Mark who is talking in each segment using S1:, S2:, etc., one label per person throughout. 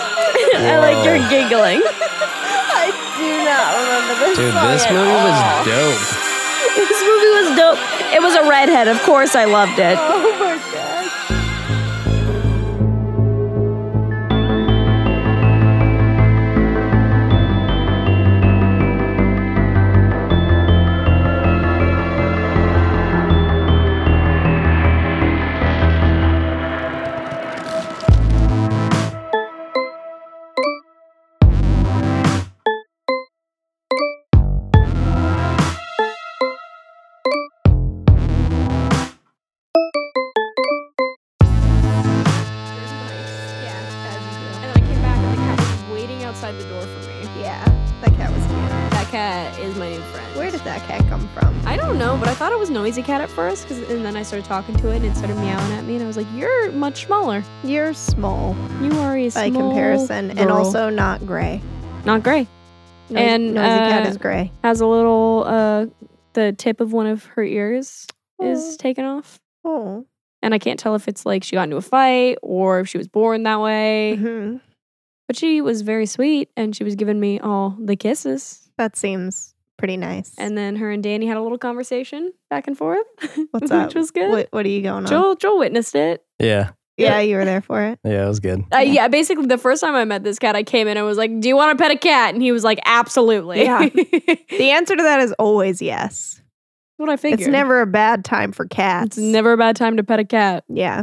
S1: I like your giggling.
S2: I do not remember this
S3: Dude,
S2: song
S3: this
S2: at
S3: movie
S4: Oh.
S2: all.
S3: was dope.
S1: this movie was dope. It was a redhead, of course I loved it.
S2: Oh my gosh.
S4: Yeah, and then I came back and the cat was waiting outside the door for me.
S2: Yeah, that cat was cute.
S4: That cat is my new friend.
S2: Where did that cat come from?
S4: I don't know, but I thought it was noisy cat at first, 'cause- and then I started talking to it and it started meowing at me, and I was like, "You're much smaller.
S2: You're small
S4: You are a
S2: by
S4: small
S2: comparison, and
S4: girl."
S2: also not gray.
S4: not gray.
S2: Nois-
S4: And,
S2: noisy cat
S4: uh,
S2: is gray.
S4: Has a little uh, the tip of one of her ears
S2: Aw.
S4: is taken off,
S2: Oh,
S4: and I can't tell if it's like she got into a fight or if she was born that way.
S2: Mhm.
S4: But she was very sweet, and she was giving me all the kisses.
S2: that seems pretty nice.
S4: And then her and Danny had a little conversation back and forth,
S2: What's
S4: which
S2: up?
S4: was good.
S2: What, what are you going on?
S4: Joel Joel witnessed it.
S3: Yeah,
S2: yeah, you were there for it.
S3: yeah, it was good.
S4: Uh,
S2: Yeah.
S4: yeah, basically the first time I met this cat, I came in and was like, "Do you want to pet a cat?" And he was like, "Absolutely."
S2: Yeah.
S4: That's
S2: The answer to that is always yes.
S4: what I figured.
S2: It's never a bad time for cats.
S4: It's never a bad time to pet a cat.
S2: Yeah.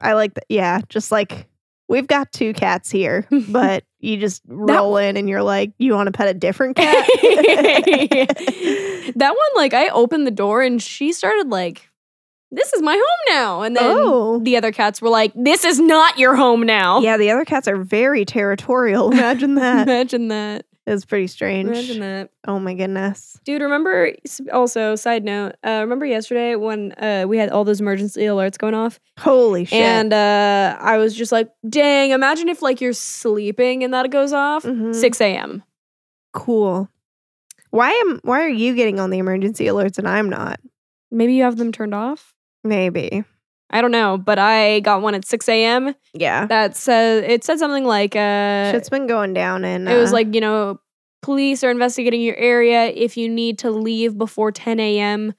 S2: I like that. Yeah. Just like we've got two cats here, but you just roll in and you're like, you want to pet a different cat?
S4: that one, like, I opened the door and she started like, "This is my home now," and then
S2: oh.
S4: the other cats were like, "This is not your home now."
S2: Yeah. The other cats are very territorial. Imagine that.
S4: Imagine that.
S2: it's pretty strange.
S4: Imagine that.
S2: Oh my goodness.
S4: Dude, remember s- also, side note, uh, remember yesterday when uh, we had all those emergency alerts going off?
S2: Holy shit.
S4: And uh, I was just like, dang, imagine if like you're sleeping and that goes off.
S2: Mhm.
S4: 6 a.m.
S2: cool. Why am why are you getting on the emergency alerts and I'm not?
S4: Maybe you have them turned off?
S2: Maybe.
S4: I don't know, but I got one at 6 a.m.
S2: Yeah.
S4: that says, it said something like, uh,
S2: Shit's been going down and
S4: it was
S2: uh,
S4: like, you know, police are investigating your area. If you need to leave before 10 a.m.,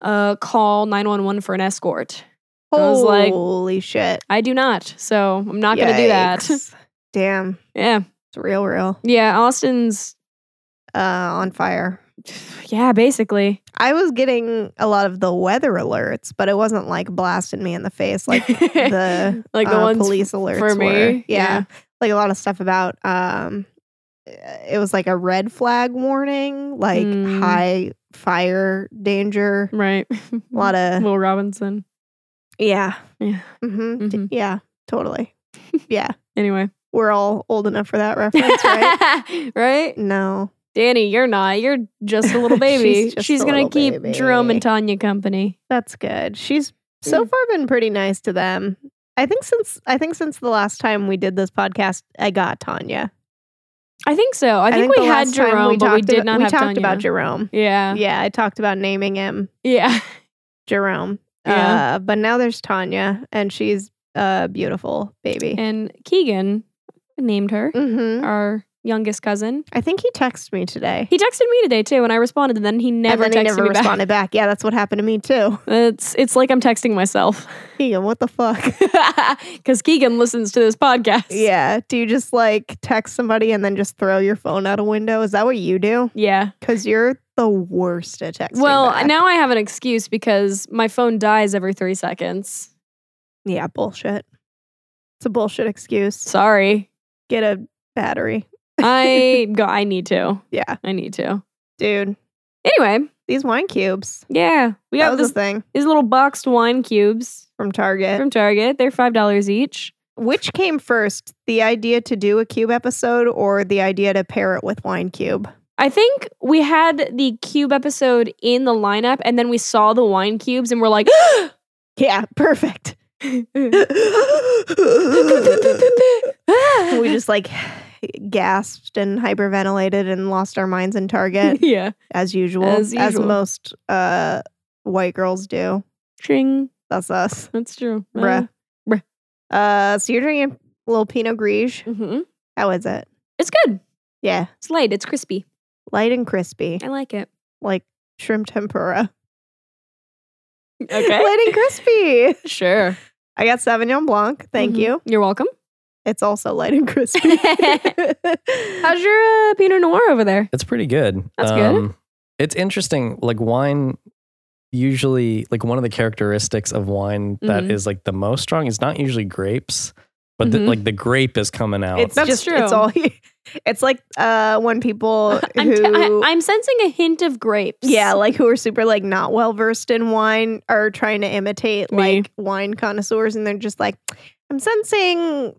S4: uh, call 911 for an escort. I was like-
S2: holy shit.
S4: I do not. So I'm not going to do that.
S2: Yikes. Damn.
S4: Yeah.
S2: It's real real.
S4: Yeah. Austin's,
S2: Uh on fire.
S4: yeah, basically.
S2: I was getting a lot of the weather alerts, but it wasn't like blasting me in the face like the
S4: like the
S2: uh,
S4: ones
S2: police alerts
S4: for me.
S2: were. Yeah.
S4: Yeah.
S2: like a lot of stuff about um, it was like a red flag warning, like
S4: Mm.
S2: high fire danger.
S4: Right.
S2: A lot of
S4: Will Robinson.
S2: yeah,
S4: Mm. Yeah.
S2: hmm
S4: Mhm.
S2: yeah, totally. yeah,
S4: Anyway.
S2: we're all old enough for that reference, right?
S4: Right?
S2: no,
S4: Danny, you're not. You're just a little
S2: She's
S4: baby.
S2: just
S4: She's,
S2: a
S4: gonna
S2: little
S4: keep
S2: baby.
S4: Jerome and Tanya company.
S2: That's good. She's so far been pretty nice to them. I think since I think since the last time we did this podcast, I got Tanya.
S4: I think so. I, think,
S2: the
S4: we had
S2: last time
S4: Jerome, but we
S2: talked
S4: did
S2: about-
S4: not
S2: we
S4: have
S2: talked
S4: Tanya.
S2: about Jerome.
S4: Yeah.
S2: Yeah, I talked about naming him
S4: Yeah.
S2: Jerome.
S4: Yeah.
S2: Uh, but now there's Tanya, and she's a beautiful baby.
S4: And Keegan named her,
S2: hmm
S4: our youngest cousin.
S2: I think he texted me today.
S4: He texted me today too, and I responded, and then he never
S2: and
S4: texted
S2: then he never
S4: me back.
S2: responded back. Yeah, that's what happened to me too.
S4: It's it's like I'm texting myself
S2: Keegan, what the fuck?
S4: because Keegan listens to this podcast.
S2: yeah. Do you just like text somebody and then just throw your phone out a window? Is that what you do?
S4: yeah.
S2: Because you're the worst at texting.
S4: Well,
S2: back.
S4: now I have an excuse because my phone dies every three seconds.
S2: Yeah, bullshit. It's a bullshit excuse.
S4: Sorry,
S2: Get a battery.
S4: I go. I need to.
S2: Yeah,
S4: I need to.
S2: dude.
S4: Anyway,
S2: These wine cubes.
S4: yeah, we
S2: Yeah,
S4: got
S2: that
S4: this,
S2: was a thing
S4: these little boxed wine cubes
S2: from Target.
S4: from Target. They're five dollars each.
S2: Which came first, the idea to do a cube episode or the idea to pair it with Wine Cube?
S4: I think we had the cube episode in the lineup, and then we saw the wine cubes, and we're like,
S2: Yeah, perfect. we
S4: we
S2: just like gasped and hyperventilated and lost our minds in Target
S4: yeah,
S2: as usual,
S4: As usual.
S2: most uh, white girls do.
S4: ching.
S2: That's us.
S4: That's true,
S2: Bruh.
S4: Uh,
S2: Uh, so you're drinking a little Pinot Grigio.
S4: mhm.
S2: How is it?
S4: It's good.
S2: Yeah.
S4: It's light. It's crispy.
S2: Light and crispy.
S4: I like it.
S2: Like shrimp tempura.
S4: Okay.
S2: Light and crispy.
S4: sure.
S2: I got Sauvignon Blanc. Thank
S4: Mhm.
S2: you.
S4: You're welcome.
S2: It's also light and crispy.
S4: How's your uh, Pinot Noir over there?
S3: It's pretty good. Um,
S4: That's good.
S3: It's interesting. Like wine, usually, like one of the characteristics of wine that
S4: Mhm.
S3: is like the most strong is not usually grapes, but the,
S4: Mhm.
S3: like the grape is coming out.
S2: it's
S4: That's
S2: just
S4: true.
S2: it's all it's like uh when people
S4: I'm,
S2: who
S4: t- I, I'm sensing a hint of grapes.
S2: yeah, like who are super like not well versed in wine are trying to imitate
S4: Me.
S2: like wine connoisseurs and they're just like I'm sensing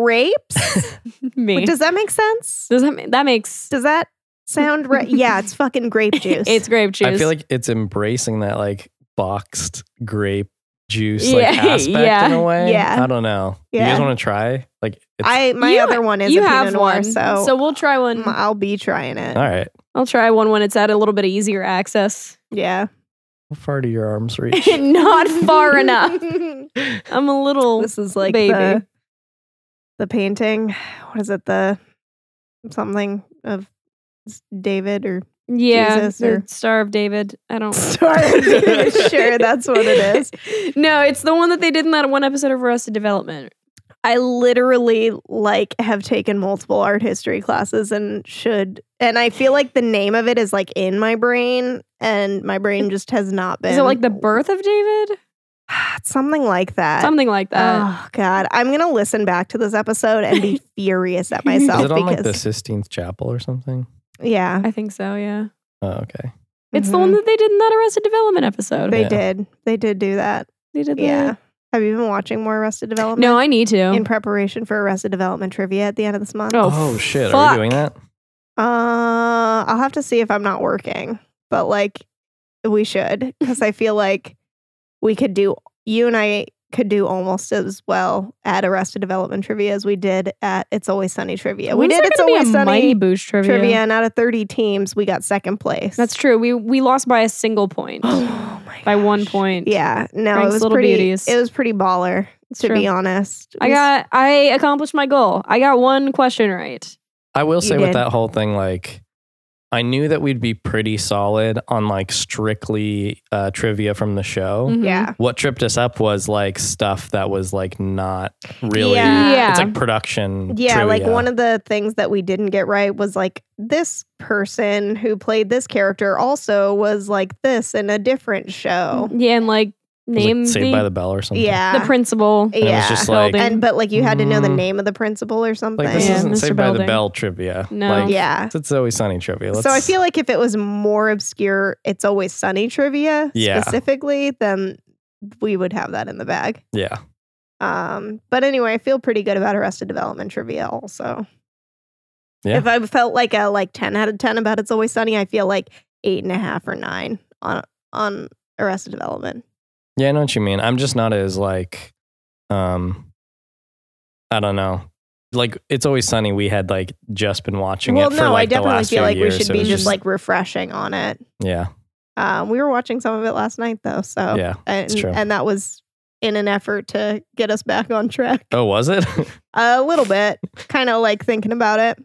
S2: grapes.
S4: me.
S2: Does that make sense?
S4: Does that ma- that makes
S2: Does that sound right? yeah, it's fucking grape juice.
S4: it's grape juice?
S3: I feel like it's embracing that like boxed grape juice like
S4: Yeah,
S3: aspect
S4: yeah,
S3: in a way.
S2: yeah.
S3: I don't know. You
S2: Yeah.
S3: guys want to try? Like, it's,
S2: I my
S4: You-
S2: other one is
S4: you
S2: a
S4: have
S2: Pinot Noir,
S4: one,
S2: so
S4: so we'll try one.
S2: um, I'll be trying it.
S3: all right.
S4: I'll try one when it's at a little bit easier access.
S2: Yeah,
S3: How far do your arms reach?
S4: Not far enough. I'm a little.
S2: this is like
S4: baby.
S2: the the painting. What is it? The something of David or
S4: yeah,
S2: Jesus
S4: the
S2: or-
S4: Star of David. I don't.
S2: Sorry, sure, that's what it is.
S4: No, it's the one that they did in that one episode of Arrested Development.
S2: I literally like have taken multiple art history classes and should and I feel like the name of it is like in my brain and my brain just has not been
S4: Is it like the birth of David?
S2: something like that.
S4: Something like that.
S2: oh god, I'm going to listen back to this episode and be furious at myself
S3: Is it on like
S2: because
S3: the Sistine Chapel or something?
S2: yeah.
S4: I think so. Yeah,
S3: Oh, okay.
S4: it's the
S2: Mhm.
S4: one that they did in that Arrested Development episode.
S2: They
S3: Yeah.
S2: did. They did do that.
S4: They did that.
S2: Yeah. Have you been watching more Arrested Development?
S4: No, I need to.
S2: In preparation for Arrested Development trivia at the end of this month.
S4: Oh,
S3: Oh, shit. Are
S4: fuck.
S3: we doing that?
S2: Uh, I'll have to see if I'm not working, but like we should because I feel like we could do you and I could do almost as well at Arrested Development trivia as we did at It's Always Sunny trivia.
S4: When's
S2: we did
S4: there
S2: It's
S4: gonna be
S2: Always
S4: a Mighty
S2: Sunny
S4: Boosh trivia.
S2: trivia. and out of 30 teams, we got second place.
S4: That's true. We we lost by a single point,
S2: oh my
S4: by one
S2: gosh.
S4: point.
S2: Yeah, no,
S4: Frank's
S2: it was
S4: Little
S2: pretty.
S4: Beauties.
S2: It was pretty baller
S4: It's
S2: to
S4: true.
S2: be honest.
S4: I
S2: We-
S4: got I accomplished my goal. I got one question right.
S3: I will say
S2: did.
S3: with that whole thing, like, I knew that we'd be pretty solid on like strictly uh, trivia from the show.
S4: Mhm.
S2: yeah.
S3: What tripped us up was like stuff that was like not really.
S2: Yeah.
S4: Yeah.
S3: It's like production.
S2: Yeah, like
S3: trivia.
S2: one of the things that we didn't get right was like this person who played this character also was like this in a different show.
S4: Yeah, and like
S3: It was, like,
S4: name
S3: Saved
S4: the,
S3: by the Bell or something.
S2: Yeah.
S4: the principal.
S3: And it
S2: yeah.
S3: was just like,
S4: Building.
S2: and but like you had to know the
S3: Mm.
S2: name of the principal or something.
S3: like this
S4: Yeah,
S3: isn't
S4: Mr.
S3: Saved by
S4: Belding.
S3: the Bell trivia.
S4: No.
S3: Like,
S2: yeah.
S3: It's always sunny trivia.
S2: So I
S3: Let's-
S2: feel like if it was more obscure, it's always sunny trivia
S3: Yeah.
S2: specifically, then we would have that in the bag.
S3: Yeah.
S2: Um, but anyway, I feel pretty good about Arrested Development trivia also.
S3: Yeah.
S2: If I felt like a like ten out of ten about It's Always Sunny, I feel like eight and a half or nine on on Arrested Development.
S3: Yeah, I know what you mean. I'm just not as like, um, I don't know. Like it's always sunny. We had like just been watching
S2: well,
S3: it for
S2: no,
S3: like
S2: I
S3: the
S2: definitely
S3: last
S2: feel
S3: few
S2: like
S3: years.
S2: we should
S3: It
S2: be
S3: was
S2: just like refreshing on it.
S3: yeah,
S2: Um, we were watching some of it last night though, so
S3: yeah.
S2: and,
S3: true.
S2: and that was in an effort to get us back on track
S3: Oh, was it?
S2: a little bit, kind of like thinking about it.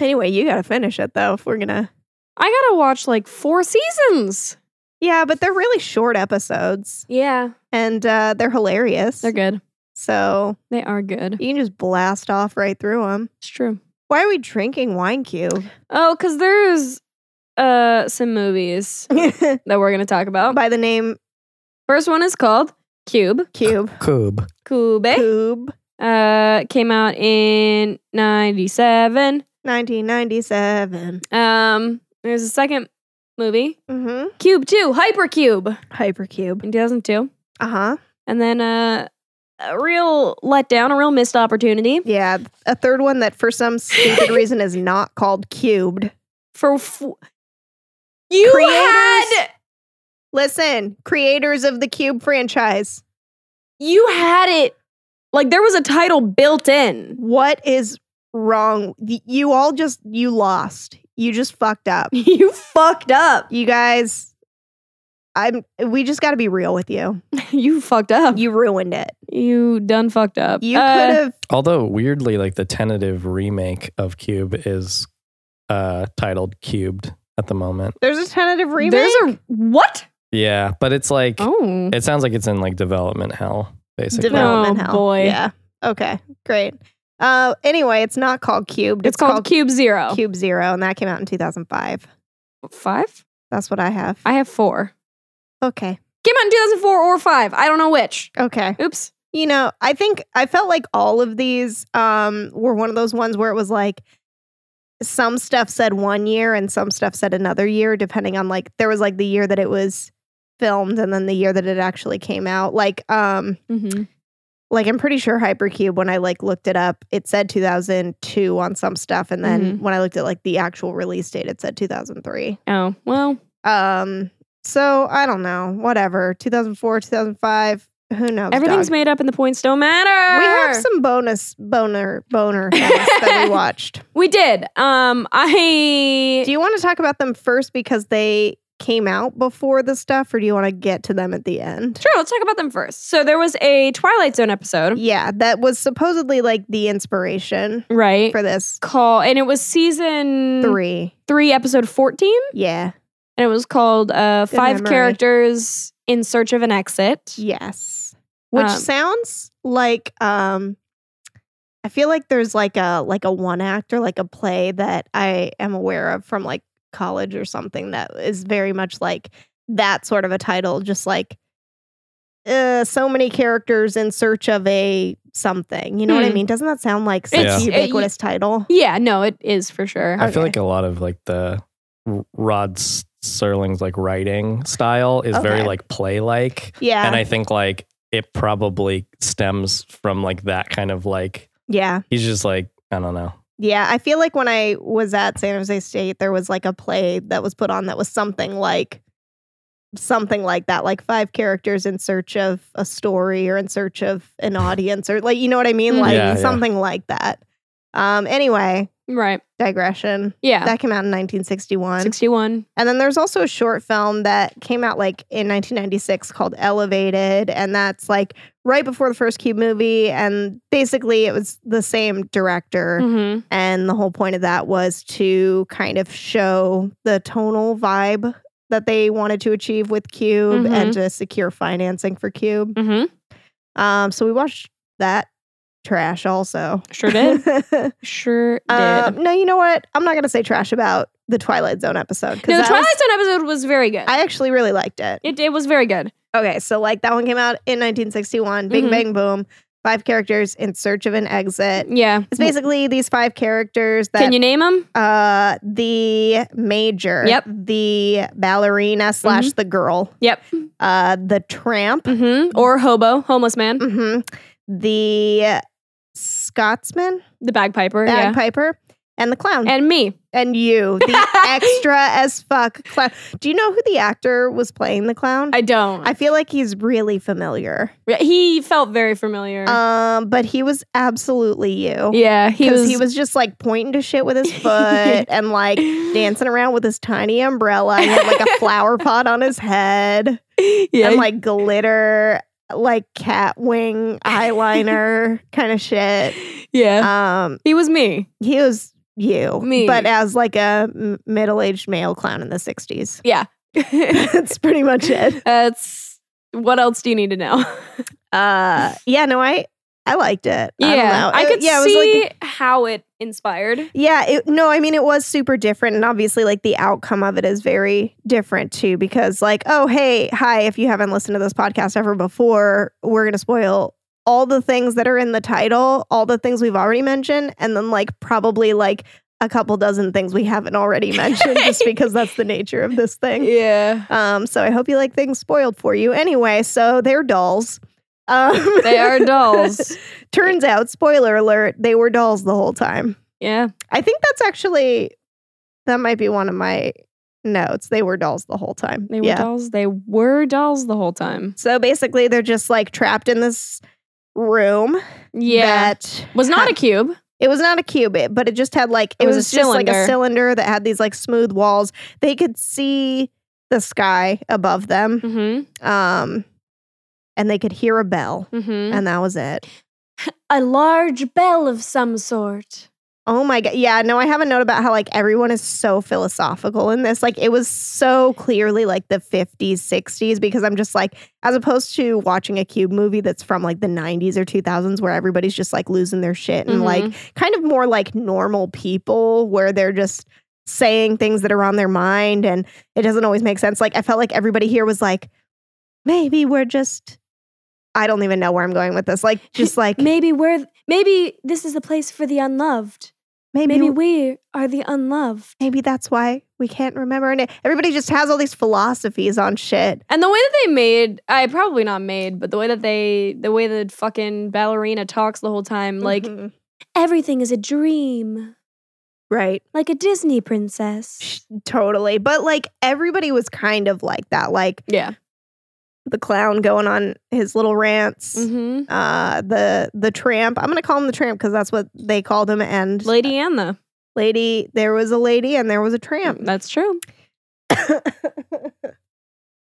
S2: Anyway, you got to finish it though if we're gonna.
S4: I gotta watch like four seasons.
S2: Yeah, but they're really short episodes
S4: Yeah,
S2: and uh, they're hilarious.
S4: they're good.
S2: So
S4: They are good.
S2: you can just blast off right through them.
S4: It's true.
S2: Why are we drinking wine cube?
S4: Oh, because there's uh some movies
S2: By
S4: that we're gonna talk about.
S2: the name
S4: First one is called Cube.
S2: Cube.
S3: Coob.
S4: Cube.
S2: Cube.
S4: Uh, came out in '97.
S2: 1997.
S4: Um, there's a second movie,
S2: Mm-hmm.
S4: Cube Two, Hypercube,
S2: Hypercube.
S4: in 2002,
S2: Uh huh.
S4: and then uh, a real letdown, a real missed opportunity
S2: Yeah. A third one that for some stupid reason is not called cubed.
S4: for. F- you
S2: Creators?
S4: had
S2: Listen, creators of the cube franchise.
S4: you had it like there was a title built in.
S2: What is wrong? Y- You all just, you lost. You just fucked up.
S4: you fucked up.
S2: You guys, I'm we just got to be real with you.
S4: you fucked up. You,
S2: You ruined it.
S4: done fucked up.
S2: You
S4: Uh,
S2: could have
S3: Although weirdly, like the tentative remake of Cube is uh titled Cubed at the moment.
S2: There's a tentative remake.
S4: There's a what?
S3: Yeah, but it's like
S4: Oh,
S3: it sounds like it's in like development hell, basically.
S2: development
S4: Oh,
S2: hell.
S4: boy.
S2: Yeah. Okay. Great. Uh anyway, it's not called Cubed.
S4: it's, called, Cube Zero.
S2: Cube, Zero and that came out in 2005.
S4: five.
S2: That's what I have.
S4: I have four.
S2: okay.
S4: Came out in 2004 or five. I don't know which.
S2: Okay.
S4: Oops.
S2: You know, I think I felt like all of these um were one of those ones where it was like some stuff said one year and some stuff said another year depending on like there was like the year that it was filmed and then the year that it actually came out. Like um
S4: Mm-hmm.
S2: like I'm pretty sure Hypercube when I like looked it up, it said 2002 on some stuff and then
S4: Mm-hmm.
S2: when I looked at like the actual release date it said 2003.
S4: Oh well.
S2: Um so I don't know, whatever. 2004, 2005, who knows.
S4: Everything's
S2: dog.
S4: made up, and the points don't matter.
S2: We have some bonus boner boner things that we watched.
S4: We did. Um, I.
S2: Do you want to talk about them first because they came out before the stuff or do you want to get to them at the end?
S4: sure. Let's talk about them first. So there was a Twilight Zone episode,
S2: Yeah, that was supposedly like the inspiration
S4: right?
S2: for this
S4: Call, and it was season
S2: 3.
S4: three, episode fourteen,
S2: Yeah.
S4: and it was called uh,
S2: Good
S4: Five
S2: memory.
S4: Characters in Search of an Exit."
S2: Yes. Which
S4: Um,
S2: sounds like um I feel like there's like a like a one act or like a play that I am aware of from like college or something that is very much like that sort of a title just like uh, so many characters in search of a something. You know what I
S4: Hmm.
S2: mean? Doesn't that sound like such
S3: It's-
S2: a
S4: Yeah.
S2: ubiquitous title?
S4: Yeah, no, it is for sure.
S3: I feel
S2: Okay.
S3: like a lot of like the R- Rod S- Serling's like writing style is very
S2: Okay.
S3: like play like,
S2: Yeah.
S3: and I think like it probably stems from like that kind of like
S2: yeah.
S3: he's just like I don't know.
S2: Yeah, I feel like when I was at San Jose State, there was like a play that was put on that was something like something like that, like five characters in search of a story or in search of an audience or like you know what I mean,
S4: Mm.
S2: like
S3: Yeah, yeah.
S2: something like that. Um anyway,
S4: Right.
S2: digression.
S4: Yeah.
S2: That came out in 1961.
S4: 61.
S2: And then there's also a short film that came out like in 1996 called Elevated. And that's like right before the first Cube movie. And basically, it was the same director.
S4: hmm
S2: And the whole point of that was to kind of show the tonal vibe that they wanted to achieve with Cube
S4: Mm-hmm.
S2: and to secure financing for Cube.
S4: hmm
S2: Um, so we watched that trash also.
S4: Sure did. Sure did.
S2: um, no, you know what? I'm not going to say trash about the Twilight Zone episode because
S4: No, the Twilight Zone episode was very good.
S2: I actually really liked it.
S4: it, it was very good.
S2: Okay, so like that one came out in 1961. Bing,
S4: Mhm.
S2: bang, boom. Five characters in search of an exit.
S4: Yeah.
S2: It's basically these five characters that
S4: Can you name them?
S2: uh the major
S4: Yep. Mm-hmm.
S2: the ballerina slash the girl
S4: Yep.
S2: uh the tramp
S4: Mm-hmm. Or Hobo, Homeless Man,
S2: hmm the scotsman
S4: the Bagpiper. yeah.
S2: Mm-hmm. bagpiper and the clown and,
S4: And me.
S2: you the extra as fuck clown do you know who the actor was playing the clown
S4: I don't.
S2: I feel like he's really familiar
S4: he felt very familiar.
S2: um but he was absolutely you
S4: yeah. He
S2: because
S4: was.
S2: he was just like pointing to shit with his foot and like dancing around with his tiny umbrella. He had like a flower pot on his head
S4: Yeah.
S2: and like glitter, like cat wing eyeliner kind of shit.
S4: yeah.
S2: Um,
S4: he was me.
S2: he was you,
S4: Me.
S2: but as like a m- middle-aged male clown in the '60s.
S4: That's
S2: That's pretty much it.
S4: what else do you need to know?
S2: Uh, yeah, no, I I liked it. I, don't
S4: yeah.
S2: know.
S4: I,
S2: It-
S4: could
S2: yeah, it was like-
S4: see how it inspired.
S2: Yeah, it, no, I mean it was super different, and obviously, like the outcome of it is very different too, because like, oh hey, hi, if you haven't listened to this podcast ever before, we're gonna spoil all the things that are in the title, all the things we've already mentioned, and then like probably like a couple dozen things we haven't already mentioned, just because that's the nature of this thing.
S4: Yeah.
S2: Um, so I hope you like things spoiled for you. Anyway, so they're dolls. Um,
S4: They are dolls.
S2: turns out, spoiler alert, they were dolls the whole time.
S4: Yeah.
S2: I think that's actually that might be one of my notes. They were dolls the whole time.
S4: They were dolls. They were dolls the whole time.
S2: So basically, they're just like trapped in this room.
S4: Yeah.
S2: That
S4: was not a
S2: had-
S4: cube.
S2: It was not a cube, it- but it just had like it,
S4: It was
S2: was,
S4: a
S2: just like a
S4: cylinder.
S2: cylinder that had these like smooth walls. They could see the sky above them.
S4: Mm-hmm.
S2: Um, and they could hear a bell,
S4: Mm-hmm.
S2: and that was it.
S4: A large bell of some sort.
S2: Oh my god! Yeah, no, I have a note about how like everyone is so philosophical in this. Like it was so clearly like the fifties, sixties. Because I'm just like, as opposed to watching a cube movie that's from like the nineties or two thousands, where everybody's just like losing their shit
S4: Mm-hmm.
S2: and like kind of more like normal people, where they're just saying things that are on their mind and it doesn't always make sense. Like I felt like everybody here was like, maybe we're just. I don't even know where I'm going with this. Like, just like
S4: Maybe
S2: maybe,
S4: we're maybe this is the place for the unloved. Maybe we are the unloved.
S2: maybe that's why we can't remember. And everybody just has all these philosophies on shit.
S4: And the way that they made, I probably not made, but the way that they, the way that fucking ballerina talks the whole time, like
S2: Mhm.
S4: everything is a dream,
S2: right,
S4: like a Disney princess.
S2: Sh- totally. But like everybody was kind of like that. Like
S4: Yeah.
S2: the clown going on his little rants.
S4: Mm-hmm.
S2: Uh, the the tramp. I'm gonna call him the tramp because that's what they called him. And
S4: Lady Anna.
S2: lady, there was a lady and there was a tramp.
S4: That's true.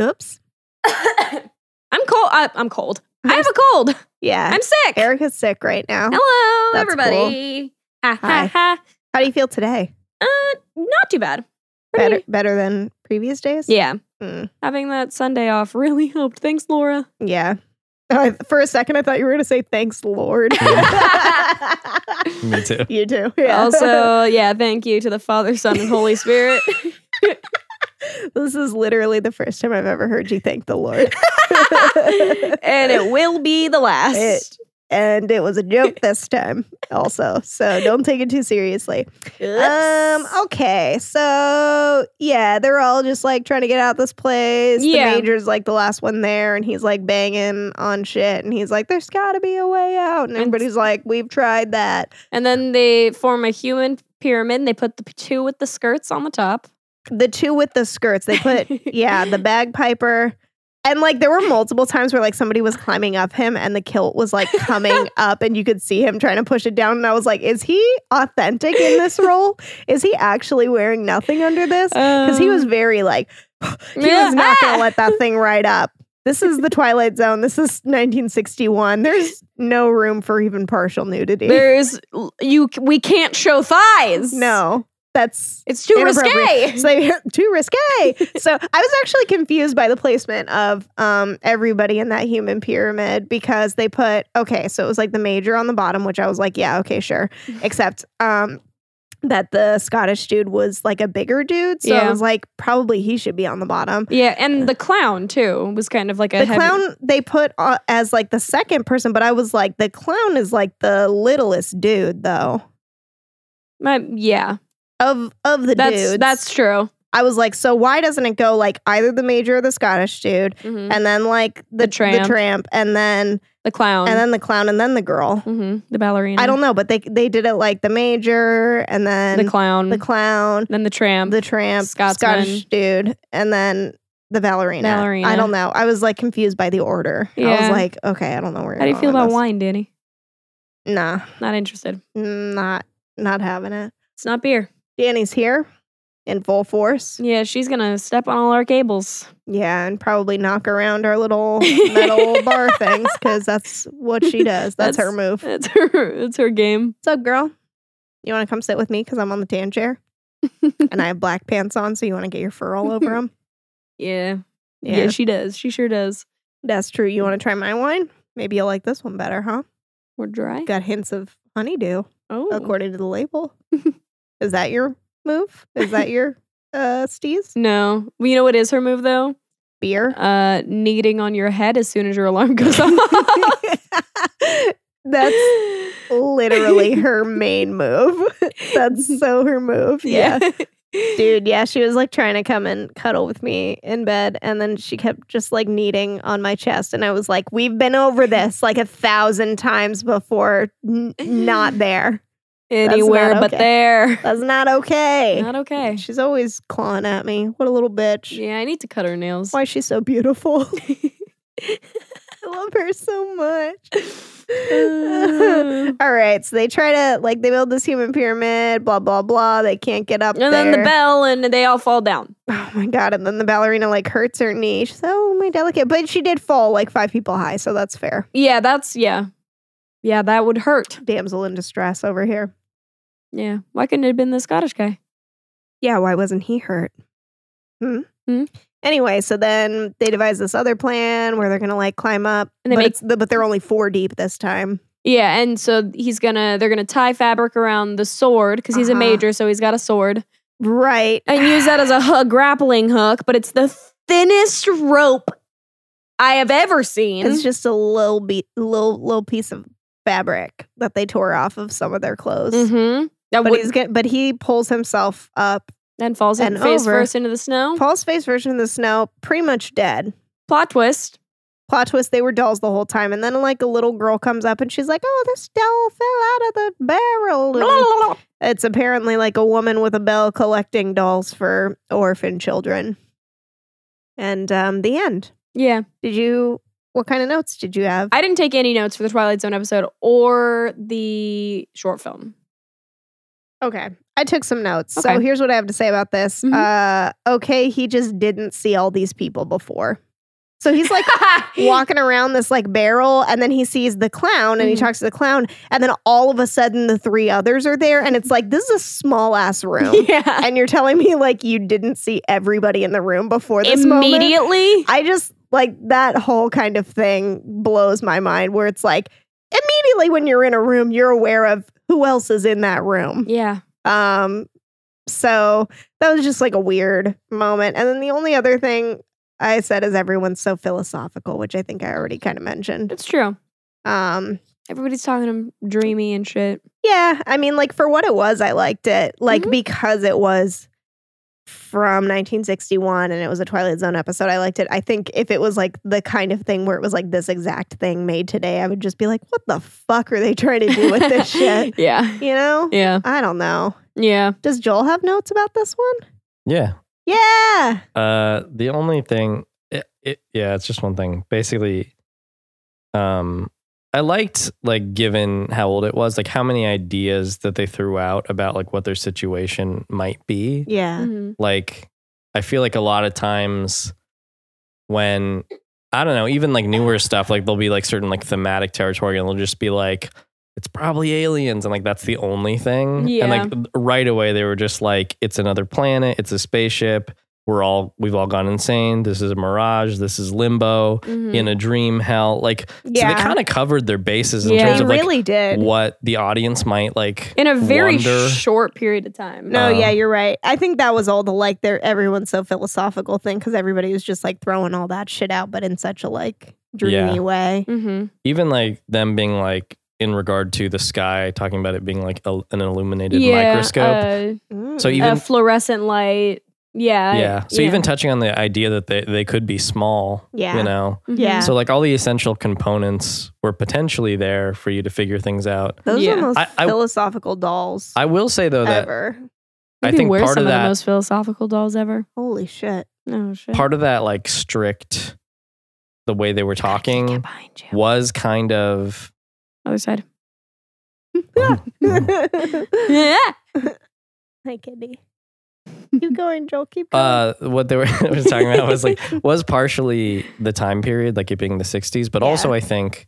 S2: Oops.
S4: I'm cold. I, I'm cold. I have a cold.
S2: Yeah.
S4: I'm sick.
S2: Erica's sick right now.
S4: Hello,
S2: That's
S4: everybody. Ha
S2: Hi.
S4: ha ha.
S2: How do you feel today?
S4: Uh, not too bad. Pretty-
S2: Better better than previous days?
S4: Yeah.
S2: Mm,
S4: Having that Sunday off really helped. Thanks, Laura.
S2: yeah. I- for a second, I thought you were going to say thanks, Lord.
S3: Me too.
S2: you too. Yeah.
S4: Also, yeah, thank you to the Father, Son, and Holy Spirit.
S2: this is literally the first time I've ever heard you thank the Lord.
S4: and it will be the last.
S2: It- and it was a joke this time, also. So don't take it too seriously. Um.
S4: oh.
S2: Okay. So yeah, they're all just like trying to get out of this place.
S4: Yeah.
S2: The major's like the last one there, and he's like banging on shit, and he's like, "There's got to be a way out." And
S4: And-
S2: everybody's like, "We've tried that."
S4: and then they form a human pyramid. They put the p- two with the skirts on the top.
S2: The two with the skirts, they put yeah, the bagpiper. And like there were multiple times where like somebody was climbing up him and the kilt was like coming up and you could see him trying to push it down. And I was like, is he authentic in this role? Is he actually wearing nothing under this? Because he was very like, he
S4: Um, Yeah.
S2: was not going
S4: Ah!
S2: to let that thing ride up. This is the Twilight Zone. This is 1961. There's no room for even partial nudity.
S4: There's you. c- We can't show thighs.
S2: no, that's
S4: it's too
S2: Inappropriate.
S4: risque.
S2: so they, too risque. so I was actually confused by the placement of um, everybody in that human pyramid because they put okay, so it was like the major on the bottom, which I was like, yeah, okay, sure. Except um, that the Scottish dude was like a bigger dude, so I
S4: Yeah.
S2: was like, probably he should be on the bottom.
S4: Yeah, and the clown too was kind of like a
S2: The
S4: heavy-
S2: clown they put uh, as like the second person, but I was like, the clown is like the littlest dude though
S4: My- yeah,
S2: of of the
S4: that's
S2: dudes.
S4: that's true.
S2: I was like, so why doesn't it go like either the major or the Scottish dude?
S4: Mhm.
S2: and then like the,
S4: The
S2: the
S4: tramp. Um.
S2: tramp, and then
S4: The clown
S2: and then the clown, and then the girl.
S4: Mhm, the ballerina.
S2: I don't know, but they they did it like the major, and then
S4: the clown.
S2: the clown,
S4: then the tramp.
S2: the tramp,
S4: Scotsman.
S2: Scottish dude, and then the ballerina.
S4: Ballerina.
S2: I don't know. I was like confused by the order. I
S4: Yeah.
S2: was like, okay, I don't know where.
S4: How do you
S2: you're
S4: feel
S2: going
S4: about
S2: with
S4: wine, Danny?
S2: this. Nah,
S4: Not interested.
S2: not not having it.
S4: It's not beer.
S2: Danny's here in full force.
S4: Yeah, she's gonna step on all our cables.
S2: Yeah, and probably knock around our little metal bar things because that's what she does. That's her
S4: That's-
S2: move.
S4: It's her. It's her game.
S2: What's up, girl? You want to come sit with me because I'm on the tan chair and I have black pants on, so you want to get your fur all over them?
S4: Yeah. yeah.
S2: Yeah,
S4: she does. She sure does.
S2: that's true. You want to try my wine? Maybe you'll like this one better, huh?
S4: We're dry.
S2: Got hints of honeydew
S4: Oh,
S2: according to the label. Is that your move? Is that your uh steez?
S4: No, Well, you know what is her move though?
S2: Beer?
S4: Uh, kneading on your head as soon as your alarm goes off.
S2: that's literally her main move.
S4: Mm-hmm.
S2: that's so her move. yeah. Dude, yeah, she was like trying to come and cuddle with me in bed, and then she kept just like kneading on my chest, and I was like, "We've been over this like a thousand times before. N- not there.
S4: Anywhere
S2: not
S4: but
S2: okay.
S4: there.
S2: That's not okay.
S4: Not okay.
S2: She's always clawing at me. What a little bitch.
S4: Yeah, I need to cut her nails.
S2: Why is she so beautiful? I love her so much.
S4: and
S2: All right, so they try to like they build this human pyramid, blah blah blah. They can't get up
S4: then the
S2: there.
S4: bell, and they all fall down.
S2: oh my god! And then the ballerina like hurts her knee. She's oh my delicate, but she did fall like five people high, so that's fair.
S4: Yeah, that's yeah, yeah. That would hurt.
S2: Damsel in distress over here.
S4: Yeah. Why couldn't it have been the Scottish guy?
S2: Yeah, why wasn't he hurt? Hmm.
S4: Hmm?
S2: Anyway, so then they devise this other plan where they're gonna like climb up,
S4: And they
S2: but
S4: make-
S2: it's the, but they're only four deep this time.
S4: Yeah, and so he's gonna they're gonna tie fabric around the sword because he's a
S2: Uh-huh.
S4: major, so he's got a sword,
S2: Right.
S4: and use that as a, hu- grappling hook. But it's the thinnest rope I have ever seen.
S2: It's just a little be- little little piece of fabric that they tore off of some of their clothes.
S4: mm-hmm. That
S2: But
S4: would
S2: he's get, but he pulls himself up.
S4: then falls in
S2: and
S4: face
S2: over.
S4: first into the snow.
S2: Paul's face version of the snow, pretty much dead.
S4: Plot twist.
S2: Plot twist: They were dolls the whole time, and then like a little girl comes up and she's like, "Oh, this doll fell out of the barrel." And it's apparently like a woman with a bell collecting dolls for orphan children. And um, the end.
S4: Yeah,
S2: Did you? What kind of notes did you have?
S4: I didn't take any notes for the Twilight Zone episode or the short film.
S2: Okay. I took some notes. So
S4: Okay.
S2: here's what I have to say about this.
S4: Mhm.
S2: Uh, okay, he just didn't see all these people before. So he's like walking around this like barrel and then he sees the clown and he
S4: Mhm.
S2: talks to the clown and then all of a sudden the three others are there and it's like this is a small ass room.
S4: yeah,
S2: and you're telling me like you didn't see everybody in the room before this moment?
S4: immediately.
S2: I just like that whole kind of thing blows my mind where it's like immediately when you're in a room you're aware of who else is in that room.
S4: Yeah.
S2: Um, so that was just like a weird moment. And then the only other thing I said is everyone's so philosophical, which I think I already kind of mentioned.
S4: It's true.
S2: Um,
S4: Everybody's talking him dreamy and shit.
S2: yeah, I mean, like for what it was, I liked it. Like
S4: Mhm.
S2: because it was from 1961 and it was a Twilight Zone episode, I liked it. I think if it was like the kind of thing where it was like this exact thing made today, I would just be like, what the fuck are they trying to do with this shit?
S4: Yeah.
S2: You know?
S4: Yeah.
S2: I don't know.
S4: Yeah.
S2: Does Joel have notes about this one?
S3: Yeah.
S2: Yeah.
S3: Uh, the only thing, it, it, yeah, it's just one thing. Basically, um, I liked like given how old it was, like how many ideas that they threw out about like what their situation might be.
S2: Yeah.
S4: Mhm.
S3: Like, I feel like a lot of times when I don't know, even like newer stuff, like there'll be like certain like thematic territory, and they'll just be like, it's probably aliens, and like that's the only thing.
S4: Yeah.
S3: And like right away, they were just like, it's another planet, it's a spaceship. We're all we've all gone insane. This is a mirage. This is limbo
S4: Mhm.
S3: in a dream hell. Like so, they
S2: Hmm. Yeah.
S3: kind of covered their bases in
S4: Yeah.
S3: terms
S2: They
S3: of like
S2: really did.
S3: what the audience might like.
S4: in a very
S3: wonder-
S4: short period of time.
S2: no, yeah,
S3: Um,
S2: you're right. I think that was all the like their everyone's so philosophical thing because everybody was just like throwing all that shit out, but in such a like dreamy
S3: Yeah.
S2: way.
S4: Mm-hmm.
S3: even like them being like in regard to the sky, talking about it being like a, an illuminated
S4: yeah.
S3: microscope.
S4: uh,
S3: so
S2: Mm.
S3: even
S4: a fluorescent light. Yeah.
S3: yeah. So even touching on the idea that they, they could be small,
S2: Yeah.
S3: you know.
S4: Mhm.
S2: Yeah.
S3: So like all the essential components were potentially there for you to figure things out.
S2: those
S4: Yeah.
S2: are the most
S3: I- I-
S2: philosophical dolls
S3: I will say though that
S2: ever.
S3: I
S4: Maybe
S3: think
S4: we're
S3: part of
S4: some
S3: that-
S4: the most philosophical dolls ever.
S2: Holy shit!
S4: No shit.
S3: part of that like strict the way they
S4: I
S3: were
S4: can't get
S3: talking
S4: behind you.
S3: was kind of
S4: Other side.
S2: Hi,
S4: Yeah.
S2: kitty. Keep going, Joel. Keep going.
S3: uh what they were was talking about was like was partially the time period, like it being the 60s, but
S2: Yeah.
S3: also I think,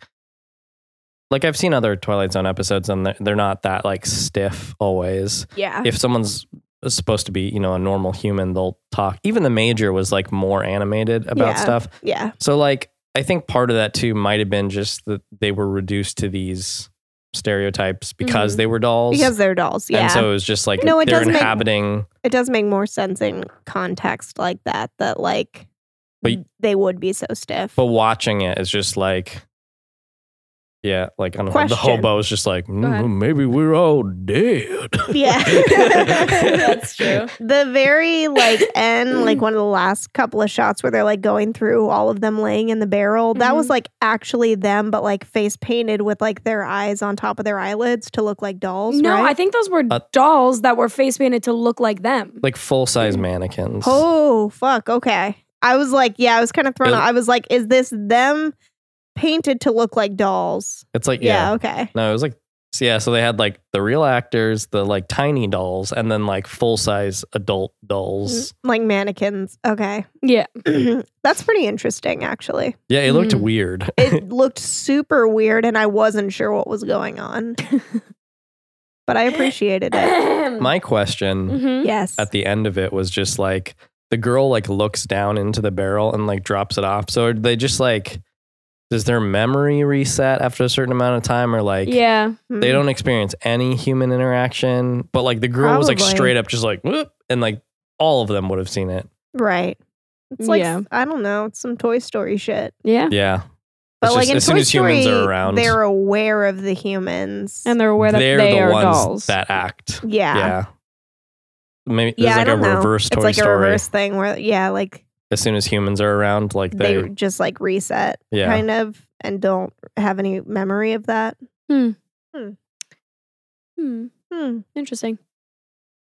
S3: like I've seen other Twilight Zone episodes and they're, they're not that like stiff always.
S2: yeah,
S3: If someone's supposed to be, you know, a normal human, they'll talk. Even the major was like more animated about
S2: Yeah.
S3: stuff.
S2: yeah,
S3: So, like, I think part of that too might have been just that they were reduced to these stereotypes because
S4: Mhm.
S3: they were dolls.
S2: Mm-hmm. because they're dolls. Yeah,
S3: And so it was just like
S2: No, it
S3: they're
S2: does make-
S3: inhabiting.
S2: it does make more sense in context like that that like
S3: But-
S2: they would be so stiff
S3: But watching it is just like, yeah, like I don't know, the
S2: Question.
S3: hobo is just like,
S4: ahead.
S3: "Mm, maybe we're all dead.
S2: Yeah.
S4: That's true.
S2: the very like end like one of the last couple of shots where they're like going through all of them laying in the barrel that
S4: Mm-hmm.
S2: was like actually them but like face painted with like their eyes on top of their eyelids to look like dolls
S4: No, I
S2: right?
S4: think those were
S3: Uh,
S4: dolls that were face painted to look like them.
S3: Like full size mannequins.
S2: oh fuck okay i was like yeah i was kind of thrown
S3: It-
S2: off. i was like is this them painted to look like dolls.
S3: It's like yeah.
S2: Yeah, okay.
S3: No, it was like so yeah. So they had like the real actors, the like tiny dolls, and then like full size adult dolls.
S2: Like mannequins. Okay.
S4: Yeah.
S2: That's pretty interesting actually.
S3: Yeah, it looked
S4: Mm.
S3: weird.
S2: It looked super weird and I wasn't sure what was going on. but I appreciated it.
S4: Mm.
S3: My question
S4: Mhm.
S2: Yes.
S3: at the end of it was just like the girl like looks down into the barrel and like drops it off. So are they just like does their memory reset after a certain amount of time or like
S4: Yeah.
S2: Mm-hmm. Mm.
S3: they don't experience any human interaction? But like the girl was like
S2: Probably.
S3: straight up just like whoop and like all of them would have seen it.
S2: Right. It's like
S4: Yeah.
S2: I don't know, it's some Toy Story shit.
S4: Yeah.
S3: Yeah.
S2: But
S3: It's
S2: like
S3: just-
S2: in
S3: as
S2: Toy
S3: soon as
S2: Story,
S3: humans are around
S2: they're aware of the humans.
S4: And they're aware that they
S3: the
S4: are
S3: ones
S4: dolls.
S3: that act.
S2: yeah.
S3: Yeah.
S2: Yeah,
S3: Maybe there's
S2: I
S3: like a
S2: don't know.
S3: reverse Toy
S2: it's like
S3: Story.
S2: a reverse thing where yeah, like
S3: As soon as humans are around, like
S2: they,
S3: they,
S2: just like reset
S3: yeah.
S2: kind of and don't have any memory of that.
S4: Hmm.
S2: Hmm.
S4: Interesting.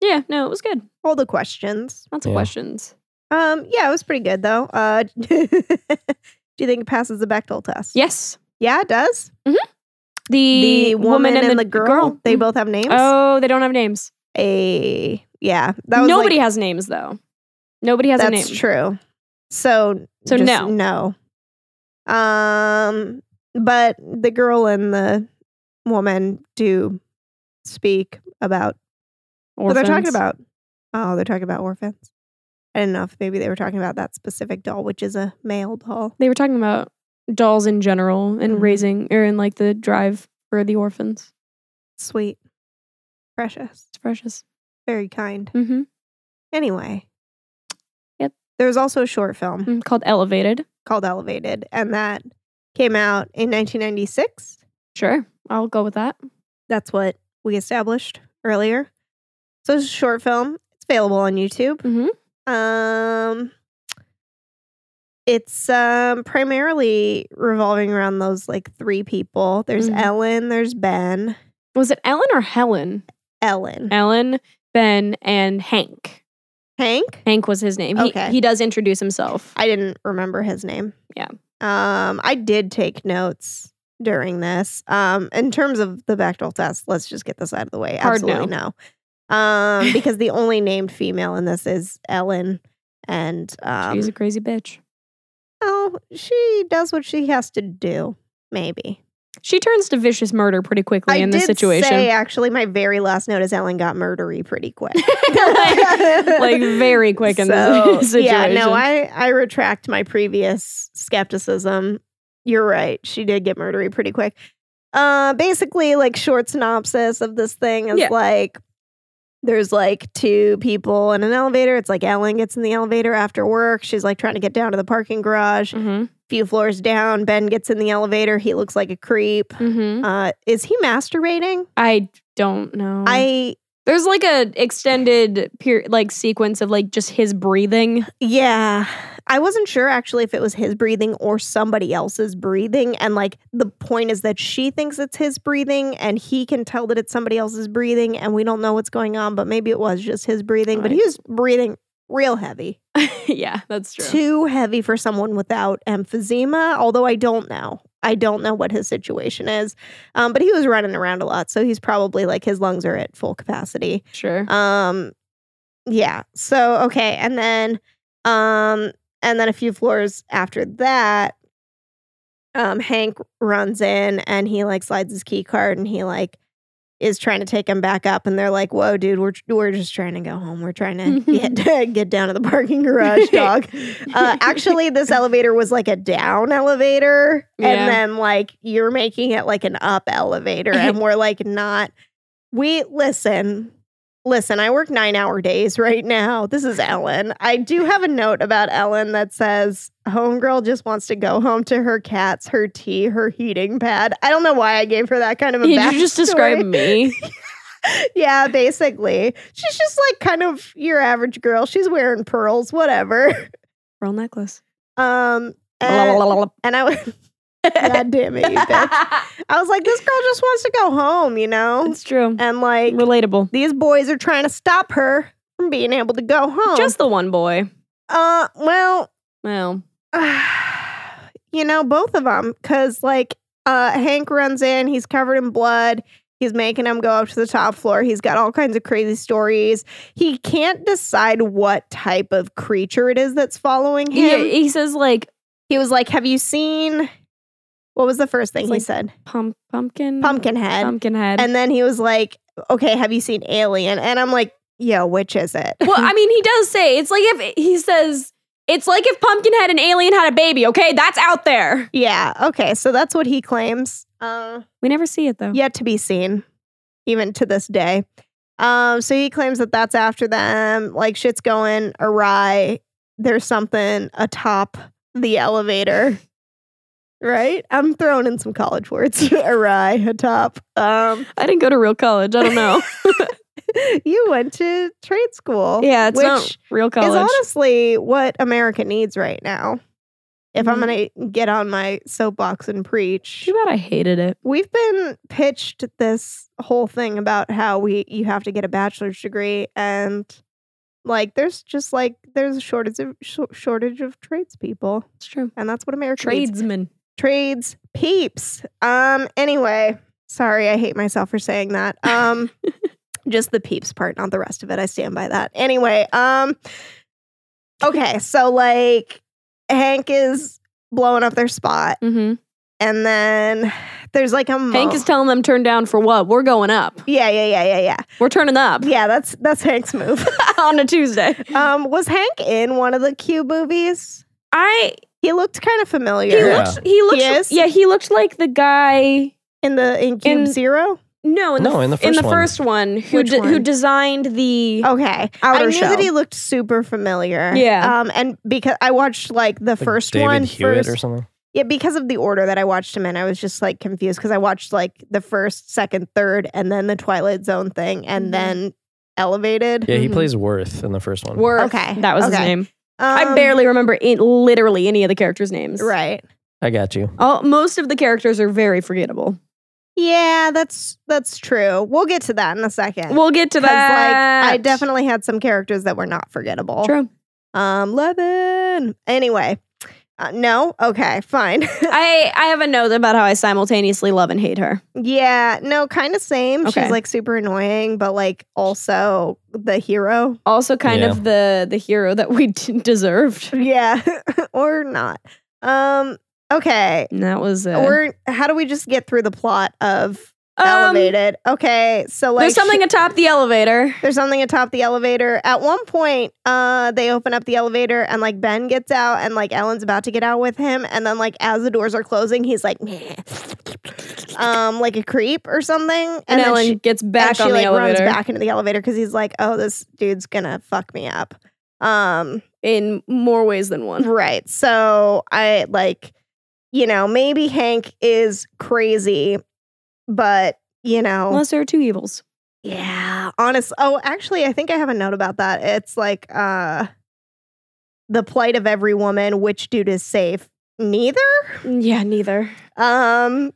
S4: Yeah. No, it was good.
S2: All the questions.
S4: Lots of
S3: Yeah.
S4: questions.
S2: Um, yeah, it was pretty good though. Uh, do you think it passes the Bechtel test?
S4: Yes.
S2: yeah, it does.
S4: The,
S2: The woman, and, the, girl, Mm-hmm. they both have names.
S4: Mm. Oh, they don't have names.
S2: a yeah, that was
S4: Nobody
S2: like,
S4: has names though. Nobody has
S2: that's
S4: a name.
S2: true. So
S4: So
S2: just
S4: no.
S2: no. Um, but the girl and the woman do speak about
S4: Orphans.
S2: What they're talking about? Oh, they're talking about orphans. I didn't know if maybe they were talking about that specific doll, which is a male doll.
S4: They were talking about dolls in general and
S2: Mhm.
S4: raising or in like the drive for the orphans.
S2: Sweet, precious,
S4: It's precious.
S2: very kind.
S4: Mm-hmm.
S2: Anyway,
S4: Yep. Mm.
S2: There was also a short film
S4: Mm-hmm. Called Elevated.
S2: called Elevated, and that came out in 1996.
S4: Sure. I'll go with that.
S2: That's what we established earlier. So it's a short film. It's available on YouTube.
S4: Mhm.
S2: Um, it's um primarily revolving around those like three people. There's
S4: Mhm.
S2: Ellen. There's Ben.
S4: Was it Ellen or Helen?
S2: Ellen.
S4: Ellen, Ben, and Hank.
S2: Hank.
S4: Hank was his name. He,
S2: Okay.
S4: he does introduce himself.
S2: I didn't remember his name.
S4: Yeah.
S2: Um, I did take notes during this. Um, in terms of the Bechdel test, let's just get this out of the way.
S4: Hard
S2: Absolutely no. Um, because the only named female in this is Ellen, and um,
S4: She's a crazy bitch.
S2: oh, she does what she has to do. Maybe
S4: She turns to vicious murder pretty quickly
S2: I
S4: in this
S2: did
S4: situation.
S2: Say, actually, my very last note is Ellen got murdery pretty quick,
S4: Like- like very quick in this
S2: So, Yeah, no,
S4: situation.
S2: I I retract my previous skepticism. You're right; she did get murdery pretty quick. Uh, basically, like short synopsis of this thing is
S4: Yeah.
S2: like there's like two people in an elevator. It's like Ellen gets in the elevator after work. She's like trying to get down to the parking garage. A
S4: Mhm.
S2: few floors down, Ben gets in the elevator. He looks like a creep.
S4: Mhm.
S2: Uh, is he masturbating?
S4: I don't know.
S2: I
S4: There's like a extended period, like sequence of like just his breathing.
S2: yeah, I wasn't sure actually if it was his breathing or somebody else's breathing and like the point is that she thinks it's his breathing and he can tell that it's somebody else's breathing and we don't know what's going on but maybe it was just his breathing but he was breathing real heavy.
S4: yeah, that's true.
S2: Too heavy for someone without emphysema, although I don't know. I don't know what his situation is. Um, but he was running around a lot, so he's probably like his lungs are at full capacity.
S4: Sure.
S2: Um yeah. So okay, and then um and then a few floors after that um Hank runs in and he like slides his key card and he like is trying to take him back up and they're like, "Whoa, dude, we're we're just trying to go home. We're trying to get get down to the parking garage, dog." Uh, actually, this elevator was like a down elevator,
S4: Yeah.
S2: and then like you're making it like an up elevator, and we're like not. We listen, listen. I work nine hour days right now. This is Ellen. I do have a note about Ellen that says, "Homegirl just wants to go home to her cats, her tea, her heating pad." I don't know why I gave her that kind of a.
S4: Did you just describe
S2: backstory.
S4: me?
S2: Yeah, basically, she's just like kind of your average girl. She's wearing pearls, whatever.
S4: Pearl necklace.
S2: Um, and, and I was, God damn it, you bitch. I was like, this girl just wants to go home, you know?
S4: It's true.
S2: And like,
S4: Relatable.
S2: these boys are trying to stop her from being able to go home.
S4: Just the one boy.
S2: uh, well,
S4: Well,
S2: you You know, both of them. Because, like, uh, Hank runs in, he's covered in blood. He's making him go up to the top floor. He's got all kinds of crazy stories. He can't decide what type of creature it is that's following
S4: Yeah,
S2: him.
S4: he says like
S2: He was like, Have you seen what was the first thing
S4: It's
S2: he
S4: like- Mm-hmm.
S2: said?
S4: pump pumpkin
S2: Pumpkinhead.
S4: pumpkin head.
S2: And then he was like, Okay, have you seen Alien? And I'm like, Yeah, which is it?
S4: well, I mean, he does say it's like if he says it's like if Pumpkinhead and Alien had a baby. Okay, that's out there.
S2: yeah, okay. So that's what he claims. Uh,
S4: We never see it though.
S2: yet to be seen, even to this day. Um, so he claims that that's after them. Like shit's going awry. There's something atop the elevator. Right? I'm throwing in some college words. awry, atop. Um,
S4: I didn't go to real college. I don't know.
S2: you went to trade school.
S4: yeah, it's
S2: which
S4: not real college.
S2: is honestly what America needs right now. If I'm going to get on my soapbox and preach,
S4: Too bad I hated it.
S2: we've been pitched this whole thing about how we you have to get a bachelor's degree and like there's just like there's a shortage of sh- shortage of tradespeople
S4: It's true.
S2: and that's what America needs.
S4: Tradesman.
S2: trades peeps. Um anyway, sorry I hate myself for saying that. Um just the peeps part, not the rest of it. I stand by that. Anyway, um okay, so like Hank is blowing up their spot
S4: Mm-hmm.
S2: and then there's like a mo-
S4: Hank is telling them turn down for what? We're going up.
S2: yeah, yeah, yeah, yeah, yeah.
S4: We're turning up
S2: Yeah, that's that's Hank's move.
S4: on a Tuesday.
S2: um was Hank in one of the Q movies?
S4: I
S2: He looked kind of
S4: he
S2: familiar
S3: Yeah.
S4: looks he looks
S2: Yes.
S4: yeah he looked like the guy
S2: in the in Cube
S4: In-
S2: Zero.
S4: no in the,
S3: No, in the
S4: in
S3: first
S4: the
S3: one.
S4: first one who
S2: Which
S4: de- who
S2: one? Oh,
S4: designed the
S2: Okay.
S4: outer
S2: I knew
S4: shell.
S2: that he looked super familiar.
S4: Yeah.
S2: Um, and because I watched like the
S3: Like
S2: first
S3: David
S2: one
S3: Hewitt
S2: first-
S3: or something.
S2: yeah, because of the order that I watched him in, I was just like confused because I watched like the first, second, third, and then the Twilight Zone thing, and
S4: Mhm.
S2: then Elevated.
S3: Yeah, he
S4: Mhm.
S3: plays Worth in the first one.
S4: Worth.
S2: Okay,
S4: that was his
S2: okay.
S4: name. I
S2: Um,
S4: barely remember in, literally any of the characters' names.
S2: Right.
S3: I got you.
S4: All, most of the characters are very forgettable.
S2: Yeah, that's that's true. We'll get to that in a second.
S4: We'll get to
S2: 'Cause,
S4: that.
S2: like I definitely had some characters that were not forgettable.
S4: true.
S2: Um, Levin. Anyway, uh, no. Okay, fine.
S4: I I have a note about how I simultaneously love and hate her.
S2: Yeah, no, kind of same.
S4: Okay.
S2: She's like super annoying, but like also the hero.
S4: Also, kind of the the hero that we d- deserved.
S2: Yeah, or not. Um. Okay.
S4: And that was uh,
S2: We're how do we just get through the plot of
S4: um,
S2: elevated? Okay, so like
S4: there's something atop the elevator.
S2: there's something atop the elevator. At one point, uh, they open up the elevator and like Ben gets out and like Ellen's about to get out with him, and then like as the doors are closing, he's like, um, like a creep or something, and,
S4: And,
S2: then
S4: Ellen
S2: she-
S4: gets back
S2: and she
S4: on the
S2: like
S4: elevator
S2: runs back into the elevator because he's like, "Oh, this dude's gonna fuck me up." Um,
S4: in more ways than one.
S2: right. So I like, you know, maybe Hank is crazy, but you know,
S4: Unless there are two evils.
S2: yeah. Honest. Oh, actually, I think I have a note about that. It's like, uh, the plight of every woman. Which dude is safe? Neither.
S4: Yeah, neither.
S2: Um,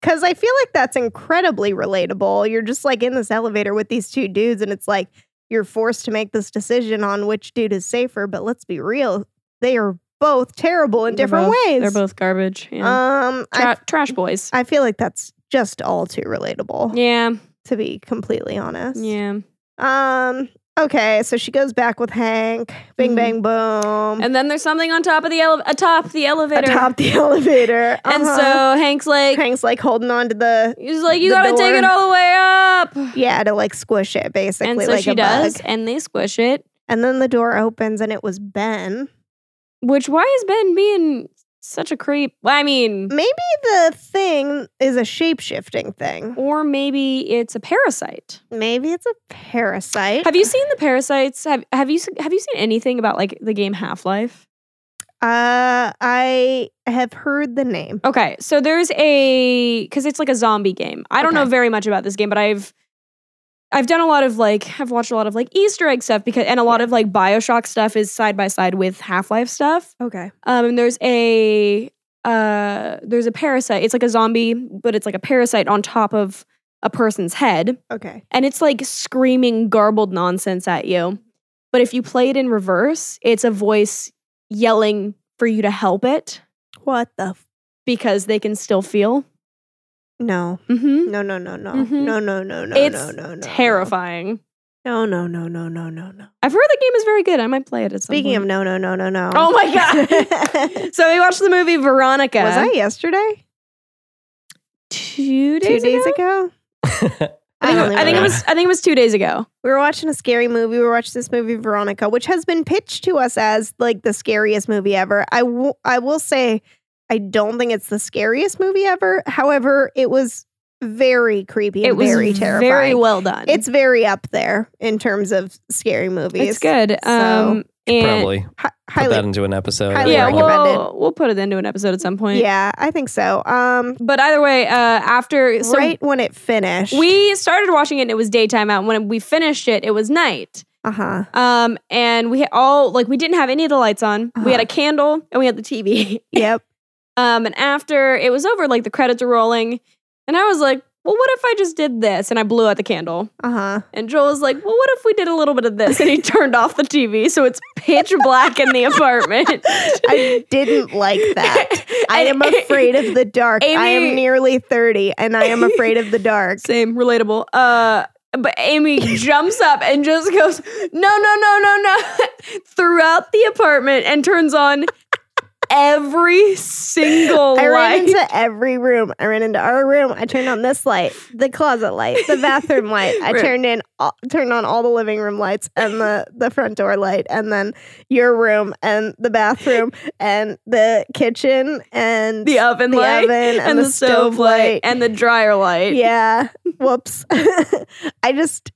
S2: because I feel like that's incredibly relatable. You're just like in this elevator with these two dudes, and it's like you're forced to make this decision on which dude is safer. But let's be real, they are both terrible in
S4: They're
S2: different
S4: both-
S2: ways.
S4: They're both garbage. Yeah.
S2: Um, I,
S4: Tra- trash boys.
S2: I feel like that's just all too relatable,
S4: Yeah,
S2: to be completely honest.
S4: yeah.
S2: Um. Okay, so she goes back with Hank. Bing,
S4: Mhm.
S2: bang, boom.
S4: And then there's something on top of the ele- atop the elevator.
S2: atop the elevator.
S4: And
S2: Uh-huh.
S4: so Hank's like,
S2: Hank's like holding on to the
S4: he's like, you
S2: the
S4: gotta take
S2: door.
S4: it all the way up.
S2: yeah to like squish it basically
S4: and so
S2: like
S4: she
S2: a
S4: does,
S2: bug.
S4: and they squish it.
S2: And then the door opens and it was Ben.
S4: Which why is Ben being such a creep? Well, I mean,
S2: Maybe the thing is a shape shifting thing.
S4: or maybe it's a parasite.
S2: Maybe it's a parasite.
S4: Have you seen the parasites? Have have you se- have you seen anything about like the game Half Life?
S2: Uh, I have heard the name.
S4: Okay, so there's a because it's like a zombie game. I don't know
S2: Okay.
S4: very much about this game, but I've I've done a lot of like I've watched a lot of like Easter egg stuff because and a lot of like Bioshock stuff is side by side with Half Life stuff.
S2: Okay.
S4: Um, and there's a uh, there's a parasite. It's like a zombie, but it's like a parasite on top of a person's head,
S2: Okay.
S4: and it's like screaming garbled nonsense at you. But if you play it in reverse, it's a voice yelling for you to help it.
S2: What the? F-
S4: because they can still feel.
S2: no.
S4: Mm-hmm.
S2: No, no, no, no.
S4: Mhm.
S2: No, no, no, no,
S4: It's
S2: no, no, no, no.
S4: Terrifying.
S2: No, no, no, no, no, no, no.
S4: I've heard the game is very good. I might play it at some
S2: Speaking of
S4: point.
S2: no, no, no, no, no.
S4: Oh my God. so we watched the movie Veronica.
S2: Was I yesterday?
S4: two
S2: Two
S4: days,
S2: days
S4: ago?
S2: ago?
S4: I think,
S2: don't even
S4: I think it
S3: know.
S4: was. I think it was two days ago.
S2: We were watching a scary movie. We were watching this movie, Veronica, which has been pitched to us as like the scariest movie ever. I w- I will say, I don't think it's the scariest movie ever. However, it was very creepy. And
S4: it was
S2: very terrifying.
S4: Very well done.
S2: It's very up there in terms of scary movies.
S4: it's good.
S2: so-
S4: Um, and
S3: Probably
S2: Hi-
S3: put that
S2: highly,
S3: into an episode.
S2: highly
S4: yeah,
S3: Like,
S2: recommend.
S4: we'll we'll put it into an episode at some point.
S2: yeah, I think so. Um,
S4: But either way, uh, after so
S2: right when it finished,
S4: we started watching it, and it was daytime out. When we finished it, it was night.
S2: uh huh.
S4: Um, and we all like we didn't have any of the lights on. We had
S2: Uh-huh.
S4: a candle and we had the TV.
S2: Yep.
S4: Um, and after it was over, like the credits were rolling, and I was like, "Well, what if I just did this?" And I blew out the candle.
S2: Uh huh.
S4: And Joel was like, "Well, what if we did a little bit of this?" And he turned off the TV, so it's pitch black in the apartment.
S2: I didn't like that. I am
S4: And-
S2: afraid of the dark. I
S4: Amy-
S2: am nearly 30 and I am afraid of the dark.
S4: Same, relatable. Uh, but Amy jumps up and just goes, "No, no, no, no, no!" throughout the apartment and turns on every single
S2: I ran
S4: light.
S2: into every room. I ran into our room. I turned on this light, the closet light, the bathroom light. I
S4: Right.
S2: turned in all, turned on all the living room lights and the the front door light and then your room and the bathroom and the kitchen and
S4: the oven
S2: the
S4: light
S2: oven and, the, stove, light.
S4: and the dryer light.
S2: yeah. Whoops. I just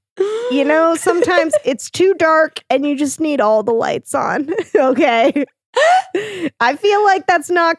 S2: you know, sometimes it's too dark and you just need all the lights on. okay. I feel like that's not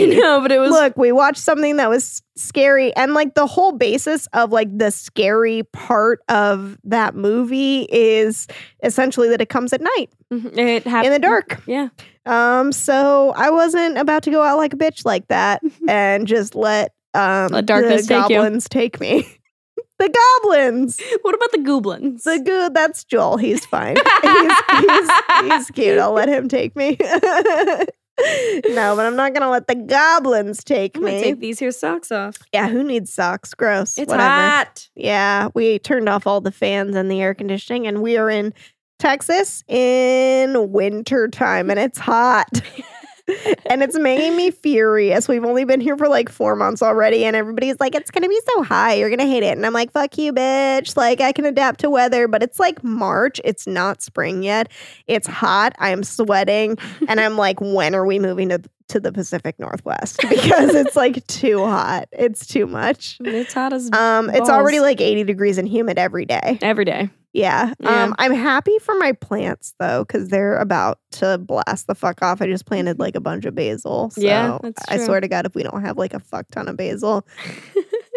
S4: you know, but it was
S2: Look, we watched something that was scary and like the whole basis of like the scary part of that movie is essentially that it comes at night
S4: mm-hmm, it
S2: in
S4: happened
S2: the dark.
S4: Yeah.
S2: Um so I wasn't about to go out like a bitch like that and just let um
S4: Mm-hmm. Let darkness
S2: the
S4: take you.
S2: goblins take me. the goblins.
S4: What about the goblins?
S2: The good, that's Joel. He's fine. he's, he's, he's cute. I'll let him take me. no, but I'm not going to let the goblins take
S4: I'm gonna
S2: me.
S4: take these here socks off.
S2: yeah, who needs socks? Gross.
S4: It's
S2: Whatever.
S4: hot.
S2: Yeah, we turned off all the fans and the air conditioning, and we are in Texas in winter time, and it's hot. and it's making me furious. We've only been here for like four months already, and everybody's like, "It's gonna be so high, you're gonna hate it." And I'm like, "Fuck you, bitch!" Like I can adapt to weather, but it's like March. It's not spring yet. It's hot. I'm sweating, and I'm like, "When are we moving to?" To the Pacific Northwest because it's like too hot. It's too much.
S4: It's hot as
S2: Um, it's already
S4: Balls.
S2: like 80 degrees and humid every day.
S4: every day.
S2: Yeah.
S4: Yeah.
S2: Um, I'm happy for my plants though, because they're about to blast the fuck off. I just planted like a bunch of basil. So
S4: Yeah, that's
S2: I
S4: true.
S2: swear to God, if we don't have like a fuck ton of basil,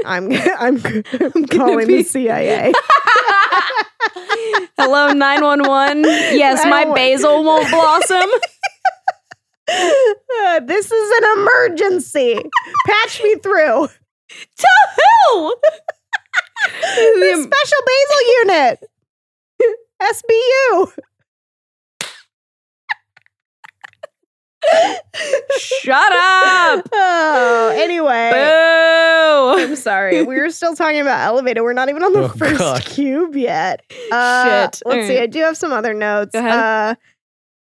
S2: I'm I'm, I'm
S4: gonna
S2: calling
S4: be-
S2: the CIA.
S4: Hello, 911. Yes, my
S2: 911.
S4: basil won't blossom.
S2: Uh, this is an emergency. Patch me through.
S4: to
S2: The
S4: who?
S2: special basil unit. SBU.
S4: Shut up.
S2: Oh, anyway. I'm
S4: Boo.
S2: sorry. We were still talking about elevator. We're not even on the
S3: Oh,
S2: first
S3: God.
S2: cube yet. Uh,
S4: Shit.
S2: Let's see.
S4: Alright.
S2: I do have some other notes.
S4: Go ahead.
S2: Uh,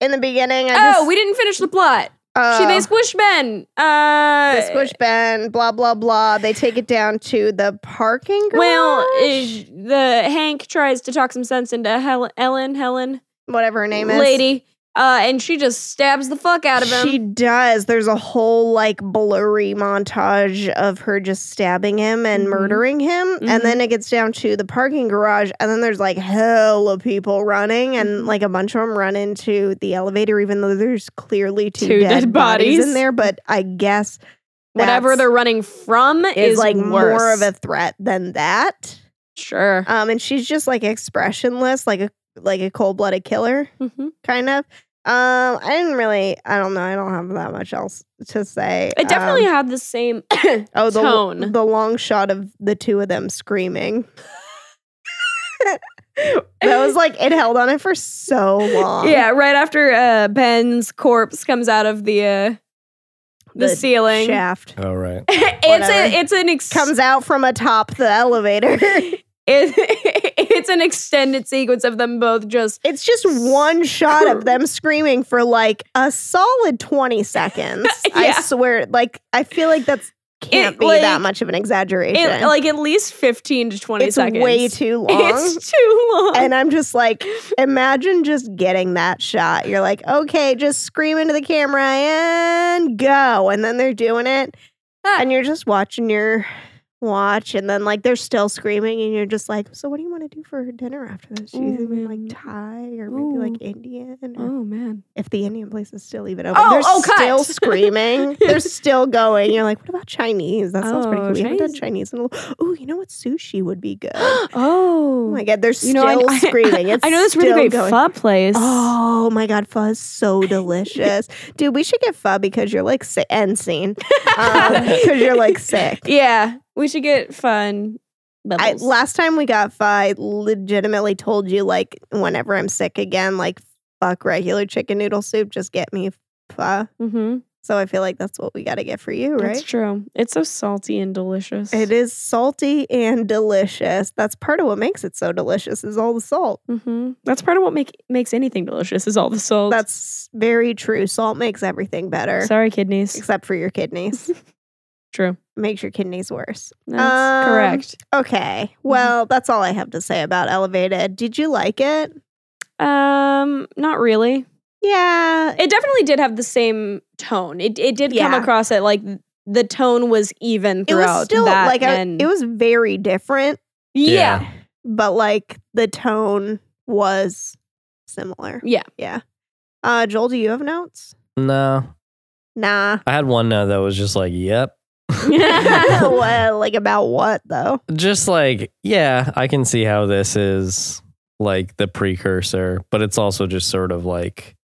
S2: in the beginning, I just.
S4: Oh, we didn't finish the plot.
S2: uh,
S4: she, they squish Ben. Uh,
S2: they squish Ben, blah, blah, blah. They take it down to the parking garage.
S4: Well, is the Hank tries to talk some sense into Hel- Ellen, Helen,
S2: whatever her name is.
S4: lady, uh, and she just stabs the fuck out of him.
S2: She does. There's a whole like blurry montage of her just stabbing him and
S4: Mhm.
S2: murdering him.
S4: Mhm.
S2: And then it gets down to the parking garage. And then there's like hell of people running. And
S4: Mm-hmm.
S2: like a bunch of them run into the elevator, even though there's clearly two,
S4: Two
S2: dead,
S4: dead
S2: bodies.
S4: bodies.
S2: in there. But I guess
S4: Whatever
S2: that's-
S4: they're running from
S2: is,
S4: is,
S2: like
S4: worse.
S2: more of a threat than that.
S4: sure.
S2: Um, and she's just like expressionless, like a like a cold blooded killer
S4: Mhm.
S2: kind of. Um, I didn't really. I don't know. I don't have that much else to say.
S4: It definitely
S2: Um,
S4: had the same
S2: oh, the
S4: tone.
S2: the long shot of the two of them screaming. that was like it held on it for so long.
S4: Yeah, right after uh, Ben's corpse comes out of the uh, the, ceiling.
S2: shaft
S3: Oh, right.
S4: it's
S2: Whatever.
S4: a, it's an ex-
S2: comes out from atop the elevator.
S4: it- it's an extended sequence of them both just
S2: it's just one shot of them screaming for like a solid 20 seconds. I
S4: Yeah.
S2: swear, like I feel like that's can't
S4: It,
S2: be that
S4: like-
S2: much of an exaggeration.
S4: it, like at least 15 to 20
S2: it's
S4: seconds.
S2: way too long.
S4: It's too long.
S2: and I'm just like, imagine just getting that shot. You're like, okay, just scream into the camera and go. And then they're doing it.
S4: Ah.
S2: And you're just watching your watch. And then, like, they're still screaming. And you're just like, so what do you want to do for dinner after this? She's
S4: Ooh,
S2: even
S4: man.
S2: like Thai or maybe
S4: Mm. Ooh.
S2: like Indian. Or
S4: oh man.
S2: if the Indian place is still even open,
S4: Oh,
S2: they're
S4: oh, cut.
S2: still screaming. they're still going. You're like, what about Chinese? That sounds pretty
S4: Oh,
S2: cool. We haven't done
S4: Chinese.
S2: Chinese in a little. Oh, you know what? Sushi would be good.
S4: Oh.
S2: Oh my god, they're still
S4: You know, I- I-
S2: screaming. It's
S4: I know this really
S2: still
S4: great
S2: going.
S4: pho place.
S2: Oh my god, pho is so delicious, dude. We should get pho because you're like sick and seen because Um, you're like sick.
S4: Yeah, we should get fun.
S2: I,
S4: Bubbles.
S2: last time we got pho, I legitimately told you like whenever I'm sick again, like fuck regular chicken noodle soup, just get me pho.
S4: mm-hmm.
S2: So I feel like that's what we got to get for you, right?
S4: That's true. It's so salty and delicious.
S2: It is salty and delicious. That's part of what makes it so delicious is all the salt.
S4: Mm-hmm. That's part of what make makes anything delicious is all the salt.
S2: That's very true. Salt makes everything better.
S4: sorry, kidneys.
S2: except for your kidneys.
S4: True.
S2: Makes your kidneys worse.
S4: That's
S2: Um,
S4: correct. Mm-hmm.
S2: Okay. Well, that's all I have to say about Elevated. Did you like it?
S4: Um, not really.
S2: Yeah.
S4: It definitely did have the same tone. It it did come
S2: Yeah.
S4: across it like the tone was even
S2: It
S4: throughout.
S2: was still
S4: that
S2: like I,
S4: and-
S2: it was very different,
S4: Yeah.
S2: but like the tone was similar.
S4: Yeah.
S2: Yeah. Uh, Joel, do you have notes?
S3: No,
S2: Nah.
S3: I had one note that was just like, yep.
S2: well, like about what though?
S3: just like, yeah, I can see how this is like the precursor, but it's also just sort of like,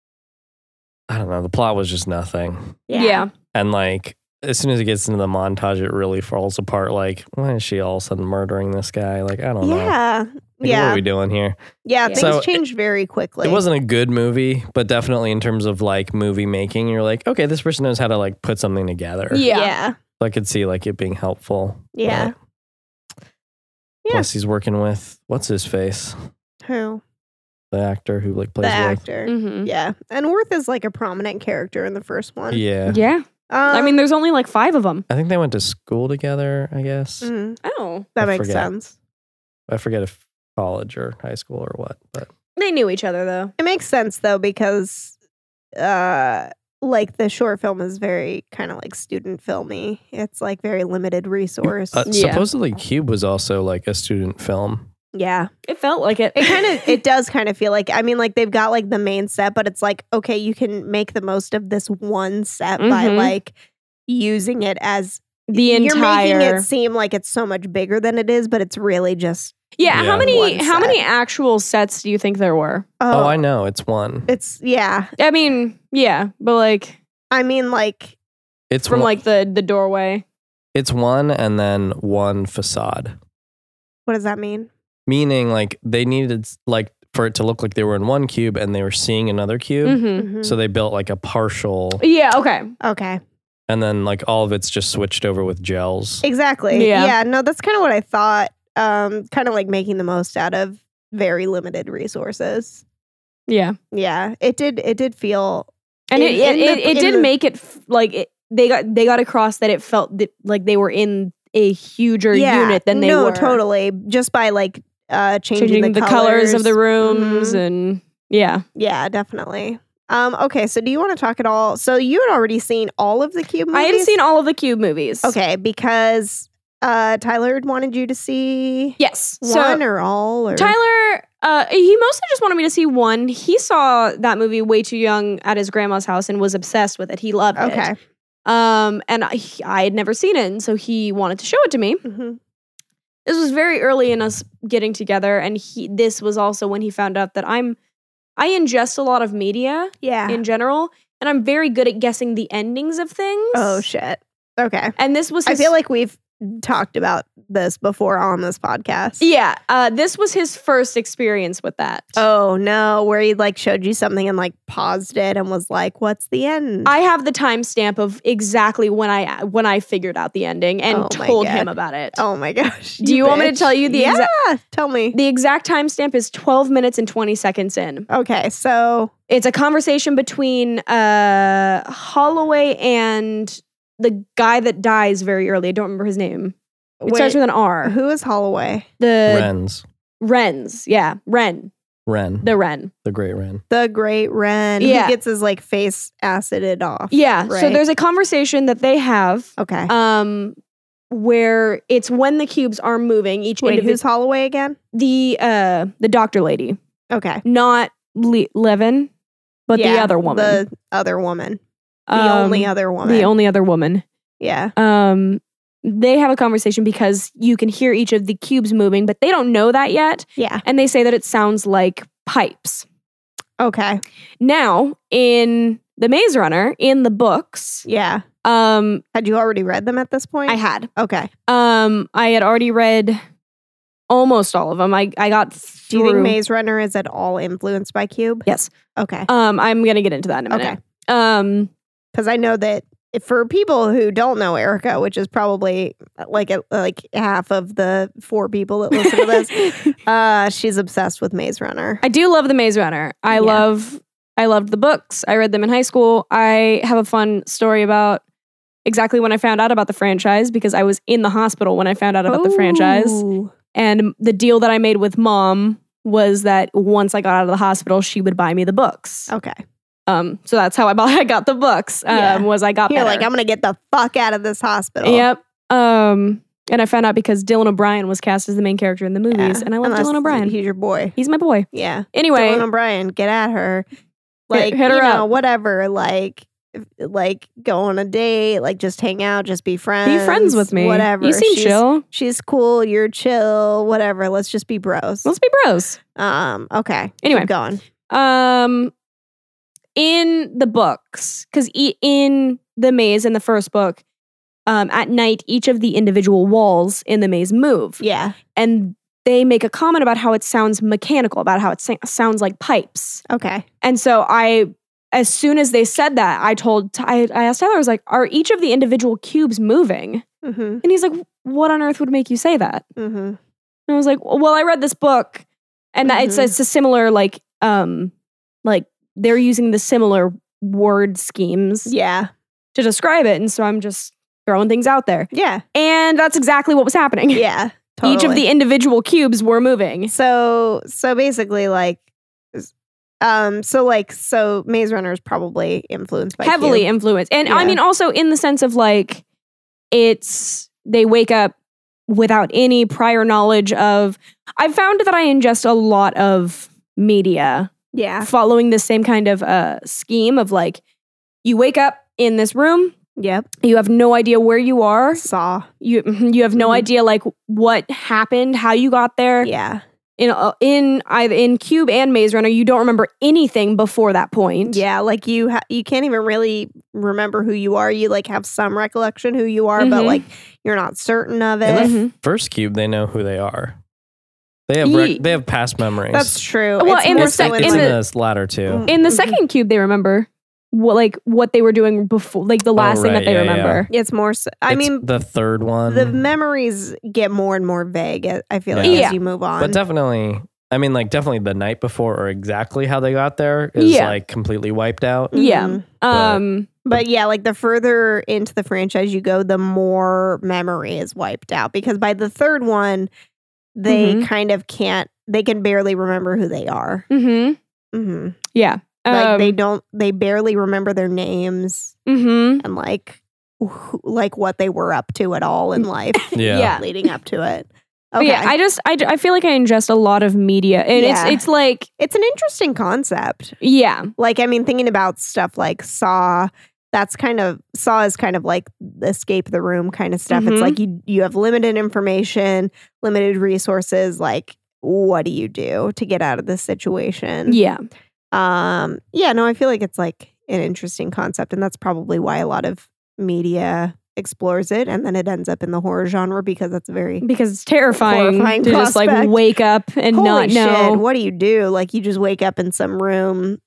S3: I don't know, the plot was just nothing.
S4: yeah.
S3: And like, as soon as it gets into the montage, it really falls apart. Like, why is she all of a sudden murdering this guy? Like, I don't know. Like,
S2: Yeah.
S3: What are
S2: Yeah.
S3: we doing here?
S2: Yeah.
S4: Yeah.
S2: Things
S3: So it-
S2: changed very quickly.
S3: it wasn't a good movie, but definitely in terms of like movie making, you're like, okay, this person knows how to like put something together.
S4: Yeah.
S2: Yeah.
S3: So I could see like it being helpful.
S2: Yeah.
S3: but-
S2: Yeah.
S3: Plus, he's working with what's his face,
S2: Who?
S3: the actor who like
S2: The
S3: plays Worth.
S2: actor.
S4: Mhm.
S2: Yeah. And Worth is like a prominent character in the first one.
S3: Mm-hmm. Yeah.
S4: Yeah. I
S2: Um,
S4: mean, there's only like five of them.
S3: I think they went to school together. I guess
S2: mm,
S4: Oh,
S2: that
S3: I
S2: makes
S3: forget.
S2: sense.
S3: I forget if college or high school or what, but
S4: they knew each other though.
S2: It makes sense though because, uh, like the short film is very kind of like student filmy. It's like very limited resource.
S3: uh,
S4: Yeah.
S3: supposedly Cube was also like a student film.
S2: yeah,
S4: It felt like it.
S2: it kind of it does kind of feel like I mean like they've got like the main set, but it's like okay, you can make the most of this one set by
S3: Mm-hmm.
S4: Mhm.
S2: like using it as
S4: the
S2: you're making
S4: entire
S2: it seem like it's so much bigger than it is, but it's really just
S4: yeah,
S3: Yeah.
S4: How many
S2: One
S4: how
S2: set.
S4: many actual sets do you think there were?
S3: Oh, I know it's one.
S2: it's yeah.
S4: I mean, yeah, but like
S2: I mean like
S3: It's
S4: from
S3: one,
S4: like the the doorway.
S3: it's one and then one facade.
S2: what does that mean?
S3: meaning like they needed like for it to look like they were in one cube and they were seeing another cube
S4: Mm-hmm.
S2: Mhm.
S3: so they built like a partial
S4: Yeah. Okay.
S2: Okay.
S3: and then like all of it's just switched over with gels
S2: Exactly.
S4: Yeah.
S2: Yeah. no, that's kind of what I thought. Um, kind of like making the most out of very limited resources.
S4: Yeah.
S2: Yeah. It did it did feel
S4: And
S2: In-
S4: it it,
S2: in the-
S4: it, it
S2: in
S4: did
S2: the-
S4: make it f- like it, they got they got across that it felt that, like they were in a huger
S2: yeah,
S4: unit than they
S2: no,
S4: were.
S2: totally. Just by like uh changing,
S4: Changing the, colors Mm-hmm. of the rooms
S2: Mhm.
S4: and yeah.
S2: Yeah, definitely. Um, okay, so do you want to talk at all? So you had already seen all of the cube movies?
S4: I had seen all of the Cube movies.
S2: Okay, because uh Tyler had wanted you to see
S4: Yes. so,
S2: one or all or
S4: Tyler, uh, he mostly just wanted me to see one. He saw that movie way too young at his grandma's house and was obsessed with it. He loved it.
S2: Okay.
S4: Um, and I, I had never seen it, and so he wanted to show it to me.
S2: Mhm.
S4: This was very early in us getting together, and he. This was also when he found out that I'm, I ingest a lot of media
S2: Yeah.
S4: in general, and I'm very good at guessing the endings of things.
S2: oh shit. Okay.
S4: And this was.
S2: I
S4: his-
S2: feel like we've talked about this before on this podcast.
S4: Yeah, uh, this was his first experience with that.
S2: Oh no, where he like showed you something and like paused it and was like, "What's the end?"
S4: I have the timestamp of exactly when I when I figured out the ending and
S2: Oh my
S4: told
S2: God.
S4: him about it.
S2: oh my gosh.
S4: Do you want me to
S2: bitch.
S4: tell you the
S2: yeah,
S4: exact-
S2: Tell me.
S4: The exact timestamp is 12 minutes and 20 seconds in.
S2: Okay, so
S4: It's a conversation between uh, Holloway and the guy that dies very early. I don't remember his name. It
S2: wait,
S4: starts with an R.
S2: who is Holloway?
S4: The
S3: Wrens.
S4: Wrens. Yeah, Wren.
S3: Wren. The,
S4: The Wren.
S3: great Wren.
S2: The Great Wren.
S4: Yeah.
S2: Who gets his like face acided off.
S4: Yeah. So
S2: Right.
S4: there's a conversation that they have
S2: Okay.
S4: um, where it's when the cubes are moving. Each
S2: Wait,
S4: individual.
S2: who's Holloway again?
S4: The, uh, the doctor lady,
S2: Okay.
S4: not Le- Levin, but the
S2: Yeah,
S4: other woman.
S2: The other woman. The
S4: Um,
S2: only other woman.
S4: The only other woman.
S2: yeah.
S4: um they have a conversation because you can hear each of the cubes moving but they don't know that yet
S2: Yeah.
S4: and they say that it sounds like pipes
S2: Okay.
S4: now in the maze runner in the books
S2: Yeah.
S4: um
S2: Had you already read them at this point?
S4: i had
S2: Okay.
S4: um i had already read almost all of them i i got
S2: Do you think
S4: through-
S2: Maze Runner is at all influenced by Cube?
S4: yes
S2: Okay.
S4: um i'm gonna get into that in a minute
S2: Okay.
S4: um
S2: Because I know that if- for people who don't know Erica, which is probably uh, like a, like half of the four people that listen to this, uh, she's obsessed with Maze Runner.
S4: I do love the Maze Runner. I
S2: Yeah.
S4: love I loved the books. I read them in high school. I have a fun story about exactly when I found out about the franchise because I was in the hospital when I found out about the franchise.
S2: Ooh.
S4: And the deal that I made with mom was that once I got out of the hospital, she would buy me the books.
S2: Okay.
S4: Um, so that's how I bought I got the books. Um,
S2: Oh. Yeah.
S4: was I got
S2: You're
S4: better.
S2: like, I'm gonna get the fuck out of this hospital.
S4: Yep. Um, and I found out because Dylan O'Brien was cast as the main character in the
S2: Yeah.
S4: movies, and I love
S2: Unless
S4: Dylan O'Brien.
S2: He's your boy.
S4: He's my boy.
S2: Yeah.
S4: Anyway,
S2: Dylan O'Brien, get at her. Like
S4: hit her
S2: you know,
S4: up.
S2: whatever. Like if- like go on a date, like just hang out, just be friends.
S4: be friends with me.
S2: Whatever.
S4: You seem
S2: She's-
S4: chill.
S2: She's cool, you're chill, whatever. Let's just be bros.
S4: Let's be bros.
S2: Um, okay.
S4: Anyway.
S2: Keep going.
S4: Um, in the books, because e- in the maze in the first book, um, at night each of the individual walls in the maze move,
S2: Yeah.
S4: and they make a comment about how it sounds mechanical, about how it sa- sounds like pipes.
S2: Okay.
S4: And so I, as soon as they said that, I told Ty- I, I asked Tyler, I was like, "Are each of the individual cubes moving?"
S2: Mm-hmm.
S4: And he's like, "What on earth would make you say that?"
S2: Mm-hmm.
S4: And I was like, well, I read this book, and that it's
S2: Mhm.
S4: it's a similar like um like they're using the similar word schemes
S2: Yeah.
S4: to describe it, and so I'm just throwing things out there,
S2: Yeah.
S4: and that's exactly what was happening.
S2: Yeah.
S4: Each of
S2: totally.
S4: the individual cubes were moving.
S2: So so basically like um so like so Maze Runner is probably influenced by
S4: heavily
S2: Cube.
S4: influenced. And I
S2: Yeah.
S4: mean, also in the sense of like, it's they wake up without any prior knowledge of. I found that I ingest a lot of media
S2: Yeah.
S4: following the same kind of uh, scheme of like, you wake up in this room,
S2: Yep.
S4: you have no idea where you are,
S2: Saw.
S4: you you have no
S2: Mhm.
S4: idea like what happened, how you got there.
S2: Yeah.
S4: In uh, in either in Cube and Maze Runner, you don't remember anything before that point.
S2: Yeah, like you ha- you can't even really remember who you are. You like have some recollection who you are, but
S4: Mhm.
S2: like you're not certain of it.
S3: And
S4: Mhm.
S3: First cube, they know who they are. They have
S4: Ye-
S3: rec- they have past memories.
S2: That's true.
S4: Well,
S2: it's
S4: in
S2: more
S4: the
S3: It's,
S4: sec-
S2: so
S3: like,
S2: in
S3: it's
S4: in
S3: in
S4: the-
S3: this ladder too.
S4: In the
S2: Mhm.
S4: second cube, they remember what like what they were doing before, like the last thing
S3: Oh,
S4: that
S3: right,
S4: they
S3: yeah, yeah.
S4: remember.
S2: It's more. So, I
S3: It's
S2: mean,
S3: the third one.
S2: the memories get more and more vague. I- I feel like
S4: Yeah.
S2: as you move on.
S3: But definitely, I mean, like definitely the night before or exactly how they got there is
S4: Yeah.
S3: like completely wiped out.
S2: Mhm.
S4: Yeah. Um,
S2: But yeah, like the further into the franchise you go, the more memory is wiped out because by the third one, they
S4: Mhm.
S2: kind of can't. They can barely remember who they are.
S4: mhm,
S2: hmm
S4: yeah,
S2: Like
S4: um,
S2: they don't. They barely remember their names
S4: mhm.
S2: and like who, like what they were up to at all in life
S3: Yeah.
S4: Yeah.
S2: leading up to it.
S4: But
S2: Okay,
S4: yeah, I just I, I feel like I ingest a lot of media, and
S2: Yeah.
S4: it's it's like
S2: it's an interesting concept.
S4: yeah,
S2: Like I mean, thinking about stuff like Saw. That's kind of Saw is kind of like the escape the room kind of stuff.
S4: Mhm.
S2: It's like you you have limited information, limited resources. Like, what do you do to get out of this situation?
S4: yeah,
S2: Um, yeah, no, I feel like it's like an interesting concept, and that's probably why a lot of media explores it, and then it ends up in the horror genre because that's very
S4: because it's terrifying
S2: Horrifying
S4: to just like
S2: prospect.
S4: wake up and
S2: Holy
S4: not know.
S2: Shit, what do you do? Like you just wake up in some room,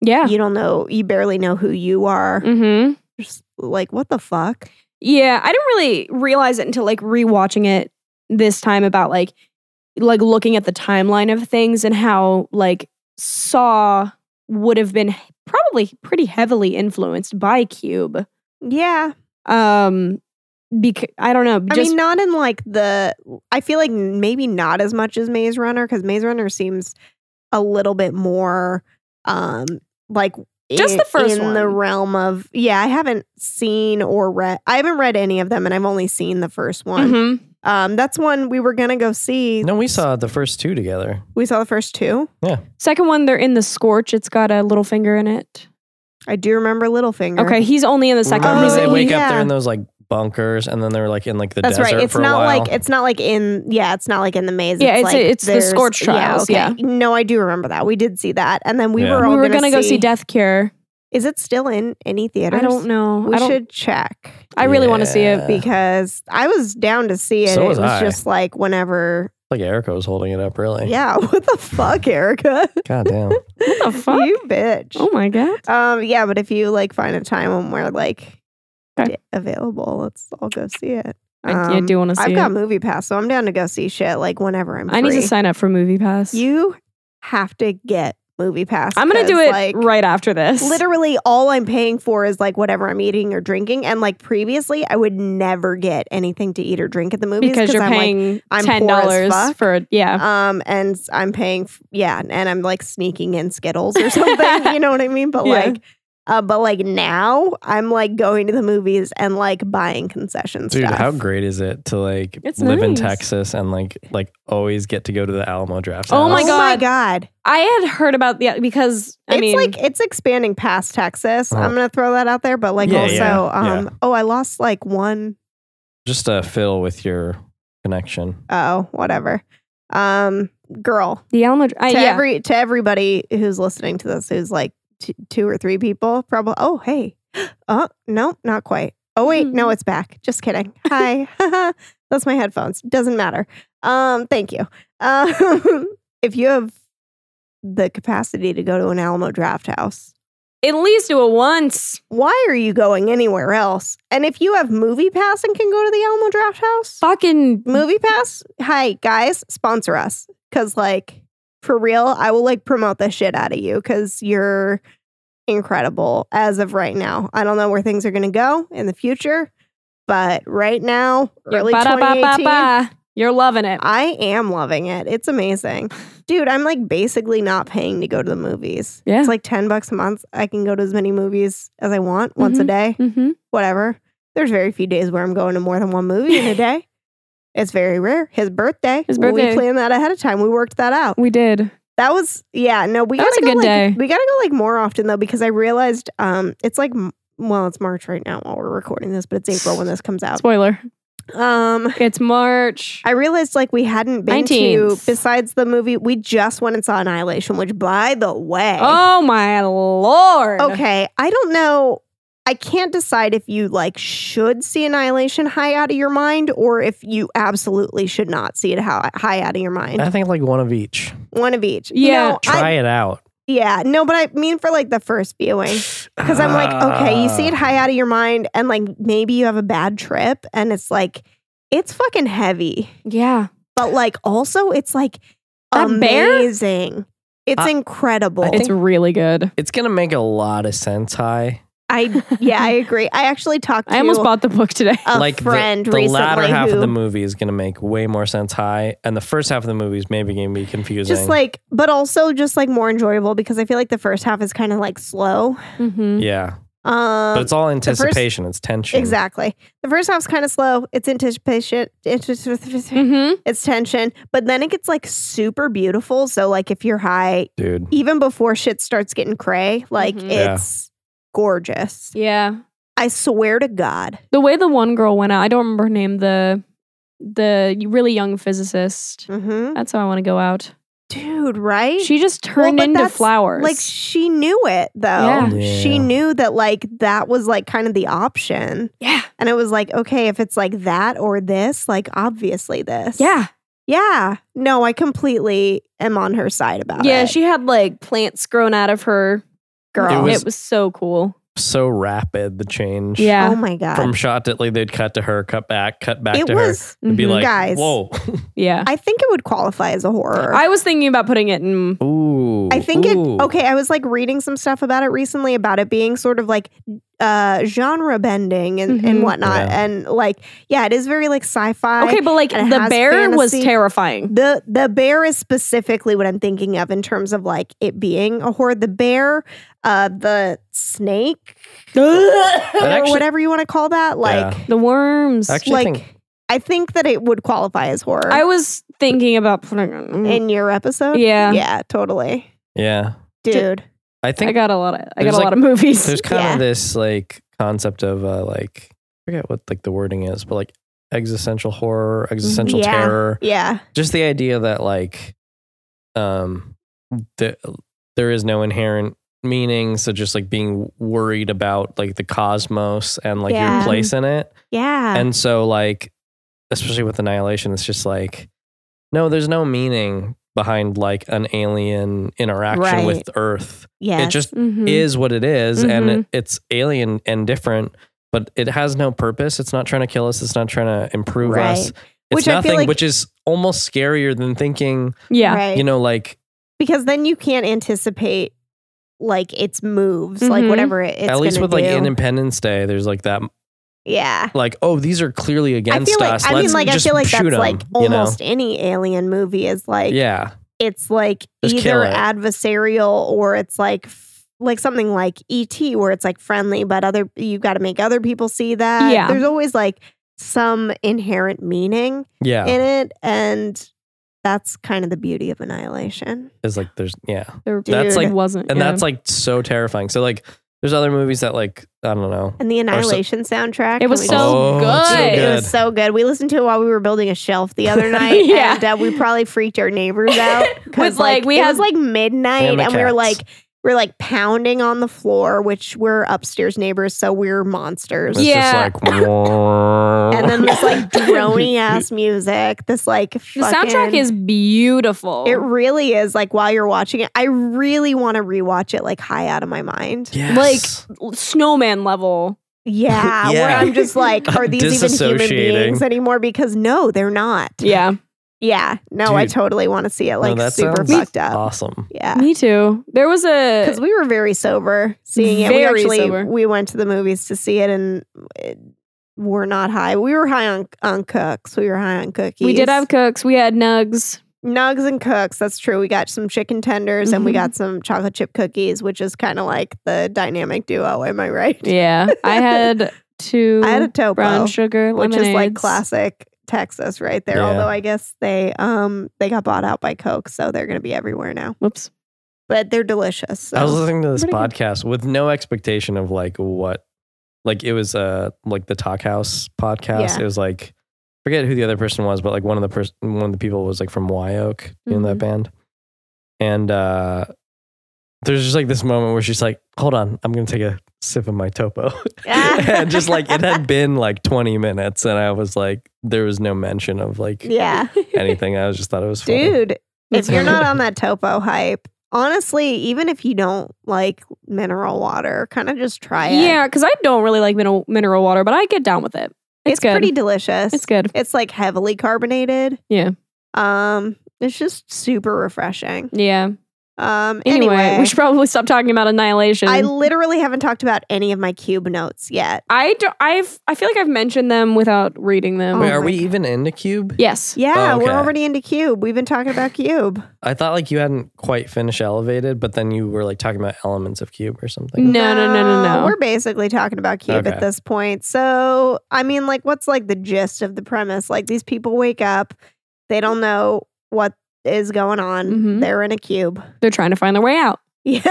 S4: Yeah.
S2: you don't know, you barely know who you are.
S4: Mm-hmm.
S2: Just like what the fuck?
S4: Yeah, I didn't really realize it until like rewatching it this time about like like looking at the timeline of things and how like Saw would have been probably pretty heavily influenced by Cube.
S2: Yeah,
S4: Um because I don't know,
S2: I
S4: just
S2: mean, not in like the. I feel like maybe not as much as Maze Runner because Maze Runner seems a little bit more, um, like
S4: Just
S2: in,
S4: the first
S2: in the
S4: one.
S2: realm of yeah. I haven't seen or read. I haven't read any of them, and I've only seen the first one.
S4: Mhm.
S2: Um, that's one we were gonna go see.
S3: No, we saw the first two together.
S2: We saw the first two.
S4: Second one, they're in the scorch. It's got a little finger in it.
S2: I do remember Littlefinger.
S4: Okay, he's only in the second
S3: Remember
S4: one.
S2: Oh,
S4: He's
S3: they
S4: in-
S3: wake up,
S2: yeah.
S3: they're in those like bunkers, and then they're like in like the
S2: That's
S3: desert
S2: right. It's
S3: for
S2: not
S3: a while.
S2: like it's not like in yeah, it's not like in the maze.
S4: Yeah, it's-
S2: like
S4: it's the
S2: there's-
S4: Scorch Trials, yeah.
S2: no, I do remember that. We did see that, and then we
S3: Yeah.
S2: were
S4: we
S2: all
S4: were
S2: gonna,
S4: gonna go see Death Cure.
S2: Is it still in any theaters?
S4: I don't know.
S2: We
S4: I don't,
S2: should check
S4: I really want to see it.
S3: Yeah.
S2: because I was down to see it.
S3: So
S2: it
S3: was
S2: was
S3: I.
S2: just like whenever.
S3: like Erica was holding it up, really.
S2: Yeah, what the fuck, Erica?
S3: God damn.
S4: What the fuck?
S2: You bitch.
S4: Oh my god.
S2: Um, yeah, but if you like find a time when we're like
S4: Okay.
S2: d- available, let's all go see it.
S4: I, I
S2: Um,
S4: do want to see
S2: I've
S4: it.
S2: got movie pass, so I'm down to go see shit like whenever I'm.
S4: I need to
S2: free.
S4: sign up for Movie Pass.
S2: You have to get movie pass.
S4: I'm gonna do
S2: 'cause,
S4: it
S2: like,
S4: right after this.
S2: Literally, all I'm paying for is like whatever I'm eating or drinking. And like previously, I would never get anything to eat or drink at the movies
S4: because you're
S2: I'm Like,
S4: paying
S2: I'm poor as
S4: ten dollars
S2: fuck.
S4: for yeah.
S2: um, and I'm paying, f- yeah, and I'm like sneaking in Skittles or something. you know what I mean? But
S4: Yeah.
S2: like. Uh, but like now, I'm like going to the movies and like buying concession
S3: Dude,
S2: stuff.
S3: how great is it to like
S4: It's
S3: live in
S4: nice.
S3: Texas and like like always get to go to the Alamo Draft
S4: Oh my
S2: oh
S3: House?
S2: my
S4: God.
S2: god!
S4: I had heard about the because I
S2: it's
S4: mean
S2: like it's expanding past Texas.
S3: Oh.
S2: I'm gonna throw that out there, but like
S3: Yeah,
S2: also,
S3: yeah, yeah.
S2: um, oh, I lost like one
S3: Just uh, fill with your connection.
S2: oh whatever um girl
S4: the Alamo. I,
S2: to
S4: Uh, yeah.
S2: every to everybody who's listening to this who's like t- two or three people probably oh hey oh no not quite oh wait no it's back just kidding hi that's my headphones doesn't matter um thank you um if you have the capacity to go to an alamo draft house
S4: at least do it once.
S2: why are you going anywhere else and if you have movie pass and can go to the alamo draft house
S4: Fucking
S2: Movie Pass, hi guys, sponsor us because, like, for real, I will like promote the shit out of you because you're incredible as of right now. I don't know where things are gonna go in the future, but right now, early Uh,
S4: ba
S2: 2018,
S4: ba. You're loving it.
S2: I am loving it. It's amazing, dude. I'm like basically not paying to go to the movies.
S4: Yeah.
S2: It's like ten bucks a month. I can go to as many movies as I want once a day
S4: Mm-hmm.
S2: whatever. There's very few days where I'm going to more than one movie in a day. It's very rare. His birthday.
S4: His birthday.
S2: We planned that ahead of time. We worked that out.
S4: We did.
S2: That was yeah. No, we
S4: That
S2: gotta
S4: was a
S2: go
S4: good
S2: like,
S4: day.
S2: We gotta go like more often though because I realized um it's like m- well it's March right now while we're recording this but it's April when this comes out.
S4: Spoiler.
S2: Um.
S4: It's March.
S2: I realized like we hadn't been to
S4: 19th.
S2: besides the movie we just went and saw Annihilation, which by the way,
S4: oh my lord.
S2: Okay, I don't know. I can't decide if you like should see Annihilation high out of your mind or if you absolutely should not see it hi- high out of your mind.
S3: I think like one of each.
S2: One of each.
S4: Yeah.
S2: No, I,
S3: Try it out.
S2: yeah. No, but I mean for like the first viewing because I'm like, okay, you
S3: Ah.
S2: see it high out of your mind, and like maybe you have a bad trip, and it's like, it's fucking heavy,
S4: Yeah.
S2: but like also it's like
S4: That bear?
S2: amazing. It's
S3: I-
S2: incredible.
S3: I
S4: It's
S3: think-
S4: really good.
S3: It's gonna make a lot of sense high.
S2: I yeah, I agree. I actually talked. to
S4: I almost bought the book today.
S2: a
S3: like the-
S2: friend
S3: the,
S2: recently
S3: latter half
S2: who
S3: of the movie is gonna make way more sense high, and the first half of the movie is maybe gonna be confusing.
S2: just like but also just like more enjoyable because I feel like the first half is kind of like slow.
S4: Mm-hmm.
S3: yeah,
S2: Um
S3: but it's all
S2: first-
S3: anticipation. it's tension.
S2: exactly. The first half's kind of slow. It's anticipation it's
S4: Mm-hmm.
S2: tension, but then it gets like super beautiful. So like if you're high
S3: dude.
S2: even before shit starts getting cray, like
S4: Mhm.
S3: Yeah.
S2: it's gorgeous.
S4: Yeah.
S2: I swear to god.
S4: The way the one girl went out, I don't remember her name, the the really young physicist.
S2: Mhm.
S4: That's how I want to go out.
S2: dude, right?
S4: She just turned
S2: but
S4: into
S2: that's,
S4: flowers.
S2: like she knew it though.
S4: Yeah.
S3: Yeah.
S2: She knew that like that was like kind of the option.
S4: yeah,
S2: And it was like, okay, if it's like that or this, like obviously this.
S4: yeah,
S2: Yeah. No, I completely am on her side about it.
S4: yeah. She had like plants grown out of her. Girl,
S3: It
S4: it
S3: was-
S4: was, so cool.
S3: so rapid the change.
S4: Yeah,
S2: Oh my god.
S3: From shot to like they'd cut to her, cut back, cut back
S2: it
S3: to her.
S2: was
S3: It'd be
S4: Mhm.
S3: like,
S2: Mm-hmm. Guys.
S3: whoa,
S4: yeah.
S2: I think it would qualify as a horror.
S4: I was thinking about putting it in.
S3: ooh.
S2: I think
S3: ooh.
S2: it okay, I was like reading some stuff about it recently about it being sort of like uh genre bending and,
S4: Mhm.
S2: and whatnot.
S3: Yeah.
S2: And like, yeah, it is very like sci-fi.
S4: Okay, but like
S2: and it
S4: the
S2: has
S4: bear was
S2: fantasy.
S4: terrifying.
S2: The the bear is specifically what I'm thinking of in terms of like it being a horde. The bear, uh the snake or
S3: actually-
S2: whatever you want to call that. Like
S4: The worms.
S3: Actually,
S2: like
S3: think-
S2: I think that it would qualify as horror
S4: I was thinking about putting it in.
S2: in your episode.
S4: yeah,
S2: Yeah, totally.
S3: yeah.
S2: Dude.
S3: I
S4: I
S3: think
S4: got a lot of I got
S3: there's,
S4: a
S3: like-
S4: lot of movies.
S3: there's kind
S2: Yeah.
S3: of this like concept of uh, like I forget what like the wording is, but like existential horror, existential
S2: Yeah.
S3: terror.
S2: Yeah.
S3: Just the idea that like um the, there is no inherent meaning, so just like being worried about like the cosmos and like your
S2: Yeah.
S3: place in it.
S2: Yeah.
S3: And so like especially with annihilation, it's just like no, there's no meaning behind like an alien interaction with Earth.
S2: yes. Mm-hmm.
S3: It just
S4: Mhm.
S3: is what it is, and
S4: Mhm.
S3: it, it's alien and different but it has no purpose it's not trying to kill us it's not trying to improve us
S2: Right.
S3: it's
S2: Which I feel
S3: nothing
S2: like-
S3: which is almost scarier than thinking
S4: yeah.
S2: right.
S3: you know like
S2: because then you can't anticipate like its moves, like
S4: Mhm.
S2: whatever it, it's
S3: at least
S2: gonna
S3: with like
S2: do.
S3: independence day there's like that
S2: yeah.
S3: like oh these are clearly
S2: I
S3: against
S2: feel like
S3: us
S2: I mean,
S3: Let's
S2: like I
S3: just
S2: feel like
S3: shoot
S2: that's
S3: 'em,"
S2: like
S3: you know?
S2: almost any alien movie is like
S3: yeah
S2: it's like
S3: Just kill
S2: either
S3: it.
S2: adversarial or it's like f- like something like ET where it's like friendly, but other you got to make other people see that.
S4: Yeah.
S2: there's always like some inherent meaning
S3: yeah
S2: in it, and that's kind of the beauty of Annihilation.
S3: it's like there's yeah
S4: There
S3: That's, like-
S4: wasn't.
S3: and
S4: yeah.
S3: that's like so terrifying so like there's other movies that like i don't know
S2: And the Annihilation soundtrack.
S4: it was
S2: we
S4: so
S2: just-
S3: Oh, it's so
S4: good.
S2: It
S3: good.
S2: was so good. We listened to it while we were building a shelf the other night,
S4: Yeah.
S2: and uh, we probably freaked our neighbors out
S4: Was like, we
S2: it
S4: had-
S2: was like midnight,
S3: And the
S2: and we were
S3: cats.
S2: like we were like pounding on the floor, which we're upstairs neighbors, so we're monsters.
S3: it's
S4: Yeah.
S3: just like
S2: And then this like drony ass music, this like
S4: the soundtrack is beautiful.
S2: it really is like while you're watching it, I really want to rewatch it like high out of my mind.
S3: Yes.
S4: snowman level.
S2: Yeah, where
S3: Yeah.
S2: I'm just like, are these even human
S3: Disassociating.
S2: beings anymore? Because no, they're not.
S4: Yeah,
S2: Yeah. No, I
S3: Dude.
S2: totally want to see it
S3: No,
S2: like
S3: that
S2: super
S3: sounds
S2: fucked up.
S3: awesome
S2: Yeah.
S4: me too. There was a
S2: Because we were very sober seeing it.
S4: Very
S2: we actually
S4: sober.
S2: we went to the movies to see it and it, we're not high. We were high on on cooks. We were high on cookies.
S4: we did have cooks. We had nugs.
S2: nugs and cooks. That's true. We got some chicken tenders and we
S4: Mhm.
S2: got some chocolate chip cookies, which is kind of like the dynamic duo. Am I right?
S4: Yeah, I had two.
S2: I had a topo.
S4: brown sugar
S2: which
S4: lemonades.
S2: is like classic Texas right there.
S3: Yeah.
S2: Although I guess they um they got bought out by Coke, so they're gonna be everywhere now.
S4: Whoops.
S2: But they're delicious. So.
S3: I was listening to this
S4: Pretty good.
S3: podcast with no expectation of like what, like it was uh like the Talk House podcast.
S2: Yeah.
S3: It was like forget who the other person was, but like one of the person, one of the people was like from Wyoke in that
S4: Mhm.
S2: Mm-hmm.
S3: band, and uh there's just like this moment where she's like, "Hold on, I'm gonna take a sip of my topo," and just like it had been like 20 minutes, and I was like, there was no mention of like
S2: yeah,
S3: anything. I was just thought it was funny.
S2: dude.
S4: That's
S2: if you're
S4: funny.
S2: not on that topo hype, honestly, even if you don't like mineral water, kind of just try it.
S4: Yeah, because I don't really like mineral mineral water, but I get down with it. It's,
S2: it's,
S4: good.
S2: pretty delicious.
S4: It's good.
S2: It's like heavily carbonated.
S4: Yeah.
S2: Um, it's just super refreshing.
S4: Yeah.
S2: Um,
S4: Anyway,
S2: anyway,
S4: we should probably stop talking about annihilation.
S2: I literally haven't talked about any of my cube notes yet.
S4: I don't, I've I feel like I've mentioned them without reading them.
S3: Wait,
S2: Oh
S3: are
S2: my
S3: we
S2: God.
S3: even into Cube?
S4: Yes.
S2: Yeah,
S3: Oh, okay.
S2: we're already into Cube. We've been talking about Cube.
S3: I thought like you hadn't quite finished elevated, but then you were like talking about elements of cube or something.
S4: No, no, no, no, no.
S2: Uh, We're basically talking about Cube
S3: Okay.
S2: at this point. So, I mean, like, what's like the gist of the premise? Like, these people wake up, they don't know what is going on.
S4: Mhm.
S2: They're in a cube.
S4: They're trying to find their way out.
S2: Yeah.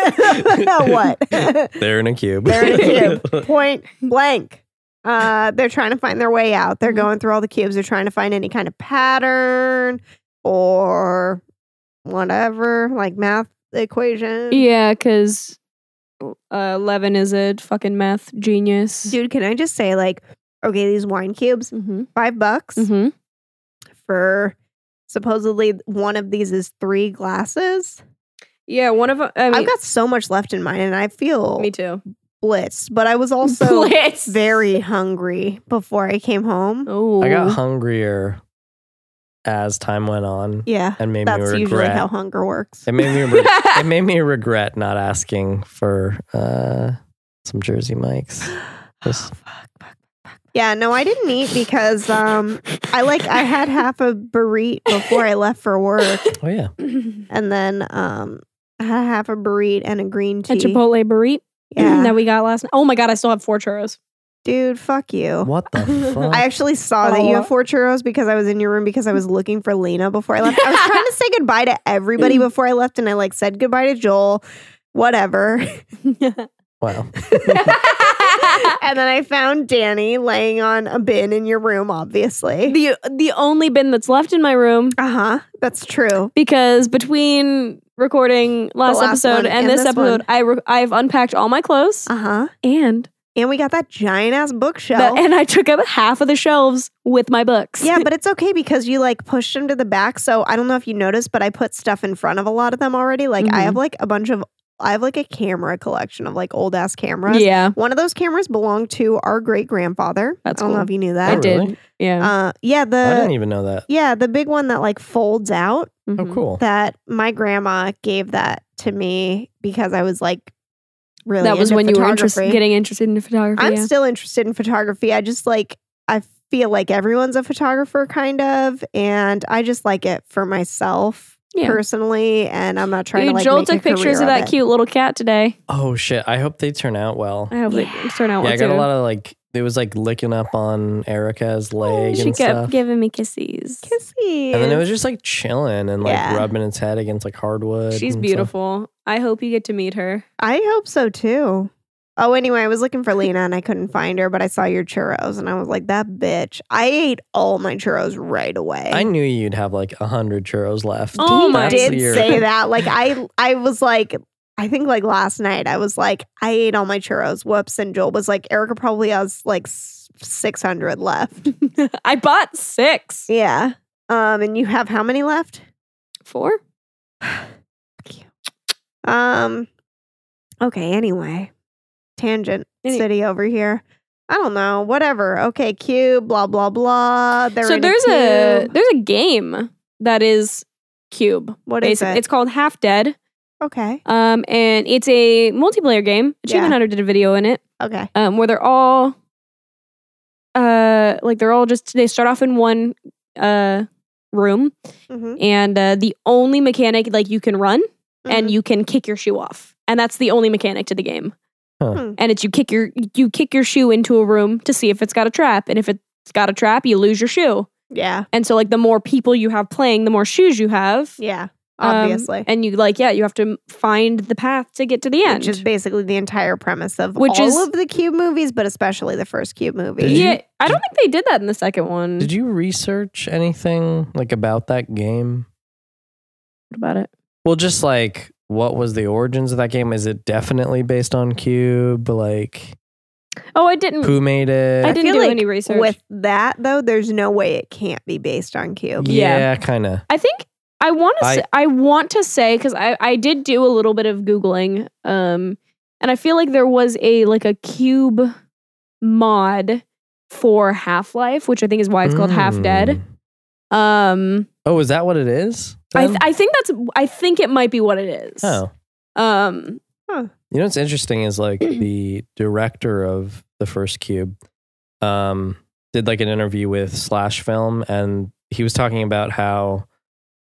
S2: what?
S3: They're in a cube.
S2: They're in a point blank. Uh, they're trying to find their way out. They're
S4: Mhm.
S2: going through all the cubes. They're trying to find any kind of pattern or whatever, like math equation.
S4: Yeah, because uh, Levin is a fucking math genius.
S2: Dude, can I just say, like, okay, these wine cubes,
S4: Mm-hmm.
S2: five bucks
S4: Mm-hmm.
S2: for supposedly one of these is three glasses.
S4: Yeah, one of 'em- I
S2: I
S4: mean,
S2: have got so much left in mine and I feel
S4: me too.
S2: blitzed, but I was also
S4: Blitz.
S2: very hungry before I came home.
S4: Oh,
S3: I got hungrier as time went on.
S2: Yeah,
S3: And made
S2: that's
S3: me
S2: usually
S3: regret.
S2: how hunger works.
S3: it made me re- it made me regret not asking for uh, some Jersey Mike's.
S4: Oh,
S3: Just-
S2: Yeah, no, I didn't eat because um I like I had half a burrito before I left for work
S3: oh yeah,
S2: and then um I had half a burrito and a green
S4: a
S2: tea.
S4: Chipotle burrito
S2: yeah.
S4: that we got last night. Oh my god, I still have four churros.
S2: Dude, fuck you.
S3: what the fuck?
S2: I actually saw that you have four churros because I was in your room because I was looking for Lena before I left. I was trying to say goodbye to
S4: Mm.
S2: everybody before I left and I like said goodbye to Joel, whatever.
S3: wow.
S2: and then I found Danny laying on a bin in your room, obviously.
S4: the the only bin that's left in my room
S2: Uh huh. That's true.
S4: because between recording last,
S2: last one
S4: episode and,
S2: and
S4: this,
S2: this
S4: episode,
S2: one.
S4: I re- I've unpacked all my clothes
S2: Uh huh.
S4: and
S2: And we got that giant ass
S4: the-
S2: bookshelf.
S4: and I took up half of the shelves with my books.
S2: yeah, but it's okay because you like pushed them to the back. So I don't know if you noticed, but I put stuff in front of a lot of them already. Like I
S4: Mhm.
S2: have like a bunch of, I have like a camera collection of like old ass cameras.
S4: yeah,
S2: One of those cameras belonged to our great grandfather.
S4: That's
S2: I don't know
S4: cool.
S2: if you
S4: I
S2: knew
S3: Oh,
S2: that.
S4: did.
S3: really?
S4: yeah.
S2: Uh, yeah,
S3: I didn't
S2: the
S3: even know that.
S2: yeah the big one that like folds out.
S3: Oh,
S4: Mhm.
S3: cool.
S2: That my grandma gave that to me because I was like really
S4: that was
S2: into
S4: when you were interest-
S2: photography.
S4: getting interested in photography.
S2: I'm
S4: yeah.
S2: still interested in photography. I just like I feel like everyone's a photographer kind of and I just like it for myself
S4: Yeah.
S2: personally and I'm not trying
S4: Dude,
S2: to like
S4: Joel
S2: make a
S4: took pictures
S2: career
S4: of that
S2: it.
S4: cute little cat today.
S3: Oh shit! I hope they turn out well.
S4: I hope
S1: Yeah.
S4: they turn out
S3: yeah,
S4: well
S3: I got a
S4: too.
S3: lot of like. It was like licking up on Erica's leg
S4: Oh, she
S3: and
S4: kept
S3: stuff.
S4: giving me kisses.
S2: Kissy.
S3: And then it was just like chilling and like
S2: Yeah.
S3: rubbing its head against like hardwood. and
S4: She's
S3: stuff.
S4: beautiful. I hope you get to meet her.
S2: I hope so too. Oh, anyway, I was looking for Lena and I couldn't find her, but I saw your churros and I was like, that bitch. I ate all my churros right away.
S3: I knew you'd have like a hundred churros left.
S4: Oh
S2: He
S4: my-
S3: That's
S2: did
S3: your-
S2: say that. Like I I was like I think like last night I was like I ate all my churros. Whoops! And Joel was like Erica probably has like six hundred left.
S4: I bought six.
S2: yeah. Um. And you have how many left?
S4: Four?
S2: Um. Okay. Anyway, tangent
S4: Any-
S2: city over here. I don't know. Whatever. Okay. Cube. Blah blah blah. They're
S4: so
S2: in a
S4: there's a,
S2: cube.
S4: there's a game that is cube.
S2: what is
S4: Basi-
S2: it?
S4: It's called Half Dead.
S2: okay.
S4: Um, and it's a multiplayer game. Achievement
S2: Yeah.
S4: Hunter did a video in it.
S2: Okay.
S4: Um, where they're all uh like they're all just they start off in one uh room
S2: Mhm.
S4: and uh, the only mechanic like you can run and
S2: Mhm.
S4: you can kick your shoe off and that's the only mechanic to the game
S3: Huh.
S2: Hmm.
S4: and it's you kick your you kick your shoe into a room to see if it's got a trap and if it's got a trap you lose your shoe
S2: mm-hmm, yeah.
S4: and so like the more people you have playing the more shoes you have
S2: Yeah.
S4: Um,
S2: Obviously.
S4: and you like yeah you have to find the path to get to the end
S2: Which is basically the entire premise of
S4: Which
S2: all
S4: is-
S2: of the Cube movies, but especially the first Cube movie.
S3: Did you-
S4: yeah i don't think they did that in the second one
S3: Did you research anything like about that game?
S4: What about it
S3: Well, just like what was the origins of that game? Is it definitely based on Cube? Like
S4: oh i didn't
S3: who made it?
S4: I didn't
S2: feel
S4: do
S2: like
S4: any research.
S2: With that though, there's no way it can't be based on Cube.
S3: yeah,
S4: yeah.
S3: kind of.
S4: I think I want to.
S3: I-
S4: I, I want to say because I I did do a little bit of googling, um, and I feel like there was a like a cube mod for Half Life, which I think is why it's called Half
S3: Hmm.
S4: Dead. Um,
S3: Oh, is that what it is?
S2: Oh.
S4: I
S3: then?
S4: th- I think that's I think it might be what it is.
S3: oh,
S4: Um,
S3: You know what's interesting is like the director of the first cube um did like an interview with Slash Film and he was talking about how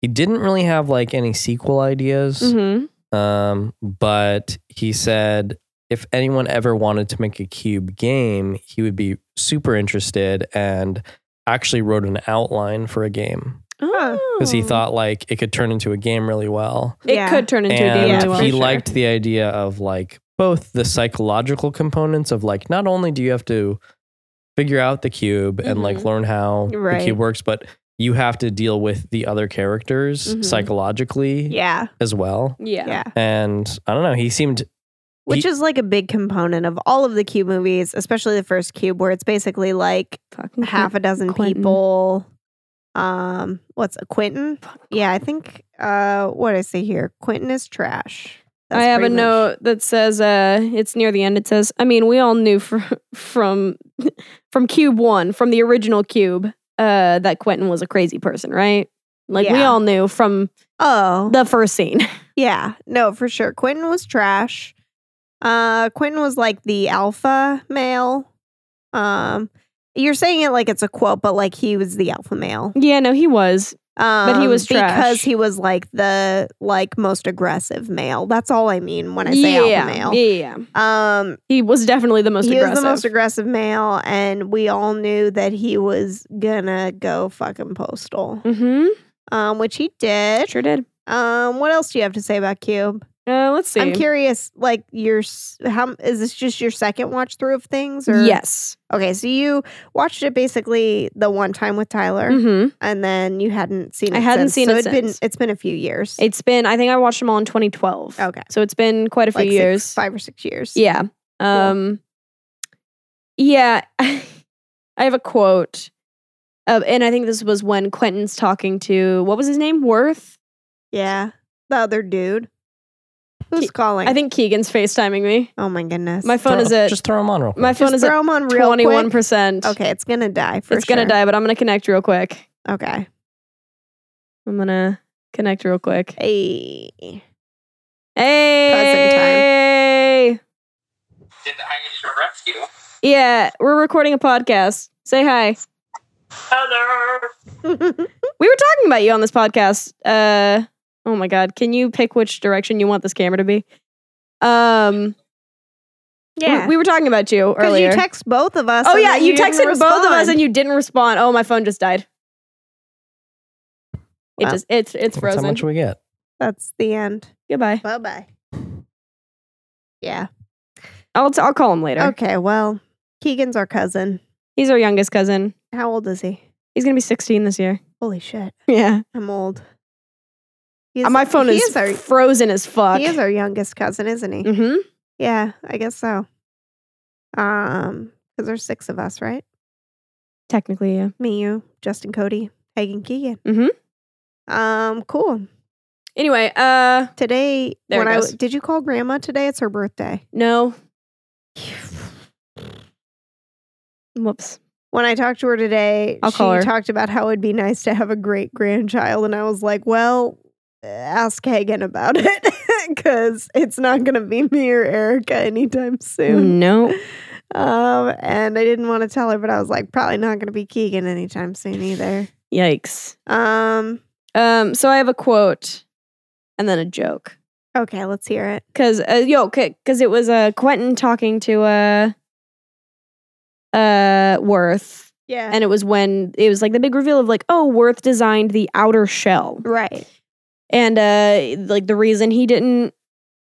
S3: he didn't really have like any sequel ideas.
S4: mhm.
S3: Um, but he said if anyone ever wanted to make a cube game, he would be super interested and actually wrote an outline for a game. Because he
S4: Oh.
S3: thought like it could turn into a game really well
S4: it
S2: Yeah.
S4: could turn into a game.
S3: and
S4: as well.
S3: he
S4: Sure.
S3: liked the idea of like both the psychological components of like not only do you have to figure out the cube and like
S4: Mhm.
S3: learn how the
S2: Right.
S3: cube works but you have to deal with the other characters
S4: Mhm.
S3: psychologically
S2: Yeah.
S3: as well.
S4: Yeah.
S2: Yeah.
S3: And I don't know, he seemed
S2: Which
S3: He-
S2: is like a big component of all of the Cube movies, especially the first Cube, where it's basically like
S4: Fucking
S2: half a dozen
S4: Quentin.
S2: people. Um, what's Quentin? Yeah, I think. Uh, what did I say here? Quentin is trash. That's
S4: I have a
S2: pretty much-
S4: note that says uh, it's near the end. It says, I mean, we all knew from from from Cube One, from the original Cube, uh, that Quentin was a crazy person, right? Like we
S2: Yeah.
S4: all knew from
S2: Oh,
S4: the first scene.
S2: yeah, no, for sure. Quentin was trash. Uh, Quentin was like the alpha male. Um, you're saying it like it's a quote, but like he was the alpha male.
S4: yeah, no, he was.
S2: Um,
S4: he was
S2: because
S4: trash.
S2: he was like the like most aggressive male. That's all I mean when I say
S4: yeah,
S2: alpha male.
S4: yeah, yeah, yeah.
S2: Um,
S4: he was definitely the most
S2: he
S4: aggressive.
S2: was the most aggressive male, and we all knew that he was gonna go fucking postal,
S4: Mm-hmm.
S2: um, which he did.
S4: Sure did.
S2: Um, what else do you have to say about Cube?
S4: Uh, let's see.
S2: I'm curious, like your s- how is this just your second watch through of things? Or
S4: Yes.
S2: okay, so you watched it basically the one time with Tyler,
S4: Mm-hmm.
S2: and then you hadn't seen. it
S4: I hadn't
S2: since.
S4: seen
S2: so
S4: it
S2: it's been
S4: since.
S2: it's been a few years,
S4: It's been. I think I watched them all in 2012.
S2: Okay.
S4: So it's been quite a few
S2: like six-
S4: years.
S2: five or six years.
S4: Yeah. Um Yeah. I have a quote. Uh, and I think this was when Quentin's talking to what was his name? Worth?
S2: yeah. The other dude, who's
S4: He-
S2: calling?
S4: I think Keegan's FaceTiming me.
S2: Oh my goodness,
S4: My phone
S3: throw-
S4: is at
S3: just throw him on real quick.
S4: my phone
S2: Just
S4: is at
S2: throw him on real
S4: twenty one
S2: quick.
S4: percent.
S2: Okay, it's gonna die for
S4: It's gonna
S2: sure.
S4: die, but I'm gonna connect real quick.
S2: Okay.
S4: I'm gonna connect real quick.
S2: Hey.
S4: Hey.
S5: did the hyena rescue.
S4: Yeah, we're recording a podcast. Say hi.
S5: Hello.
S4: We were talking about you on this podcast. Uh, oh my god, can you pick which direction you want this camera to be? Um, we, we were talking about you
S2: Because
S4: earlier.
S2: you text both of us.
S4: oh
S2: and
S4: yeah,
S2: then
S4: you texted
S2: didn't
S4: both of us
S2: respond.
S4: and you didn't respond. Oh, my phone just died. It
S2: Well.
S4: just it's it's
S3: That's how
S4: frozen.
S3: much we get.
S2: That's the end.
S4: Goodbye.
S2: Bye bye. Yeah.
S4: I'll t- I'll call him later.
S2: Okay. Well, Keegan's our cousin.
S4: He's our youngest cousin.
S2: How old is he?
S4: He's gonna be 16 this year.
S2: Holy shit!
S4: Yeah,
S2: I'm old. He's,
S4: my phone
S2: he
S4: is,
S2: our
S4: frozen as fuck.
S2: he is our youngest cousin, isn't he?
S4: mm-hmm.
S2: Yeah, I guess so. Um, because there's six of us, right?
S4: Technically, yeah.
S2: Me, you, Justin, Cody, Hagen, Keegan.
S4: Mhm.
S2: Um, cool.
S4: Anyway, uh,
S2: Today,
S4: There
S2: when
S4: it
S2: I
S4: goes.
S2: did you call Grandma today? It's her birthday.
S4: no. Whoops.
S2: When I talked to her today,
S4: I'll
S2: she
S4: call her.
S2: talked about how it'd be nice to have a great grandchild, and I was like, "Well, ask Hagen about it because it's not going to be me or Erica anytime soon."
S4: No.
S2: Um, and I didn't want to tell her, but I was like, "Probably not going to be Keegan anytime soon either."
S4: Yikes.
S2: Um,
S4: Um, so I have a quote and then a joke.
S2: okay, let's hear it.
S4: Cause uh, yo, because it was uh, Quentin talking to uh, uh, Worth,
S2: Yeah,
S4: and it was when it was like the big reveal of like, oh, Worth designed the outer shell,
S2: right.
S4: and uh, like the reason he didn't,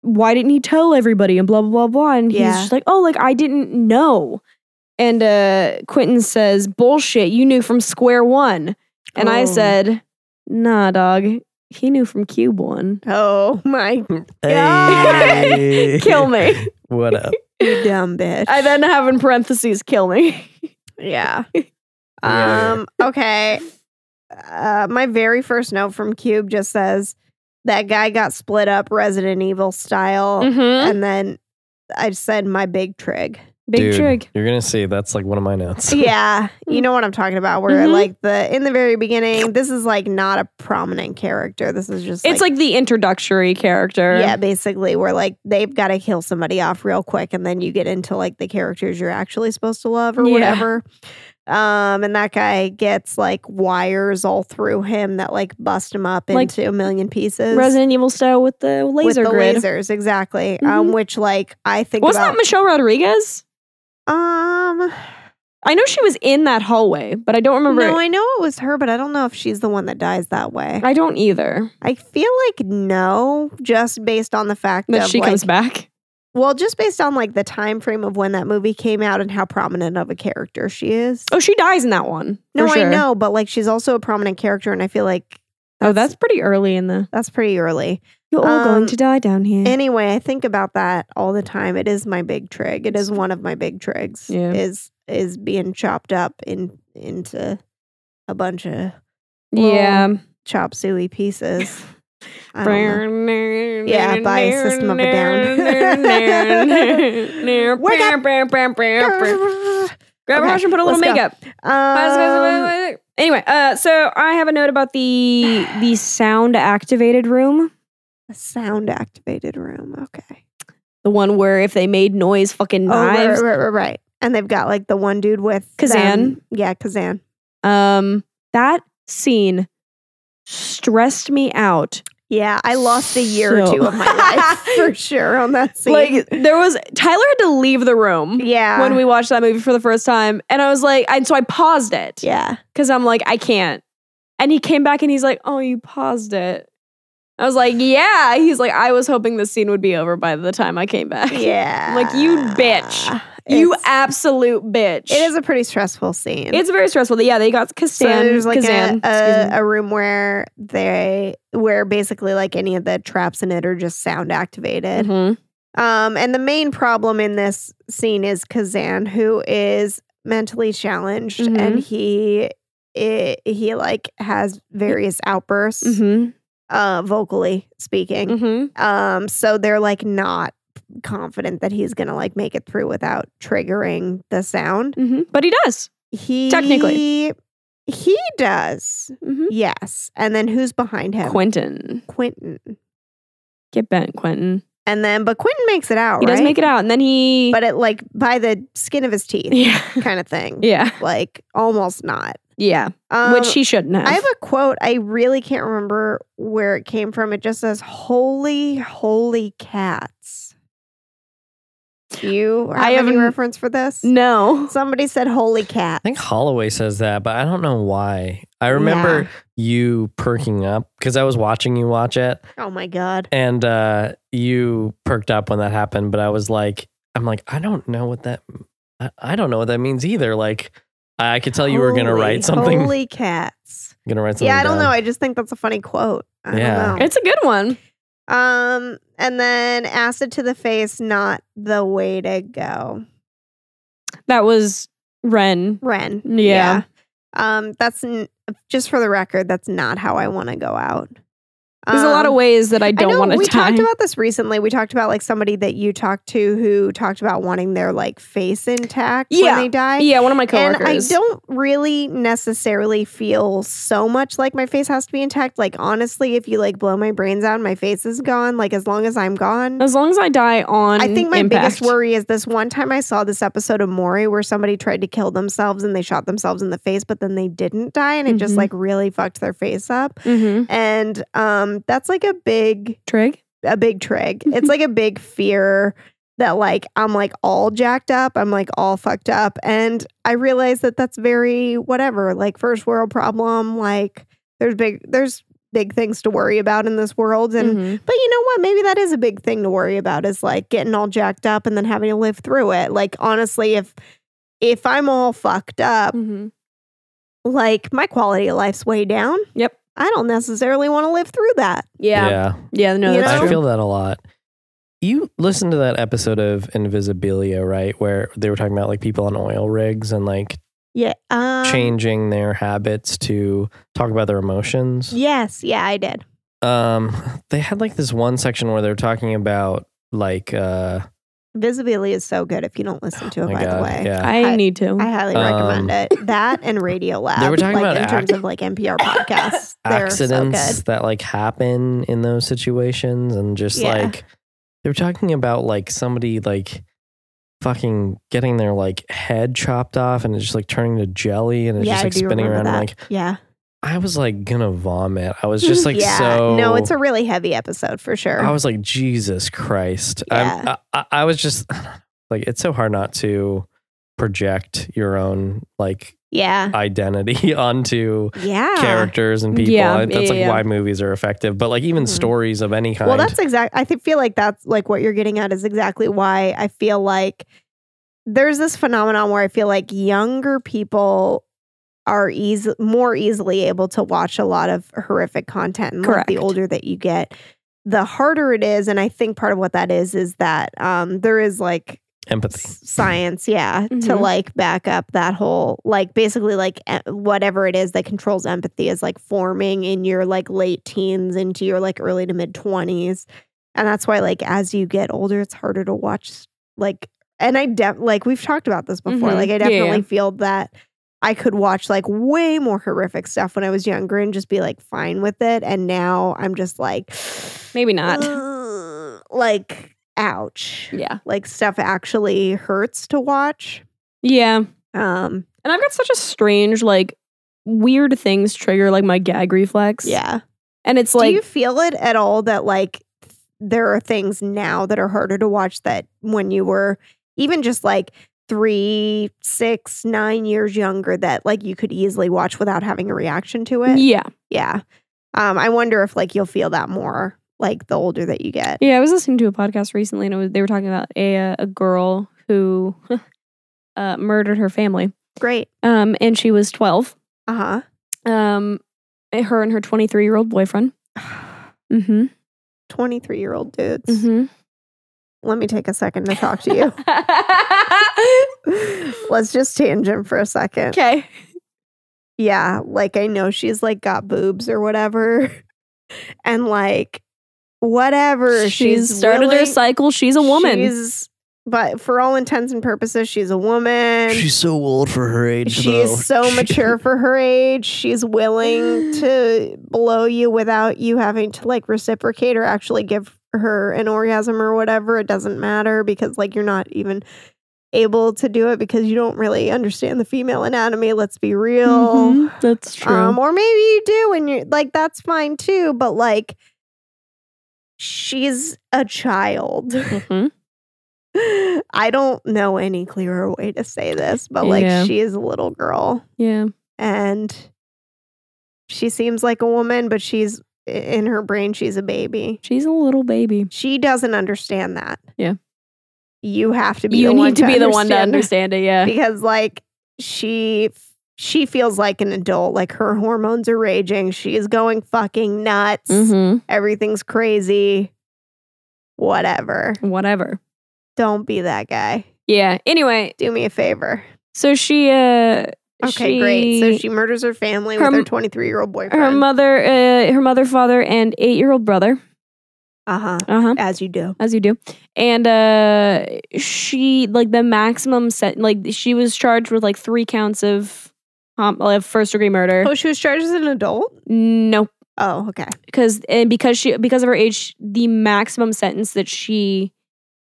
S4: why didn't he tell everybody, and blah blah blah blah, and he's
S2: Yeah.
S4: just like, oh, like I didn't know, and uh, Quentin says, bullshit, you knew from square one, and I
S2: Oh.
S4: said, nah, dog, he knew from cube one.
S2: Oh my, Yeah.
S3: Hey.
S4: kill me.
S3: What up?
S2: you dumb bitch!
S4: I then have in parentheses, kill me.
S2: Yeah.
S3: Yeah.
S2: Um. Okay. Uh, my very first note from Cube just says that guy got split up Resident Evil style,
S4: Mm-hmm.
S2: and then I said my big trig.
S4: Big
S3: Dude,
S4: trig.
S3: You're gonna see that's like one of my notes.
S2: yeah, you know what I'm talking about. Where
S4: Mhm.
S2: like the in the very beginning, this is like not a prominent character. This is just
S4: It's like the introductory character.
S2: yeah, basically where like they've got to kill somebody off real quick, and then you get into like the characters you're actually supposed to love or
S4: Yeah.
S2: whatever. Um, and that guy gets like wires all through him that like bust him up
S4: Like
S2: into a million pieces.
S4: Resident Evil style with the laser
S2: with the
S4: grid.
S2: lasers, exactly. Um, which like I think
S4: Wasn't
S2: about.
S4: that Michelle Rodriguez?
S2: um,
S4: I know she was in that hallway, but I don't remember.
S2: no, I know it was her, but I don't know if she's the one that dies that way.
S4: I don't either.
S2: I feel like no, just based on the fact
S4: That
S2: of
S4: she
S2: like,
S4: comes back.
S2: Well, just based on like the time frame of when that movie came out and how prominent of a character she is.
S4: Oh, she dies in that one.
S2: no,
S4: for sure.
S2: I know, but like she's also a prominent character, and I feel like
S4: Oh, that's pretty early in the.
S2: that's pretty early.
S4: You're all
S2: Um,
S4: going to die down here.
S2: Anyway, I think about that all the time. It is my big trig. It is one of my big trigs.
S4: Yeah.
S2: Is is being chopped up in into a bunch of
S4: yeah.
S2: chop suey pieces. I don't know.
S4: Yeah,
S2: by System of a Down.
S4: Wake up. Grab a brush and put a little
S2: let's go.
S4: makeup.
S2: Um,
S4: anyway, uh, so I have a note about the the sound activated room,
S2: a sound activated room. Okay.
S4: the one where if they made noise, fucking
S2: Oh, right,
S4: knives.
S2: right, right, right. And they've got like the one dude with
S4: Kazan.
S2: them. Yeah, Kazan.
S4: Um, that scene stressed me out
S2: Yeah, I lost a
S4: So-
S2: year or two of my life for sure on that scene.
S4: Like there was Tyler had to leave the room
S2: yeah,
S4: when we watched that movie for the first time, and I was like, and so I paused it
S2: yeah,
S4: because I'm like, I can't. And he came back and he's like, oh, you paused it. I was like, yeah. He's like, I was hoping this scene would be over by the time I came back.
S2: yeah.
S4: Like, you bitch. You
S2: It's-
S4: absolute bitch.
S2: It is a pretty stressful scene.
S4: It's very stressful. Yeah, they got
S2: so
S4: Kazan.
S2: there's like
S4: Kazan.
S2: a,
S4: excuse me.
S2: a, a room where they where basically like any of the traps in it are just sound activated.
S4: Mhm.
S2: Um, and the main problem in this scene is Kazan, who is mentally challenged,
S4: Mhm.
S2: and he i he like has various outbursts,
S4: Mhm.
S2: uh, vocally speaking.
S4: Mhm.
S2: Um, so they're like not confident that he's gonna like make it through without triggering the sound.
S4: Mhm. But he does.
S2: He
S4: Technically.
S2: he does,
S4: Mhm.
S2: yes. And then who's behind him?
S4: Quentin,
S2: Quentin.
S4: get bent, Quentin.
S2: And then, but Quentin makes it out.
S4: He does
S2: right?
S4: make it out, and then he.
S2: but it like by the skin of his teeth,
S4: yeah.
S2: kind of thing.
S4: Yeah.
S2: Like almost not.
S4: Yeah.
S2: Um,
S4: Which he shouldn't have.
S2: I have a quote. I really can't remember where it came from. It just says, "Holy, holy cats." Do you have
S4: I
S2: any
S4: haven't-
S2: reference for this?
S4: no.
S2: Somebody said holy cat.
S3: I think Holloway says that, but I don't know why. I remember you perking up because I was watching you watch it,
S2: Oh my god.
S3: and uh, you perked up when that happened. But I was like, I'm like, I don't know what that. I, I don't know what that means either. Like, I, I could tell you were gonna
S2: Holy,
S3: write something.
S2: Holy cats.
S3: Gonna write something.
S2: Yeah, I don't
S3: down.
S2: know. I just think that's a funny quote. I
S3: Yeah.
S2: don't know.
S4: It's a good one.
S2: Um, and then acid to the face, not the way to go.
S4: That was Ren.
S2: Ren.
S4: Yeah.
S2: Um, that's n- just for the record. That's not how I want to go out.
S4: There's a lot of
S2: Um,
S4: ways that I
S2: I
S4: don't
S2: know
S4: want to
S2: we
S4: die.
S2: talked about this recently. We talked about like somebody that you talked to who talked about wanting their like face intact
S4: Yeah.
S2: when they die.
S4: yeah, one of my coworkers.
S2: And I don't really necessarily feel so much like my face has to be intact. Like honestly, if you like blow my brains out, my face is gone. Like as long as I'm gone.
S4: As long as I die on,
S2: I think my
S4: impact.
S2: biggest worry is this one time I saw this episode of Maury where somebody tried to kill themselves and they shot themselves in the face, but then they didn't die and it just
S4: Mhm.
S2: like really fucked their face up.
S4: Mhm.
S2: And um that's like a big
S4: Trig.
S2: a big trig. It's like a big fear that like I'm like all jacked up, I'm like all fucked up and I realize that that's very whatever, like first world problem, like there's big there's big things to worry about in this world and
S4: Mhm.
S2: but you know what? Maybe that is a big thing to worry about is like getting all jacked up and then having to live through it. Like honestly, if if I'm all fucked up,
S4: Mhm.
S2: like my quality of life's way down.
S4: Yep.
S2: I don't necessarily want to live through that.
S4: Yeah. yeah.
S3: yeah.
S4: No,
S2: You
S4: that's
S2: know?
S3: I
S4: true.
S3: feel that a lot. You listened to that episode of Invisibilia, right? Where they were talking about like people on oil rigs and like
S2: Yeah. Um,
S3: changing their habits to talk about their emotions.
S2: Yes. Yeah, I did.
S3: Um, they had like this one section where they're talking about like uh,
S2: Visibility is so good if you don't listen to it,
S3: my
S2: Oh, by the
S3: God,
S2: way.
S3: yeah,
S4: I
S2: I-
S4: need to.
S2: I highly
S3: Um,
S2: recommend it. That and Radio Lab.
S3: were talking about
S2: like in terms
S3: ac-
S2: of like NPR podcasts. They're
S3: accidents
S2: so
S3: that like happen in those situations, and just
S2: Yeah.
S3: like they were talking about like somebody like fucking getting their like head chopped off and it's just like turning to jelly and
S2: good.
S3: it's
S2: Yeah,
S3: just
S2: I
S3: like
S2: do
S3: spinning
S2: remember
S3: around and
S2: that.
S3: like
S2: yeah.
S3: I was like gonna vomit. I was just like
S2: yeah.
S3: so.
S2: No, it's a really heavy episode for sure.
S3: I was like Jesus Christ. I'm-
S2: Yeah.
S3: I, I, I was just like it's so hard not to project your own like
S2: Yeah.
S3: identity onto
S2: Yeah.
S3: characters and people.
S4: Yeah,
S3: I- that's
S4: yeah,
S3: like
S4: yeah.
S3: why movies are effective. But like even
S2: Mhm.
S3: stories of any kind.
S2: Well, that's exact. I think feel like that's like what you're getting at is exactly why I feel like there's this phenomenon where I feel like younger people are easy, more easily able to watch a lot of horrific content. And like, the
S4: Correct.
S2: older that you get, the harder it is. And I think part of what that is is that um, there is like
S3: empathy.
S2: s- science yeah to
S4: Mhm.
S2: like back up that whole like basically like e- whatever it is that controls empathy is like forming in your like late teens into your like early to mid 20s and that's why like as you get older it's harder to watch like and i def like we've talked about this before
S4: Mhm.
S2: like i
S4: Yeah,
S2: definitely
S4: yeah.
S2: feel that i could watch like way more horrific stuff when i was younger and just be like fine with it and now i'm just like
S4: Maybe not.
S2: "Ugh," like ouch
S4: Yeah.
S2: like stuff actually hurts to watch.
S4: Yeah.
S2: Um,
S4: And I've got such a strange, like, weird things trigger, like, my gag reflex.
S2: yeah.
S4: And it's like,
S2: Do you feel it at all that like there are things now that are harder to watch that when you were even just like three, six, nine years younger that like you could easily watch without having a reaction to it?
S4: yeah.
S2: Yeah. Um, I wonder if like you'll feel that more like the older that you get.
S4: Yeah. I was listening to a podcast recently and it was, they were talking about a, uh, a girl who uh, murdered her family.
S2: Great.
S4: Um, and she was 12.
S2: Uh
S4: Um, her and her 23 year old boyfriend.
S2: huh.
S4: Mm
S2: Mm-hmm.
S4: hmm.
S2: 23 year old dudes.
S4: Mm
S2: Let me take a second to talk to you.
S4: hmm.
S2: Let's just tangent for a second.
S4: okay.
S2: yeah, like I know she's like got boobs or whatever, and like whatever
S4: She's, started her
S2: willing-
S4: cycle. She's a woman.
S2: she's- but for all intents and purposes, she's a woman. She's,
S3: so old for her age.
S2: so mature for her age. She's willing to blow you without you having to like reciprocate or actually give her an orgasm or whatever. It doesn't matter because like you're not even able to do it because you don't really understand the female anatomy. Let's be real.
S4: Mhm, That's true.
S2: Um, or maybe you do, and you're like, that's fine too. But like, she's a child.
S4: Mhm.
S2: I don't know any clearer way to say this, but like,
S4: Yeah.
S2: she is a little girl
S4: Yeah.
S2: and she seems like a woman, but she's i- in her brain, she's a baby.
S4: She's a little baby.
S2: She doesn't understand that.
S4: Yeah.
S2: You have to be
S4: you
S2: the one
S4: need to be the one to understand
S2: understand her
S4: it. Yeah.
S2: because like she she feels like an adult like her hormones are raging she's going fucking nuts
S4: Mm-hmm.
S2: everything's crazy whatever
S4: Whatever.
S2: don't be that guy
S4: Yeah. Anyway,
S2: do me a favor
S4: so she. uh
S2: okay great so
S4: she-
S2: she murders her family
S4: Her
S2: with her
S4: m-
S2: 23 year old
S4: her
S2: boyfriend
S4: mother, uh, her mother, father, and eight-year-old brother.
S2: uh-huh
S4: Uh huh.
S2: as you do
S4: As you do, and uh she like the maximum set. Like she was charged with like three counts of, um, like, first-degree murder.
S2: oh she was charged as an adult
S4: No,
S2: oh okay
S4: because and because she because of her age, the maximum sentence that she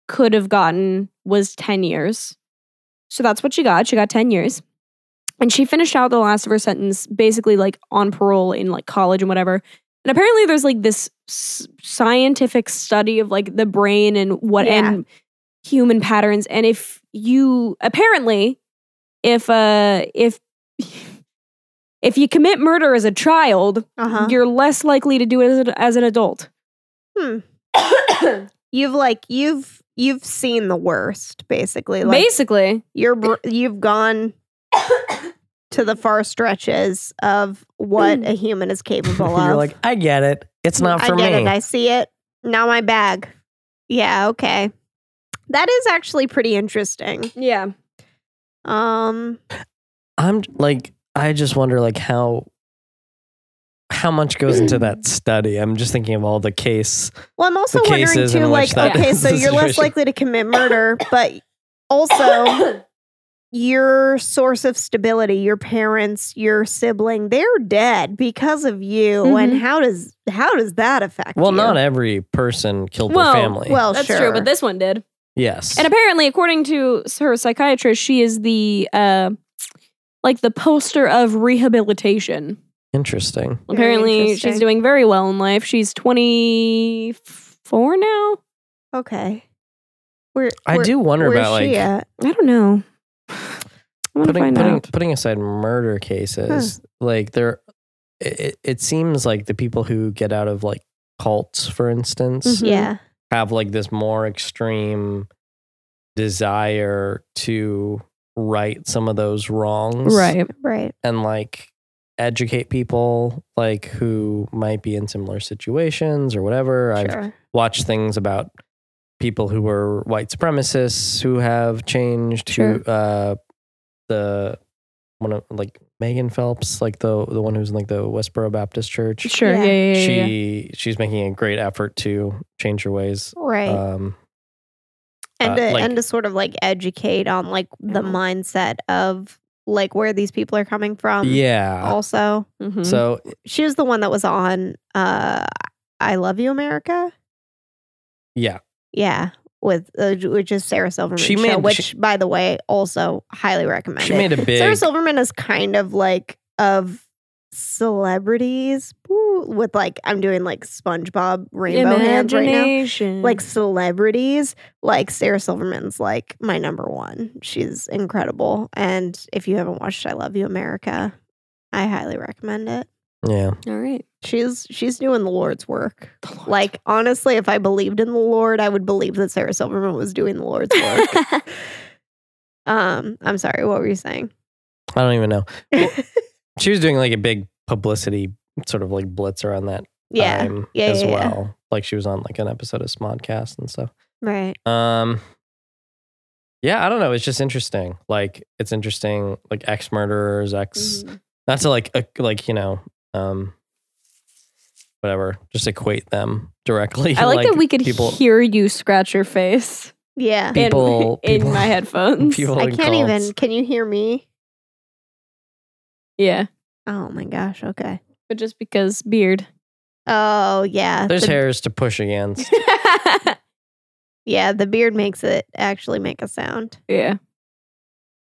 S4: could have gotten was ten years. So that's what she got. She got ten years, and she finished out the last of her sentence basically like on parole in like college and whatever. And apparently, there's like this s- scientific study of like the brain and what
S2: Yeah.
S4: and human patterns. And if you apparently, if uh if if you commit murder as a child,
S2: uh-huh
S4: you're less likely to do it as an, as an adult. Hmm.
S2: you've like you've you've seen the worst basically like
S4: Basically,
S2: you're br- you've gone to the far stretches of what a human is capable of.
S3: Mm. You're like, I get it. It's not for
S2: I get
S3: me.
S2: it. I see it. Now my bag. Yeah. Okay. That is actually pretty interesting.
S4: yeah.
S2: Um.
S3: I'm like, I just wonder like how how much goes into that study. I'm just thinking of all the case.
S2: Well, I'm also
S3: The
S2: wondering
S3: cases in
S2: too.
S3: which
S2: Like,
S3: that
S2: okay,
S3: is
S2: so
S3: the
S2: you're less
S3: situation.
S2: likely to commit murder, but also your source of stability, your parents, your sibling, they're dead because of you. And
S4: Mhm.
S2: how does how does that affect?
S3: Mm-hmm. Well,
S2: you?
S3: not every person killed
S4: Well,
S3: their family.
S2: well,
S4: That's
S2: sure.
S4: true, but this one did.
S3: yes.
S4: And apparently, according to her psychiatrist, she is the uh like the poster of rehabilitation.
S3: Interesting.
S2: Very
S4: apparently, she's
S2: interesting.
S4: doing very well in life. She's 24 now.
S2: Okay. Where,
S3: I
S2: where-
S3: do wonder
S2: where's
S3: about
S2: she
S3: like
S2: at?
S4: I don't know. I want to
S3: putting
S4: find
S3: putting,
S4: out.
S3: putting aside murder cases, like there, it, it seems like the people who get out of like cults, for instance,
S4: Mhm.
S2: Yeah.
S3: have like this more extreme desire to right some of those wrongs,
S4: Right.
S2: Right.
S3: and like educate people like who might be in similar situations or whatever. I've
S2: Sure.
S3: watch things about people who were white supremacists who have changed who uh the one of like Megan Phelps like the the one who's in like the Westboro Baptist Church
S4: Sure. Yeah.
S2: Yeah.
S4: Yeah. Yeah. yeah.
S3: she she's making a great effort to change her ways
S2: Right.
S3: um
S2: and
S3: uh,
S2: to,
S3: like-
S2: and to sort of like educate on like the mindset of like where these people are coming from.
S3: yeah
S2: Also,
S4: Mhm.
S3: so
S2: she was the one that was on uh I Love You America.
S3: yeah
S2: Yeah. With uh, which is Sarah Silverman
S3: She
S2: show,
S3: made-
S2: which
S3: she-
S2: by the way, also highly recommended.
S3: she made a big
S2: Sarah Silverman is kind of like of celebrities ooh, with like I'm doing like SpongeBob rainbow hands right now.
S4: Imagination.
S2: Like celebrities, like Sarah Silverman's like my number one. She's incredible. And if you haven't watched I Love You America, I highly recommend it.
S3: yeah
S4: all right.
S2: She's she's doing the Lord's work. Like honestly, if I believed in the Lord, I would believe that Sarah Silverman was doing the Lord's work. um, I'm sorry, what were you saying?
S3: I don't even know she was doing like a big publicity sort of like blitz around that
S2: yeah.
S3: time
S2: Yeah,
S3: as
S2: yeah, yeah.
S3: well like she was on like an episode of Smodcast and stuff
S2: Right.
S3: Um Yeah, I don't know. It's just interesting. Like it's interesting like ex murderers, ex
S4: Mm-hmm.
S3: not to like uh, like, you know, um whatever, just equate them directly.
S4: I like, that we could
S3: people
S4: hear you scratch your face
S2: Yeah.
S4: in-
S3: People-
S4: in,
S3: people-
S4: my headphones.
S3: people
S2: I
S3: in
S2: can't
S3: cults.
S2: even. Can you hear me?
S4: Yeah,
S2: Oh my gosh. Okay.
S4: but just because beard.
S2: Oh yeah.
S3: There's
S2: the,
S3: hairs to push against.
S2: Yeah, the beard makes it actually make a sound.
S4: yeah.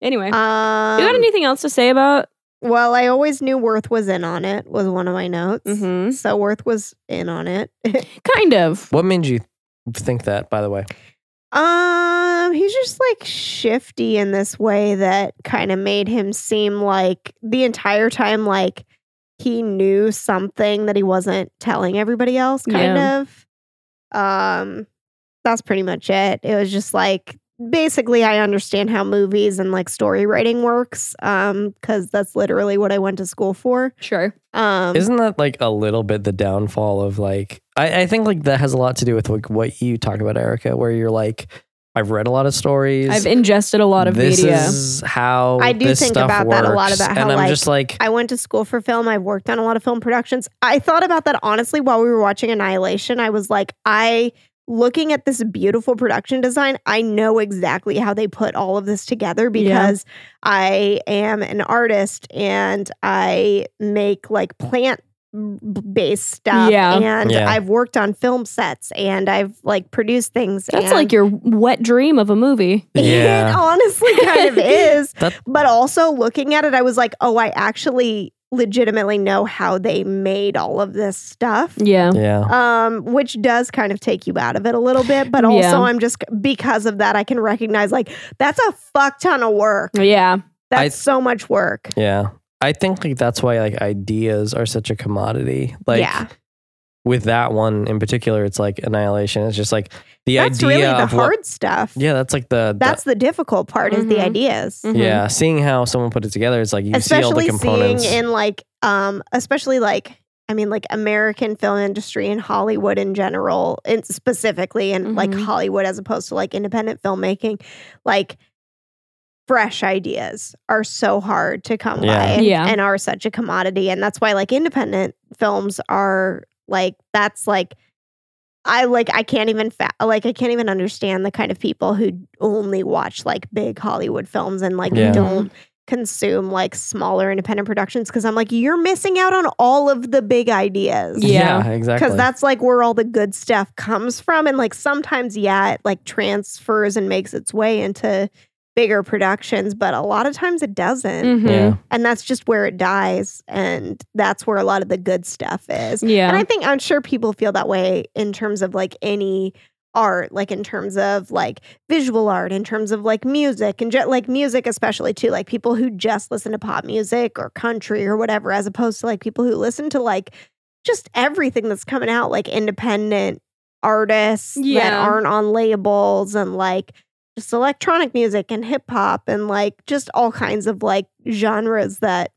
S4: Anyway,
S2: Um,
S4: you got anything else to say about?
S2: Well, I always knew Worth was in on it. Was one of my notes.
S4: Mhm.
S2: So Worth was in on it.
S4: Kind of.
S3: what made you think that, by the way?
S2: Um, he's just like shifty in this way that kind of made him seem like the entire time like he knew something that he wasn't telling everybody else kind
S4: Yeah.
S2: of. Um that's pretty much it. It was just like basically I understand how movies and like story writing works um cuz that's literally what I went to school for.
S4: Sure.
S2: Um
S3: Isn't that like a little bit the downfall of like I, I think like that has a lot to do with like what you talk about, Erica, where you're like, I've read a lot of stories.
S4: I've ingested a lot of
S3: this
S4: media.
S3: is how
S2: I do
S3: this
S2: think
S3: stuff
S2: about that a lot,
S3: works.
S2: about how,
S3: and I'm
S2: like,
S3: just like
S2: I went to school for film. I've worked on a lot of film productions. I thought about that honestly while we were watching Annihilation. I was like, I looking at this beautiful production design, I know exactly how they put all of this together because I am an artist and I make like plant based stuff
S4: Yeah.
S2: and
S3: Yeah.
S2: I've worked on film sets and I've like produced things
S4: That's
S2: and-
S4: like your wet dream of a movie.
S2: it
S3: Yeah.
S2: honestly kind of is.
S3: That-
S2: but also looking at it, I was like, oh, I actually legitimately know how they made all of this stuff.
S4: Yeah.
S3: Yeah.
S2: Um, which does kind of take you out of it a little bit, but also
S4: Yeah.
S2: I'm just because of that I can recognize like that's a fuck ton of work.
S4: Yeah.
S2: That's
S3: I-
S2: so much work.
S3: Yeah. I think like that's why like ideas are such a commodity. Like
S2: yeah,
S3: with that one in particular, it's like annihilation. It's just like the
S2: that's
S3: idea
S2: really the
S3: of what-
S2: hard stuff.
S3: yeah, that's like the, the-
S2: that's the difficult part is
S4: Mhm.
S2: the Mm-hmm. ideas.
S4: Mhm.
S3: yeah. Seeing how someone put it together, it's like you see all the
S2: especially seeing
S3: components.
S2: in like um especially like i mean like american film industry and hollywood in general and specifically and like
S3: Mm-hmm.
S4: Mhm.
S2: hollywood as opposed to like independent filmmaking like fresh ideas are so hard to come
S3: Yeah.
S2: by and,
S4: Yeah.
S2: and are such a commodity and that's why like independent films are like that's like I like I can't even fa- like I can't even understand the kind of people who only watch like big Hollywood films and like
S3: Yeah.
S2: don't consume like smaller independent productions because I'm like you're missing out on all of the big ideas.
S4: Yeah.
S3: exactly.
S2: Because that's like where all the good stuff comes from. And like sometimes, yeah, it like transfers and makes its way into bigger productions, but a lot of times it doesn't.
S4: Mhm.
S3: yeah.
S2: And that's just where it dies. And that's where a lot of the good stuff is.
S4: Yeah.
S2: And I think I'm sure people feel that way in terms of like any art like in terms of like visual art in terms of like music and ju- like music especially too like people who just listen to pop music or country or whatever as opposed to like people who listen to like just everything that's coming out like independent artists that
S4: Yeah.
S2: aren't on labels and like just electronic music and hip hop and like just all kinds of like genres that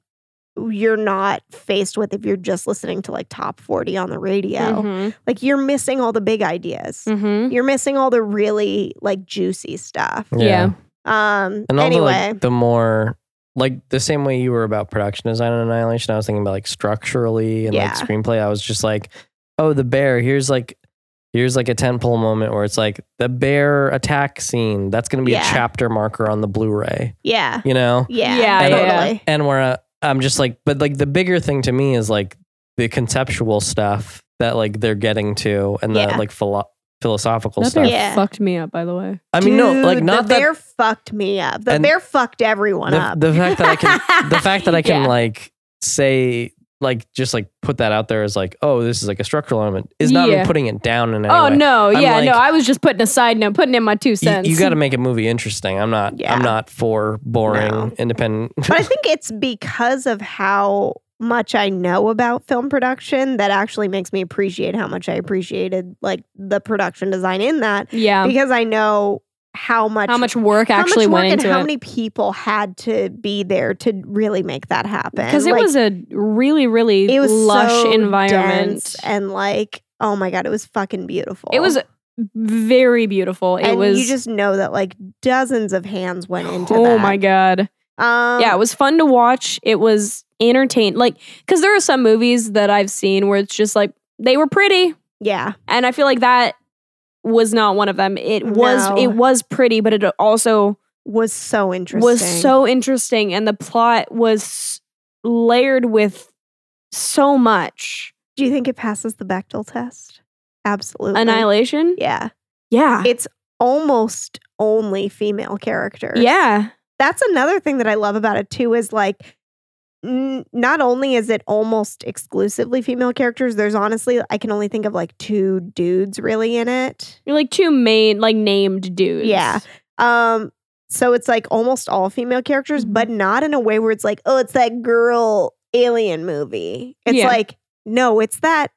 S2: you're not faced with if you're just listening to like top 40 on the radio.
S4: Mm-hmm.
S2: Like you're missing all the big ideas.
S4: Mm-hmm.
S2: You're missing all the really like juicy stuff.
S4: Yeah.
S2: Um
S3: Mm-hmm. And all the,
S2: anyway,
S3: like, the more like the same way you were about production design on Annihilation, I was thinking about like structurally and
S2: Yeah.
S3: like screenplay. I was just like, oh, the bear. Here's like, here's like a tentpole moment where it's like the bear attack scene. That's going to be
S2: Yeah.
S3: a chapter marker on the Blu-ray.
S2: yeah.
S3: You know,
S2: Yeah.
S4: Yeah,
S3: And-
S4: yeah.
S2: totally.
S3: and where uh, I'm just like, but like the bigger thing to me is like the conceptual stuff that like they're getting to and the
S2: Yeah.
S3: like philo- philosophical
S4: That
S3: stuff.
S4: bear
S2: Yeah.
S4: fucked me up, by the way.
S3: I mean, no,
S2: Dude,
S3: like not
S2: the
S3: that
S2: bear fucked me up. The
S3: And
S2: bear fucked everyone
S3: the,
S2: up.
S3: the fact that I can, the fact that I can
S4: Yeah.
S3: like say, like just like put that out there as like, oh, this is like a structural element is not me
S4: Yeah.
S3: putting it down in any
S4: oh
S3: way.
S4: no,
S3: I'm
S4: yeah,
S3: like-
S4: no. I was just putting a side note, putting in my two
S3: You,
S4: cents.
S3: you got to make a movie interesting. I'm not.
S2: Yeah.
S3: I'm not for boring
S2: No.
S3: independent.
S2: but I think it's because of how much I know about film production that actually makes me appreciate how much I appreciated like the production design in that
S3: Um,
S4: yeah.
S2: because I know how much
S4: How much work
S2: how
S4: actually
S2: much work
S4: went
S2: and
S4: into
S2: how
S4: it?
S2: many people had to be there to really make that happen
S4: Because it
S2: Like,
S4: was a really, really
S2: it was
S4: lush
S2: so
S4: environment.
S2: dense and like oh my god it was fucking beautiful
S4: It was very beautiful. It
S2: and
S4: was.
S2: you just know that like dozens of hands went into
S4: oh
S2: that
S4: my god.
S2: um,
S4: yeah, it was fun to watch. It was entertained. Like, because there are some movies that I've seen where it's just like they were pretty,
S2: yeah
S4: and I feel like that was not one of them. It was
S2: No.
S4: it was pretty, but it also
S2: was so interesting
S4: was so interesting, and the plot was layered with so much
S2: Do you think it passes the Bechtel test? Absolutely.
S4: annihilation.
S2: Yeah.
S4: Yeah,
S2: It's almost only female characters.
S4: yeah,
S2: That's another thing that I love about it too is like n- not only is it almost exclusively female characters, there's honestly I can only think of like two dudes really in it.
S4: you're like two main like named dudes.
S2: Yeah. Um so it's like almost all female characters,
S4: Mhm.
S2: but not in a way where it's like, oh, it's that girl alien movie. It's
S4: Yeah.
S2: like, no, it's that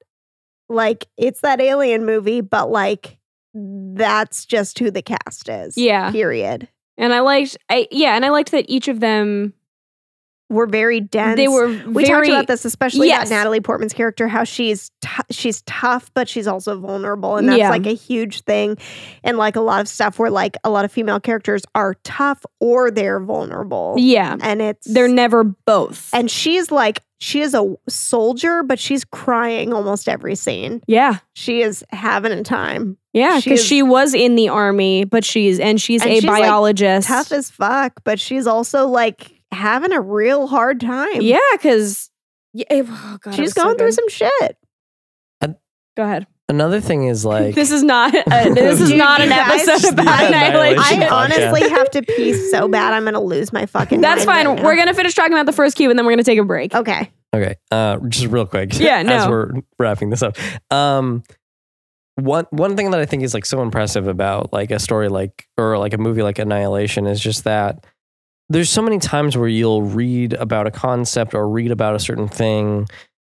S2: like it's that alien movie, but like that's just who the cast is.
S4: Yeah.
S2: Period.
S4: and I liked, I yeah, and I liked that each of them
S2: We're very dense.
S4: they were very
S2: we talked about this, especially
S4: Yes.
S2: about Natalie Portman's character, how she's tou- she's tough, but she's also vulnerable, and that's
S4: Yeah.
S2: like a huge thing. And like a lot of stuff where like a lot of female characters are tough or they're vulnerable,
S4: yeah.
S2: and it's
S4: They're never both.
S2: and she's like she is a soldier, but she's crying almost every scene.
S4: yeah.
S2: She is having a time,
S4: Yeah.
S2: She
S4: Because
S2: is-
S4: she, was in the army, but she's, and she's
S2: And
S4: a
S2: she's, like,
S4: biologist.
S2: tough as fuck, but she's also like having a real hard time.
S4: yeah. Because, yeah, it- oh God, it
S2: she's
S4: was so
S2: going through
S4: good.
S2: some shit.
S4: Go ahead.
S3: Another thing is like
S4: this is not, uh, this is
S2: Dude,
S4: not
S2: you
S4: an
S2: guys-
S4: episode about
S2: I-
S4: annihilation.
S2: I
S3: Podcast.
S2: honestly have to pee so bad I'm gonna lose my fucking.
S4: That's
S2: mind
S4: fine.
S2: right now. Oh.
S4: we're going to finish talking about the first cube and then we're going to take a break.
S2: okay.
S3: Okay. Uh, just real quick.
S4: Yeah,
S3: As
S4: no.
S3: we're wrapping this up, um, one one thing that I think is like so impressive about like a story like or like a movie like Annihilation is just that there's so many times where you'll read about a concept or read about a certain thing.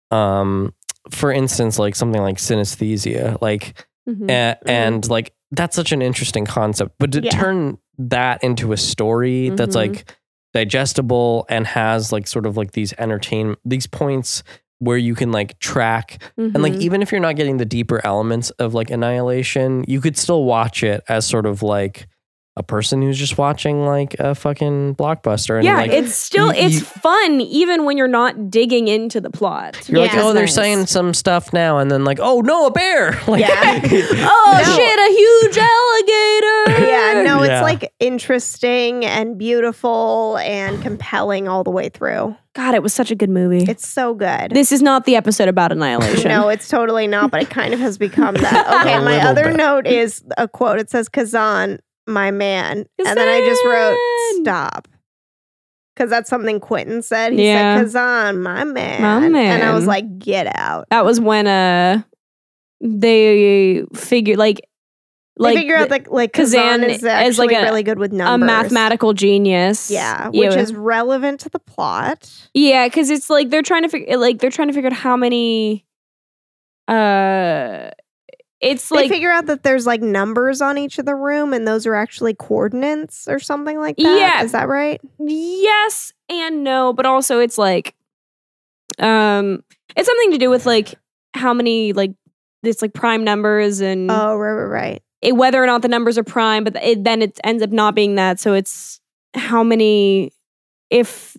S3: Um, for instance, like something like synesthesia, like
S4: Mhm.
S3: a- and like that's such an interesting concept but to
S2: Mm-hmm. Yeah. Mm-hmm.
S3: turn that into a story that's
S4: Mhm.
S3: like digestible and has like sort of like these entertain these points where you can like track and like
S2: Mm-hmm.
S4: Mhm.
S3: even if you're not getting the deeper elements of like annihilation you could still watch it as sort of like a person who's just watching like a fucking blockbuster and
S4: yeah,
S3: like
S4: it's still,
S3: you-
S4: it's
S3: you-
S4: fun even when you're not digging into the plot.
S3: you're like
S2: Yeah.
S3: oh they're
S4: Nice.
S3: saying some stuff now and then like oh no a bear like
S2: Yeah.
S4: Oh
S2: No.
S4: shit, a huge alligator.
S2: Yeah, no,
S3: Yeah.
S2: it's like interesting and beautiful and compelling all the way through.
S4: God, it was such a good movie.
S2: It's so good.
S4: This is not the episode about annihilation.
S2: No, it's totally not, but it kind of has become that. Okay,
S3: A
S2: my
S3: little
S2: other
S3: bit.
S2: note is a quote. It says Kazan, my man. And then I just wrote
S4: Kazan!
S2: stop. Cause that's something Quentin said. He
S4: Yeah.
S2: said, Kazan, my man. And I was
S4: man.
S2: like, get out.
S4: That was when uh they figured like
S2: Like,
S4: Like
S2: figure out that like
S4: Kazan
S2: Kazan is
S4: is
S2: actually
S4: like a-
S2: really good with
S4: a
S2: numbers.
S4: mathematical genius.
S2: Yeah, which is relevant to the plot.
S4: Yeah, because it's like they're trying to figure like they're trying to figure out how many. Uh, it's
S2: They
S4: like
S2: figure out that there's like numbers on each of the room, and those are actually coordinates or something like that.
S4: Yeah.
S2: is that right?
S4: yes and no, but also it's like, um, it's something to do with like how many like it's like prime numbers and
S2: Oh, right, right, right.
S4: it, whether or not the numbers are prime, but it, then it ends up not being that. So it's how many if.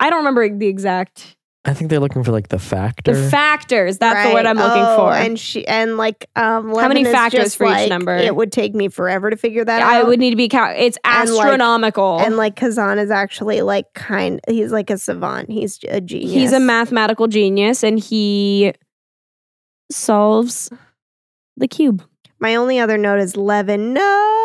S4: I don't remember the exact
S3: I think they're looking for like the factor.
S4: the factors. That's the
S2: Right.
S4: word I'm looking
S2: Oh,
S4: for.
S2: And she and like um,
S4: How many
S2: Levin is
S4: factors
S2: just
S4: for each
S2: like,
S4: number?
S2: It would take me forever to figure that out.
S4: I would need to be. Cal- it's
S2: And, like-
S4: astronomical.
S2: And like Kazan is actually like kind. He's like a savant. He's a genius.
S4: He's a mathematical genius, and he solves the cube.
S2: My only other note is Levin. No.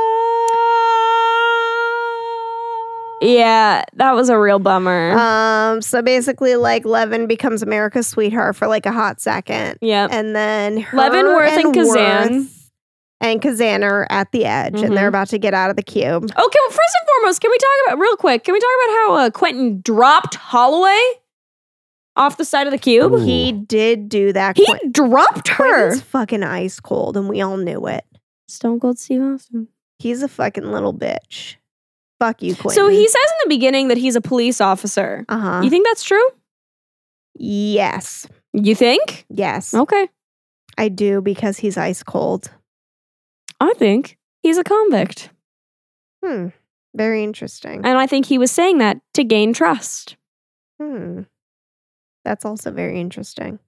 S4: Yeah, that was a real bummer.
S2: Um. So basically, like Levin becomes America's sweetheart for like a hot second,
S4: yeah,
S2: and then her
S4: Leavenworth and Kazan.
S2: Worth and Kazan are at the edge, and they're
S4: Mhm.
S2: about to get out of the cube.
S4: Oh, can, first and foremost, can we talk about real quick? Can we talk about how uh, Quentin dropped Holloway off the side of the cube?
S3: Ooh.
S2: He did do that.
S4: He
S2: Quin-
S4: dropped her.
S2: Quentin's fucking ice cold, and we all knew it.
S4: Stone Cold Steve Austin.
S2: He's a fucking little bitch. Fuck you, Quentin.
S4: So he says in the beginning that he's a police officer.
S2: Uh huh.
S4: You think that's true?
S2: yes.
S4: You think?
S2: Yes.
S4: Okay,
S2: I do because he's ice cold.
S4: I think he's a convict.
S2: Hmm. Very interesting.
S4: And I think he was saying that to gain trust.
S2: Hmm. That's also very interesting.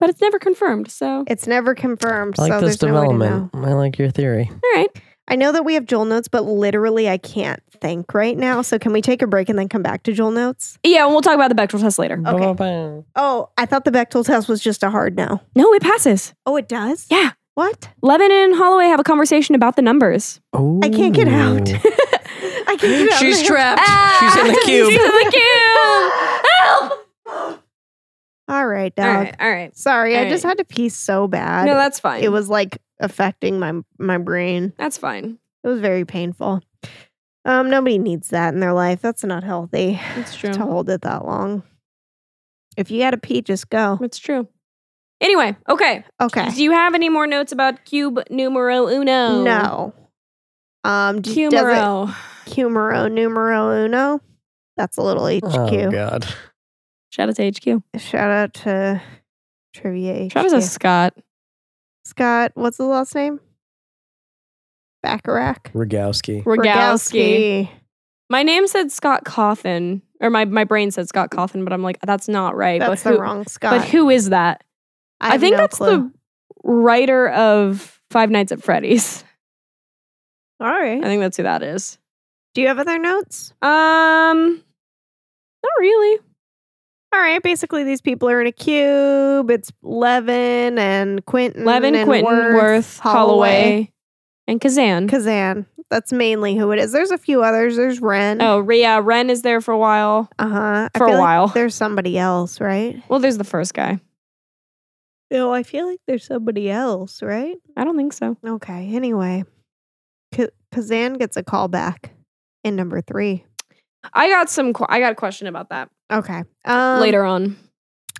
S4: But it's never confirmed. So,
S2: It's never confirmed,
S3: I like
S2: so
S3: this
S2: there's no way to know.
S3: development. I like your theory.
S4: all right.
S2: I know that we have Joel notes, but literally I can't think right now. So can we take a break and then come back to Joel notes?
S4: Yeah, and we'll talk about the Bechtel test later.
S2: Okay.
S3: Ba-ba-ba.
S2: Oh, I thought the Bechtel test was just a hard no.
S4: No, it passes.
S2: Oh, it does.
S4: Yeah.
S2: What?
S4: Levin and Holloway have a conversation about the numbers.
S2: I can't get out.
S3: Ooh.
S2: I can get out
S3: She's
S2: now.
S3: trapped.
S4: Ah!
S3: She's in the
S4: She's in
S3: cube.
S4: the cube. Help!
S2: All right, dog.
S4: All right. All right.
S2: Sorry, I
S4: All
S2: just had to pee so bad.
S4: No, that's fine.
S2: it was like affecting my my brain.
S4: That's fine.
S2: It was very painful. Um, nobody needs that in their life. That's not healthy
S4: It's
S2: to
S4: true.
S2: hold it that long. If you got to pee, just go.
S4: It's true. Anyway, okay.
S2: Okay.
S4: Do you have any more notes about cube numero uno?
S2: No. Um, d- does it-
S4: Cumero.
S2: Cumero numero uno. That's a little
S3: Oh
S2: HQ.
S3: god.
S4: Shout out to HQ.
S2: Shout out to Trivia HQ.
S4: Shout out to Scott.
S2: Scott, what's the last name? Bacharach.
S3: Rogowski.
S4: Rogowski. My name said Scott Coffin, or my, my brain said Scott Coffin, but I'm like, that's not right.
S2: That's
S4: but
S2: the
S4: who,
S2: wrong Scott.
S4: But who is that? I,
S2: have
S4: think
S2: no
S4: that's
S2: clue.
S4: the writer of Five Nights at Freddy's.
S2: All
S4: I
S2: right.
S4: think that's who that is.
S2: Do you have other notes?
S4: Um, not really.
S2: All right. Basically, these people are in a cube. It's Levin and Quentin.
S4: Levin,
S2: Mm, and
S4: Quentin, Worth,
S2: Worth,
S4: Holloway, and Kazan.
S2: Kazan. That's mainly who it is. There's a few others. There's Ren.
S4: oh, Rhea Ren is there for a while.
S2: uh huh.
S4: For a while.
S2: there's somebody else, right?
S4: Well, there's the first guy.
S2: No, I feel like there's somebody else, right?
S4: I don't think so.
S2: Okay. Anyway, K- Kazan gets a call back in number three.
S4: I got some. Qu- I got a question about that
S2: Okay. Um,
S4: later on.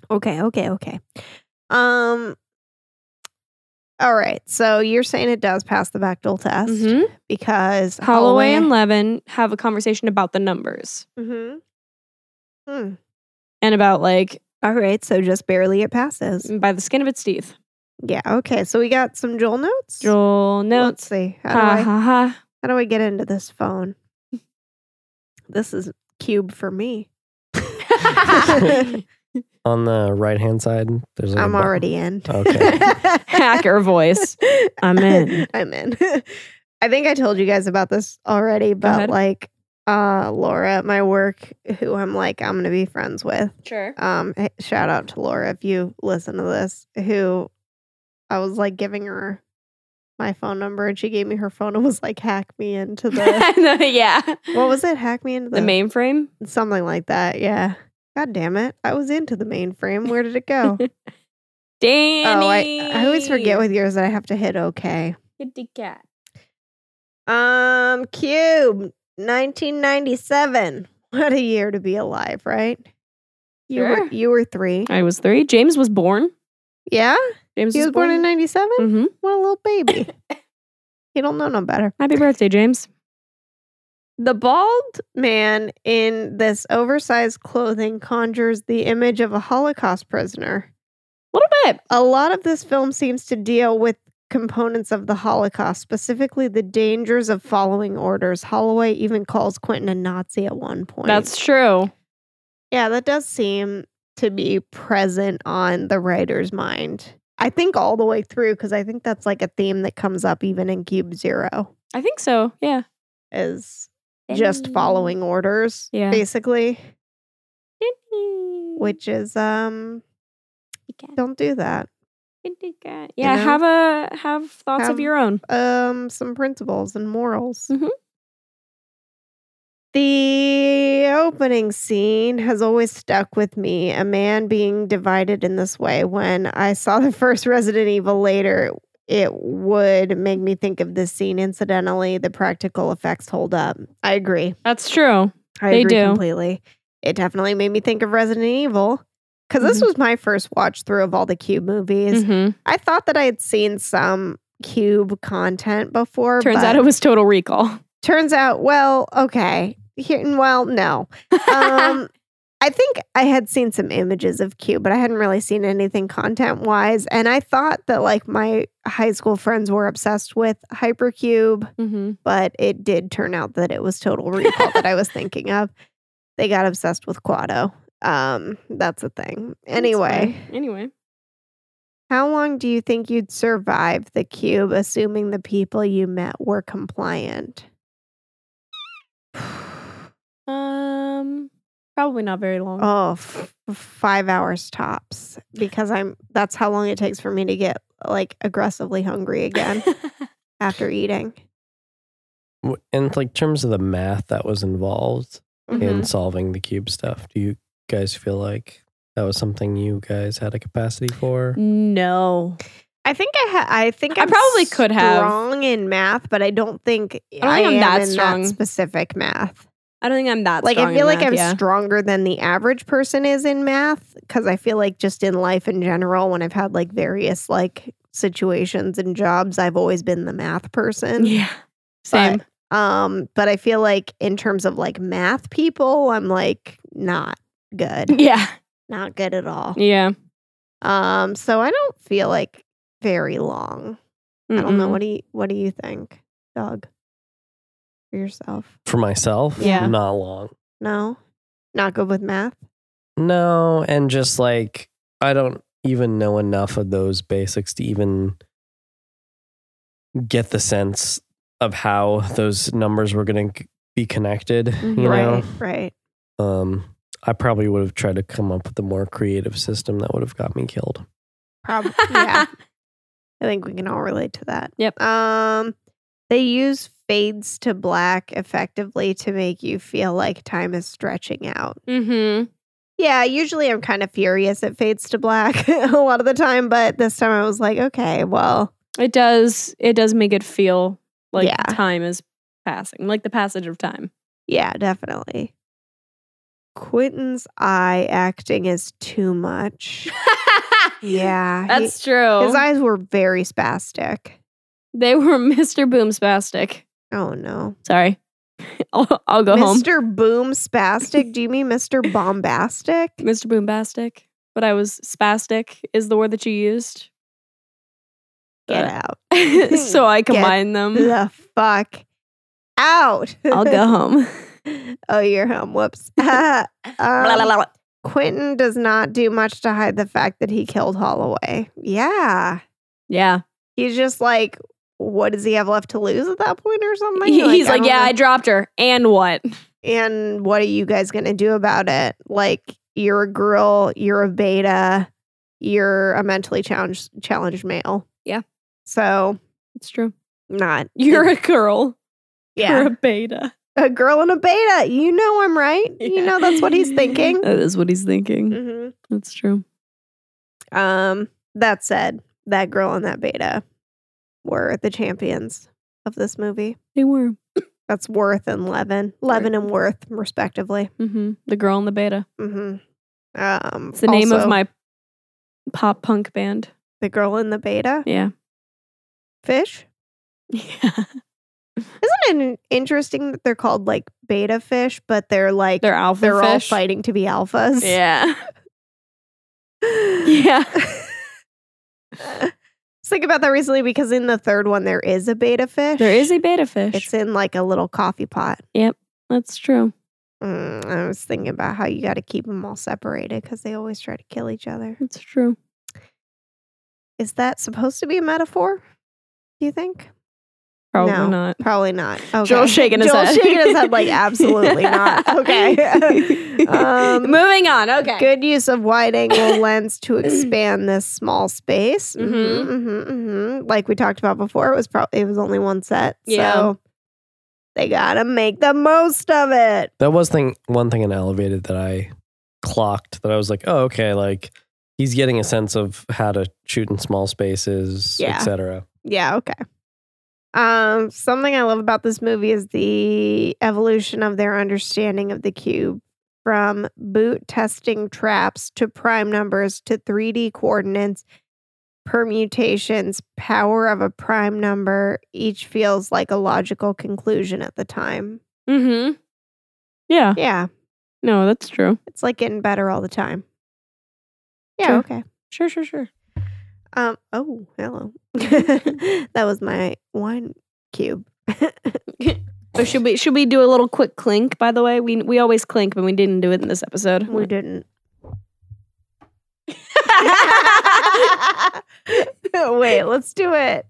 S2: Okay, okay, okay. Um all right. So you're saying it does pass the Bechdel test
S4: Mhm.
S2: because
S4: Holloway and Levin have a conversation about the numbers
S2: Mhm. Hmm.
S4: and about like
S2: All right, so just barely it passes.
S4: by the skin of its teeth.
S2: Yeah, okay. So we got some Joel notes.
S4: Joel
S2: Let's
S4: notes.
S2: see. How do
S4: Ha
S2: I
S4: ha ha.
S2: how do I get into this phone? This is cube for me.
S3: On the right hand side, there's like a
S2: I'm
S3: button.
S2: already in.
S3: Okay.
S4: Hacker voice. I'm in.
S2: I'm in. I think I told you guys about this already, but
S4: ahead.
S2: like uh Laura at my work, who I'm like I'm gonna be friends with.
S4: Sure.
S2: Um h- shout out to Laura if you listen to this, who I was like giving her my phone number and she gave me her phone and was like hack me into the
S4: No, yeah.
S2: what was it? Hack me into
S4: The
S2: the,
S4: mainframe?
S2: something like that, yeah. God damn it. I was into the mainframe. Where did it go?
S4: Danny.
S2: Oh, I, I always forget with yours that I have to hit okay.
S4: Kitty cat.
S2: Um, Cube, 1997. What a year to be alive, right? You
S4: Sure.
S2: were you were three.
S4: I was three. James was born.
S2: Yeah,
S4: James
S2: he was born in '97.
S4: Mm-hmm.
S2: What a little baby. you don't know no better.
S4: Happy birthday, James.
S2: The bald man in this oversized clothing conjures the image of a Holocaust prisoner.
S4: little bit.
S2: A lot of this film seems to deal with components of the Holocaust, specifically the dangers of following orders. Holloway even calls Quentin a Nazi at one point.
S4: That's true.
S2: Yeah, that does seem to be present on the writer's mind. I think all the way through, because I think that's like a theme that comes up even in Cube Zero
S4: I think so. Yeah.
S2: is just following orders,
S4: Yeah.
S2: basically. Which is um don't do that.
S4: Yeah,
S2: know?
S4: have a have thoughts
S2: Have-
S4: of your own.
S2: Um some principles and morals.
S4: Mhm.
S2: The opening scene has always stuck with me. A man being divided in this way. When I saw the first Resident Evil later, it would make me think of this scene. Incidentally, the practical effects hold up. I agree.
S4: That's true.
S2: I
S4: They
S2: agree
S4: do.
S2: completely. It definitely made me think of Resident Evil because this
S4: Mhm.
S2: was my first watch through of all the Cube movies.
S4: Mhm.
S2: I thought that I had seen some Cube content before.
S4: Turns
S2: but
S4: out it was Total Recall.
S2: turns out well, okay, Here, well, no. Um, I think I had seen some images of Cube, but I hadn't really seen anything content wise. And I thought that like my high school friends were obsessed with Hypercube
S4: mm-hmm.
S2: but it did turn out that it was Total Recall that I was thinking of. They got obsessed with Quado. Um, that's a thing. Anyway,
S4: Anyway.
S2: how long do you think you'd survive the cube, assuming the people you met were compliant?
S4: Um. Probably not very long.
S2: Oh, f- five hours tops, because I'm. That's how long it takes for me to get like aggressively hungry again after eating.
S3: W- In like terms of the math that was involved
S2: Mm-hmm.
S3: in solving the cube stuff, do you guys feel like that was something you guys had a capacity for?
S4: no.
S2: I think I ha- I think
S4: I
S2: I'm
S4: probably could have.
S2: strong in math, but I don't think I,
S4: I don't think I'm
S2: am
S4: that
S2: in
S4: strong.
S2: that specific math.
S4: I don't think I'm that
S2: like
S4: strong
S2: I
S4: in
S2: feel like
S4: math,
S2: I'm
S4: yeah.
S2: stronger than the average person is in math because I feel like just in life in general, when I've had like various like situations and jobs, I've always been the math person.
S4: Yeah. Same.
S2: Um, but I feel like in terms of like math people, I'm like not good,
S4: yeah.
S2: not good at all.
S4: Yeah.
S2: Um, so I don't feel like very long. I don't know.
S4: Mm-mm.
S2: What do you What do you think, Doug? For yourself?
S3: For myself,
S4: Yeah.
S3: not long.
S2: No, not good with math.
S3: No, and just like I don't even know enough of those basics to even get the sense of how those numbers were going to be connected. You
S2: Mm-hmm. right,
S3: know,
S2: right.
S3: um, I probably would have tried to come up with a more creative system that would have got me killed.
S2: Probably. yeah, I think we can all relate to that.
S4: Yep.
S2: Um, they use fades to black effectively to make you feel like time is stretching out.
S4: Mm-hmm.
S2: Yeah, usually I'm kind of furious it fades to black a lot of the time, but this time I was like, okay, well,
S4: It does. It does make it feel like
S2: Yeah.
S4: time is passing, like the passage of time.
S2: Yeah, definitely. Quentin's eye acting is too much. Yeah. he-
S4: that's true.
S2: his eyes were very spastic.
S4: they were Mr. Boom spastic.
S2: Oh no.
S4: Sorry, I'll, I'll go home.
S2: Mr. Boom spastic. Do you mean Mr. Bombastic?
S4: Mr. Boom bastic. But I was spastic is the word that you used.
S2: Get out.
S4: so I combined them.
S2: The fuck out.
S4: Mm-hmm. I'll go home.
S2: oh, you're home. Whoops.
S4: Blah, blah,
S2: um,
S4: blah, blah.
S2: Quentin does not do much to hide the fact that he killed Holloway. Yeah.
S4: Yeah,
S2: he's just like, what does he have left to lose at that point or something?
S4: He- he's like,
S2: don't
S4: yeah, I
S2: know."
S4: dropped her, and what?
S2: and what are you guys gonna do about it? Like, you're a girl, you're a beta, you're a mentally challenged challenged male.
S4: Yeah.
S2: So
S4: It's true.
S2: not
S4: You're a girl. You're
S2: yeah
S4: a beta.
S2: a girl and a beta. You know I'm right. You know that's what he's thinking.
S4: That is what he's thinking.
S2: hmm
S4: That's true.
S2: Um. That said, that girl and that beta were the champions of this movie.
S4: They were.
S2: That's Worth and Levin, Levin and Worth, respectively.
S4: Mm-hmm. The girl in the beta.
S2: hmm Um,
S4: It's the name of
S2: also,
S4: my pop punk band.
S2: the girl in the beta
S4: Yeah.
S2: fish.
S4: Yeah.
S2: Isn't it interesting that they're called like beta fish, but they're like
S4: They're alpha
S2: they're all
S4: fish.
S2: fighting to be alphas?
S4: Yeah. Yeah.
S2: Just think about that recently because in the third one there is a beta fish.
S4: There is a beta fish.
S2: It's in like a little coffee pot.
S4: That's true.
S2: Mm, I was thinking about how you got to keep them all separated because they always try to kill each other.
S4: That's true.
S2: Is that supposed to be a metaphor? Do you think?
S4: Probably
S2: No.
S4: not.
S2: Probably not. Okay.
S4: Joel's shaking his
S2: Joel's
S4: head.
S2: shaking his head like absolutely not. Okay. Um,
S4: Moving on. Okay.
S2: Good use of wide angle lens to expand this small space. Mhm,
S4: Mhm.
S2: mhm, mhm. Like we talked about before, it was probably it was only one set.
S4: Yeah.
S2: So they gotta make the most of it.
S3: That was thing one thing in Elevated that I clocked that I was like, oh, okay, like he's getting a sense of how to shoot in small spaces,
S2: Yeah.
S3: etc.
S2: Yeah, okay. Um, something I love about this movie is the evolution of their understanding of the cube from boot testing traps to prime numbers to 3D coordinates, permutations, power of a prime number, each feels like a logical conclusion at the time.
S4: Mm-hmm. Yeah.
S2: Yeah,
S4: No, that's true.
S2: it's like getting better all the time. Yeah,
S4: Sure.
S2: okay.
S4: Sure, sure, sure.
S2: Um, oh, hello. that was my wine cube.
S4: But should we should we do a little quick clink? By the way, we we always clink, but we didn't do it in this episode.
S2: We didn't. wait, let's do it.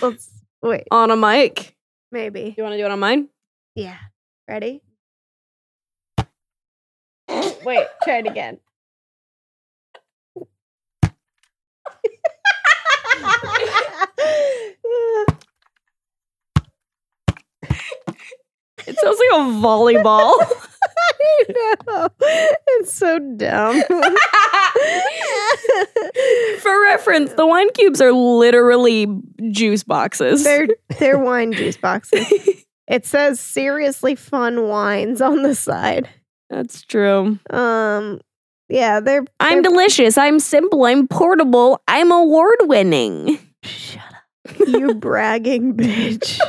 S2: Let's wait,
S4: on a mic.
S2: maybe.
S4: You want to do it on mine?
S2: Yeah. Ready? wait, try it again.
S4: It sounds like a volleyball.
S2: no, it's so dumb.
S4: For reference, the wine cubes are literally juice boxes.
S2: They're they're wine juice boxes. It says seriously fun wines on the side.
S4: That's true.
S2: Um yeah, they're
S4: I'm delicious. I'm simple. I'm portable. I'm award winning.
S2: Shut up. You bragging bitch.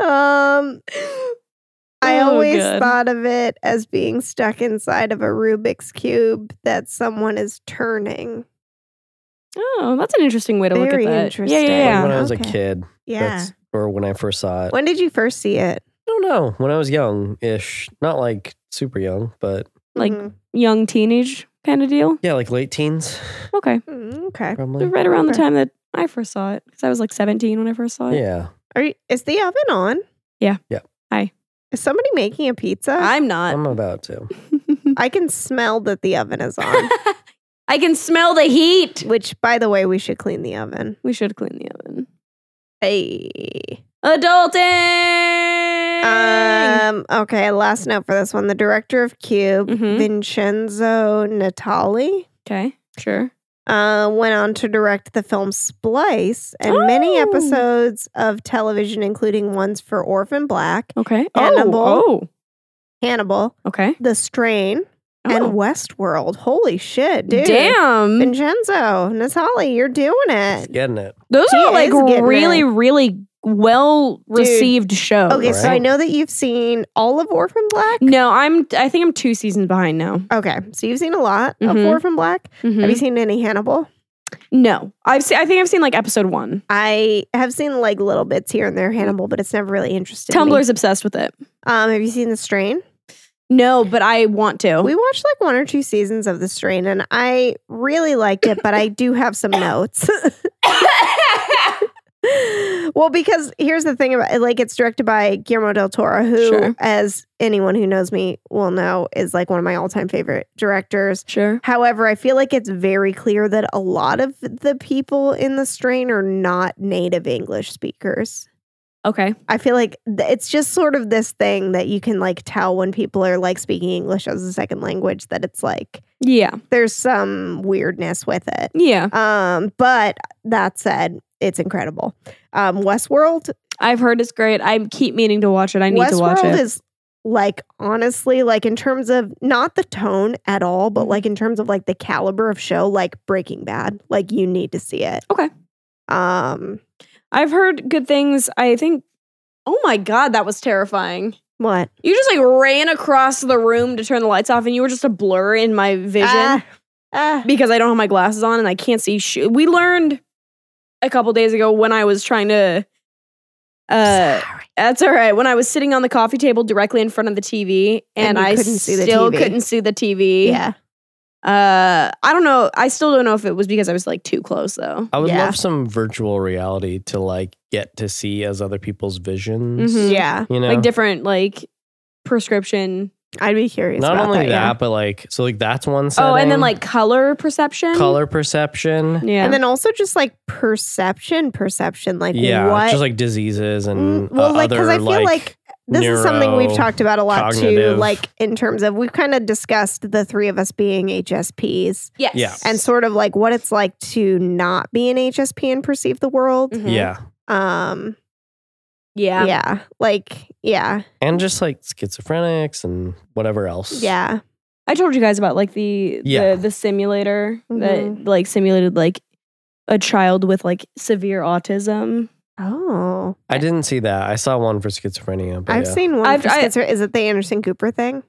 S2: um I
S4: Oh,
S2: always
S4: God.
S2: thought of it as being stuck inside of a Rubik's cube that someone is turning.
S4: Oh, that's an interesting way to
S2: Very
S4: look at that.
S2: interesting.
S4: Yeah,
S3: Like
S4: yeah,
S3: when
S4: yeah.
S3: I was
S2: okay.
S3: a kid, that's uh or when I first saw it.
S2: When did you first see it?
S3: I don't know. When I was young ish. Not like super young, but
S4: Like-
S2: Mhm.
S4: Young teenage kind of deal.
S3: yeah, like late teens,
S4: Okay,
S2: Mm, okay.
S3: probably.
S4: right around the
S2: Okay.
S4: time that I first saw it, because I was like 17 when I first saw it.
S3: Yeah.
S2: Are you, is the oven on?
S4: Yeah.
S3: Yeah.
S4: Hi.
S2: Is somebody making a pizza?
S4: I'm
S2: Um,
S4: not.
S3: I'm about to.
S2: I can smell that the oven is on.
S4: I can smell the heat.
S2: which, by the way, we should clean the oven.
S4: We should clean the oven.
S2: Hey.
S4: Adulting.
S2: Um. Okay. Last note for this one: the director of Cube,
S4: Mhm.
S2: Vincenzo Natali,
S4: okay, sure.
S2: uh, went on to direct the film Splice and many
S4: Oh.
S2: episodes of television, including ones for Orphan Black,
S4: Okay.
S2: Hannibal.
S4: Oh,
S2: Hannibal,
S4: oh, okay.
S2: The Strain, and
S4: Oh.
S2: Westworld. Holy shit, dude!
S4: Damn.
S2: Vincenzo Natali, you're doing
S3: Just
S2: it.
S3: getting it.
S4: Those
S2: He
S4: are like
S2: is getting
S4: really,
S2: it.
S4: really well received shows.
S2: Okay, so
S3: Right.
S2: I know that you've seen all of Orphan Black.
S4: Oh, No, I'm. I think I'm two seasons behind now.
S2: Okay, so you've seen a lot of
S4: Mhm.
S2: Orphan Black. Have
S4: Mhm.
S2: you seen any Hannibal?
S4: No, I've. Se- I think I've seen like episode one.
S2: I have seen like little bits here and there Hannibal, but it's never really interested. me.
S4: Tumblr's obsessed with it.
S2: Um, have you seen The Strain?
S4: No, but I want to.
S2: We watched like one or two seasons of The Strain, and I really liked it, but I do have some notes. well, because here's the thing about like it's directed by Guillermo del Toro, who,
S4: Sure.
S2: as anyone who knows me will know, is like one of my all-time favorite directors.
S4: sure.
S2: However, I feel like it's very clear that a lot of the people in the strain are not native English speakers.
S4: Okay.
S2: I feel like th- it's just sort of this thing that you can like tell when people are like speaking English as a second language that it's like
S4: Yeah.
S2: there's some weirdness with it.
S4: Yeah.
S2: Um, but that said, it's incredible. Um, Westworld,
S4: I've heard it's great. I keep meaning to watch it. I need to watch
S2: Westworld
S4: it.
S2: is like honestly, like in terms of not the tone at all, but
S4: Mm-hmm.
S2: like in terms of like the caliber of show, like Breaking Bad, like you need to see it.
S4: Okay.
S2: Um,
S4: I've heard good things. I think Oh my god, that was terrifying.
S2: what
S4: You just like ran across the room to turn the lights off and you were just a blur in my vision
S2: Ah, ah.
S4: because I don't have my glasses on and I can't see shit. We learned a couple days ago when I was trying to uh That's all right. When I was sitting on the coffee table directly in front of the TV,
S2: And
S4: and,
S2: you
S4: I
S2: couldn't see the
S4: still
S2: TV.
S4: couldn't see the TV.
S2: yeah.
S4: Uh, I don't know. I still don't know if it was because I was like too close though.
S3: I would
S2: Yeah.
S3: love some virtual reality to like get to see as other people's visions.
S4: Mhm.
S2: Yeah.
S3: You know,
S4: Like different like prescription.
S2: I'd be curious.
S3: not
S2: about
S3: only that,
S2: that yeah.
S3: but like so like that's one setting.
S4: Oh, and then like color perception.
S3: color perception.
S4: Yeah.
S2: And then also just like perception, perception, like
S3: Yeah,
S2: what?
S3: just like diseases and
S2: Mm, well,
S3: uh,
S2: like
S3: other
S2: because I feel like, this is something we've talked about a lot too.
S3: neurocognitive.
S2: Like in terms of we've kind of discussed the three of us being HSPs
S4: yes.
S3: yeah.
S2: and sort of like what it's like to not be an HSP and perceive the world.
S4: Mhm.
S3: yeah,
S2: Um,
S4: Yeah.
S2: yeah. like yeah,
S3: and just like schizophrenics and whatever else.
S2: yeah,
S4: I told you guys about like the
S3: Yeah.
S4: the, the simulator
S2: Mhm.
S4: that like simulated like a child with like severe autism.
S2: oh,
S3: I didn't see that. I saw one for schizophrenia, but
S2: I've
S3: yeah.
S2: seen one.
S4: I've-
S2: for
S4: I-
S2: schizo- is it the Anderson Cooper thing,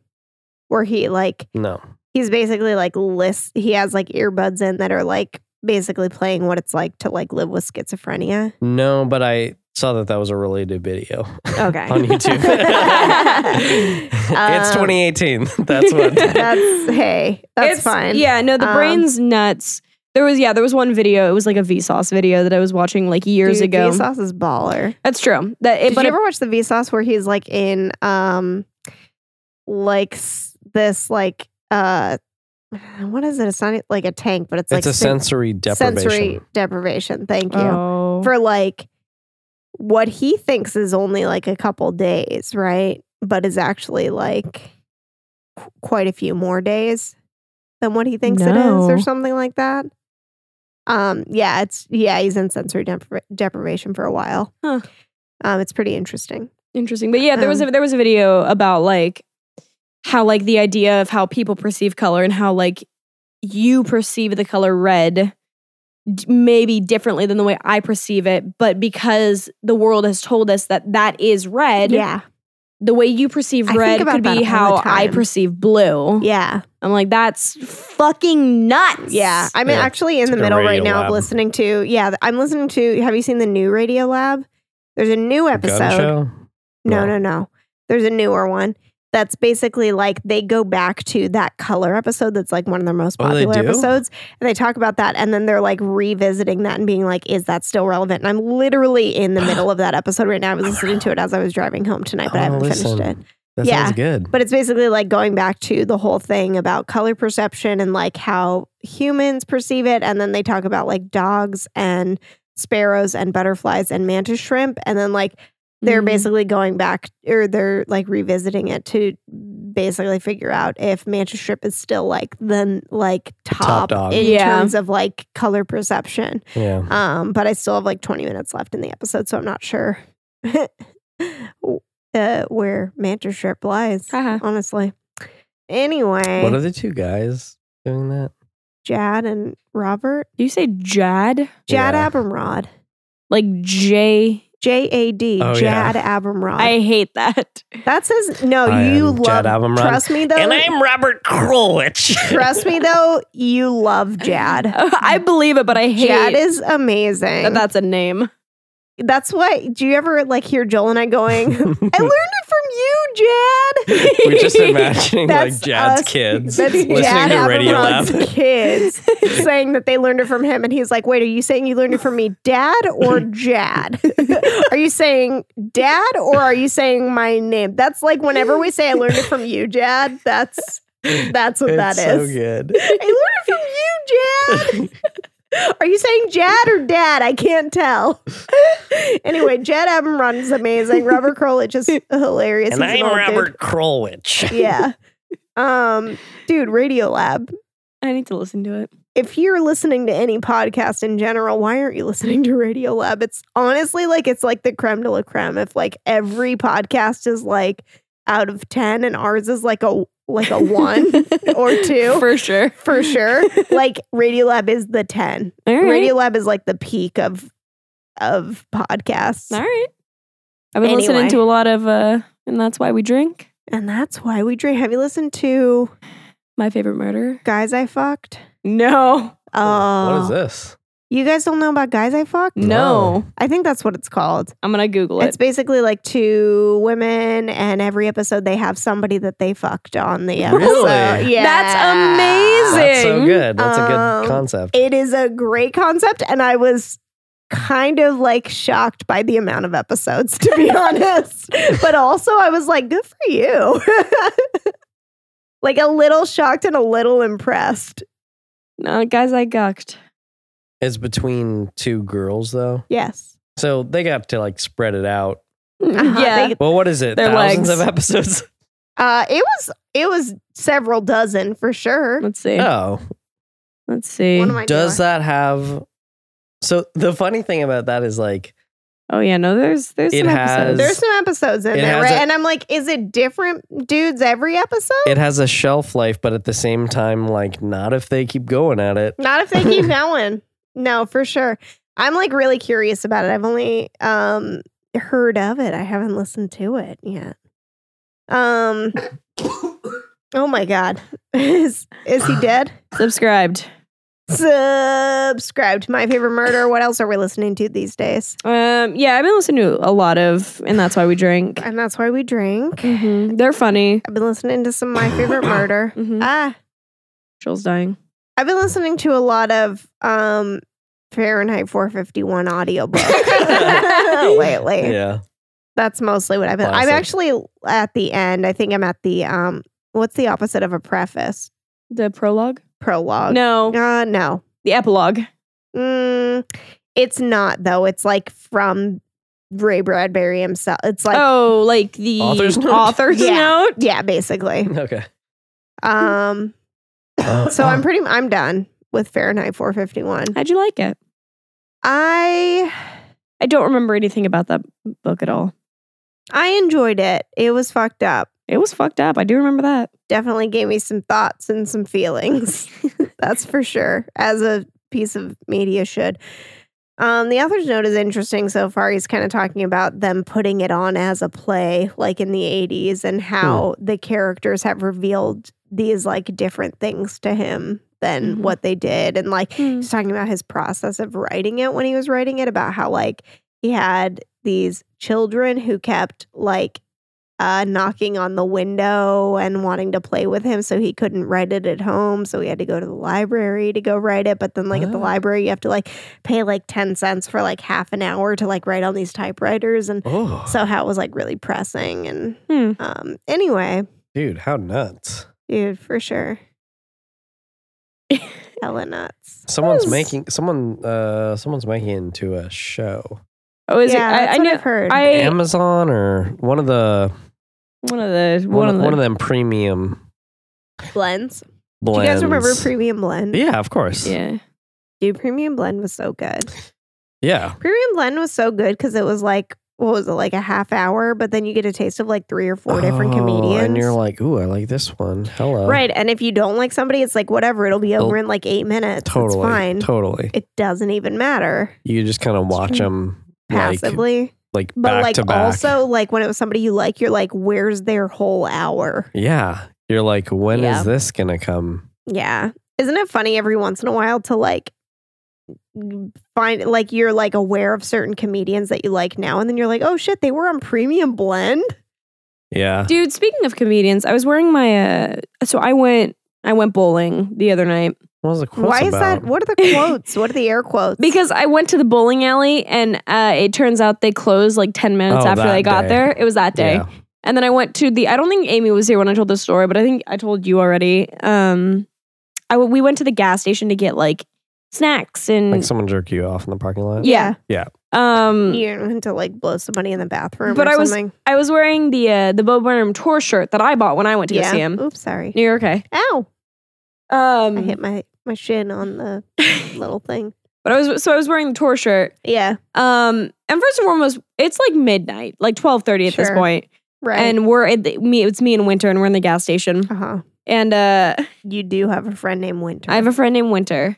S2: where he like
S3: no.
S2: he's basically like list he has like earbuds in that are like basically playing what it's like to like live with schizophrenia
S3: No, but I saw that that was a related video
S2: okay
S3: on YouTube. it's
S2: Um,
S3: 2018. That's what.
S2: that's hey that's
S4: It's-
S2: fine
S4: Yeah, no, the
S2: Um,
S4: brain's nuts. There was yeah, there was one video. It was like a Vsauce video that I was watching like years
S2: Dude,
S4: ago.
S2: vsauce is baller
S4: That's true. That it,
S2: did
S4: but
S2: you
S4: it-
S2: ever watch the vsauce where he's like in um like s- this like uh what is it it's not e, like a tank but it's, like
S3: it's a
S2: sen-
S3: sensory deprivation.
S2: sensory deprivation thank you
S3: Mm-hmm.
S4: oh.
S2: for like what he thinks is only like a couple days, right? But is actually like qu- quite a few more days than what he thinks it is, or
S4: No.
S2: something like that. Um, yeah, it's yeah, he's in sensory depri- deprivation for a while.
S4: Huh.
S2: Um, it's pretty interesting.
S4: interesting. But yeah, there was a,
S2: Um,
S4: there was a video about like how like the idea of how people perceive color and how like you perceive the color red d- maybe differently than the way I perceive it, but because the world has told us that that is red,
S2: Yeah,
S4: the way you perceive
S2: I think
S4: red
S2: about
S4: could
S2: that all
S4: be
S2: the
S4: how I
S2: time.
S4: perceive blue.
S2: yeah,
S4: I'm like, that's fucking nuts.
S2: yeah. I'm
S3: Yeah.
S2: actually
S3: It's
S2: in the
S3: like a
S2: middle right
S3: Radio
S2: now
S3: Lab.
S2: of listening to. Yeah, th- I'm listening to. Have you seen the new Radio Lab? There's a new episode.
S3: Gun show?
S2: No,
S3: No.
S2: no, no. There's a newer one that's basically like they go back to that color episode that's like one of their most
S3: Oh, they
S2: popular
S3: do?
S2: episodes and they talk about that and then they're like revisiting that and being like is that still relevant? And I'm literally in the middle of that episode right now. I was listening to it as I was driving home tonight, but I
S3: Oh,
S2: haven't
S3: listen.
S2: finished it.
S3: That
S2: Yeah.
S3: sounds good.
S2: But it's basically like going back to the whole thing about color perception and like how humans perceive it. And then they talk about like dogs and sparrows and butterflies and mantis shrimp. And then like they're
S3: Mm-hmm.
S4: Mhm.
S2: basically going back or they're like revisiting it to basically figure out if mantis shrimp is still like the like
S3: Top
S2: top,
S3: dog.
S2: in
S4: Yeah.
S2: terms of like color perception.
S3: yeah.
S2: Um, but I still have like 20 minutes left in the episode, so I'm not sure uh, where mantis shrimp lies,
S4: Haha.
S2: honestly. Anyway,
S3: What are the two guys doing that?
S2: Jad and Robert,
S4: Do you say Jad?
S2: Jad
S3: Yeah.
S2: Abumrad,
S4: Like J.
S2: J A D,
S3: Oh, yeah.
S2: Jad Abumrad.
S4: I hate that.
S2: that says no.
S3: I
S2: you
S3: am
S2: love.
S3: Jad Abumrad.
S2: Trust me though.
S3: Robert Krulwich.
S2: trust me though. You love Jad.
S4: I believe it, but I hate
S2: Jad
S4: it.
S2: is amazing.
S4: that that's a name.
S2: That's why. Do you ever like hear Joel and I going? I learned it from you, Jad.
S3: We're just imagining like
S2: That's
S3: Jad's
S2: us.
S3: kids
S2: That's
S3: listening
S2: Jad
S3: to Radio
S2: Abumrod's
S3: Lab.
S2: kids saying that they learned it from him, and he's like, "Wait, are you saying you learned it from me, Dad or Jad? are you saying Dad or are you saying my name?" That's like whenever we say, "I learned it from you, Jad." That's that's what
S3: it's
S2: that
S3: so
S2: is.
S3: good.
S2: I learned it from you, Jad. Are you saying Jad or Dad? I can't tell. anyway, Jad Abumrad is amazing. Robert Krolich is hilarious.
S3: And
S2: He's an
S3: I'm
S2: old dude.
S3: Robert Krolwich.
S2: Yeah. Um, dude, Radiolab.
S4: I need to listen to it.
S2: If you're listening to any podcast in general, why aren't you listening to Radiolab? It's honestly like it's like the creme de la creme. If like every podcast is like out of ten and ours is like a like a one or two
S4: For sure.
S2: for sure. Like Radiolab is the ten.
S4: All right.
S2: Radiolab is like the peak of of podcasts.
S4: All right. I've been
S2: Anyway.
S4: listening to a lot of, uh, and that's why we drink.
S2: And that's why we drink. Have you listened to
S4: My favorite murder.
S2: Guys I Fucked?
S4: No.
S2: Oh,
S3: What is this?
S2: You guys don't know about Guys I
S4: Mm.
S2: Fucked?
S4: No.
S2: I think that's what it's called.
S4: I'm gonna Google it.
S2: It's basically like two women, and every episode they have somebody that they fucked on the episode.
S3: Really?
S2: Yeah,
S4: That's amazing.
S3: That's so good. That's a
S2: Um,
S3: good concept.
S2: It is a great concept, and I was kind of like shocked by the amount of episodes, to be honest. But also, I was like, good for you. like a little shocked and a little impressed.
S4: no, guys, I gucked.
S3: It's between two girls though.
S2: Yes.
S3: So they got to like spread it out. Mm-hmm.
S2: Uh-huh.
S4: Yeah.
S2: They-
S3: Well, what is it?
S4: Their
S3: Thousands
S4: legs.
S3: of episodes.
S2: uh, it was it was several dozen for sure.
S4: Let's see.
S3: Oh,
S4: Let's see.
S2: What am I
S3: does
S2: doing?
S3: that have? So the funny thing about that is like
S4: oh yeah, no, there's there's
S3: It
S4: some
S3: has-
S4: episodes.
S2: There's some episodes in
S3: It
S2: there,
S3: has
S2: right?
S3: a-
S2: and I'm like, is it different dudes every episode?
S3: it has a shelf life, but at the same time, like not if they keep going at it.
S2: Not if they keep going. No, for sure. I'm like really curious about it. I've only um heard of it. I haven't listened to it yet. Um Oh my god. is is he dead?
S4: subscribed.
S2: Subscribe to My Favorite Murder. What else are we listening to these days?
S4: Um, yeah, I've been listening to a lot of, and that's why we drink.
S2: And that's why we drink.
S4: Mhm. They're funny.
S2: I've been listening to some My Favorite Murder.
S4: Mhm.
S2: Ah,
S4: Joel's dying.
S2: I've been listening to a lot of um Fahrenheit 451 audiobook lately.
S3: Yeah.
S2: That's mostly what I've been. I'm
S3: Classic.
S2: actually at the end. I think I'm at the um. What's the opposite of a preface?
S4: The prologue?
S2: Prologue.
S4: No,
S2: Uh, no.
S4: the epilogue.
S2: Mm, it's not though. It's like from Ray Bradbury himself. It's like
S4: oh, like the
S3: Author's note?
S4: author's
S2: Yeah.
S4: note?
S2: yeah, basically.
S3: Okay.
S2: Um. So I'm pretty. I'm done with Fahrenheit 451.
S4: How'd you like it?
S2: I
S4: I don't remember anything about that book at all.
S2: I enjoyed it. It was fucked up.
S4: It was fucked up. I do remember that.
S2: Definitely gave me some thoughts and some feelings. That's for sure. As a piece of media should. Um, the author's note is interesting so far. He's kind of talking about them putting it on as a play, like in the 80s, and how the characters have revealed these like different things to him than
S4: Mhm.
S2: what they did. And like
S4: Hmm.
S2: he's talking about his process of writing it when he was writing it, about how like he had these children who kept like uh, knocking on the window and wanting to play with him. So he couldn't write it at home. So he had to go to the library to go write it. But then, like, at
S4: Ah.
S2: the
S3: Oh.
S2: library, you have to like pay like 10 cents for like half an hour to like write on these typewriters. And
S3: Oh,
S2: so how it was like really pressing. And
S4: Hmm.
S2: um, anyway,
S3: dude, how nuts!
S2: dude, for sure. Hella nuts.
S3: Someone's
S4: Yes.
S3: making someone. Uh, someone's making it into a show.
S4: Oh, is
S2: yeah,
S4: it? I,
S2: that's
S4: I
S2: what
S4: know.
S2: I've heard.
S4: I
S3: Amazon or one of the
S4: one of the
S3: one,
S4: one,
S3: of, one of
S4: the,
S3: them premium
S2: blends. Do
S3: blends.
S2: you guys remember Premium Blend?
S3: Yeah, of course. Yeah.
S4: yeah.
S2: Dude, Premium Blend was so good.
S3: yeah.
S2: Premium blend was so good because it was like what was it like a half hour, but then you get a taste of like three or four different
S3: Oh,
S2: comedians.
S3: and you're like, ooh, I like this one. Hello.
S2: right, and if you don't like somebody, it's like whatever, it'll be over in like eight minutes.
S3: Totally.
S2: it's fine.
S3: Totally.
S2: it doesn't even matter
S3: You just kind of watch
S4: true.
S3: them
S2: passively,
S3: like, like
S2: but
S3: back
S2: like
S3: to back.
S2: also like when it was somebody you like, you're like, where's their whole hour?
S3: yeah. You're like, when is
S2: Yeah.
S3: this gonna come?
S2: Yeah, isn't it funny every once in a while to like find like you're like aware of certain comedians that you like now, and then you're like, oh shit, they were on Premium Blend.
S3: Yeah.
S4: Dude, speaking of comedians, I was wearing my uh so I went I went bowling the other night
S3: What was the quote
S2: Why is
S3: about?
S2: that? What are the quotes? what are the air quotes?
S4: because I went to the bowling alley and uh it turns out they closed like 10 minutes
S3: Oh,
S4: after
S3: that
S4: they got
S3: day.
S4: there. It was that day.
S3: Yeah.
S4: And then I went to the I don't think Amy was here when I told the story, but I think I told you already. Um I w- we went to the gas station to get like
S1: snacks and
S3: Like someone jerk you off in the parking lot.
S2: Yeah.
S4: Um,
S2: You went to like blow somebody in the bathroom
S4: But
S2: or
S4: I was-
S2: something.
S4: I was wearing the uh, the Bo Burnham tour shirt that I bought when I went to go
S2: yeah.
S4: see him.
S2: Oops, sorry.
S4: New York, okay.
S2: Ow. I
S4: Um,
S2: hit my, my shin on the little thing.
S4: but I was so I was wearing the tour shirt.
S2: Yeah.
S4: Um, and first and foremost, it's like midnight, like twelve thirty at this
S2: Sure.
S4: point,
S2: Right.
S4: and we're at the, me. It's me and Winter, and we're in the gas station.
S2: uh huh.
S4: And uh,
S2: You do have a friend named Winter.
S4: I have a friend named Winter.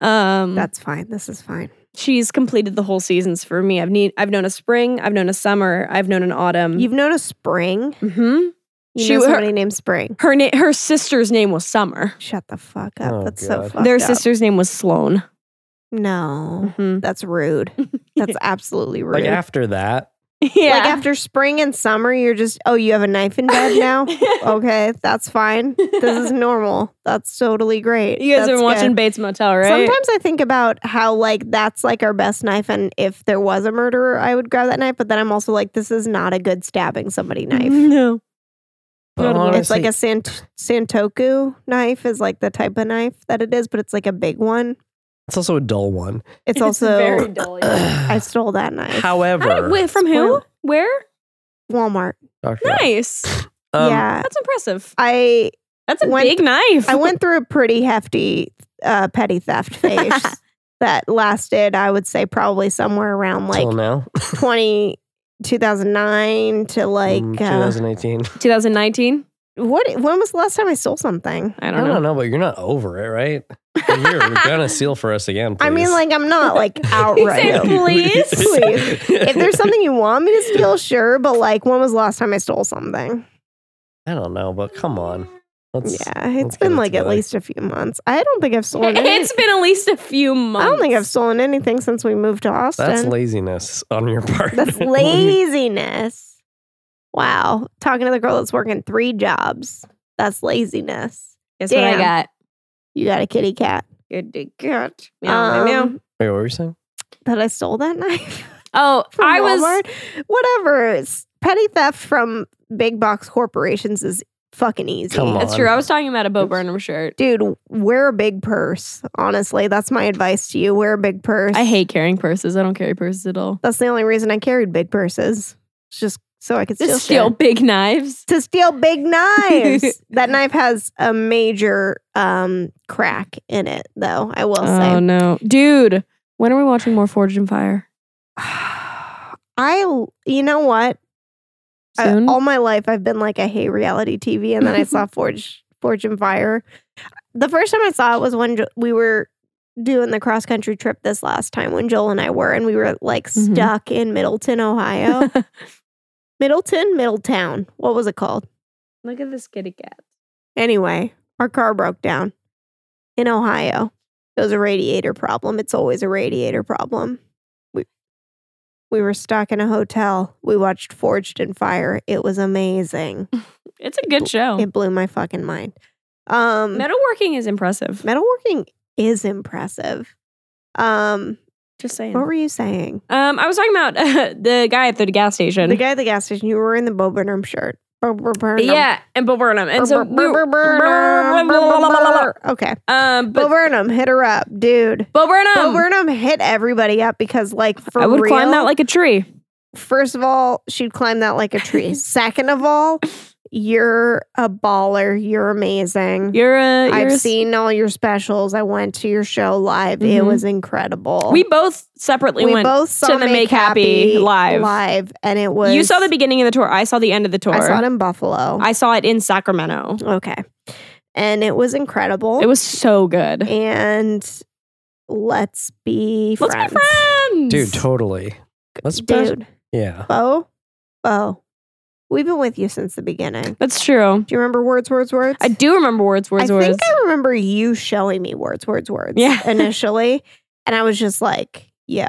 S4: Um,
S2: That's fine. This is fine.
S4: she's completed the whole seasons for me. I've need I've known a spring, I've known a summer, I've known an autumn.
S2: You've known a spring.
S4: hmm Mm.
S2: You
S4: She-
S2: know
S4: her-
S2: somebody named Spring.
S4: Her na- her sister's name was Summer.
S2: Shut the fuck up.
S3: Oh,
S2: That's so
S3: God.
S2: fucked
S4: Their
S2: up. Mm-hmm.
S4: sister's name was Sloan.
S2: No,
S4: Mhm.
S2: that's rude. That's absolutely rude.
S3: Like after that,
S4: Yeah.
S2: Like after spring and summer, you're just oh, you have a knife in bed now. okay, that's fine. This is normal. That's totally great.
S4: you guys
S2: That's
S4: have been watching
S2: good.
S4: Bates Motel, right?
S2: Sometimes I think about how like that's like our best knife, and if there was a murderer, I would grab that knife. But then I'm also like, this is not a good stabbing somebody knife.
S4: No.
S3: But
S2: it's like a sant- santoku knife is like the type of knife that it is, but it's like a big one.
S3: it's also a dull one.
S2: It's, also
S4: very dull. yeah.
S2: I stole that knife.
S4: How
S3: However,
S4: did- wait, from who?
S2: Spoiled.
S4: Where?
S2: Walmart.
S3: Dr.
S4: Nice.
S3: Um,
S2: yeah,
S4: That's impressive.
S2: I
S4: That's a
S2: When-
S4: big knife.
S2: I went through a pretty hefty uh, petty theft phase that lasted, I would say, probably somewhere around
S3: till
S2: like
S3: now,
S2: 20, 2009 to like
S3: Mm,
S2: uh,
S3: 2018.
S4: 2019.
S2: what? When was the last time I stole something?
S4: I
S3: I
S4: don't know.
S3: don't know, but you're not over it, right? You're gonna seal for us again. Please.
S2: I mean, like I'm not like
S4: said,
S2: outright.
S4: "Please."
S2: Please. if there's something you want me to steal, sure, but like when was the last time I stole something?
S3: I don't know, but come on. Let's,
S2: Yeah,
S3: let's
S2: it's
S3: get
S2: been
S3: it
S2: like at
S3: together.
S2: least a few months. I don't think I've stolen anything.
S4: It's been at least a few
S2: I
S4: months.
S2: don't think I've stolen anything since we moved to Austin.
S3: That's laziness on your part.
S2: That's laziness. Wow. Talking to the girl that's working three jobs. That's laziness.
S4: Guess
S2: Damn.
S4: what I got?
S2: You got a kitty cat.
S4: Good to get.
S2: Um,
S3: Wait, what were you saying?
S2: That I stole that knife
S4: Oh,
S2: from
S4: I was.
S2: Walmart. Whatever. It's- petty theft from big box corporations is fucking easy.
S3: Come
S4: That's
S3: on.
S4: true. I was talking about a Bo
S3: Oops.
S4: Burnham shirt.
S2: Dude, wear a big purse. Honestly, that's my advice to you. Wear a big purse.
S4: I hate carrying purses. I don't carry purses at all.
S2: That's the only reason I carried big purses. It's just so I could steal
S4: Just steal
S2: shit.
S4: big knives.
S2: to steal big knives. that knife has a major um, crack in it, though. I will
S4: Oh
S2: say.
S4: no, dude! When are we watching more Forged and Fire?
S2: I, you know what? I-
S4: Soon.
S2: all my life, I've been like, I hate reality TV, and then I saw Forge, Forge and Fire. The first time I saw it was when Jo- we were doing the cross country trip this last time when Joel and I were, and we were like
S4: Mhm.
S2: stuck in Middleton, Ohio. Middleton, Middletown. What was it called?
S4: Look at this kitty cat.
S2: Anyway, our car broke down in Ohio. It was a radiator problem. It's always a radiator problem. We we were stuck in a hotel. We watched Forged in Fire. It was amazing.
S4: It's a good show.
S2: It blew my fucking mind. Um
S4: Metalworking is impressive.
S2: metalworking is impressive. Um
S4: Just saying.
S2: what were you saying?
S4: Um, I was talking about the guy at the gas station.
S2: The guy at the gas station, you were in the Bo Burnham shirt. Bo Bo Burnham.
S4: yeah, and Bo Burnham. And so,
S2: Bo- Bo- Bo- Burnham. Okay.
S4: um,
S2: Bo
S4: but
S2: Burnham, hit her up, dude.
S4: Bo
S2: Bo
S4: Burnham,
S2: Burnham hit everybody up because, like, for
S4: Um, I would
S2: real,
S4: climb that like a tree.
S2: first of all, she'd climb that like a tree. Second of all, you're a baller. You're amazing.
S4: You're a. You're
S2: I've
S4: a s-
S2: seen all your specials. I went to your show live. It
S4: Mhm.
S2: was incredible.
S4: We both separately
S2: we
S4: went.
S2: both saw
S4: the Make Happy live.
S2: live, and it was
S4: you saw the beginning of the tour. I saw the end of the tour.
S2: I saw it in Buffalo.
S4: I saw it in Sacramento.
S2: okay, and it was incredible.
S4: It was so good.
S2: and let's be
S4: Let's
S2: friends,
S4: be friends,
S3: Dude, totally. Let's pass-
S2: dude.
S3: Yeah.
S2: Bo, Bo, we've been with you since the beginning.
S4: That's true.
S2: Do you remember words, words, words?
S4: I do remember words, words,
S2: I
S4: words.
S2: think I remember you showing me words, words, words.
S4: Yeah.
S2: Initially, and I was just like, "Yo,
S4: I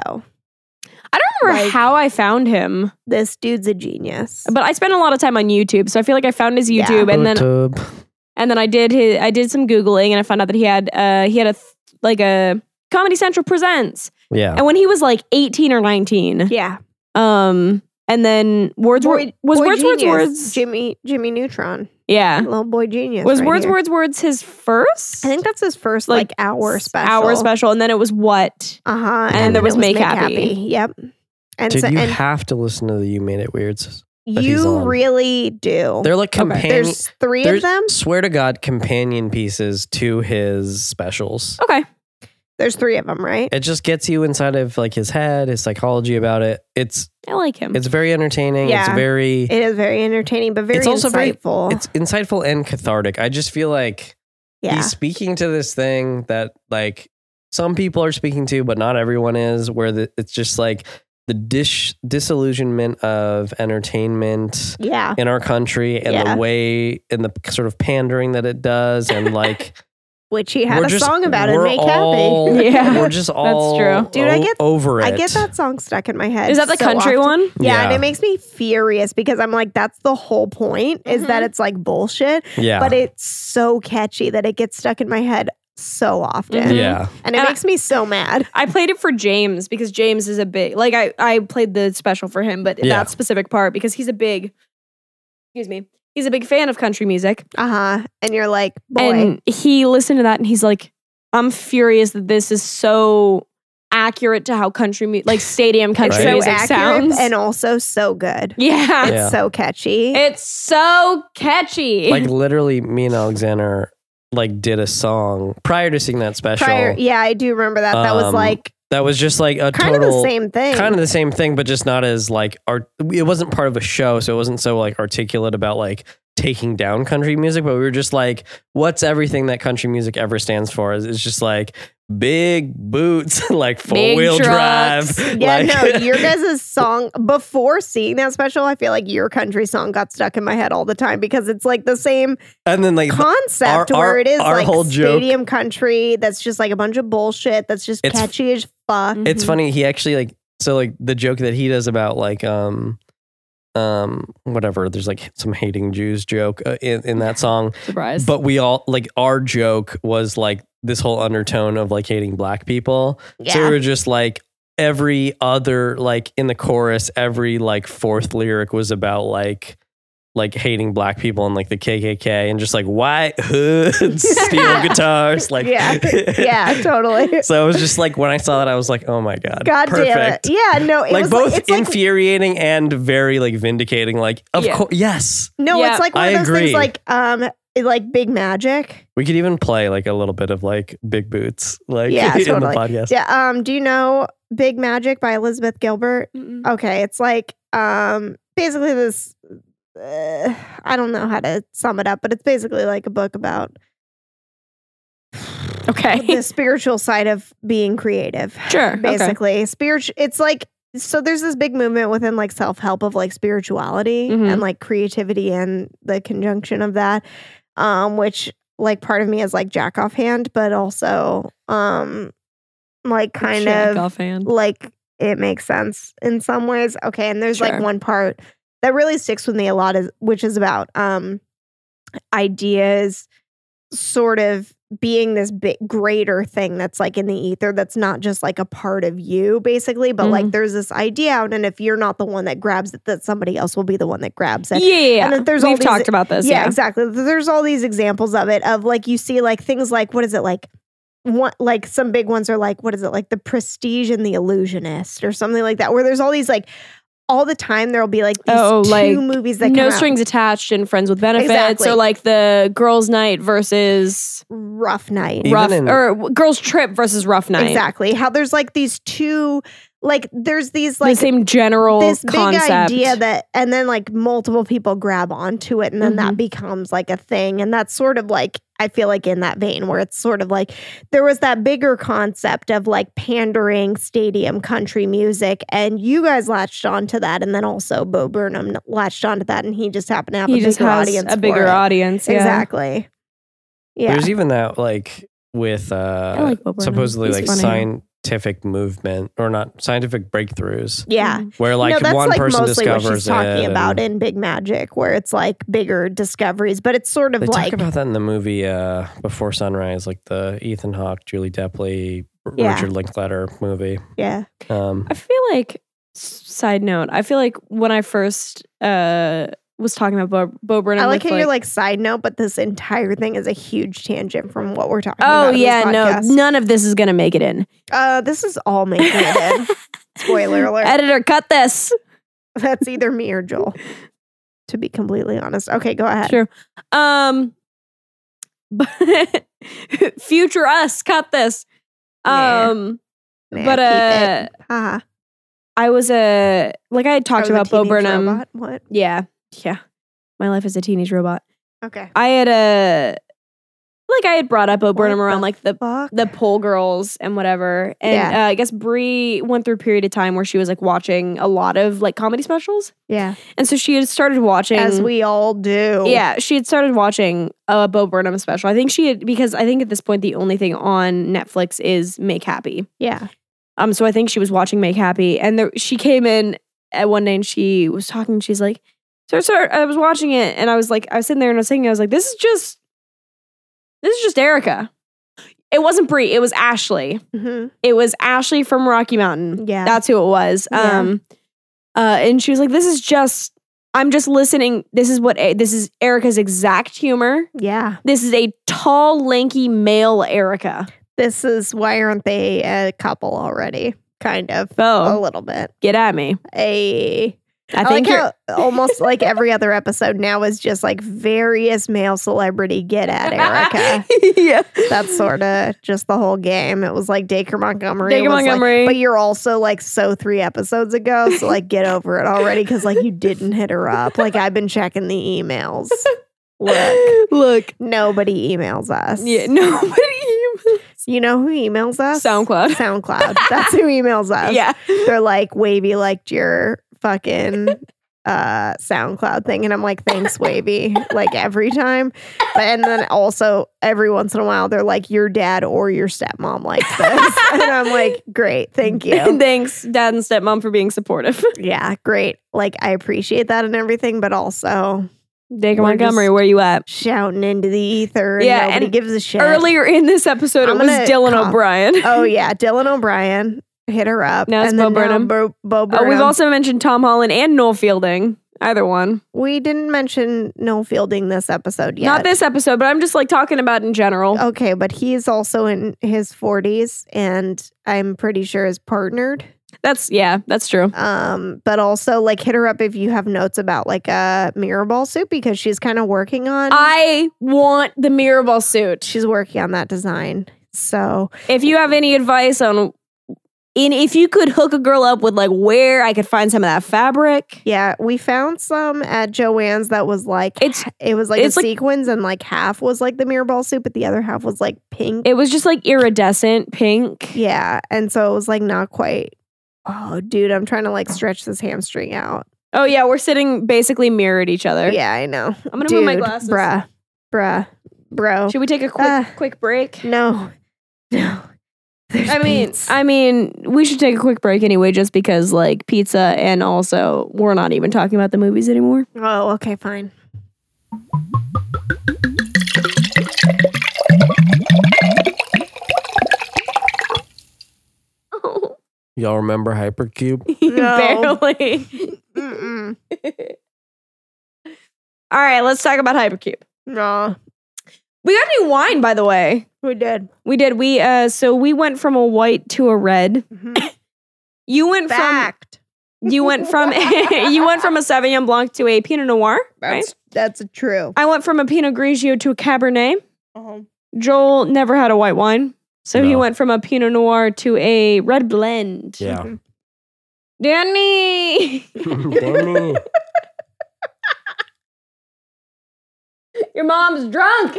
S4: don't remember
S2: Like-
S4: how I found him,
S2: this dude's a genius."
S4: but I spent a lot of time on YouTube, so I feel like I found his
S2: Yeah.
S4: YouTube, and then
S3: Tub.
S4: and then I did his, I did some googling, and I found out that he had uh he had a th- like a Comedy Central presents,
S3: Yeah.
S4: and when he was like eighteen or nineteen,
S2: yeah,
S4: um, and then Wordsworth
S2: Boy-
S4: was
S2: boy
S4: Wordsworth's
S2: genius.
S4: words.
S2: Jimmy Jimmy Neutron,
S4: yeah,
S2: little boy genius.
S4: was
S2: right here.
S4: Wordsworth's words his first?
S2: I think that's his first
S4: Like,
S2: like, hour special.
S4: Hour special, and then it was what?
S2: Uh huh. And,
S4: there
S2: then
S4: was
S2: it
S4: Make Happy.
S2: Yep. And
S3: Did
S2: so,
S3: you
S2: and
S3: have to listen to the You Made It Weirds? that he's
S2: you
S3: on?
S2: really do.
S3: They're like companion.
S2: Oh, There's three
S3: they're-
S2: of them.
S3: Swear to God, companion pieces to his specials.
S4: Okay,
S2: There's three of them, right?
S3: It just gets you inside of like his head, his psychology about it. It's
S4: I like him.
S3: it's very entertaining. It's
S2: Yeah.
S3: very
S2: It is very entertaining, but very
S3: It's also very-
S2: insightful.
S3: it's insightful and cathartic. I just feel like
S2: yeah.
S3: he's speaking to this thing that like some people are speaking to, but not everyone is. Where the, it's just like the dish disillusionment of entertainment
S2: yeah.
S3: in our country and
S2: Yeah.
S3: the way and the sort of pandering that it does and like
S2: Which he had
S3: we're
S2: a
S3: just-
S2: song about in
S3: we're
S2: Make
S3: all-
S2: Happy.
S4: Yeah.
S3: we're just all
S4: true.
S2: Dude, I get-
S3: o- over it.
S2: I get that song stuck in my head.
S4: Is that the
S2: so
S4: country
S2: often.
S4: one?
S2: Yeah, and
S3: Yeah.
S2: it makes me furious because I'm like, that's the whole point is that it's like bullshit,
S3: Mm-hmm. Yeah.
S2: but it's so catchy that it gets stuck in my head so often.
S4: Mhm.
S3: yeah.
S2: And it
S4: And I-
S2: makes me so mad.
S4: I played it for James because James is a big like I I played the special for him, but
S3: Yeah.
S4: that specific part because he's a big excuse me he's a big fan of country music
S2: Uh huh. And you're like, boy,
S4: and he listened to that and he's like I'm furious that this is so accurate to how country mu- like stadium
S2: it's
S4: country
S3: Right.
S2: so
S4: music
S2: accurate
S4: sounds
S2: and also so good.
S4: yeah.
S2: It's
S3: Yeah.
S2: so catchy.
S4: It's so catchy.
S3: like literally me and Alexander like did a song prior to seeing that special
S2: Prior, yeah, I do remember that. That was
S3: Um,
S2: like
S3: that was just like a
S2: kind
S3: total
S2: of the same thing.
S3: kind of the same thing but just not as like art it wasn't part of a show so it wasn't so like articulate about like taking down country music but we were just like what's everything that country music ever stands for is it's just like big boots like four wheel drive
S4: trucks.
S2: yeah,
S3: like-
S2: no, your guys' song before seeing that special, I feel like your country song got stuck in my head all the time because it's like the same
S3: and then like
S2: concept
S3: our-
S2: where
S3: our-
S2: it is
S3: our
S2: like
S3: whole joke-
S2: stadium country that's just like a bunch of bullshit that's just
S3: It's- Mm,
S2: catchy as fuck.
S3: It's funny. He actually like so like the joke that he does about like um um whatever. There's like some hating Jews joke uh, in in that song.
S4: surprise.
S3: But we all like our joke was like this whole undertone of like hating black people. So we
S2: Yeah.
S3: were just like every other like in the chorus, every like fourth lyric was about like like hating black people and like the KKK and just like white hoods, steel guitars, like
S2: Yeah. yeah, totally.
S3: so I was just like, when I saw that, I was like, oh my god,
S2: God damn it.
S3: perfect.
S2: Yeah, no, it
S3: Like
S2: was
S3: both
S2: it's like
S3: infuriating and very like vindicating. Like, of
S4: Yeah.
S3: course, yes,
S2: no,
S4: Yeah.
S2: it's like one
S3: I
S2: of those
S3: agree.
S2: things like um like big magic.
S3: we could even play like a little bit of like Big Boots, like
S2: Yeah,
S3: in
S2: totally.
S3: the podcast.
S2: Yeah, um, do you know Big Magic by Elizabeth Gilbert?
S4: Mm-mm.
S2: okay it's like um basically this uh, i don't know how to sum it up but it's basically like a book about
S4: okay.
S2: the spiritual side of being creative
S4: sure. Okay.
S2: basically spiritual it's like so there's this big movement within like self-help of like spirituality
S4: Mhm.
S2: and like creativity and the conjunction of that um which like part of me is like jack off hand but also um like kind
S4: Jack
S2: of
S4: off hand.
S2: like it makes sense in some ways. Okay, and there's
S4: Sure.
S2: like one part that really sticks with me a lot is which is about um ideas sort of being this big greater thing that's like in the ether that's not just like a part of you basically but
S4: Mm-hmm.
S2: like there's this idea out and if you're not the one that grabs it that somebody else will be the one that grabs it
S4: Yeah, yeah, yeah.
S2: and then there's all
S4: we've
S2: these-
S4: talked about this. Yeah,
S2: exactly. There's all these examples of it of like you see like things like what is it like one like some big ones are like what is it like the prestige and the illusionist or something like that where there's all these like all the time there'll be like these
S4: Oh,
S2: two
S4: like,
S2: movies that
S4: no
S2: come out.
S4: strings attached and friends with benefits
S2: Exactly.
S4: or like the girls night versus
S2: rough night
S3: Even
S4: rough
S3: in-
S4: or w- girls trip versus rough night
S2: exactly how there's like these two like there's these
S4: the
S2: like
S4: same general
S2: this
S4: concept
S2: big idea that and then like multiple people grab onto it and then
S4: Mm-hmm.
S2: that becomes like a thing and that's sort of like i feel like in that vein where it's sort of like there was that bigger concept of like pandering stadium country music and you guys latched onto that and then also bo burnham latched onto that and he just happened to have
S4: he
S2: a
S4: just
S2: bigger
S4: has
S2: audience
S4: a
S2: for
S4: bigger
S2: it.
S4: audience yeah.
S2: exactly yeah
S3: There's even that like with
S4: I
S3: uh
S4: like Bo Burnham.
S3: supposedly
S4: He's
S3: like
S4: funny.
S3: scientific movement or not scientific breakthroughs
S4: Mm-hmm.
S2: yeah
S3: where like
S2: no, that's
S3: one
S2: like
S3: person
S2: mostly what
S3: discovers
S2: she's
S3: it.
S2: talking
S3: and-
S2: about in Big Magic, where it's like bigger discoveries, but it's sort of
S3: They
S2: like
S3: talk about that in the movie uh, Before Sunrise, like the Ethan Hawke, Julie Depley, R-
S2: Yeah.
S3: Richard Linklater movie.
S2: yeah,
S3: Um,
S4: I feel like S- Side note: I feel like when I first uh was talking about Bo, Bo Burnham,
S2: I like
S4: with,
S2: how you're like side note, but this entire thing is a huge tangent from what we're talking about.
S4: oh
S2: in this
S4: yeah, no,
S2: podcast.
S4: none of this is gonna make it in.
S2: Uh, this is all making it in. Spoiler alert.
S4: Editor, cut this.
S2: That's either me or Joel. To be completely honest. Okay, go ahead.
S4: Sure. Um, but future us, cut this.
S2: Nah.
S4: Um,
S2: Nah,
S4: but
S2: keep
S4: uh,
S2: it. Uh-huh. Haha.
S4: I was a like I had talked
S2: Or the
S4: about Bo
S2: teenage
S4: Burnham.
S2: robot? What?
S4: Yeah, yeah. My life as a teenage robot.
S2: Okay.
S4: I had a like I had brought up Bo Burnham
S2: the
S4: around like the
S2: Fuck.
S4: the pole girls and whatever. And
S2: Yeah.
S4: uh, I guess Brie went through a period of time where she was like watching a lot of like comedy specials,
S2: yeah.
S4: and so she had started watching
S2: As we all do.
S4: Yeah, she had started watching a Bo Burnham special. I think she had because I think at this point the only thing on Netflix is Make Happy.
S2: Yeah.
S4: Um, so I think she was watching Make Happy, and there, she came in at one day and she was talking. and She's like, "Sir, sir, I was watching it, and I was like, I was sitting there and I was thinking, I was like, this is just, this is just Erica. It wasn't Brie. It was Ashley.
S2: Mhm.
S4: It was Ashley from Rocky Mountain.
S2: Yeah.
S4: That's who it was.
S2: Yeah.
S4: Um, uh, and she was like, "This is just, I'm just listening. This is what E- this is Erica's exact humor.
S2: yeah.
S4: This is a tall, lanky male Erica.
S2: This is why aren't they a couple already? Kind of. A
S4: Oh,
S2: little bit.
S4: get at me.
S2: A
S4: I,
S2: I,
S4: think
S2: like
S4: you're,
S2: how almost like every other episode now is just like various male celebrity get at Erica.
S4: yeah,
S2: That's sort of just the whole game. It was like Dacre Montgomery.
S4: Dacre
S2: was like-
S4: Montgomery.
S2: but you're also like so three episodes ago. So like get over it already because like you didn't hit her up. Like I've been checking the emails. Look,
S4: look.
S2: nobody emails us.
S4: Yeah, nobody.
S2: You know who emails us?
S4: SoundCloud.
S2: SoundCloud. That's who emails us.
S4: Yeah,
S2: They're like wavy liked your fucking uh SoundCloud thing. And I'm like, thanks, wavy, like every time. But and then also every once in a while they're like, your dad or your stepmom likes this. and I'm like, great, thank you.
S4: thanks, Dad and Stepmom, for being supportive.
S2: Yeah, great. Like I appreciate that and everything, but also
S4: Dacre
S2: We're
S4: Montgomery,
S2: just-
S4: where you at?
S2: shouting into the ether and
S4: Yeah,
S2: nobody
S4: and
S2: gives a shit.
S4: Earlier in this episode,
S2: I'm
S4: it was
S2: gonna
S4: Dylan
S2: call-
S4: O'Brien.
S2: Oh yeah, Dylan O'Brien. Hit her up.
S4: Now it's
S2: And
S4: Bo
S2: then now
S4: Burnham.
S2: Bo, Bo
S4: Oh,
S2: Burnham.
S4: we've also mentioned Tom Holland and Noel Fielding. Either one.
S2: we didn't mention no fielding this episode yet.
S4: Not this episode, but I'm just like talking about in general.
S2: Okay, but he's also in his 40s and I'm pretty sure is partnered.
S4: That's yeah, that's true.
S2: Um, but also like hit her up if you have notes about like a mirror ball suit because she's kind of working on
S4: I want the mirror ball suit.
S2: she's working on that design. So
S4: If you have any advice on in if you could hook a girl up with like where I could find some of that fabric.
S2: yeah, we found some at Joanne's that was like
S4: It's
S2: it was like
S4: it's
S2: a
S4: like-
S2: sequins and like half was like the mirror ball suit, but the other half was like pink.
S4: it was just like iridescent pink.
S2: yeah. And so it was like not quite oh dude, I'm trying to like stretch this hamstring out.
S4: Oh yeah, we're sitting basically mirror at each other.
S2: Yeah, I know.
S4: I'm gonna move my
S2: Dude,
S4: glasses.
S2: Bruh, bruh, bro.
S4: Should we take a quick
S2: Ah.
S4: quick break?
S2: no, no. There's
S4: I mean,
S2: beats.
S4: I mean, we should take a quick break anyway, just because like pizza, and also we're not even talking about the movies anymore.
S2: oh, okay, fine.
S3: Y'all remember Hypercube?
S2: No.
S4: Barely.
S2: Mm-mm.
S4: All right, let's talk about Hypercube.
S2: No,
S4: We got new wine, by the way.
S2: we did.
S4: We did. We uh, so we went from a white to a red.
S2: Mhm.
S4: You went
S2: Fact.
S4: from you went from you went from a Sauvignon Blanc to a Pinot Noir. Right.
S2: That's that's true.
S4: I went from a Pinot Grigio to a Cabernet.
S2: Uh-huh.
S4: Joel never had a white wine, so he
S3: No.
S4: went from a Pinot Noir to a red blend.
S3: Yeah.
S4: Danny,
S3: Danny.
S4: your mom's drunk.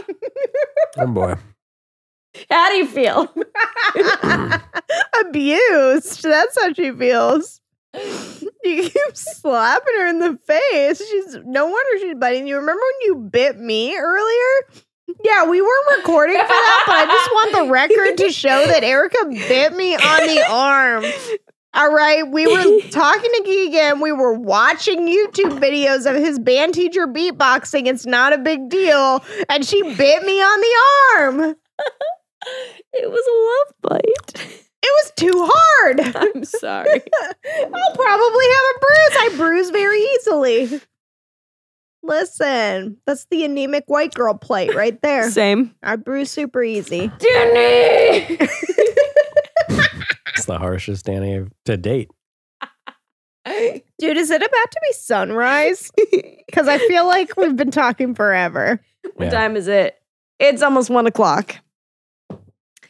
S3: Oh boy.
S4: How do you feel?
S2: Abused. That's how she feels. You keep slapping her in the face. She's no wonder she's biting. You remember when you bit me earlier? Yeah, we weren't recording for that, but I just want the record to show that Erica bit me on the arm. All right, we were talking to Keegan. We were watching YouTube videos of his band teacher beatboxing. It's not a big deal. And she bit me on the arm.
S4: It was a love bite.
S2: was too hard.
S4: I'm sorry.
S2: I'll probably have a bruise. I bruise very easily. Listen, that's the anemic white girl plight right there.
S4: Same.
S2: I bruise super easy.
S4: Danny!
S3: It's the harshest Danny to date.
S2: Dude, is it about to be sunrise? Because I feel like we've been talking forever.
S4: What time is it? It's almost one o'clock.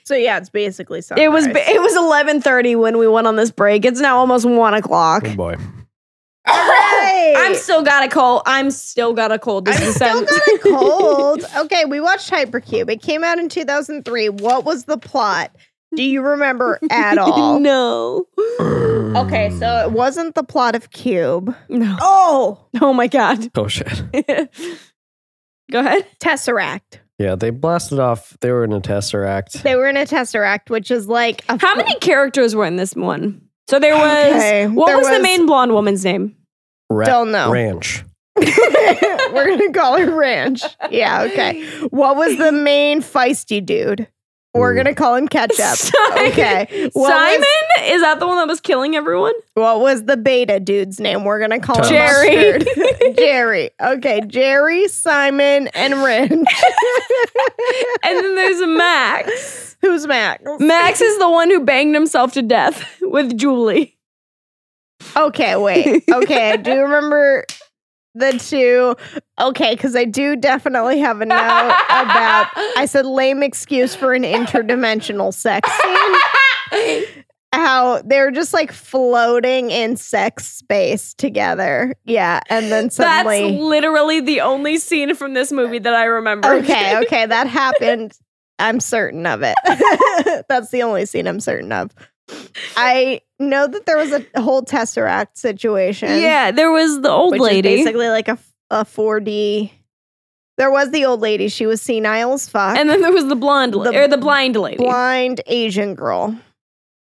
S2: So yeah, it's basically sunrise.
S4: It was it was eleven thirty when we went on this break. It's now almost one o'clock.
S3: Good Oh, boy.
S2: All right.
S4: I'm still got a cold. I'm still got a cold. This
S2: I'm
S4: is
S2: still
S4: sentence.
S2: kind of cold. Okay, we watched Hypercube. It came out in 2003. What was the plot? Do you remember at all?
S4: no.
S2: Okay, so it wasn't the plot of Cube.
S4: No.
S2: Oh,
S4: Oh my god.
S3: Oh shit.
S4: Go ahead.
S2: Tesseract.
S3: Yeah, they blasted off. They were in a tesseract.
S2: They were in a Tesseract, which is like a
S4: How many characters were in this one? So there was
S2: Okay,
S4: what
S2: there
S4: was, the
S2: was-
S4: main blonde woman's name?
S3: Ra-
S2: Don't know.
S3: Ranch.
S2: we're gonna call her Ranch. Yeah, okay. What was the main feisty dude? We're
S3: Ooh.
S2: gonna call him Ketchup.
S4: Simon.
S2: Okay. What
S4: Simon?
S2: Was,
S4: Is that the one that was killing everyone?
S2: what was the beta dude's name? We're gonna call him
S4: Jerry.
S2: Mustard. Jerry. Okay, Jerry, Simon, and Ranch.
S4: And then there's Max.
S2: Who's Max?
S4: Max is the one who banged himself to death with Julie.
S2: Okay, wait. Okay, I do remember the two. Okay, because I do definitely have a note about. I said lame excuse for an interdimensional sex scene. How they're just like floating in sex space together. Yeah, and then
S4: That's
S2: suddenly.
S4: literally the only scene from this movie that I remember.
S2: Okay, okay, that happened. I'm certain of it. That's the only scene I'm certain of. I know that there was a whole Tesseract situation.
S4: Yeah, there was the old
S2: which
S4: lady.
S2: is basically like a a 4D. There was the old lady. She was senile as fuck.
S4: and then there was the blonde la-
S2: The
S4: or the blind lady.
S2: blind Asian girl.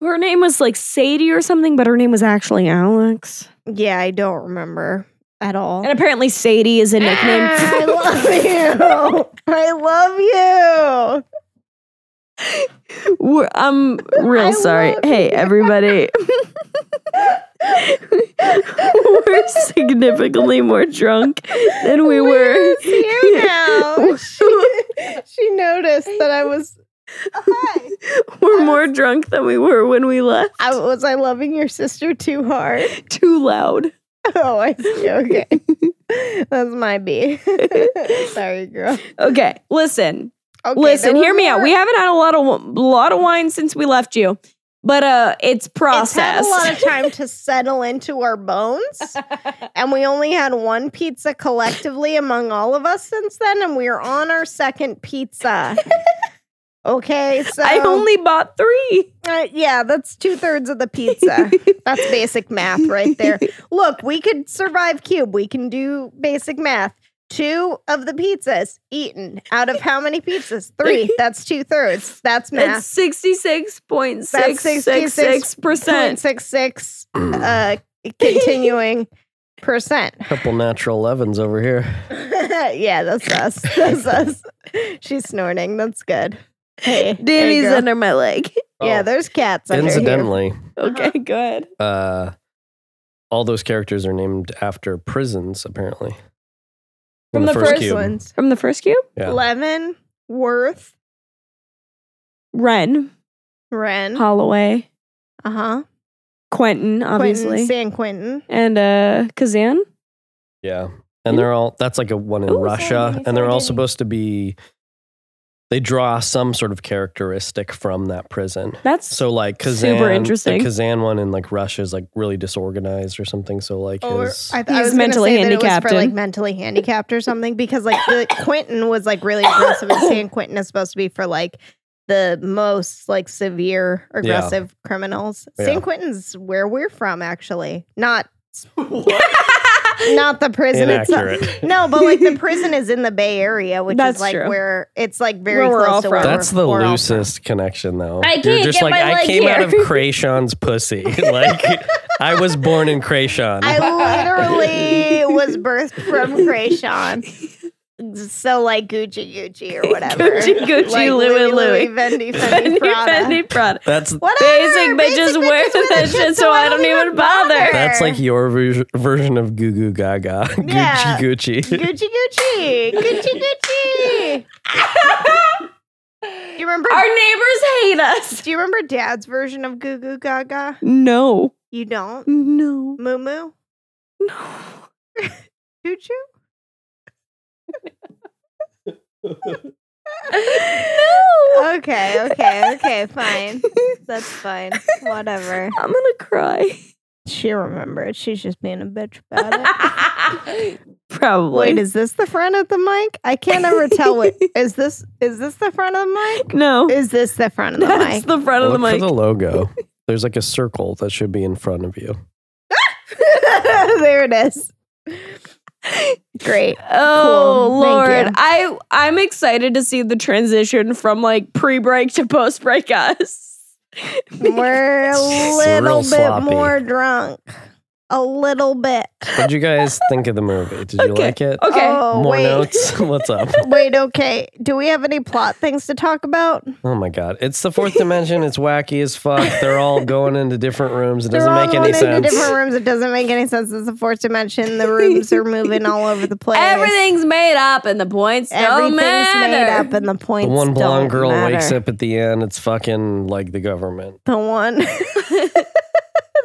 S4: Her name was like Sadie or something, but her name was actually Alex.
S2: Yeah, I don't remember at all.
S4: And apparently Sadie is a nickname.
S2: Ah, I love you. I love you.
S4: We're- I'm real
S2: I
S4: sorry.
S2: love
S4: Hey,
S2: you.
S4: everybody. We're significantly more drunk than we were.
S2: It's you now. she, she noticed that I was. Hi.
S4: We're more drunk than we were when we left.
S2: I, was I loving your sister too hard?
S4: Too loud.
S2: Oh, I see. Okay. That's my B. Sorry, girl.
S4: Okay, listen.
S2: Okay,
S4: Listen,
S2: there
S4: hear
S2: were
S4: me out.
S2: more-
S4: We haven't had a lot of wi- lot of wine since we left you, but uh, it's
S2: It's had
S4: processed.
S2: a lot of time to settle into our bones. and we only had one pizza collectively among all of us since then, and we are on our second pizza. okay, so
S4: I only bought three.
S2: uh, yeah, that's two thirds of the pizza. that's basic math right there. Look, we could survive cube. We can do basic math. Two of the pizzas eaten out of how many pizzas? Three. That's two thirds. That's math.
S4: It's sixty six point six six six percent.
S2: 0.66 uh, continuing percent.
S3: Couple natural elevens over here.
S2: yeah, that's us. That's us. She's snorting. That's good. Hey, hey,
S4: Danny's
S2: girl.
S4: under my leg.
S2: yeah, there's cats under here.
S3: Incidentally,
S4: Okay, go ahead.
S3: uh, all those characters are named after prisons, apparently.
S4: From
S3: In
S4: the first
S3: cube.
S2: ones.
S4: From the first cube,
S3: Yeah.
S2: Levin, Worth,
S4: Ren,
S2: Wren, uh
S4: Holloway,
S2: huh,
S4: Quentin, obviously,
S2: Quentin, uh-huh, San Quentin.
S4: and uh, Kazan.
S3: Yeah. And they're all, that's like a one in
S4: Ooh,
S3: Russia.
S4: sorry,
S3: and they're all
S4: sorry.
S3: supposed to be, they draw some sort of characteristic from that prison.
S4: That's
S3: So like
S4: Super
S3: Kazan,
S4: interesting.
S3: the Kazan one in like Russia is like really disorganized or something. So like
S2: Or
S3: his,
S2: I, th- I
S4: He's
S2: was
S4: mentally
S2: mentally say that it was for
S4: handicapped.
S2: like mentally handicapped or something because like the Quentin was like really aggressive and San Quentin is supposed to be for like the most like severe aggressive criminals.
S3: Yeah.
S2: San Quentin's where we're from actually, not not the prison itself.
S3: inaccurate.
S2: No, but like the prison is in the Bay Area, which
S4: That's
S2: is like
S4: true.
S2: where it's like very
S4: Where we're
S2: close
S4: all
S2: to where
S4: from.
S3: That's
S2: we're-
S3: the
S2: we're all from.
S3: loosest connection though.
S4: I
S3: You're
S4: can't
S3: just
S4: get
S3: like,
S4: my
S3: I
S4: leg
S3: came out of
S4: here."
S3: Krayshawn's pussy. like I was born in Krayshawn.
S2: I literally was birthed from Krayshawn. so like Gucci Gucci or whatever.
S1: Gucci, Gucci,
S2: like,
S1: Louis, Louis.
S2: Fendi, Fendi,
S1: Fendi,
S2: Prada.
S1: Fendi, Prada.
S3: That's
S2: Whatever,
S1: Basic bitches wear that shit, so I don't even bother.
S3: that's like your ver- version of Goo Goo Gaga,
S2: Yeah.
S3: Gucci Gucci.
S2: Gucci Gucci, Gucci Gucci. do you remember?
S4: Our neighbors hate us.
S2: do you remember Dad's version of Goo Goo Gaga?
S4: No.
S2: You don't.
S4: No.
S2: Moo Moo,
S4: No.
S2: Choo Choo.
S4: no.
S2: Okay, okay, okay, fine. That's fine. Whatever.
S4: I'm gonna cry.
S2: She remembered. She's just being a bitch about it.
S4: Probably.
S2: Wait, is this the front of the mic? I can't ever tell. What is this? Is this the front of the
S4: no.
S2: mic? Is this the front of the
S4: That's
S2: mic?
S4: the front of
S3: Look
S4: the
S3: for
S4: mic.
S3: the logo. There's like a circle that should be in front of you.
S2: there it is. Great.
S4: Oh
S2: Cool. Thank
S4: Lord.
S2: you.
S4: I I'm excited to see the transition from like pre-break to post-break us.
S2: We're a
S3: It's
S2: little
S3: real
S2: bit
S3: sloppy.
S2: more drunk. A little bit.
S3: What did you guys think of the movie? Did you
S4: Okay.
S3: like it?
S4: Okay.
S2: Oh,
S3: More
S2: wait.
S3: notes? What's up?
S2: Wait, okay. Do we have any plot things to talk about?
S3: Oh my god. It's the fourth dimension. It's wacky as fuck. They're all going into different rooms. It
S2: They're
S3: doesn't
S2: all
S3: make any
S2: going into
S3: sense.
S2: different rooms. It doesn't make any sense. It's a fourth dimension. The rooms are moving all over the place.
S4: Everything's made up and the points
S2: Everything's
S4: don't
S2: made
S4: matter.
S2: up, and the
S3: The
S2: points.
S3: one blonde
S2: don't
S3: girl
S2: matter.
S3: wakes up at the end. It's fucking like the government.
S2: The one.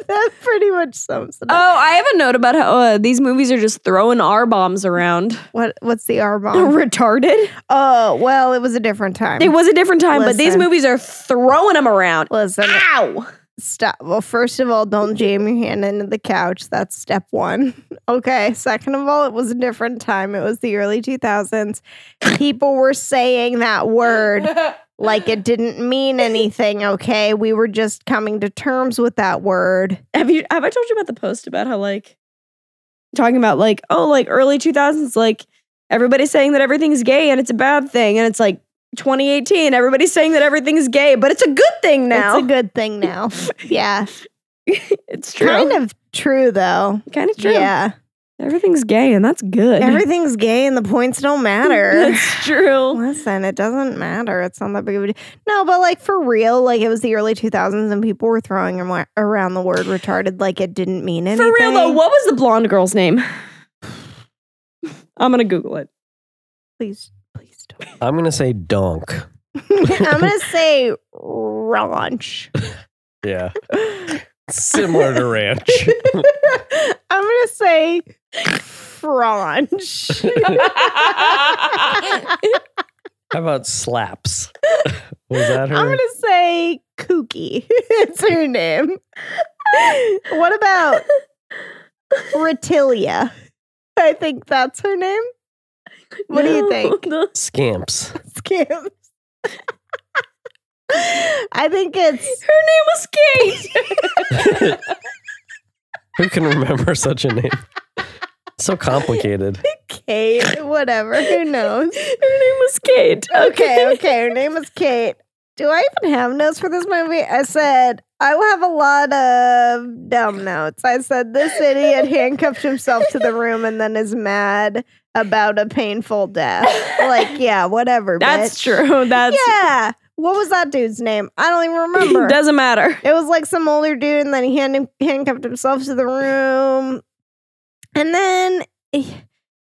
S2: that pretty much sums it up.
S4: Oh, I have a note about how uh, these movies are just throwing R bombs around.
S2: What? What's the R bomb?
S4: Retarded.
S2: Oh, well, it was a different time.
S4: It was a different time, but these
S2: Listen.
S4: movies are throwing them around.
S2: Listen,
S4: Ow!
S2: stop. Well, first of all, don't jam your hand into the couch. That's step one. Okay. Second of all, it was a different time. It was the early 2000s. People were saying that word like it didn't mean anything. Okay. We were just coming to terms with that word.
S4: Have you have I told you about the post about how like talking about like oh like early 2000s like everybody's saying that everything's gay and it's a bad thing and it's like 2018 everybody's saying that everything's gay but it's a good thing now.
S2: It's a good thing now. yeah.
S4: It's true.
S2: Kind of true, though.
S4: kind of true.
S2: Yeah.
S4: Everything's gay and that's good.
S2: Everything's gay and the points don't matter.
S4: that's true.
S2: Listen, it doesn't matter. It's not that big of a deal. No, but like for real, like it was the early 2000s and people were throwing ar- around the word retarded like it didn't mean anything.
S4: For real though, what was the blonde girl's name? I'm going to google it.
S2: Please, please don't.
S3: I'm gonna say donk.
S2: I'm going to say ranch.
S3: Yeah. Similar to ranch.
S2: I'm going to say franch.
S3: How about slaps? Was that her?
S2: I'm gonna say Kooky. it's her name. what about Retilia? I think that's her name. What do you
S4: No,
S2: think?
S4: no.
S3: Scamps.
S2: Scams. I think it's
S4: Her name was Kate.
S3: Who can remember such a name? So complicated.
S2: Kate. Whatever. Who knows?
S4: Her name was Kate.
S2: Okay, okay. Her name is Kate. Do I even have notes for this movie? I said I will have a lot of dumb notes. I said this idiot handcuffed himself to the room and then is mad about a painful death. Like, yeah, whatever.
S4: That's
S2: bitch.
S4: true. That's
S2: yeah. What was that dude's name? I don't even remember.
S4: doesn't matter.
S2: It was like some older dude, and then he hand- handcuffed himself to the room, and then eh,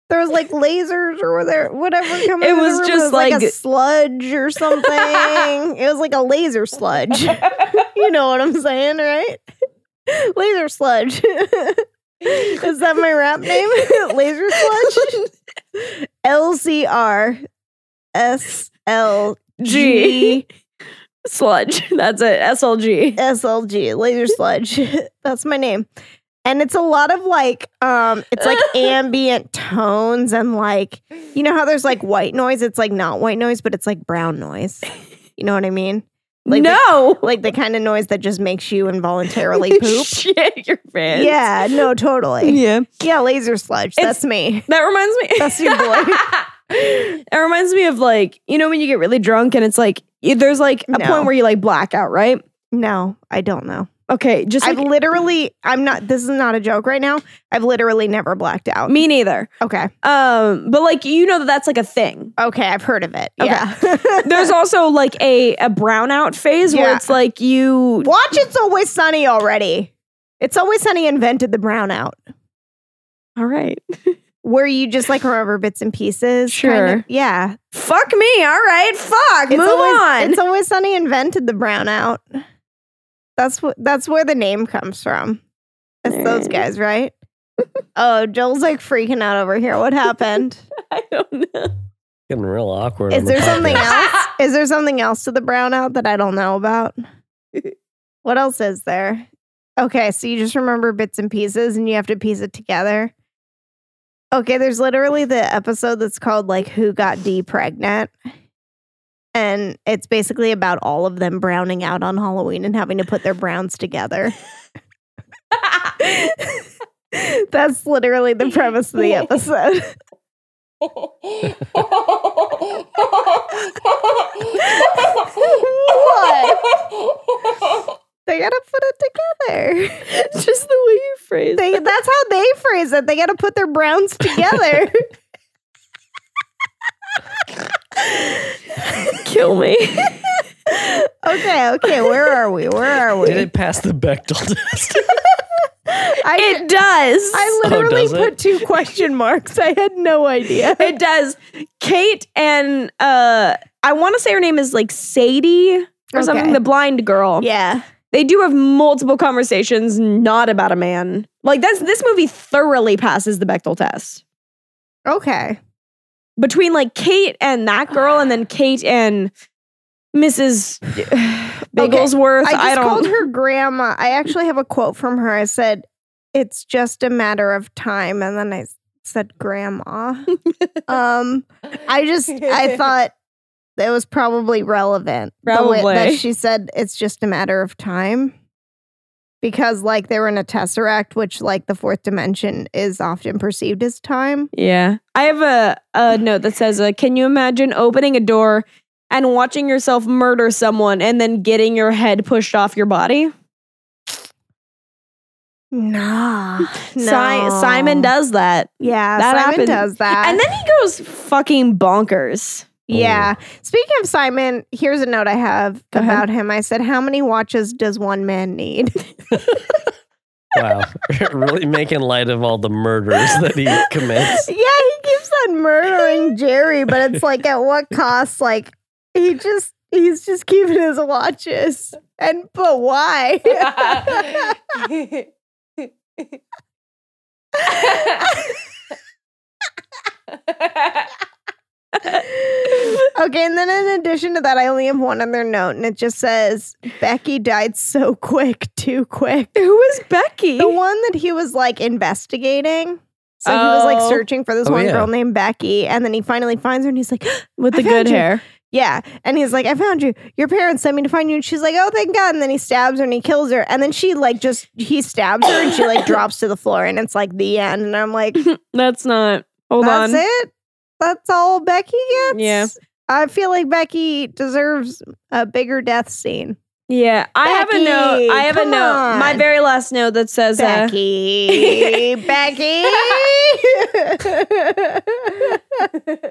S2: there was like lasers or whatever, whatever coming.
S4: It
S2: into the
S4: was
S2: room.
S4: just like-
S2: a sludge or something. it was like a laser sludge. you know what I'm saying, right? Laser sludge. Is that my rap name? laser sludge. L C R S L
S4: G. Sludge. That's it. SLG.
S2: SLG, Laser Sludge. That's my name. And it's a lot of like, um, it's like ambient tones and like, you know how there's like white noise? It's like not white noise, but it's like brown noise. You know what I mean? Like the-
S4: no.
S2: Like the kind of noise that just makes you involuntarily poop.
S4: Shit your pants.
S2: yeah, no, totally.
S4: Yeah.
S2: Yeah, Laser Sludge.
S4: It's-
S2: that's me.
S4: That reminds me.
S2: That's your boy.
S4: it reminds me of like, you know, when you get really drunk and it's like, y- there's like a
S2: No.
S4: point where you like black out, right?
S2: No, I don't know.
S4: Okay, just
S2: I've
S4: like,
S2: literally, I'm not, this is not a joke right now. I've literally never blacked out.
S4: me neither.
S2: Okay.
S4: Um, but like you know that that's like a thing.
S2: Okay. I've heard of it.
S4: Okay.
S2: Yeah.
S4: There's also like a a brownout phase where
S2: Yeah.
S4: it's like you
S2: Watch It's Always Sunny already. It's Always Sunny invented the brownout
S4: all right.
S2: where you just like remember bits and pieces.
S4: Sure.
S2: of. Yeah.
S4: Fuck me, all right. Fuck, move
S2: always,
S4: on.
S2: It's Always Sunny invented the brownout. That's what that's where the name comes from. It's those
S4: Nerd.
S2: guys, right? oh, Joel's like freaking out over here. What happened?
S4: I don't know.
S3: Getting real awkward.
S2: Is
S3: on the
S2: there something
S3: podcast.
S2: else? Is there something else to the brownout that I don't know about? what else is there? Okay, so you just remember bits and pieces and you have to piece it together. Okay, there's literally the episode that's called like Who Got D Pregnant. And it's basically about all of them browning out on Halloween and having to put their browns together. That's literally the premise of the episode.
S6: what?
S2: They gotta put it together.
S4: Just the way you phrase
S2: They, that's how they phrase it. They got to put their browns together.
S4: kill me.
S2: okay, okay. Where are we? Where are we?
S3: Did it pass the Bechtel test?
S2: I,
S4: it does.
S2: I
S3: Oh,
S2: literally
S3: does it?
S2: put two question marks. I had no idea.
S4: it does. Kate and uh I want to say her name is like Sadie or something,
S2: Okay.
S4: the blind girl.
S2: Yeah.
S4: They do have multiple conversations not about a man. Like that's this movie thoroughly passes the Bechtel test.
S2: Okay.
S4: Between like Kate and that girl and then Kate and Mrs. Bigglesworth.
S2: I just
S4: I, don't
S2: called her grandma. I actually have a quote from her. I said, "It's just a matter of time," and then I s- said, "Grandma." um, I just I thought that was probably relevant. The way that
S4: Probably.
S2: she said it's just a matter of time. Because like they were in a tesseract, which like the fourth dimension is often perceived as time.
S4: Yeah. I have a, a note that says, uh, Can you imagine opening a door and watching yourself murder someone and then getting your head pushed off your body?
S2: Nah.
S4: Si- Simon does that.
S2: Yeah,
S4: That
S2: Simon
S4: happened.
S2: does that.
S4: And then Oh. he goes fucking bonkers.
S2: Yeah. Speaking of Simon, here's a note I have
S4: Go ahead.
S2: about him. I said, How many watches does one man need?
S3: wow. really making light of all the murders that he commits.
S2: yeah, he keeps on murdering Jerry, but it's like, at what cost? Like, he just, he's just keeping his watches. And, but why? Okay, and then in addition to that, I only have one other note, and it just says Becky died so quick, too quick.
S4: Who is Becky?
S2: The one that he was like investigating. So he was like
S4: Oh.
S2: searching for this
S3: Oh,
S2: one
S3: yeah.
S2: girl named Becky, and then he finally finds her, and he's like,
S4: With
S2: I
S4: the good
S2: found you.
S4: hair.
S2: Yeah. And he's like, I found you. Your parents sent me to find you. And she's like, Oh, thank God. And then he stabs her and he kills her. And then she, like, just, he stabs her and she, like, drops to the floor. And it's like the end. And I'm like,
S4: That's not. Hold
S2: That's
S4: on.
S2: it? That's all Becky gets?
S4: Yeah.
S2: I feel like Becky deserves a bigger death scene.
S4: Yeah. I have a note.
S2: Becky,
S4: I have a
S2: come
S4: note. My
S2: on.
S4: very last note that says, uh,
S2: Becky. Becky.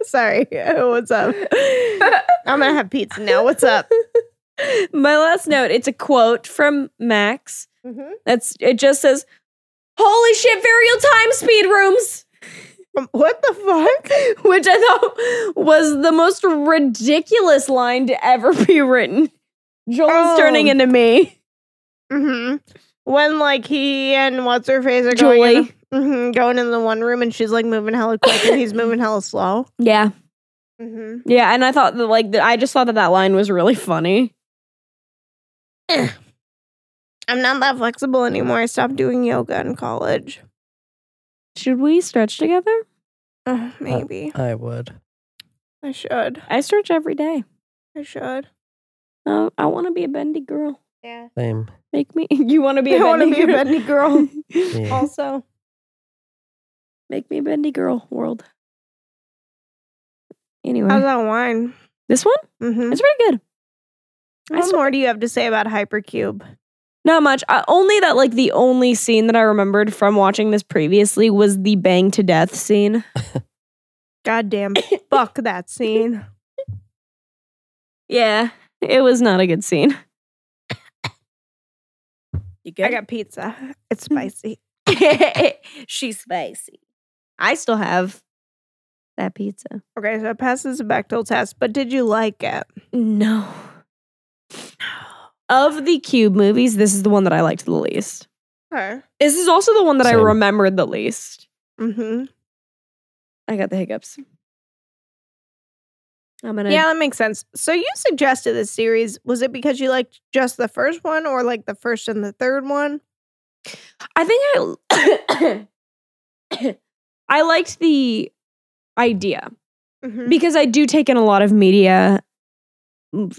S2: Sorry. What's up? I'm going to have pizza now. What's up?
S4: My last note, it's a quote from Max.
S2: Um,
S4: That's it. Just says, "Holy shit, varial time speed rooms,"
S2: Um, What the fuck?
S4: which I thought was the most ridiculous line to ever be written. Joel's
S2: Oh.
S4: turning into me,
S2: hmm When like he and what's her face are going,
S4: Julie.
S2: in, Mhm, going in the one room, and she's like moving hella quick, and he's moving hella slow.
S4: Yeah,
S2: Mm-hmm.
S4: yeah. And I thought that, like, that I just thought that that line was really funny.
S2: I'm not that flexible anymore. I stopped doing yoga in college.
S4: Should we stretch together?
S2: Ugh, maybe
S3: I would.
S2: I should.
S4: I stretch every day.
S2: I should.
S4: Uh, I want to be a bendy girl.
S2: Yeah.
S3: Same.
S4: Make me. You want to be?
S2: I
S4: a
S2: want to
S4: bendy
S2: be a
S4: girl?
S2: bendy girl.
S3: Yeah.
S2: also,
S4: Make me a bendy girl. World. Anyway,
S2: how's that wine?
S4: this one
S2: Mm-hmm.
S4: Mm-hmm. it's pretty good. I
S2: What
S4: still-
S2: more do you have to say about Hypercube?
S4: Not much. Uh, only that, like, the only scene that I remembered from watching this previously was the bang to death scene.
S2: Goddamn, fuck that scene.
S4: Yeah, it was not a good scene.
S7: You
S2: I got pizza. It's spicy.
S7: She's spicy.
S4: I still have that pizza.
S2: Okay, so it passes the Bechdel test, but did you like it?
S4: No. Of the Cube movies, this is the one that I liked the least.
S2: Her.
S4: This is also the one that I
S3: Same.
S4: remembered the least.
S2: Mm-hmm.
S4: I got the hiccups. I'm gonna.
S2: Yeah, that makes sense. So you suggested this series. Was it because you liked just the first one or like the first and the third one?
S4: I think I. I liked the idea.
S2: Mm-hmm.
S4: because I do take in a lot of media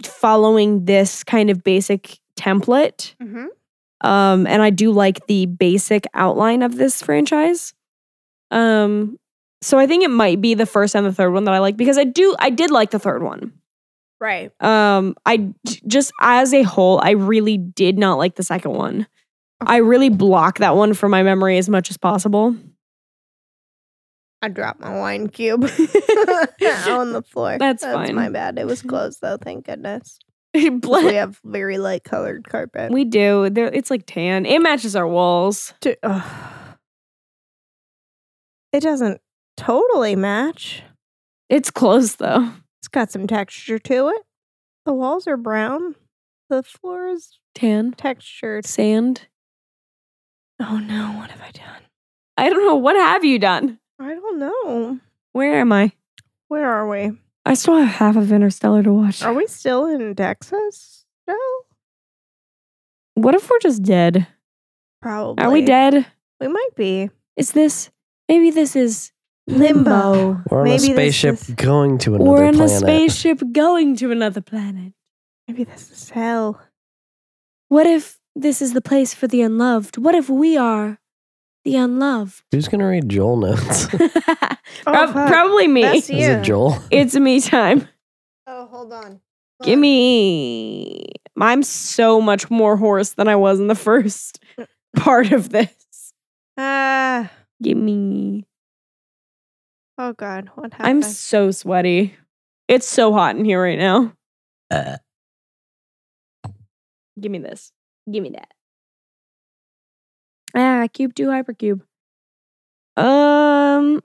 S4: following this kind of basic template.
S2: mm-hmm.
S4: Um, and I do like the basic outline of this franchise. Um, so I think it might be the first and the third one that I like because I do I did like the third one.
S2: Right.
S4: Um, I j- just as a whole, I really did not like the second one. I really block that one from my memory as much as possible.
S2: I dropped my wine cube on the floor.
S4: That's
S2: That's
S4: fine.
S2: my bad. It was closed though, thank goodness. we
S4: Ble-
S2: have very light colored carpet.
S4: we do. There, it's like tan. It matches our walls.
S2: Do- ugh. It doesn't totally match.
S4: It's close though.
S2: It's got some texture to it. The walls are brown. The floor is
S4: Tan.
S2: textured.
S4: Sand.
S2: Oh no, what have I done?
S4: I don't know. What have you done?
S2: I don't know.
S4: Where am I?
S2: Where are we?
S4: I still have half of Interstellar to watch.
S2: Are we still in Texas? No.
S4: What if we're just dead?
S2: Probably.
S4: Are we dead?
S2: We might be.
S4: Is this maybe this is limbo?
S2: Limbo.
S3: We're on
S2: Maybe
S3: a
S2: this
S3: spaceship
S2: is-
S3: going to another
S4: We're in a
S3: planet.
S4: spaceship going to another planet.
S2: Maybe this is hell.
S4: What if this is the place for the unloved? What if we are the unloved?
S3: Who's gonna read Joel notes?
S4: Oh, Prob-
S2: Oh, fuck.
S4: probably me.
S3: Is
S2: That's Yeah.
S3: it Joel?
S4: It's me time.
S2: Oh, hold on.
S4: Give me. I'm so much more hoarse than I was in the first part of this.
S2: Ah.
S4: Give me.
S2: oh God. What happened?
S4: I'm so sweaty. It's so hot in here right now. Give me this. Give me that. Ah, cube two hypercube. Um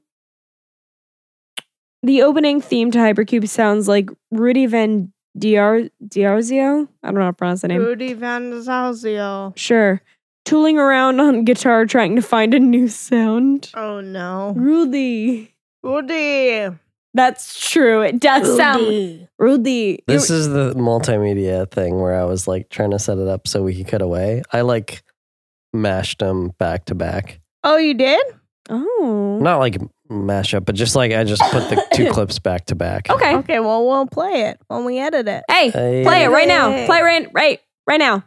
S4: the opening theme to Hypercube sounds like Rudy Van Diar- Diarzio. I don't know how to pronounce the name.
S2: Rudy Van Zalzio.
S4: Sure. Tooling around on guitar trying to find a new sound.
S2: Oh no.
S4: Rudy.
S2: Rudy.
S4: That's true. It does sound
S2: Rudy.
S4: Rudy.
S3: This is the multimedia thing where I was like trying to set it up so we could cut away. I like mashed them back to back.
S2: Oh, you did?
S4: Oh.
S3: Not like mash up, but just like I just put the two clips back to back.
S4: Okay.
S2: Okay, well we'll play it when we edit it.
S4: Hey,
S3: Hey.
S4: play it right
S2: Hey.
S4: now. Play right right right now.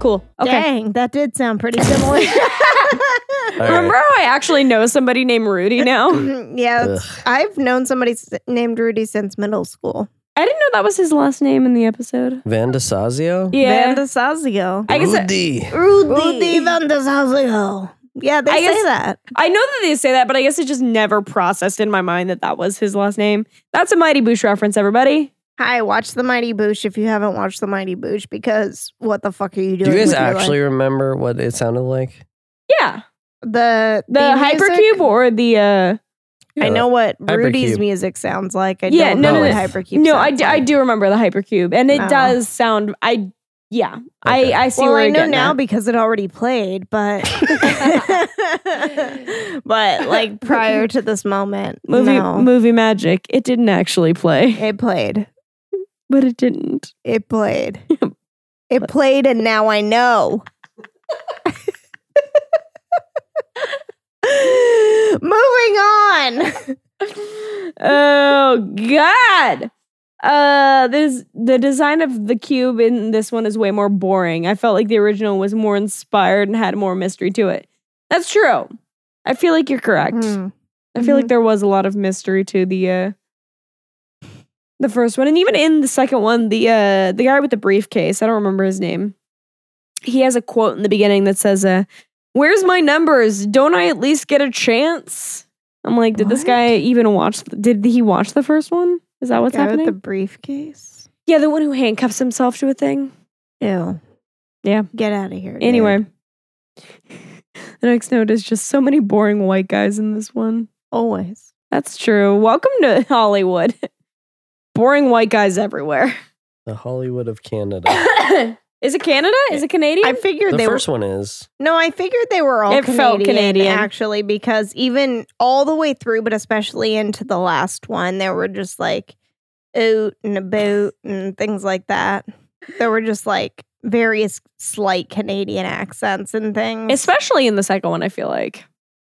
S4: Cool. Okay.
S2: Dang, that did sound pretty similar.
S3: All right.
S4: Remember how I actually know somebody named Rudy now?
S2: yeah, that's- I've known somebody s- named Rudy since middle school.
S4: I didn't know that was his last name in the episode.
S3: Van Desazio?
S4: Yeah.
S2: Van Desazio.
S4: I guess I,
S3: Rudy.
S2: Rudy Van Desazio. Yeah, they
S4: I
S2: say
S4: guess-
S2: that.
S4: I know that they say that, but I guess it just never processed in my mind that that was his last name. That's a Mighty Boosh reference, everybody.
S2: Hi, watch The Mighty Boosh if you haven't watched The Mighty Boosh because what the fuck are you doing?
S3: Do you guys
S2: with your life?
S3: actually remember what it sounded like?
S4: Yeah.
S2: the
S4: The
S2: theme music?
S4: Hypercube or the. uh
S2: I know what
S3: Hypercube.
S2: Rudy's music sounds like. I
S4: Yeah,
S2: don't
S4: no,
S2: know
S3: no,
S2: what
S3: no.
S2: Hypercube
S4: No, I
S2: sounds
S4: d- I
S2: like.
S4: do remember the Hypercube, and it
S2: Oh.
S4: does sound. I Yeah,
S3: Okay.
S4: I I see
S2: well,
S4: where
S2: I
S4: you're
S2: know
S4: getting
S2: now
S4: at.
S2: because it already played, but but like prior to this moment,
S4: movie
S2: no,
S4: movie magic. It didn't actually play,
S2: it played,
S4: but it didn't.
S2: it played, it played, and now I know. Moving on.
S4: oh god uh this the design of the cube in this one is way more boring i felt like the original was more inspired and had more mystery to it that's true i feel like you're correct
S2: Hmm.
S4: i feel like there was a lot of mystery to the uh the first one and even in the second one the uh the guy with the briefcase i don't remember his name he has a quote in the beginning that says uh where's my numbers don't i at least get a chance i'm like did this
S2: What?
S4: guy even watch did he watch the first one is that what's
S2: Guy
S4: happening
S2: with the briefcase.
S4: yeah the one who handcuffs himself to a thing
S2: Ew.
S4: Yeah.
S2: Get out of here. dude.
S4: anyway the next note is just so many boring white guys in this one
S2: always.
S4: that's true welcome to hollywood boring white guys everywhere
S3: The Hollywood of Canada.
S4: is it Canada? Is it Canadian?
S2: I figured
S3: the
S2: they were
S3: first one is.
S2: No, I figured they were all
S4: It
S2: Canadian,
S4: felt Canadian.
S2: actually, because even all the way through, but especially into the last one, there were just like oot and a boot and things like that. There were just like various slight Canadian accents and things.
S4: Especially in the second one, I feel like.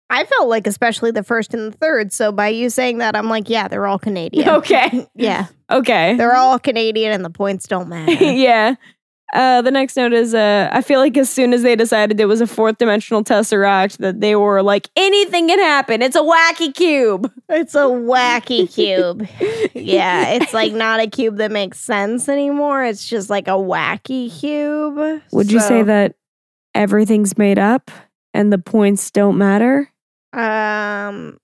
S2: I felt like especially the first and the third. So by you saying that, I'm like, yeah, they're all Canadian.
S4: Okay.
S2: Yeah,
S4: Okay.
S2: they're all Canadian, and the points don't matter.
S4: yeah. Uh, the next note is uh, I feel like as soon as they decided it was a fourth dimensional tesseract, that they were like, anything can happen. It's a wacky cube.
S2: It's a wacky cube. Yeah, it's like not a cube that makes sense anymore. It's just like a wacky cube.
S4: Would you say
S2: So,
S4: that everything's made up and the points don't matter?
S2: Um,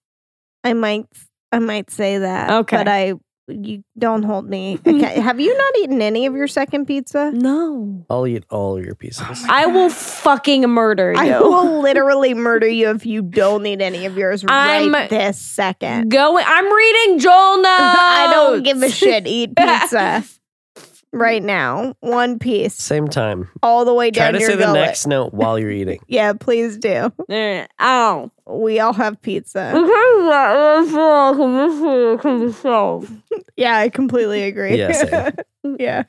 S2: I might, I might say that.
S4: Okay.
S2: but I, you don't hold me. Okay, have you not eaten any of your second pizza?
S4: No.
S3: I'll eat all your pieces.
S4: I will fucking murder you.
S2: I will literally murder you if you don't eat any of yours
S4: I'm-
S2: right this second.
S4: Going, I'm reading Joel notes.
S2: I don't give a shit. Eat pizza right now, one piece,
S3: Same time.
S2: all the way
S3: Try
S2: down
S3: to
S2: your
S3: say the
S2: gullet.
S3: next note while you're eating.
S2: Yeah, please do.
S4: Eh, Ow.
S2: We all have pizza.
S4: Wait,
S2: Yeah, I completely agree.
S3: Yeah,
S2: yeah.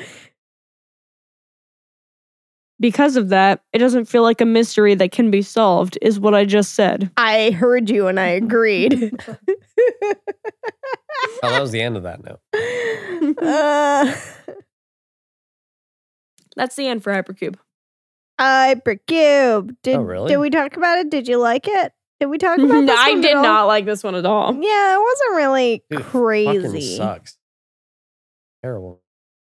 S4: because of that, it doesn't feel like a mystery that can be solved, is what I just said.
S2: I heard you and I agreed.
S3: Oh, that was the end of that note.
S2: uh,
S4: That's the end for Hypercube.
S2: Hypercube. Did,
S3: Oh, really?
S2: did we talk about it? Did you like it? Did we talk about this
S4: No, I
S2: one
S4: did
S2: at all?
S4: not like this one at all.
S2: Yeah, it wasn't really
S3: Dude, Fucking
S2: crazy.
S3: sucks. Terrible.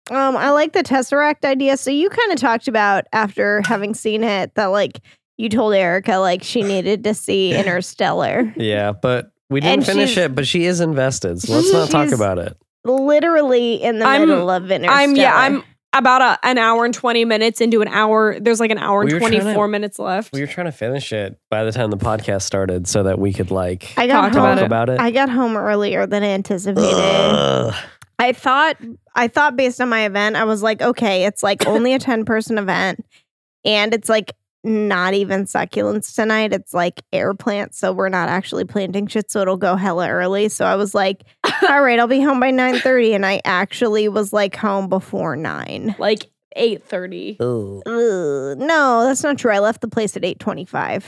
S2: Um, I like the Tesseract idea. So you kind of talked about after having seen it that like you told Erica like she needed to see Interstellar.
S3: Yeah, but we didn't
S2: And
S3: finish
S2: she's-
S3: it. But she is invested, so let's not talk
S2: She's-
S3: about it.
S2: Literally in the
S4: I'm-
S2: middle of Interstellar.
S4: I'm yeah, I'm about a, an hour and twenty minutes into an hour. There's like an hour and
S3: We were
S4: twenty
S3: trying
S4: four
S3: to-
S4: minutes left.
S3: We were trying to finish it by the time the podcast started, so that we could like
S2: I
S4: Talk
S2: got home
S3: talk
S4: about it.
S3: about it.
S2: I got home earlier than anticipated.
S3: Ugh.
S2: I thought I thought based on my event, I was like, okay, it's like only a 10 person event and it's like not even succulents tonight. It's like air plants, so we're not actually planting shit, so it'll go hella early. So I was like, all right, I'll be home by 9:30 and I actually was like home before 9.
S4: like eight thirty.
S3: Ugh.
S2: Ugh, no, that's not true. I left the place at 8:25.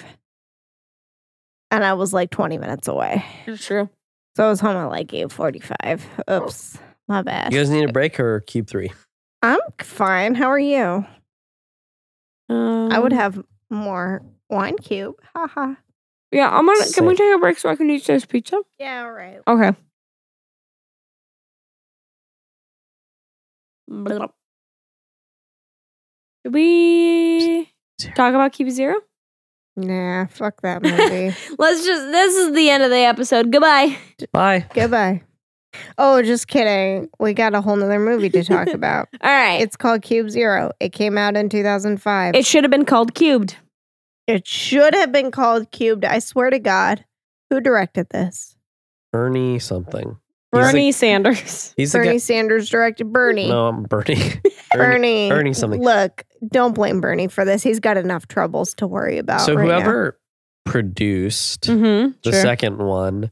S2: And I was like 20 minutes away.
S4: True.
S2: So I was home at like 8:45. Oops. My bad.
S3: You guys need a break or cube three?
S2: I'm fine. How are you?
S4: Um,
S2: I would have more wine cube. Haha.
S4: Yeah, I'm gonna. Can we
S3: Sick.
S4: take a break so I can eat this pizza?
S2: Yeah, all right.
S4: Okay. Did we talk about Keep Zero?
S2: Nah, fuck that movie.
S4: Let's just. This is the end of the episode. Goodbye.
S3: Bye.
S2: Goodbye. Oh, just kidding. We got a whole nother movie to talk about.
S4: All right.
S2: it's called Cube Zero. It came out in 2005.
S4: it should have been called Cubed.
S2: it should have been called Cubed. I swear to God. Who directed this?
S3: Ernie something. He's
S4: Bernie
S3: like-
S4: Sanders.
S3: He's the
S2: Bernie
S3: guy.
S2: Sanders directed Bernie.
S3: No, Bernie. Bernie.
S2: Bernie.
S3: Bernie something.
S2: Look, don't blame Bernie for this. He's got enough troubles to worry about.
S3: So
S2: right now. Mm,
S3: whoever produced
S4: Mm-hmm.
S3: the second one,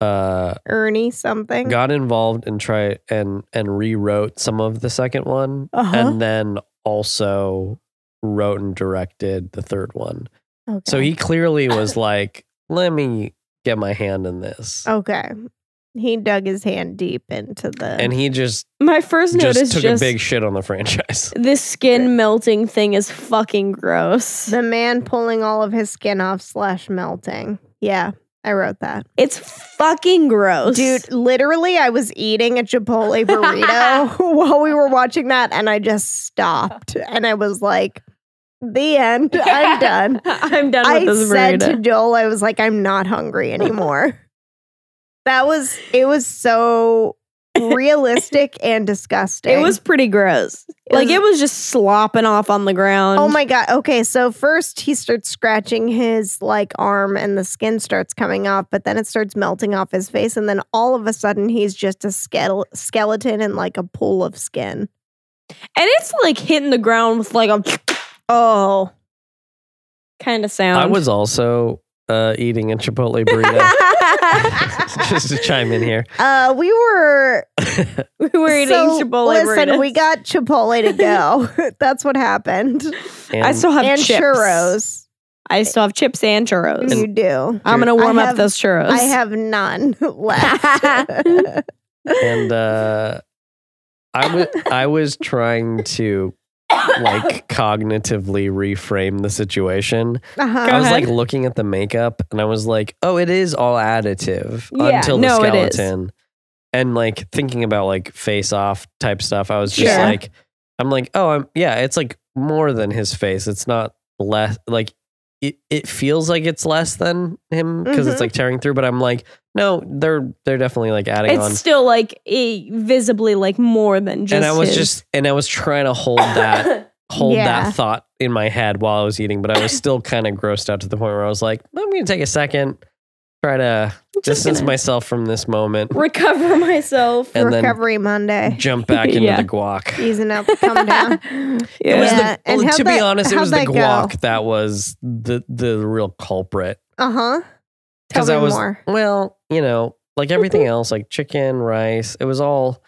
S3: uh,
S2: Ernie something.
S3: got involved and try and and rewrote some of the second one,
S2: Uh-huh.
S3: and then also wrote and directed the third one. So
S2: Okay.
S3: he clearly was like, "Let me get my hand in
S4: Oh,
S3: this,"
S2: Okay. He dug his hand deep into the
S3: and he just
S4: My first note
S3: just
S4: is
S3: took
S4: just
S3: a big shit on the franchise.
S4: this skin melting thing is fucking gross.
S2: the man pulling all of his skin off slash melting. Yeah, I wrote that.
S4: It's fucking gross.
S2: Dude, literally I was eating a Chipotle burrito while we were watching that and I just stopped and I was like, the end. I'm done.
S4: I'm done with
S2: I
S4: this
S2: said to
S4: burrito.
S2: Joel, I was like, I'm not hungry anymore. that was it was so realistic and disgusting.
S4: It was pretty gross.
S2: It
S4: like
S2: was-
S4: it was just slopping off on the ground.
S2: Oh my god. Okay, so first he starts scratching his like arm and the skin starts coming off, but then it starts melting off his face and then all of a sudden he's just a skele- skeleton and like a pool of skin.
S4: And it's like hitting the ground with like a
S2: Oh.
S4: kind of sound.
S3: I was also uh, eating a Chipotle burrito. just to chime in here,
S2: Uh we were
S4: we were eating
S2: so,
S4: Chipotle
S2: Listen,
S4: burritos.
S2: we got Chipotle to go. That's what happened.
S3: and
S4: I still have
S2: and
S4: chips.
S2: churros.
S4: I still have chips and churros.
S2: you do.
S4: I'm gonna
S2: Mm. I
S4: warm up
S2: have-
S4: those churros.
S2: I have none Uh-huh. left.
S3: and uh, I was I was trying to like cognitively reframe the situation.
S2: Uh-huh.
S3: I was
S4: ahead.
S3: like looking at the makeup and I was like, oh, it is all additive
S4: Yeah,
S3: until the
S4: no, it is.
S3: skeleton. And like thinking about like face off type stuff, I was just
S4: Sure.
S3: like, I'm like, oh, I'm yeah, it's like more than his face. It's not less like it, it feels like it's less than him because
S2: Mhm.
S4: Mm-hmm.
S3: it's like tearing through, but I'm like, no, they're they're definitely like adding
S4: it's
S3: on.
S4: still like eh, visibly like more than just.
S3: and I was
S4: his-
S3: just and I was trying to hold that hold
S2: Yeah.
S3: that thought in my head while I was eating, but I was still kind of grossed out to the point where I was like, I'm going to take a second, try to distance myself from this moment,
S4: recover myself.
S3: and then
S2: Recovery Monday.
S3: jump back into
S4: Yeah.
S3: the guac.
S2: Easing up, come down.
S3: It was
S4: yeah.
S3: the,
S2: Yeah, and
S3: well,
S2: how'd
S3: to be
S2: that-
S3: honest, it
S2: how'd
S3: was the
S2: that go?
S3: guac that was the the real culprit
S2: Uh huh. Tell
S3: because
S2: me
S3: I was
S2: more.
S3: well, you know, like everything else, like chicken, rice, it was all.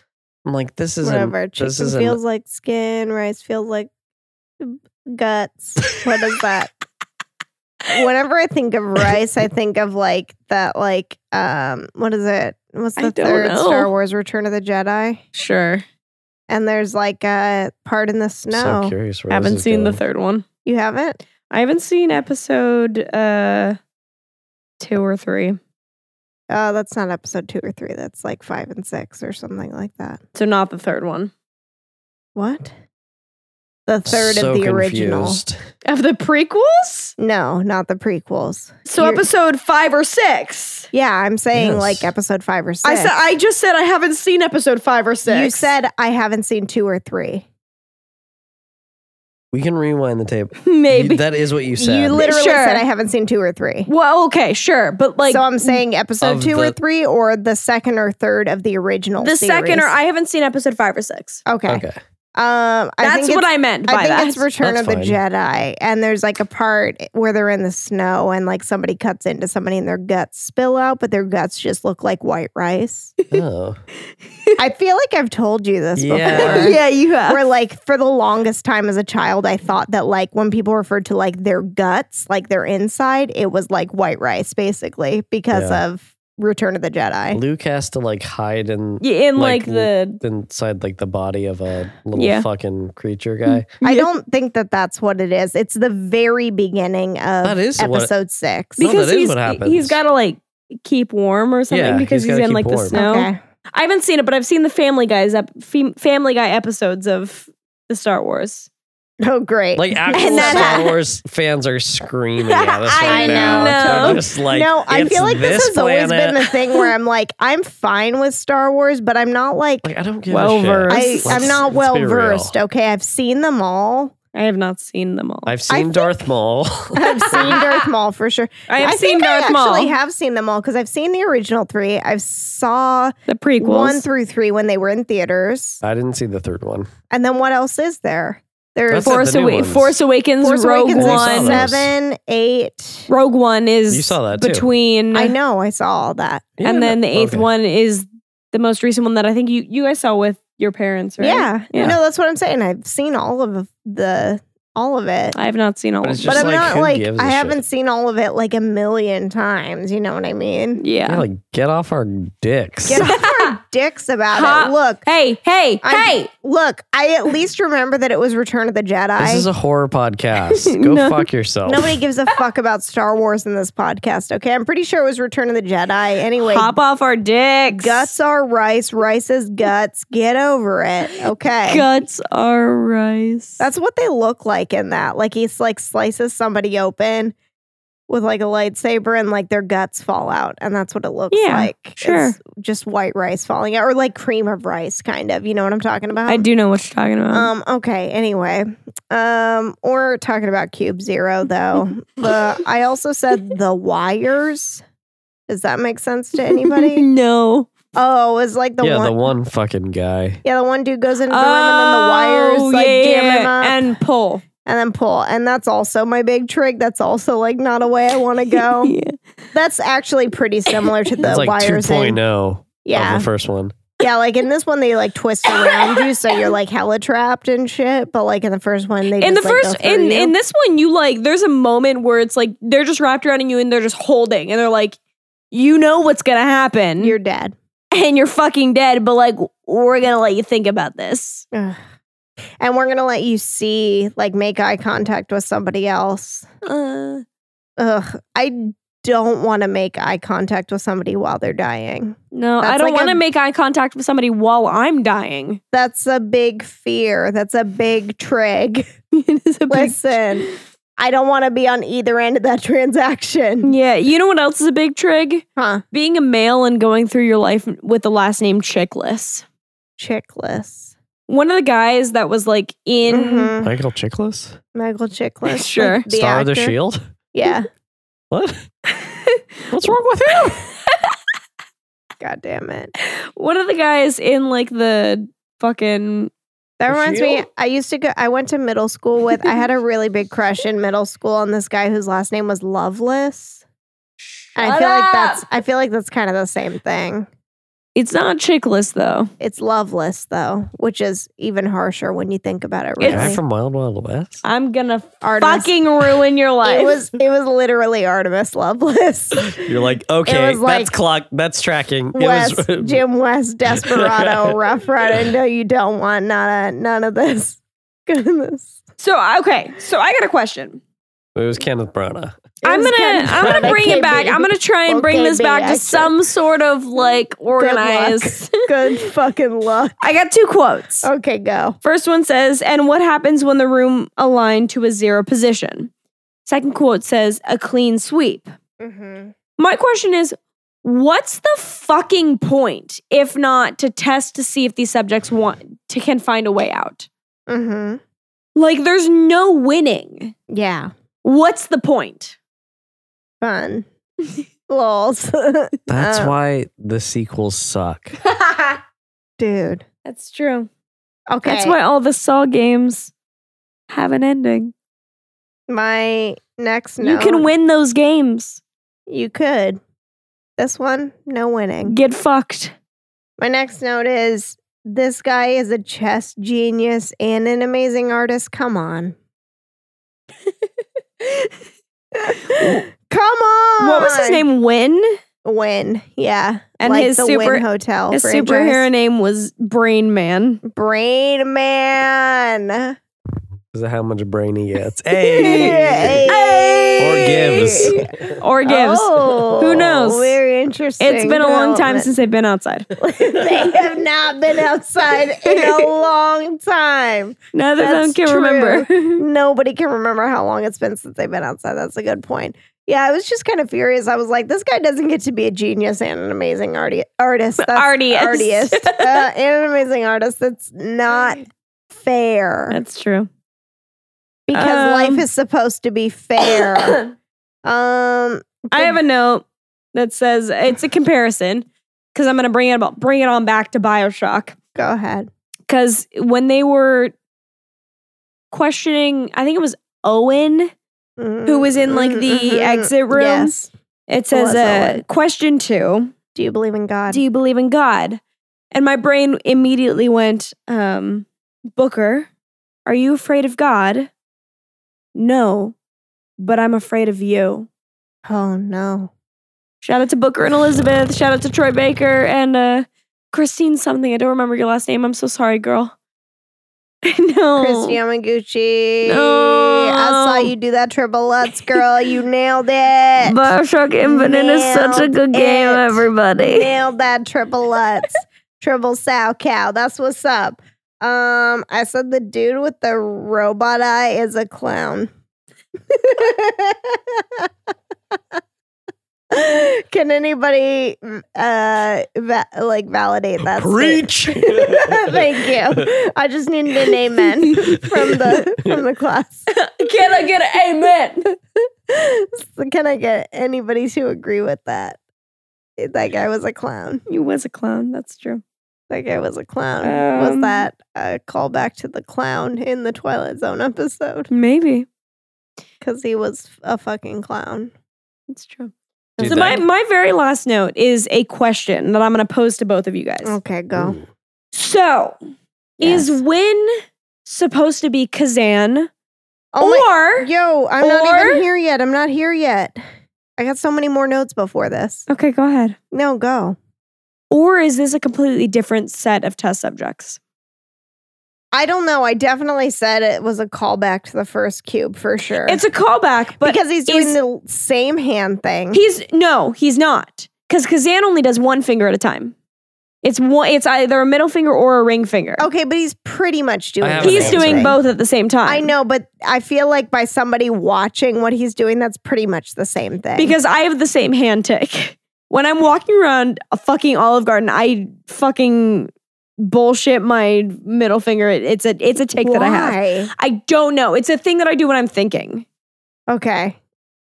S3: I'm like, this is not
S2: Whatever. Chicken
S3: this is an-
S2: feels like skin. Rice feels like guts. What is that? Whenever I think of rice, I think of like that. Like, um, what is it? What's
S4: I
S2: the
S4: don't
S2: third
S4: know.
S2: Star Wars: Return of the Jedi?
S4: Sure,
S2: And there's like a part in the snow.
S3: so curious. Where
S4: haven't
S3: this is
S4: seen the
S3: going.
S4: third one.
S2: you haven't?
S4: I haven't seen episode uh two or three,
S2: Oh, that's not episode two or three. That's like five and six or something like that.
S4: so not the third one
S2: What? The third
S3: So
S2: of the original.
S3: confused.
S4: of the prequels.
S2: No, not the prequels.
S4: So
S2: You're-
S4: episode five or six.
S2: Yeah, I'm saying
S3: Yes.
S2: like episode five or six.
S4: I said I just said I haven't seen episode five or six.
S2: You said I haven't seen two or three.
S3: We can rewind the tape.
S4: maybe.
S3: You- that is what you said.
S2: You literally
S4: Sure.
S2: said I haven't seen two or three.
S4: well, okay, sure, but like
S2: so I'm saying episode
S3: Of
S2: two or
S3: the-
S2: three, or the second or third of the original.
S4: the second or
S2: series.
S4: I haven't seen episode five or six.
S2: Okay.
S3: okay.
S2: Um, I
S4: That's
S2: think
S4: what
S2: it's-
S4: I meant by
S2: I think
S4: that.
S2: it's Return
S3: That's
S2: of the
S3: fine.
S2: Jedi, and there's like a part where they're in the snow, and like somebody cuts into somebody, and their guts spill out, but their guts just look like white rice.
S3: Oh.
S2: I feel like I've told you this
S3: Yeah.
S2: before.
S4: yeah, you have.
S2: Where like for the longest time as a child, I thought that like when people referred to like their guts, like their inside, it was like white rice basically because
S3: Yeah.
S2: of Return of the Jedi.
S3: Luke has to like hide in
S4: Yeah, in like,
S3: Like,
S4: the
S3: inside like the body of a little
S4: Yeah.
S3: fucking creature guy.
S2: I don't think that that's what it is. It's the very beginning of
S3: That is what-
S2: episode six.
S3: No, that
S4: because
S3: is
S4: he's
S3: what happens.
S4: he's got to like keep warm or something
S3: Yeah,
S4: because
S3: he's
S4: he's, in
S3: gotta keep
S4: like the
S3: warm.
S4: snow.
S2: Okay.
S4: I haven't seen it, but I've seen the Family Guys ep- fam- Family Guy episodes of the Star Wars.
S2: Oh, great.
S3: Like actual
S2: And then-
S3: Star Wars fans are screaming at us
S2: I
S3: right now.
S4: know.
S3: They're Just like,
S2: no, I
S3: "It's
S2: feel like this, has always been
S3: planet."
S2: the thing where I'm like, I'm fine with Star Wars, but I'm not like
S3: Like I don't give
S4: Well
S3: a shit.
S4: versed.
S2: I,
S4: Let's-
S2: I'm not
S3: let's
S2: well
S3: be real.
S2: versed. Okay, I've seen them all.
S4: I have not seen them all. I've,
S3: I've seen
S2: think-
S3: Darth Maul.
S2: I've seen Darth Maul for sure.
S4: seen
S2: think
S4: Darth
S2: I actually
S4: Maul,
S2: have seen them all because I've seen the original three. I've saw
S4: the prequels.
S2: one through three when they were in theaters.
S3: I didn't see the third one.
S2: And then what else is there? There's
S3: That's it,
S4: Force,
S3: the new
S4: Awa-
S3: ones.
S4: Force Awakens,
S2: Force
S4: Rogue
S2: Awakens
S3: I saw
S4: One.
S2: is seven, eight.
S4: Rogue One is
S3: You saw that too.
S4: between
S2: I know. I saw all that.
S3: Yeah,
S4: and then the eighth
S3: okay.
S4: one is the most recent one that I think you you guys saw with your parents, right?
S2: Yeah.
S4: Yeah.
S2: No, that's what I'm saying. I've seen all of the all of it.
S4: I have not seen all
S3: But
S4: of
S3: it's
S4: them.
S2: but
S3: just
S2: I'm
S3: like,
S2: not
S3: who
S2: like
S3: gives a
S2: I
S3: shit?
S2: haven't seen all of it like a million times. You know what I mean?
S4: yeah.
S3: Yeah, like get off our dicks.
S2: uh, Get off our dicks about
S4: Ha-
S2: it. Look,
S4: hey, hey,
S2: I'm-
S4: hey.
S2: look. I at least remember that it was Return of the Jedi.
S3: This is a horror podcast. Go
S4: No.
S3: fuck yourself.
S2: Nobody gives a fuck about Star Wars in this podcast. Okay, I'm pretty sure it was Return of the Jedi. Anyway,
S4: Hop off our dicks.
S2: guts are rice. Rice is guts. Get over it. Okay.
S4: Guts are rice.
S2: That's what they look like in that. Like he's like slices somebody open with like a lightsaber and like their guts fall out. And that's what it looks
S4: Yeah,
S2: like.
S4: sure.
S2: It's just white rice falling out or like cream of rice, kind of. You know what I'm talking about?
S4: I do know what you're talking about.
S2: Um, okay, anyway. Um, or talking about Cube Zero though. the I also said the wires. Does that make sense to anybody?
S4: no.
S2: oh, it's like the
S3: yeah,
S2: one
S3: the one fucking guy.
S2: Yeah, the one dude goes into the room and then the wires
S4: Oh,
S2: like
S4: yeah,
S2: jam him up.
S4: and pull.
S2: and then pull. And that's also my big trick. That's also like not a way I want to go.
S4: Yeah.
S2: that's actually pretty similar to the
S3: It's like
S2: wires. in-
S3: 2.0 of
S2: yeah.
S3: the first one.
S2: Yeah. Like in this one, they like twist around you. So you're like hella trapped and shit. But like in the first one, they
S4: In the
S2: just, like, go
S4: first,
S2: through
S4: in
S2: you.
S4: in this one, you like. There's a moment where it's like they're just wrapped around you and they're just holding, and they're like, you know what's gonna happen,
S2: you're dead.
S4: and you're fucking dead. But like, we're gonna let you think about this.
S2: Ugh. And we're going to let you see, like make eye contact with somebody else.
S4: Uh,
S2: Ugh. I don't want to make eye contact with somebody while they're dying.
S4: no, I
S2: That's
S4: don't
S2: like
S4: want to
S2: a-
S4: make eye contact with somebody while I'm dying.
S2: That's a big fear. That's a big trig.
S4: It is a big-
S2: Listen, I don't want to be on either end of that transaction.
S4: Yeah, you know what else is a big trig?
S2: Huh.
S4: Being a male and going through your life with the last name Chickless.
S2: Chickless.
S4: One of the guys that was like in
S2: Mhm.
S3: Michael Chiklis?
S2: Michael Chickless. like
S4: Sure.
S2: the
S3: Star of the
S2: actor.
S3: Shield?
S2: Yeah.
S3: What? What's wrong with
S2: Mm-hmm.
S3: him?
S2: God damn it.
S4: one of the guys in like the fucking
S2: That
S3: The
S2: reminds
S3: Shield?
S2: me, I used to go, I went to middle school with, I had a really big crush in middle school on this guy whose last name was Loveless. And I
S4: Shut
S2: feel
S4: up!
S2: like that's, I feel like that's kind of the same thing.
S4: It's not Chickless though.
S2: It's Loveless though, which is even harsher when you think about it.
S4: It's-
S2: Really.
S3: Guy from Wild Wild West?
S4: I'm gonna
S2: Artemis.
S4: fucking ruin your life.
S2: it was, it was literally Artemis Loveless.
S3: You're like, okay,
S2: was like-
S3: that's clock, that's tracking.
S2: West,
S3: it was
S2: Jim West, Desperado, Rough Rider. No, you don't want none of, none of this. Goodness.
S4: so okay. So I got a question.
S3: it was Kenneth Branagh.
S2: It
S4: I'm
S2: was
S4: gonna
S2: kind of
S4: I'm gonna
S2: funny.
S4: bring it back.
S2: KB.
S4: I'm gonna try and bring
S2: Okay,
S4: this back to
S2: baby,
S4: some sort of like organized.
S2: Good fucking luck.
S4: I got two quotes.
S2: Okay, go.
S4: First one says, and what happens when the room aligned to a zero position? Second quote says, a clean sweep. My question is, what's the fucking point if not to test to see if these subjects want to can find a way out?
S2: Mm-hmm.
S4: Like there's no winning.
S2: Yeah.
S4: What's the point?
S2: Fun. Lols.
S3: That's
S2: Uh,
S3: why the sequels suck.
S2: Dude.
S4: That's true.
S2: Okay.
S4: That's why all the Saw games have an ending.
S2: my next note.
S4: You can win those games.
S2: You could. This one, no winning.
S4: Get fucked.
S2: My next note is this guy is a chess genius and an amazing artist. Come on. Come on.
S4: What was his name? Win?
S2: Win. Yeah.
S4: And
S2: Like
S4: his
S2: the
S4: super
S2: Wynn Hotel.
S4: His
S2: franchise.
S4: superhero name was Brain Man.
S2: Brain Man.
S3: Is that how much brain he gets? Hey!
S2: Hey.
S3: Or gives.
S4: Or gives.
S2: Oh,
S4: Who knows?
S2: Very interesting.
S4: it's been a long time since they've been outside.
S2: development. they have not been outside in a long time.
S4: Now that I
S2: That's
S4: can remember.
S2: Nobody can remember how long it's been since they've been outside. That's a good point. Yeah, I was just kind of furious. I was like, this guy doesn't get to be a genius and an amazing arti- artist. That's
S4: Artist.
S2: artist. uh, and an amazing artist. That's not fair.
S4: That's true.
S2: because
S4: Um,
S2: life is supposed to be fair. um,
S4: I have a note that says it's a comparison because I'm going to bring it about, bring it on back to Bioshock
S2: go ahead.
S4: because when they were questioning, I think it was Owen who was in like the exit room.
S2: Mm-hmm, Yes.
S4: It says
S2: was
S4: uh,
S2: Owen.
S4: question two:
S2: Do you believe in God?
S4: Do you believe in God? And my brain immediately went, um, Booker, are you afraid of God? No, but I'm afraid of you.
S2: oh no.
S4: Shout out to Booker and Elizabeth. Shout out to Troy Baker and uh, Christine something. I don't remember your last name. I'm so sorry, girl. no.
S2: Chris Yamaguchi.
S4: Oh. No.
S2: I saw you do that triple Lutz, girl. You nailed it.
S4: Bioshock Infinite is such a good
S2: Nailed
S4: game,
S2: it.
S4: everybody.
S2: nailed that triple Lutz. triple sow cow. That's what's up. Um, I said the dude with the robot eye is a clown. Can anybody uh va- like validate that? sta- Thank you. I just needed an amen from the from the class.
S1: Can I get an amen?
S2: So Can I get anybody to agree with that? That guy was a clown.
S4: You was a clown. That's true.
S2: That guy was a clown. was
S4: Um,
S2: that a callback to the clown in the Twilight Zone episode?
S4: Maybe.
S2: Because he was a fucking clown.
S4: That's true.
S3: Dude,
S4: so, my,
S3: that-
S4: my very last note is a question that I'm going to pose to both of you guys.
S2: Okay, go.
S4: So,
S2: Oh. Mm, Yes.
S4: is Win supposed to be Kazan?
S2: Oh my-
S4: or.
S2: Yo, I'm not
S4: Or-
S2: even here yet. I'm not here yet. I got so many more notes before this.
S4: okay, go ahead.
S2: No, go.
S4: Or is this a completely different set of test subjects?
S2: I don't know. I definitely said it was a callback to the first cube for sure.
S4: It's a callback, but
S2: because he's doing
S4: is-
S2: the same hand thing.
S4: he's no, he's not. Because Kazan only does one finger at a time. It's one. It's either a middle finger or a ring finger.
S2: okay, but he's pretty much doing.
S3: have
S2: the
S4: he's
S3: an
S2: same
S3: answer.
S4: doing
S2: thing.
S4: both at the same time.
S2: I know, but I feel like by somebody watching what he's doing, that's pretty much the same thing.
S4: because I have the same hand tick. When I'm walking around a fucking Olive Garden, I fucking bullshit my middle finger. It- It's a it's a tick that I have.
S2: Why?
S4: I don't know. It's a thing that I do when I'm thinking.
S2: Okay.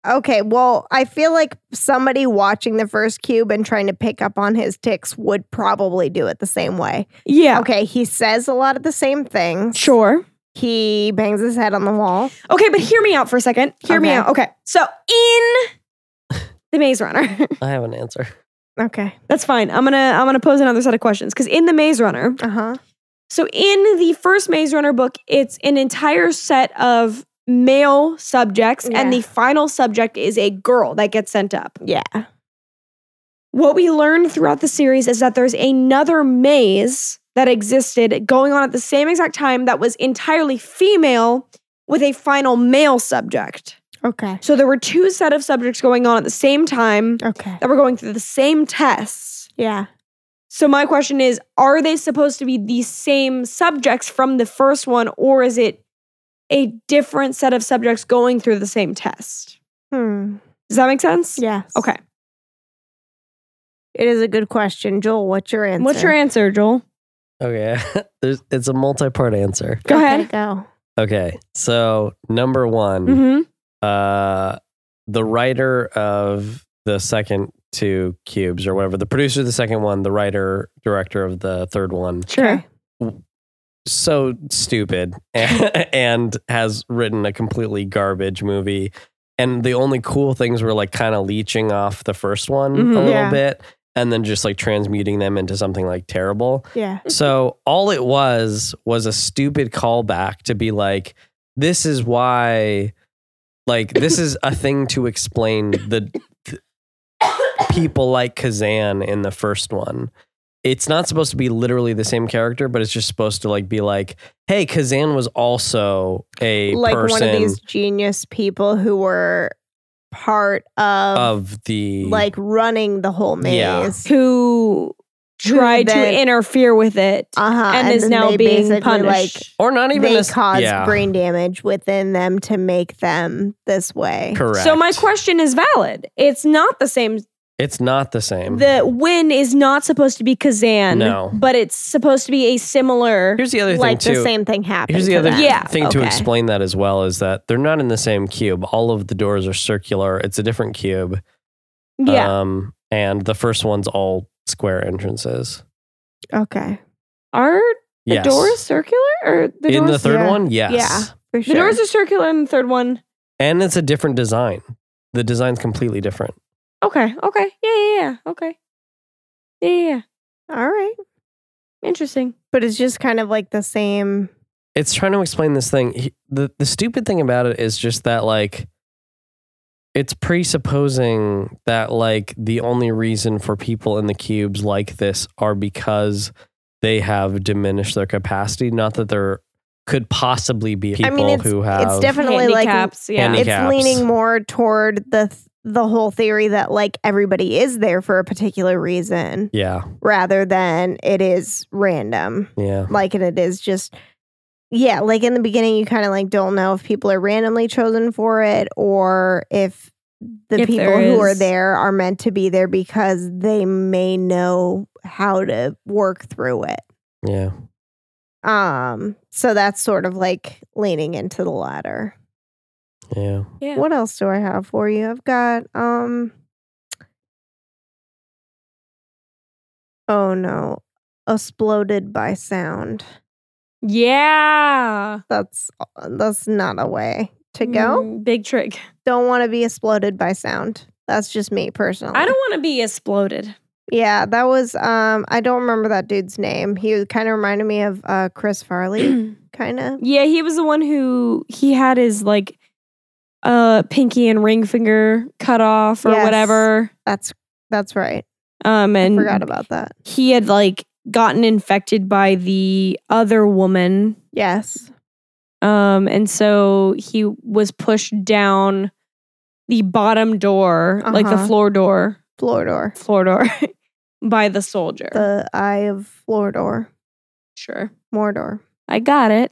S2: Okay. Well, I feel like somebody watching the first cube and trying to pick up on his ticks would probably do it the same way.
S4: Yeah.
S2: Okay. He says a lot of the same things.
S4: Sure.
S2: He bangs his head on the wall.
S4: Okay, but hear me out for a second. Hear me
S2: Okay.
S4: out. Okay. So in The Maze Runner.
S3: I have an answer.
S2: Okay.
S4: That's fine. I'm going to I'm going to pose another set of questions cuz in The Maze Runner,
S2: Uh huh.
S4: so in the first Maze Runner book, it's an entire set of male subjects and
S2: Yeah.
S4: the final subject is a girl that gets sent up.
S2: Yeah.
S4: What we learned throughout the series is that there's another maze that existed going on at the same exact time that was entirely female with a final male subject.
S2: Okay.
S4: So there were two set of subjects going on at the same time
S2: Okay.
S4: that were going through the same tests.
S2: Yeah.
S4: So my question is, are they supposed to be the same subjects from the first one, or is it a different set of subjects going through the same test?
S2: Hmm.
S4: Does that make sense?
S2: Yes.
S4: Okay.
S2: It is a good question, Joel. What's your answer?
S4: What's your answer, Joel?
S3: Okay. There's, it's a multi part answer.
S4: Go
S2: Okay,
S4: ahead.
S2: Go.
S3: Okay. So, number one,
S2: Mm-hmm.
S4: hmm
S3: uh, the writer of the second two cubes or whatever, the producer of the second one, the writer, director of the third one,
S4: Sure.
S2: Okay.
S3: so stupid and has written a completely garbage movie. And the only cool things were like kind of leeching off the first one
S4: Mhm.
S3: a little
S2: Yeah.
S3: bit and then just like transmuting them into something like terrible.
S2: Yeah.
S3: So all it was was a stupid callback to be like, this is why, like, this is a thing to explain the th- people like Kazan in the first one. It's not supposed to be literally the same character, but it's just supposed to like be like, hey, Kazan was also a
S2: Like
S3: person
S2: one of these genius people who were part of,
S3: of the
S2: um, like running the whole
S3: Yeah.
S2: maze.
S4: Who tried
S2: then-
S4: to interfere with it
S2: Uh-huh.
S4: and, is
S2: then
S4: now
S2: they
S4: being
S2: basically,
S4: punished?
S3: or not even
S2: they
S3: this,
S2: cause
S3: yeah,
S2: brain damage within them to make them this way.
S3: correct.
S4: So my question is valid. It's not the same
S3: It's not the same.
S4: The win is not supposed to be Kazan,
S3: No.
S4: but it's supposed to be a similar.
S3: Here's the other
S2: like
S3: thing too.
S2: the same thing happened.
S3: Here's the
S2: to
S3: other
S2: them.
S4: Yeah.
S3: thing to
S2: okay.
S3: explain that as well is that they're not in the same cube. All of the doors are circular. It's a different cube.
S4: Yeah.
S3: Um, and the first one's all square entrances.
S2: Oh, Okay,
S4: Are the
S3: yes.
S4: doors circular or the
S3: in
S4: doors?
S3: the third
S2: yeah.
S3: one, yes.
S2: Yeah. for
S4: the
S2: sure.
S4: doors are circular in the third one.
S3: And it's a different design. The design's completely different.
S4: Okay. Okay. Yeah. Yeah. yeah. Okay. Yeah, yeah. Yeah.
S2: all right,
S4: Interesting.
S2: but it's just kind of like the same.
S3: It's trying to explain this thing. He- The the stupid thing about it is just that like it's presupposing that like the only reason for people in the cubes like this are because they have diminished their capacity, not that there could possibly be people
S2: I mean, it's,
S3: who have
S2: it's definitely like
S4: Handicaps. yeah.
S3: Handi- Handicaps.
S2: it's leaning more toward the th- the whole theory that like everybody is there for a particular reason
S3: Yeah,
S2: rather than it is random
S3: yeah.
S2: like and it is just yeah like in the beginning you kind of like don't know if people are randomly chosen for it or if the
S4: If
S2: people
S4: there
S2: who are
S4: is-
S2: there are meant to be there because they may know how to work through it
S3: Yeah.
S2: um so that's sort of like leaning into the latter
S3: Yeah.
S4: Yeah.
S2: What else do I have for you? I've got um Oh no. Exploded by sound.
S4: yeah.
S2: That's uh, that's not a way to go.
S4: Mm, big trick.
S2: Don't want to be exploded by sound. That's just me personally.
S4: I don't want to be exploded.
S2: Yeah, that was um I don't remember that dude's name. He kind of reminded me of uh Chris Farley
S4: yeah,
S2: kind of.
S4: he was the one who he had his like uh pinky and ring finger cut off or
S2: Yes.
S4: whatever.
S2: That's that's right.
S4: Um and
S2: Forgot about that.
S4: he had like gotten infected by the other woman
S2: Yes.
S4: um and so he was pushed down the bottom door like the
S2: Uh-huh.
S4: floor door
S2: Floridor.
S4: floor door by the soldier
S2: The Eye of Floridor.
S4: sure
S2: Mordor.
S4: i got it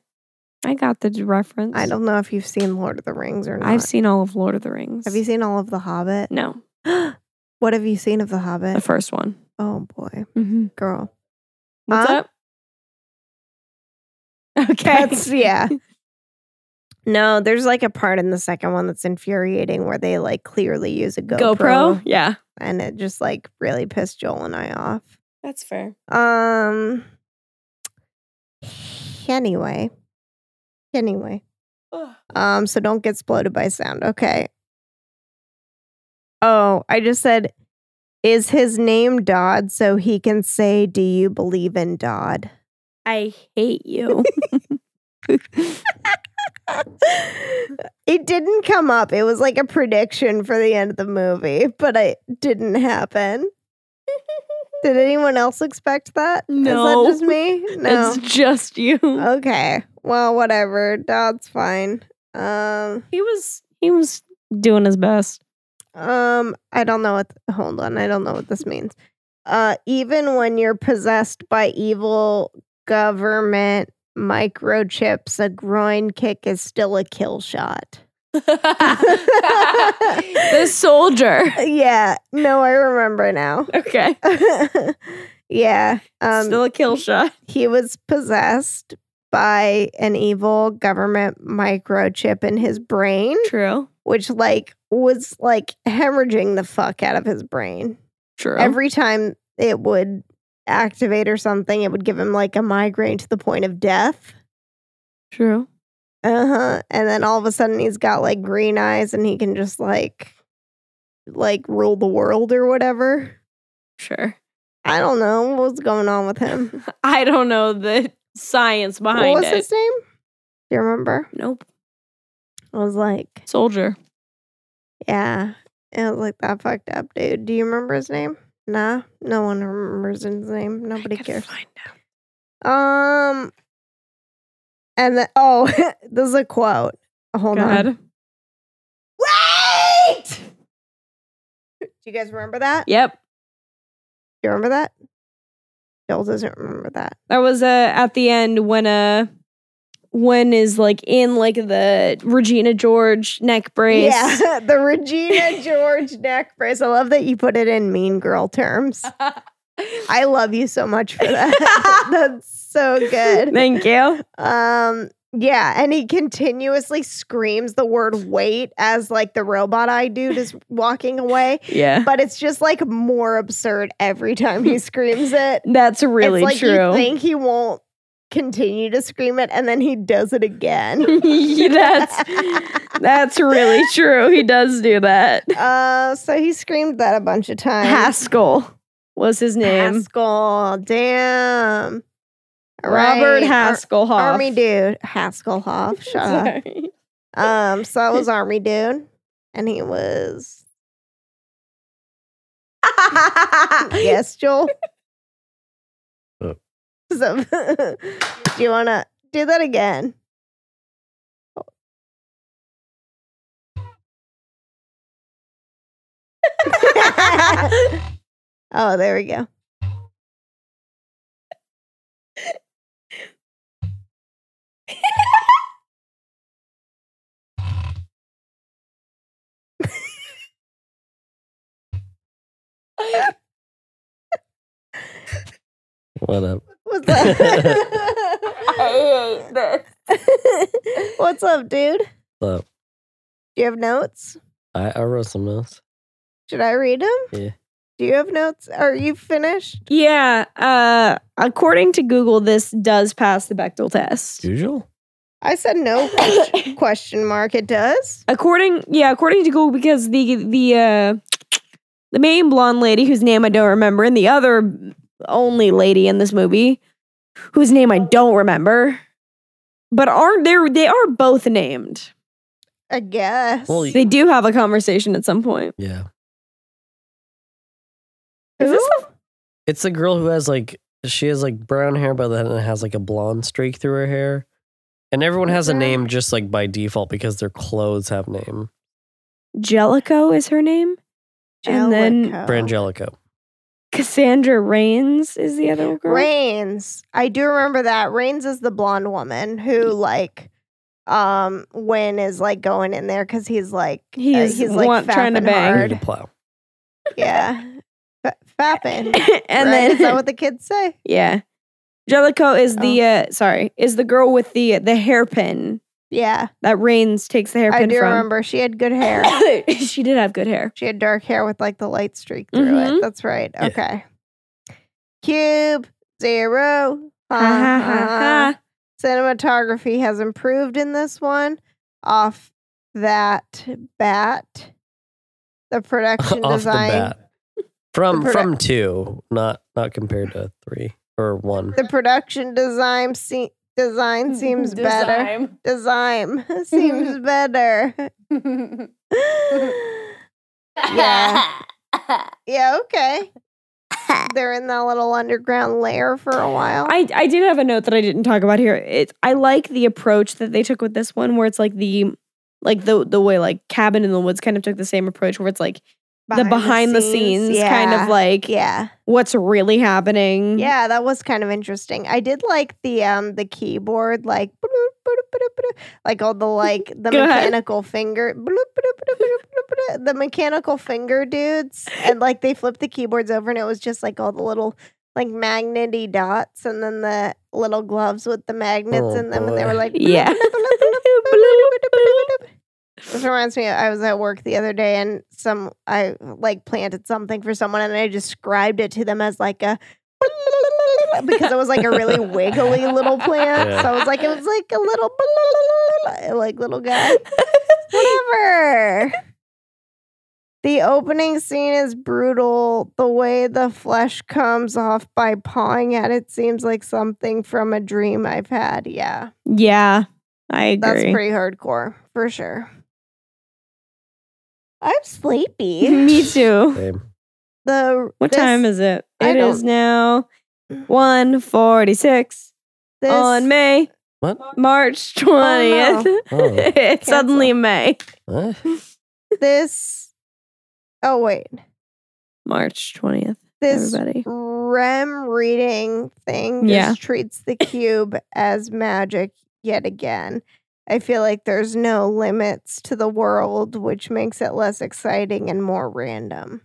S4: i got the d- reference
S2: I don't know if you've seen Lord of the Rings or not.
S4: i've seen all of lord of the rings
S2: Have you seen all of The Hobbit?
S4: no
S2: what have you seen of The
S4: the
S2: Hobbit?
S4: first one
S2: oh boy,
S4: mm-hmm.
S2: girl.
S4: what's
S2: Huh?
S4: up okay
S2: That's yeah. No, there's like a part in the second one that's infuriating where they like clearly use a GoPro,
S4: GoPro? yeah
S2: and it just like really pissed Joel and I off.
S4: that's fair
S2: Um. Anyway. Anyway. Um. So don't get exploded by sound. Okay. Oh, I just said, is his name Dodd so he can say, "Do you believe in Dodd?"
S4: i hate you
S2: it didn't come up. It was like a prediction for the end of the movie, but it didn't happen. Did anyone else expect that? Is
S4: No.
S2: that just me? No. Uh.
S4: it's just you
S2: Okay. Well, whatever. That's fine. Um,
S4: he was he was doing his best.
S2: um, I don't know what. hold on, I don't know what this means. Uh, even when you're possessed by evil government microchips, a groin kick is still a kill shot.
S4: the soldier.
S2: Yeah. No, I remember now.
S4: Okay.
S2: yeah. Um,
S4: Still a kill shot.
S2: he was possessed by an evil government microchip in his brain.
S4: True.
S2: which like was like hemorrhaging the fuck out of his brain.
S4: True.
S2: Every time it would activate or something, it would give him like a migraine to the point of death.
S4: True.
S2: Uh-huh. And then all of a sudden he's got like green eyes and he can just like like rule the world or whatever.
S4: Sure.
S2: I don't know what's going on with him.
S4: I don't know the science
S2: what
S4: behind
S2: was
S4: it.
S2: his name? Do you remember?
S4: Nope.
S2: I was like,
S4: Soldier.
S2: yeah. I was like that fucked up dude. Do you remember his name? Nah, no one remembers his name. Nobody
S4: Gotta
S2: cares.
S4: find out.
S2: Um, and the, oh, this is a quote. Hold
S4: Go
S2: on.
S4: ahead.
S2: Wait. Do you guys remember that?
S4: Yep.
S2: Do you remember that? Joel doesn't remember that.
S4: That was uh, at the end when uh when is like in like the Regina George neck brace.
S2: Yeah, the Regina George neck brace. I love that you put it in mean girl terms. I love you so much for that. That's so good.
S4: Thank you.
S2: Um, yeah, and he continuously screams the word wait as like the robot eye dude is walking away,
S4: Yeah.
S2: but it's just like more absurd every time he screams it.
S4: That's really
S2: it's like you
S4: true.
S2: think he won't continue to scream it and then he does it again.
S4: Yeah, that's that's really true. He does do that.
S2: uh, so he screamed that a bunch of times.
S4: Haskell was his name.
S2: Haskell, damn.
S4: Robert
S2: Right.
S4: Haskell
S2: Ar-
S4: Hoff.
S2: Army dude. Haskell Hoff. Shut up.
S4: Sorry.
S2: Um, so that was Army dude. And he was Yes, Joel.
S3: Uh.
S2: So, do you wanna do that again? oh, there we go.
S3: What up?
S2: What's up? What's up, dude? Do
S3: What up?
S2: you have notes?
S3: I, I wrote some notes.
S2: Should I read them?
S3: Yeah.
S2: Do you have notes? Are you finished?
S4: Yeah. Uh, according to Google, this does pass the Bechtel test.
S3: Usual?
S2: I said no question, question mark. It does.
S4: According, yeah, according to Google, because the the uh, the main blonde lady whose name I don't remember, and the other only lady in this movie whose name I don't remember, but aren't they? They are both named.
S2: I guess.
S3: Well,
S4: They do have a conversation at some point.
S3: Yeah.
S4: Is this the-
S3: It's the girl who has like she has like brown hair, but then it has like a blonde streak through her hair. And everyone has a name just like by default because their clothes have name.
S4: Jellicoe is her name. And then
S2: Jellicoe.
S3: Brangelico.
S4: Cassandra Rains is the other girl.
S2: Rains. I do remember that. Rains is the blonde woman who like um when is like going in there because he's like uh,
S4: He's want- trying to
S2: fapping
S4: bang.
S3: Need
S2: hard.
S3: to plow.
S2: Yeah. F- fapping.
S4: and
S2: right?
S4: then
S2: is that what the kids say?
S4: Yeah. Jellicoe is the uh sorry, is the girl with the the hairpin
S2: Yeah.
S4: that Rains takes the hairpin
S2: I do
S4: from.
S2: remember she had good hair.
S4: she did have good hair.
S2: She had dark hair with like the light streak through it.
S4: Mhm.
S2: That's right. Okay. Cube zero. Ha,
S4: Ha, ha,
S2: ha, ha.
S4: ha, ha.
S2: Cinematography has improved in this one. Off that bat. The production
S3: Off
S2: design.
S3: the bat. From
S2: The produ-
S3: from two, not not compared to three or one.
S2: The production design se- design seems better. Design seems better. yeah. Yeah, okay. They're in that little underground lair for a while.
S4: I, I did have a note that I didn't talk about here. It's I like the approach that they took with this one where it's like the like the the way like Cabin in the Woods kind of took the same approach where it's like the behind the scenes, kind
S2: Yeah.
S4: of like
S2: Yeah.
S4: what's really happening.
S2: Yeah, that was kind of interesting. I did like the um the keyboard like bloop, bloop, bloop, bloop, like all the like the
S4: Go ahead.
S2: mechanical finger bloop, bloop, bloop, bloop, bloop, bloop, the mechanical finger dudes and like they flipped the keyboards over and it was just like all the little like magnety dots and then the little gloves with the magnets
S3: Oh,
S2: in them and they were
S3: boy.
S2: like bloop,
S4: Yeah.
S2: bloop, bloop, bloop, this reminds me, I was at work the other day and some I like planted something for someone and I described it to them as like a because it was like a really wiggly little plant.
S3: Yeah.
S2: So I was like, it was like a little like little guy. Whatever. The opening scene is brutal. The way the flesh comes off by pawing at it seems like something from a dream I've had. Yeah.
S4: Yeah. I agree.
S2: That's pretty hardcore for sure. I'm sleepy.
S4: Me too.
S3: Same.
S2: the
S4: What
S2: this-
S4: time is it?
S2: I
S4: It
S2: Mm.
S4: is now 146
S2: this,
S4: on May
S3: What?
S4: March
S2: no.
S4: 20th.
S3: Oh,
S4: it's suddenly May.
S3: what?
S2: This. Oh wait,
S4: March 20th,
S2: this
S4: everybody.
S2: REM reading thing just
S4: Yeah.
S2: treats the cube as magic. yet again. I feel like there's no limits to the world, which makes it less exciting and more random.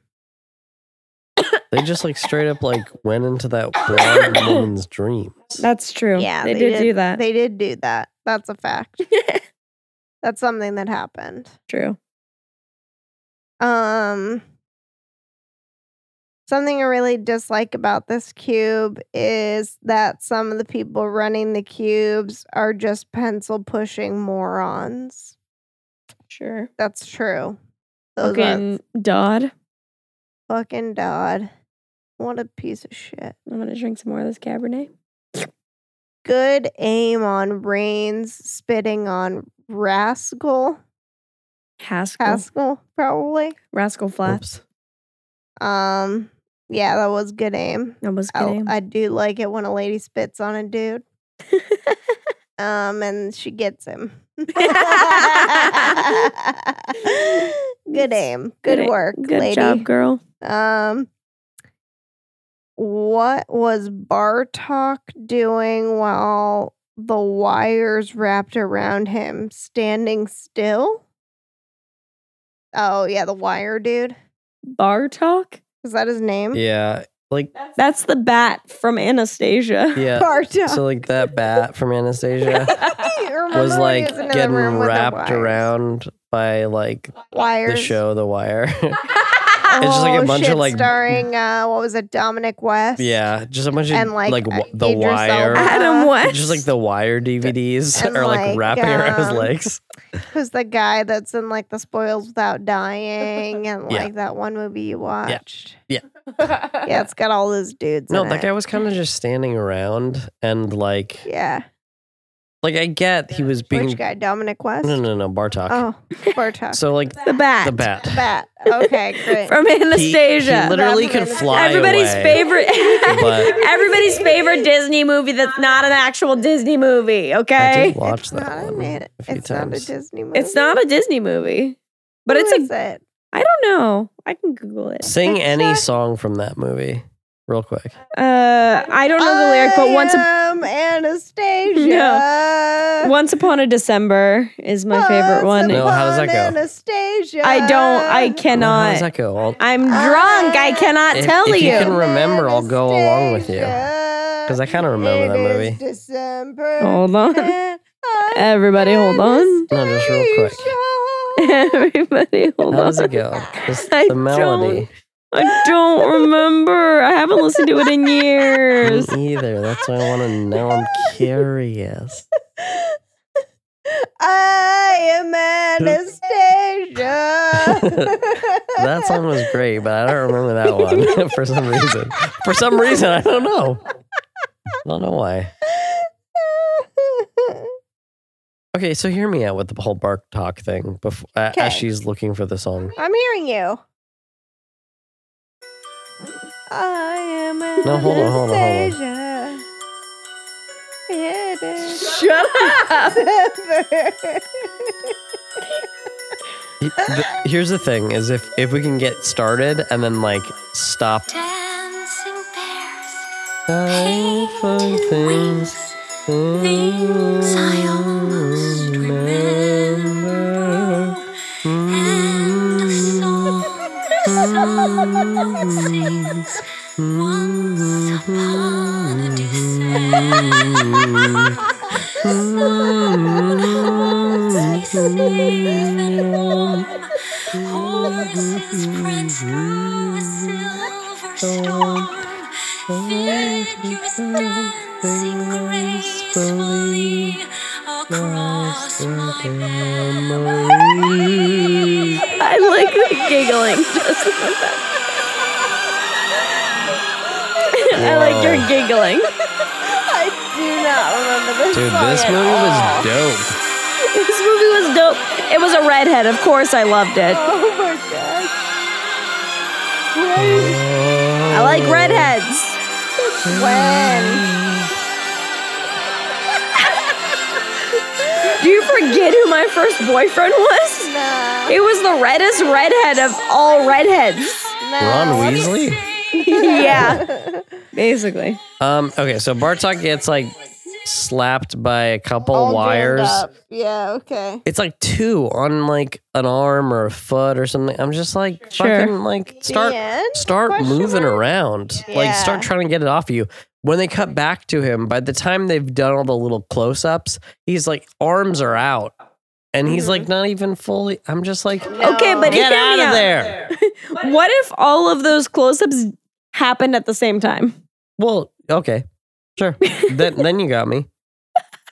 S3: They just like straight up like went into that blonde woman's dreams.
S4: That's true.
S2: Yeah,
S4: they,
S2: they
S4: did,
S2: did.
S4: do that.
S2: They did do that. That's a fact. That's something that happened.
S4: true.
S2: Um, something I really dislike about this cube is that some of the people running the cubes are just pencil pushing morons.
S4: Sure.
S2: That's true. Those
S4: Fucking Dodd.
S2: are fucking Dodd. What a piece of shit.
S4: I'm gonna drink some more of this Cabernet.
S2: Good aim on Reigns, spitting on Rascal.
S4: Haskell.
S2: Haskell, probably.
S4: Rascal Flatts.
S3: Oops.
S2: Um, yeah, that was good aim.
S4: I was
S2: I,
S4: kidding.
S2: Oh, I do like it when a lady spits on a dude. um, and she gets him. good aim. Good,
S4: aim.
S2: work,
S4: Good
S2: lady.
S4: job, girl.
S2: Um, what was Bartok doing while the wires wrapped around him? Standing still? Oh, yeah, the wire dude.
S4: Bar talk.
S2: Is that his name?
S3: Yeah. Like
S4: That's the bat from Anastasia.
S3: yeah.
S2: Bartok.
S3: So like that bat from Anastasia
S2: You remember
S3: was
S2: when he
S3: like
S2: was in the
S3: getting
S2: room with the
S3: wrapped
S2: wires?
S3: around by like the
S2: wires.
S3: show The Wire.
S2: Oh,
S3: It's just like a bunch of,
S2: shit,
S3: like-
S2: starring uh, what was it, Dominic West?
S3: yeah, just a bunch of
S2: And, like,
S3: like,
S2: uh,
S3: w- The
S2: Idris
S3: Wire.
S2: Elba.
S4: Adam West.
S3: Just like the Wire DVDs
S2: And,
S3: are like,
S2: like,
S3: wrapping around his
S2: um,
S3: legs.
S2: who's the guy that's in like The Spoils Without Dying and
S3: Yeah.
S2: like that one movie you watched?
S3: Yeah.
S2: yeah, it's got all those dudes.
S3: No,
S2: in
S3: that
S2: it.
S3: guy was kind of just standing around and like,
S2: Yeah,
S3: like I get he was being.
S2: which guy? Dominic West.
S3: No, no, no, Bartok.
S2: Oh, Bartok.
S3: So like
S4: the bat.
S3: the bat.
S2: Bat. Okay, great.
S4: From
S3: He- He,
S4: Anastasia.
S3: literally
S2: That's
S3: could
S2: amazing.
S3: fly
S4: Everybody's
S3: away,
S4: favorite.
S3: but-
S4: everybody's favorite Disney movie that's not an actual Disney movie,
S3: I
S4: okay?
S3: did watch
S2: it's
S3: that
S2: not
S3: one
S2: a,
S3: a few
S2: it's not a
S3: times.
S2: Disney movie.
S4: It's not a Disney movie. But
S2: Who
S4: it's a
S2: is it?
S4: I don't know. I can Google it.
S3: Sing any
S2: Picture.
S3: song from that movie, real quick.
S4: Uh, I don't know the lyric, but once a,
S2: am Anastasia. Uh,
S4: once upon a December is my favorite one.
S3: No, how does that go?
S2: Anastasia.
S4: I don't. I
S3: No, how does
S4: cannot.
S3: that go? I'll-
S4: I'm drunk.
S2: Uh,
S4: I cannot
S3: If-
S4: tell
S3: if you
S4: you.
S3: can remember, I'll go along with you.
S2: Because
S3: Because I kind of remember that movie.
S2: December.
S4: Hold on, everybody. Hold on.
S3: No, just real quick.
S4: Everybody, hold
S3: How does
S4: on.
S3: it go? Just
S4: I
S3: the melody.
S4: I don't remember. I haven't listened to it in
S3: Me
S4: years.
S3: either. That's why I want to know. I'm curious.
S2: I am Anastasia.
S3: That song was great, but I don't remember that one for some reason. For some reason, I don't know. I don't know why. Okay, so hear me out with the whole bark talk thing before uh,
S2: Okay.
S3: as she's looking for the song.
S2: I'm hearing you. I am
S3: No, hold on, hold on, hold on.
S2: Anastasia. It is
S4: Shut up.
S2: December.
S3: Y- th- Here's the thing: is if if we can get started and then like stop
S6: Dancing bears,
S3: Time for things,
S6: things I almost
S3: remember.
S6: remember, and a song someone sings once upon a December. Someone holds me safe and warm, horses prance through a silver storm. Figures dancing gracefully across my memory.
S4: I like the giggling. Just I like your giggling.
S2: I do not remember this
S3: Dude,
S2: song
S3: this
S2: at
S3: movie
S2: all.
S3: was dope.
S4: This movie was dope. It was a redhead. Of course, I loved it.
S2: Oh my gosh. When?
S4: I like redheads.
S2: When?
S4: Do you forget who my first boyfriend was?
S2: No.
S4: It was the reddest redhead of all redheads.
S3: Ron Weasley.
S4: yeah. Basically.
S3: Um. Okay, so Bartok gets like slapped by a couple
S2: All jammed
S3: wires.
S2: up. Yeah, okay.
S3: It's like two on like an arm or a foot or something. I'm just like
S1: Sure.
S3: fucking like start
S2: The end?
S3: start
S2: Question
S3: moving
S2: mark?
S3: around. Like start
S2: Yeah.
S3: trying to get it off of you. When they cut back to him, by the time they've done all the little close ups, he's like arms are out. And he's
S2: Mm-hmm.
S3: like not even fully I'm just like "Oh,
S1: Okay, but
S3: get
S1: hear
S3: out
S1: me
S3: of
S1: out.
S3: there.
S1: What if all of those close ups happened at the same time?
S3: Well, okay. Sure. then then you got me.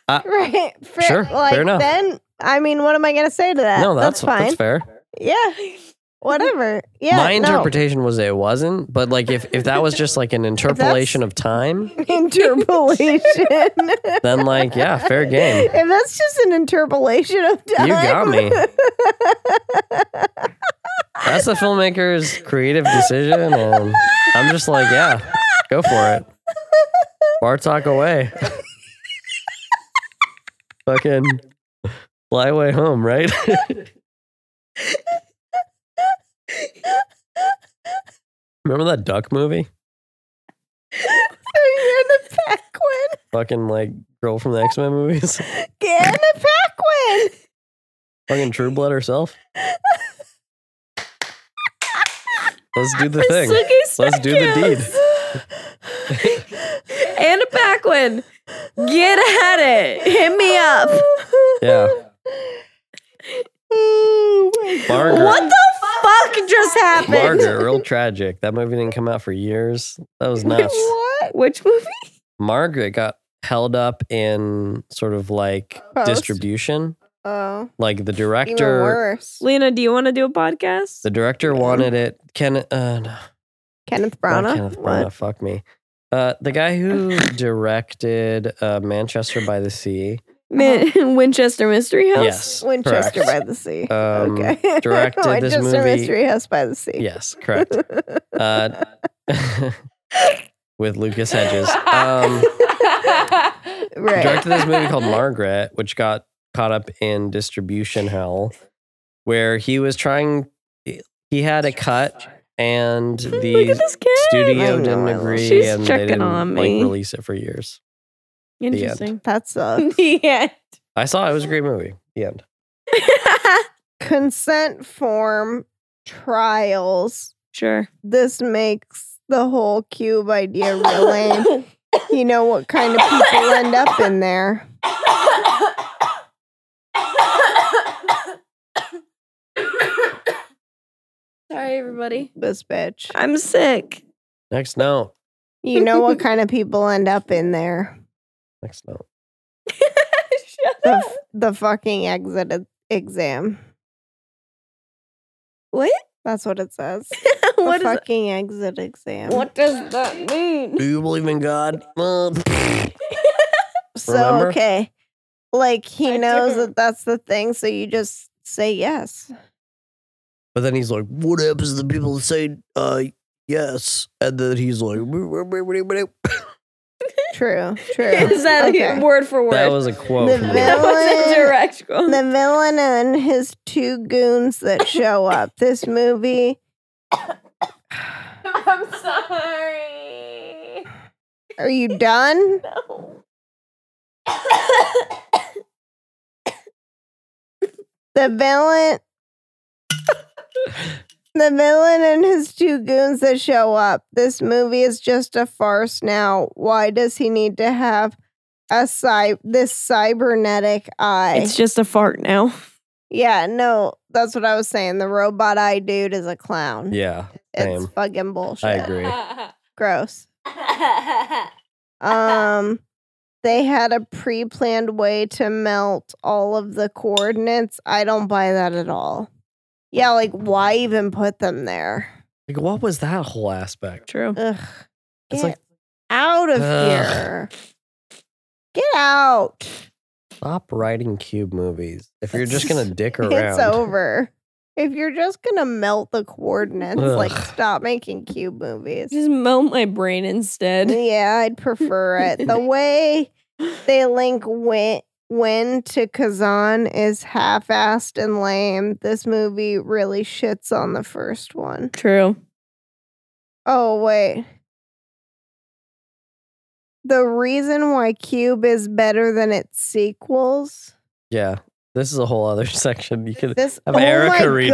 S2: Right. Fair,
S3: Sure,
S2: Like,
S3: fair enough.
S2: Then, I mean, what am I going to say to that?
S3: No, that's
S2: Uh, fine.
S3: that's fair.
S2: yeah. Whatever. Yeah.
S3: My
S2: no.
S3: interpretation was it wasn't, but like if, if that was just like an interpolation of time,
S2: Interpolation.
S3: then like yeah, fair game.
S2: If that's just an interpolation of time.
S3: You got me. That's the filmmaker's creative decision, and I'm just like yeah, go for it. Bartok away. Fucking fly away home, right? Remember that duck movie?
S2: Anna Paquin.
S3: Fucking like girl from the X Men movies.
S2: Anna Paquin.
S3: Fucking True Blood herself. Let's do the thing. Let's do the deed.
S1: Anna Paquin, get at it. Hit me up.
S3: Yeah. Margaret.
S1: What the fuck just happened?
S3: Margaret, real tragic. That movie didn't come out for years. That was nuts.
S2: What?
S1: Which movie?
S3: Margaret got held up in sort of like
S2: Post.
S3: distribution.
S2: Oh,
S3: Like the
S2: even
S3: director,
S2: worse.
S1: Lena, do you want to do a podcast?
S3: the director wanted it. Ken, uh, no,
S2: Kenneth
S3: not
S2: Branagh.
S3: Kenneth
S2: What?
S3: Branagh. Fuck me. Uh, the guy who directed uh, Manchester by the Sea.
S1: Man, Winchester Mystery House?
S3: Yes,
S2: Winchester
S3: correct.
S2: by the Sea.
S3: Um,
S2: okay.
S3: directed this
S2: Winchester
S3: movie-
S2: Mystery House by the Sea.
S3: Yes, correct. Uh, with Lucas Hedges. Um,
S2: right.
S3: directed this movie called Margaret, which got caught up in distribution hell, where he was trying. He had a cut, and
S1: Look at
S3: the
S1: this kid.
S3: studio
S2: I know,
S3: didn't
S2: I love-
S3: agree,
S1: She's
S3: and they
S1: checking
S3: didn't
S1: on
S3: like
S1: me.
S3: release it for years. end.
S1: Interesting.
S2: that sucks.
S1: Yeah.
S3: I saw it, it was a great movie. The end.
S2: Consent form trials.
S1: Sure.
S2: This makes the whole cube idea real lame. you know what kind of people end up in there.
S1: Sorry, everybody.
S2: This bitch.
S1: I'm sick.
S3: Next note.
S2: You know what kind of people end up in there.
S3: Next note.
S2: The, f- the fucking exit e- exam.
S1: What?
S2: That's what it says.
S1: what,
S2: the
S1: is,
S2: fucking exit exam.
S1: what does that mean?
S3: Do you believe in God? Uh,
S2: So
S3: Remember?
S2: okay, like he
S1: I
S2: knows
S1: do.
S2: that that's the thing. So you just say yes.
S3: But then he's like, "What happens to the people that say uh, yes?" And then he's like,
S2: True. True.
S1: Is that
S2: Okay.
S1: word for word?
S3: "That was a quote."
S2: The
S3: from the-
S1: That was a
S2: Villain.
S1: direct
S2: the
S1: quote.
S2: villain and his two goons that show up. This movie.
S4: I'm sorry.
S2: Are you done? The villain. The villain and his two goons that show up. This movie is just a farce now. Why does he need to have a cy- this cybernetic eye?
S1: It's just a fart now.
S2: yeah, no, that's what I was saying. The robot eye dude is a clown.
S3: yeah,
S2: it's
S3: same.
S2: fucking bullshit.
S3: I agree.
S2: Gross.
S3: Uh-huh.
S2: Um, they had a pre-planned way to melt all of the coordinates. I don't buy that at all. Yeah, like why even put them there?
S3: Like, what was that whole aspect?
S1: True.
S2: Ugh.
S3: It's
S2: Get
S3: like-
S2: out of
S3: Ugh.
S2: here. Get out.
S3: Stop writing cube movies. If you're just gonna dick around,
S2: It's over. If you're just gonna melt the coordinates, like
S3: Ugh.
S2: stop making cube movies.
S1: Just melt my brain instead.
S2: Yeah, I'd prefer it. The way they link win, win to Kazan is half assed and lame. This movie really shits on the first one.
S1: True.
S2: Oh, wait. the reason why Cube is better than its sequels.
S3: Yeah. This is a whole other section. You could.
S2: This
S3: Have
S2: oh
S3: Erica
S2: my
S3: read it.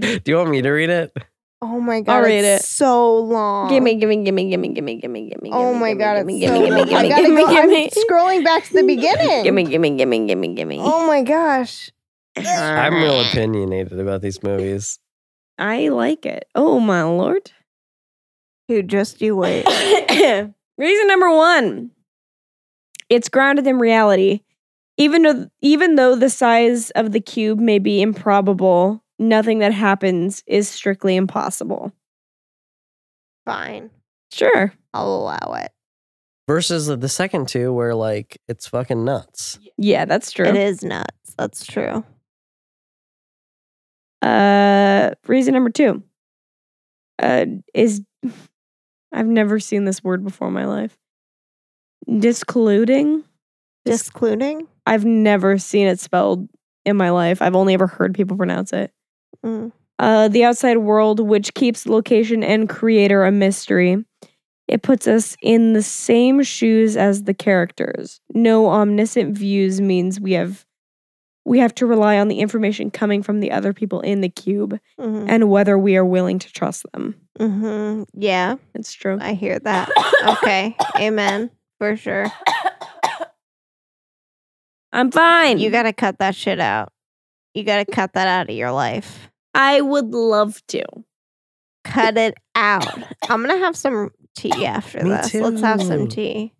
S3: Do you want me to read it?
S2: Oh my god. I'll
S4: read
S2: read
S4: it.
S2: it. So long.
S4: Gimme, gimme, gimme, gimme, gimme, gimme, gimme.
S2: Oh
S4: gimme,
S2: my
S4: gimme,
S2: god.
S4: gimme,
S2: it's
S4: gimme,
S2: so
S4: gimme,
S2: long. I
S4: gimme,
S2: gotta
S4: gimme,
S2: go. I'm
S4: gimme.
S2: scrolling back to the beginning.
S4: Gimme, gimme, gimme, gimme, gimme.
S2: Oh my gosh.
S3: I'm real opinionated about these movies.
S4: I like it. Oh my lord.
S2: Dude, just you wait.
S4: Reason number one. It's grounded in reality. Even though even though the size of the cube may be improbable, nothing that happens is strictly impossible.
S2: Fine.
S4: Sure.
S2: I'll allow it.
S3: Versus the second two, where like it's fucking nuts.
S4: Yeah, that's true.
S2: It is nuts. That's true.
S4: Uh, reason number two uh, is I've never seen this word before in my life. Discluding.
S2: Discluding?
S4: I've never seen it spelled in my life. I've only ever heard people pronounce it.
S2: Mm.
S4: Uh, the outside world, which keeps location and creator a mystery. It puts us in the same shoes as the characters. No omniscient views means we have we have to rely on the information coming from the other people in the cube
S2: hmm
S4: and whether we are willing to trust them.
S2: hmm Yeah,
S4: It's true.
S2: I hear
S1: Uh,
S2: that. Okay. Amen. For sure.
S4: I'm fine.
S2: You got to cut that shit out. You got to cut that out of your life.
S4: I would love to.
S2: Cut it out. I'm going to have some tea after
S3: Me
S2: this. Let's have some
S3: too.
S2: tea.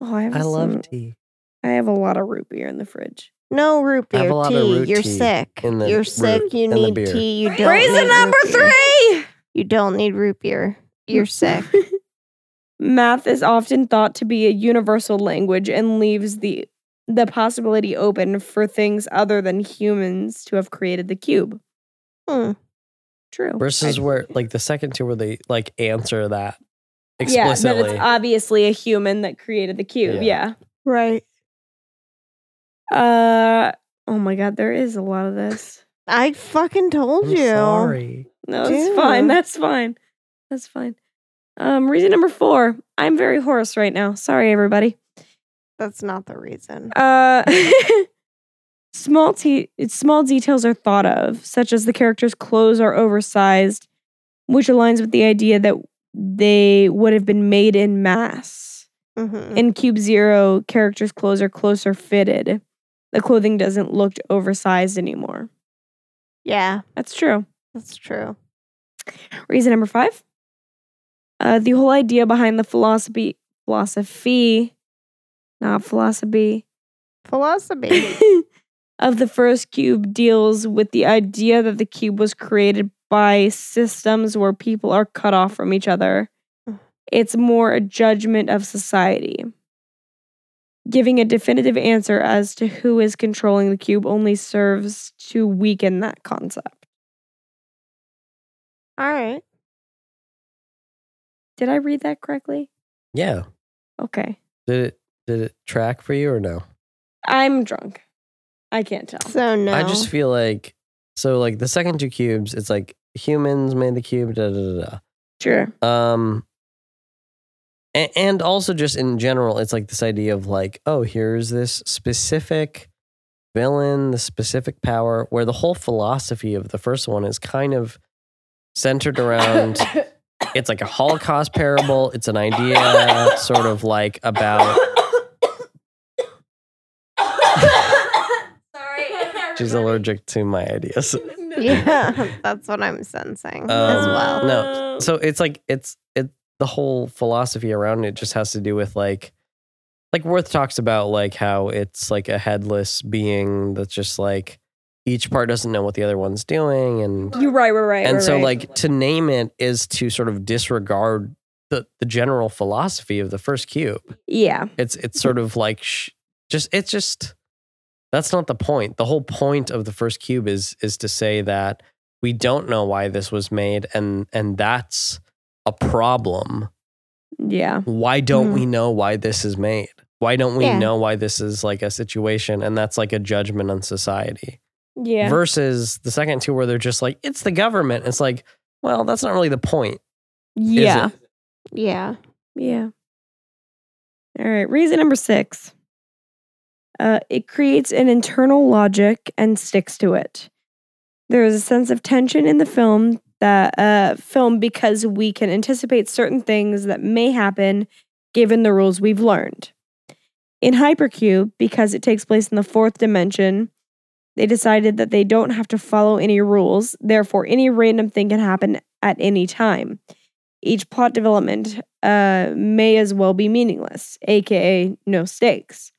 S4: Oh, I have
S3: I
S4: some-
S3: love tea.
S4: I have a lot of root beer in the fridge.
S2: No root
S3: I have
S2: beer
S3: a lot
S2: tea.
S3: of root
S2: You're
S3: tea
S2: sick.
S3: in the
S2: You're sick.
S3: root-
S2: You
S3: in the
S2: need
S3: beer.
S2: tea. You don't.
S4: Reason
S2: need
S4: number
S2: root beer.
S4: three.
S2: You don't need root beer. You're sick.
S4: Math is often thought to be a universal language and leaves the the possibility open for things other than humans to have created the cube.
S2: Hmm.
S4: True.
S3: Versus where like the second two, where they like answer that
S4: yeah, that
S3: explicitly.
S4: it's obviously a human that created the cube. Yeah.
S2: Right.
S4: Uh oh my god, there is a lot of this.
S2: I fucking told
S3: I'm
S2: you.
S3: sorry.
S4: No, it's fine.
S2: Dude.
S4: That's fine. That's fine. Um, reason number four. I'm very hoarse right now. Sorry, everybody.
S2: That's not the reason.
S4: Uh, small te- small details are thought of, such as the characters' clothes are oversized, which aligns with the idea that they would have been made in mass.
S2: Mhm.
S4: In Cube Zero, characters' clothes are closer fitted. The clothing doesn't look oversized anymore.
S2: Yeah,
S4: That's true.
S2: that's true.
S4: Reason number five. Uh, the whole idea behind the philosophy philosophy, not philosophy.
S2: Philosophy.
S4: of the first cube deals with the idea that the cube was created by systems where people are cut off from each other. It's more a judgment of society. Giving a definitive answer as to who is controlling the cube only serves to weaken that concept.
S2: All right.
S4: Did I read that correctly?
S3: Yeah.
S4: Okay.
S3: Did it did it track for you or no?
S4: I'm drunk. I can't tell.
S2: So no.
S3: I just feel like so like the second two cubes, it's like humans made the cube, da da da da.
S4: Sure.
S3: Um, and, and also just in general, it's like this idea of like, oh, here's this specific villain, the specific power, where the whole philosophy of the first one is kind of centered around. it's like a Holocaust parable. It's an idea, sort of like about.
S1: Sorry.
S3: She's allergic to my ideas.
S2: yeah, that's what I'm sensing as
S3: Um,
S2: well.
S3: No, so it's like it's it. The whole philosophy around it just has to do with like, like Worth talks about like how it's like a headless being that's just like each part doesn't know what the other one's doing, and
S4: You're right, right, right.
S3: and
S4: right,
S3: so
S4: right.
S3: like to name it is to sort of disregard the the general philosophy of the first cube.
S4: yeah.
S3: It's it's sort of like sh- just it's just that's not the point. The whole point of the first cube is is to say that we don't know why this was made and and that's a problem.
S4: Yeah.
S3: Why don't
S2: Mhm.
S3: we know why this is made? Why don't we
S2: Yeah.
S3: know why this is like a situation and that's like a judgment on society?
S4: Yeah.
S3: Versus the second two where they're just like it's the government. It's like, well, that's not really the point. is
S4: yeah.
S3: it?
S2: Yeah.
S4: Yeah. All right, reason number six. Uh, it creates an internal logic and sticks to it. There is a sense of tension in the film that uh, film because we can anticipate certain things that may happen given the rules we've learned. In Hypercube, because it takes place in the fourth dimension, they decided that they don't have to follow any rules. Therefore, any random thing can happen at any time each plot development uh, may as well be meaningless, aka no stakes.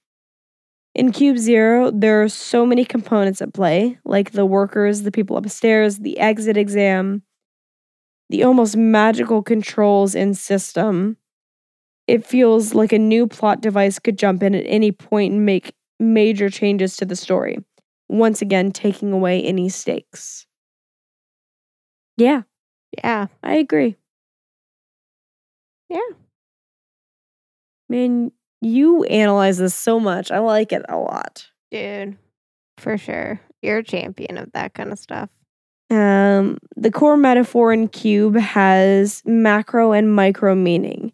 S4: In Cube Zero, there are so many components at play, like the workers, the people upstairs, the exit exam, the almost magical controls and system. It feels like a new plot device could jump in at any point and make major changes to the story, once again, taking away any stakes. Yeah,
S2: Yeah.
S4: I agree.
S2: Yeah.
S4: Man, you analyze this so much. I like it a lot.
S2: Dude. For sure. You're a champion of that kind of stuff.
S4: Um, the core metaphor in cube has macro and micro meaning,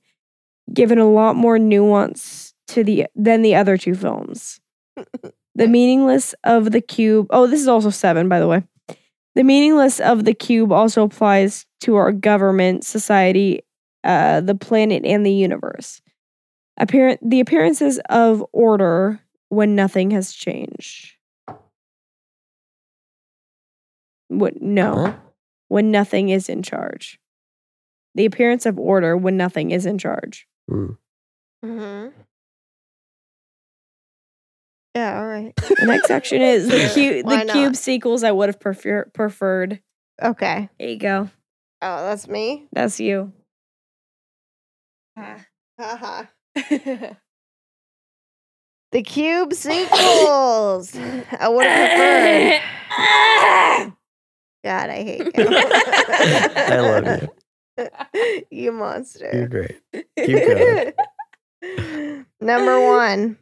S4: given a lot more nuance to the than the other two films. the meaningless of the cube. Oh, this is also seven, by the way. The meaningless of the cube also applies to our government, society, uh, the planet, and the universe. Appear- the appearances of order when nothing has changed. What? No
S3: Huh?
S4: when nothing is in charge. The appearance of order when nothing is in charge.
S2: Mm-hmm. Yeah, all right.
S4: The next section is the, cu-
S2: Why
S4: the
S2: not?
S4: cube sequels I would have prefer- preferred.
S2: Okay.
S4: There you go.
S2: Oh, that's me.
S4: That's you.
S2: Haha. the cube sequels. I would have preferred. God, I hate you.
S3: I love you.
S2: you. You
S3: You're
S2: monster.
S3: great. Keep going.
S2: Number one.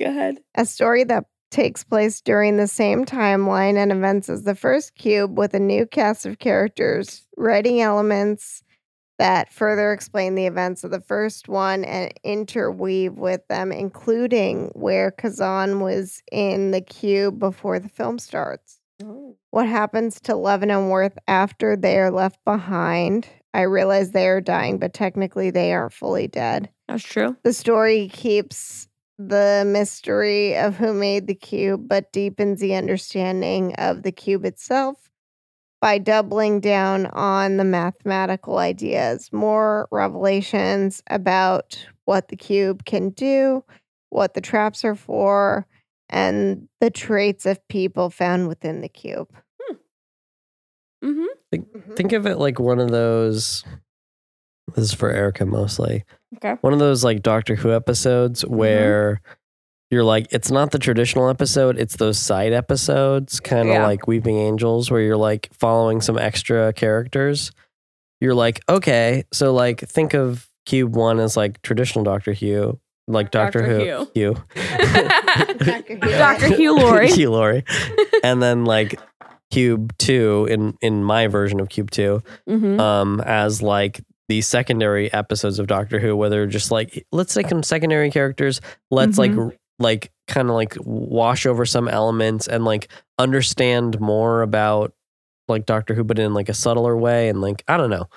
S4: Go ahead.
S2: a story that takes place during the same timeline and events as the first cube with a new cast of characters, writing elements that further explain the events of the first one and interweave with them, including where Kazan was in the cube before the film starts. What happens to Levin and Worth after they are left behind? I realize they are dying, but technically they aren't fully dead.
S4: That's true.
S2: The story keeps the mystery of who made the cube, but deepens the understanding of the cube itself by doubling down on the mathematical ideas. More revelations about what the cube can do, what the traps are for, and the traits of people found within the cube.
S4: Mm-hmm.
S3: Think of it like one of those. This is for Erica mostly.
S4: Okay.
S3: One of those like Doctor Who episodes where you're like, it's not the traditional episode, it's those side episodes, kind of
S4: Yeah.
S3: like Weeping Angels, where you're like following some extra characters. You're like, okay, so like think of Cube One as like traditional Doctor Who, like Doctor,
S8: Doctor
S3: Who, Hugh.
S4: Mm-hmm.
S2: Dr. Hugh.
S8: Dr. Hugh Laurie.
S3: Hugh Laurie. and then like Cube Two in in my version of Cube Two
S4: Mm-hmm.
S3: um, as like the secondary episodes of Doctor Who, where they're just like, let's take some secondary characters, let's
S4: Mm-hmm.
S3: like r- like kind of like wash over some elements and like understand more about like Doctor Who, but in like a subtler way, and like I don't know,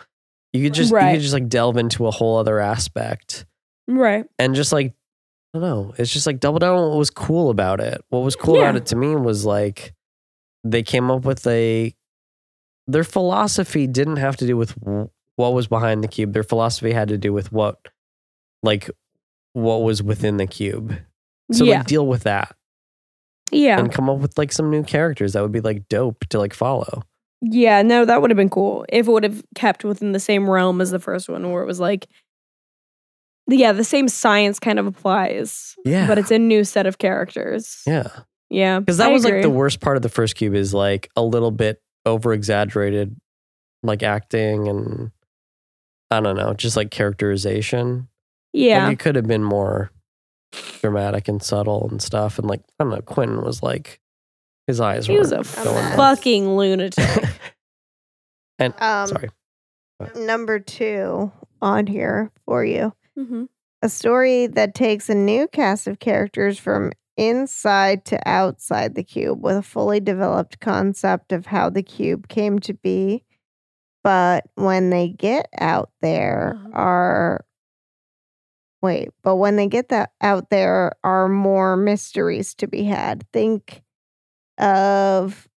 S3: you could just you
S4: Right.
S3: could just like delve into a whole other aspect
S4: Right.
S3: and just like I don't know, it's just like double down on what was cool about it. What was cool about
S4: Yeah.
S3: it to me was like they came up with a their philosophy didn't have to do with w- what was behind the cube. Their philosophy had to do with what like what was within the cube. So
S4: yeah.
S3: like deal with that
S4: yeah.
S3: and come up with like some new characters that would be like dope to like follow.
S4: yeah. No, that would have been cool if it would have kept within the same realm as the first one, where it was like, yeah, the same science kind of applies,
S3: Yeah.
S4: but it's a new set of characters.
S3: yeah.
S4: Yeah.
S3: Because that
S4: I
S3: was like the
S4: agree.
S3: worst part of the first cube is like a little bit over exaggerated, like acting and I don't know, just like characterization.
S4: Yeah.
S3: Like it could have been more dramatic and subtle and stuff. And like, I don't know, Quentin was like, his eyes
S4: He
S3: were
S4: was a
S2: mess.
S3: going. nuts.
S4: fucking lunatic.
S3: and
S2: Um,
S3: sorry.
S2: Number two on here for you.
S4: Mhm.
S2: A story that takes a new cast of characters from inside to outside the cube with a fully developed concept of how the cube came to be. But when they get out there are wait, but when they get that out there are more mysteries to be had. Think of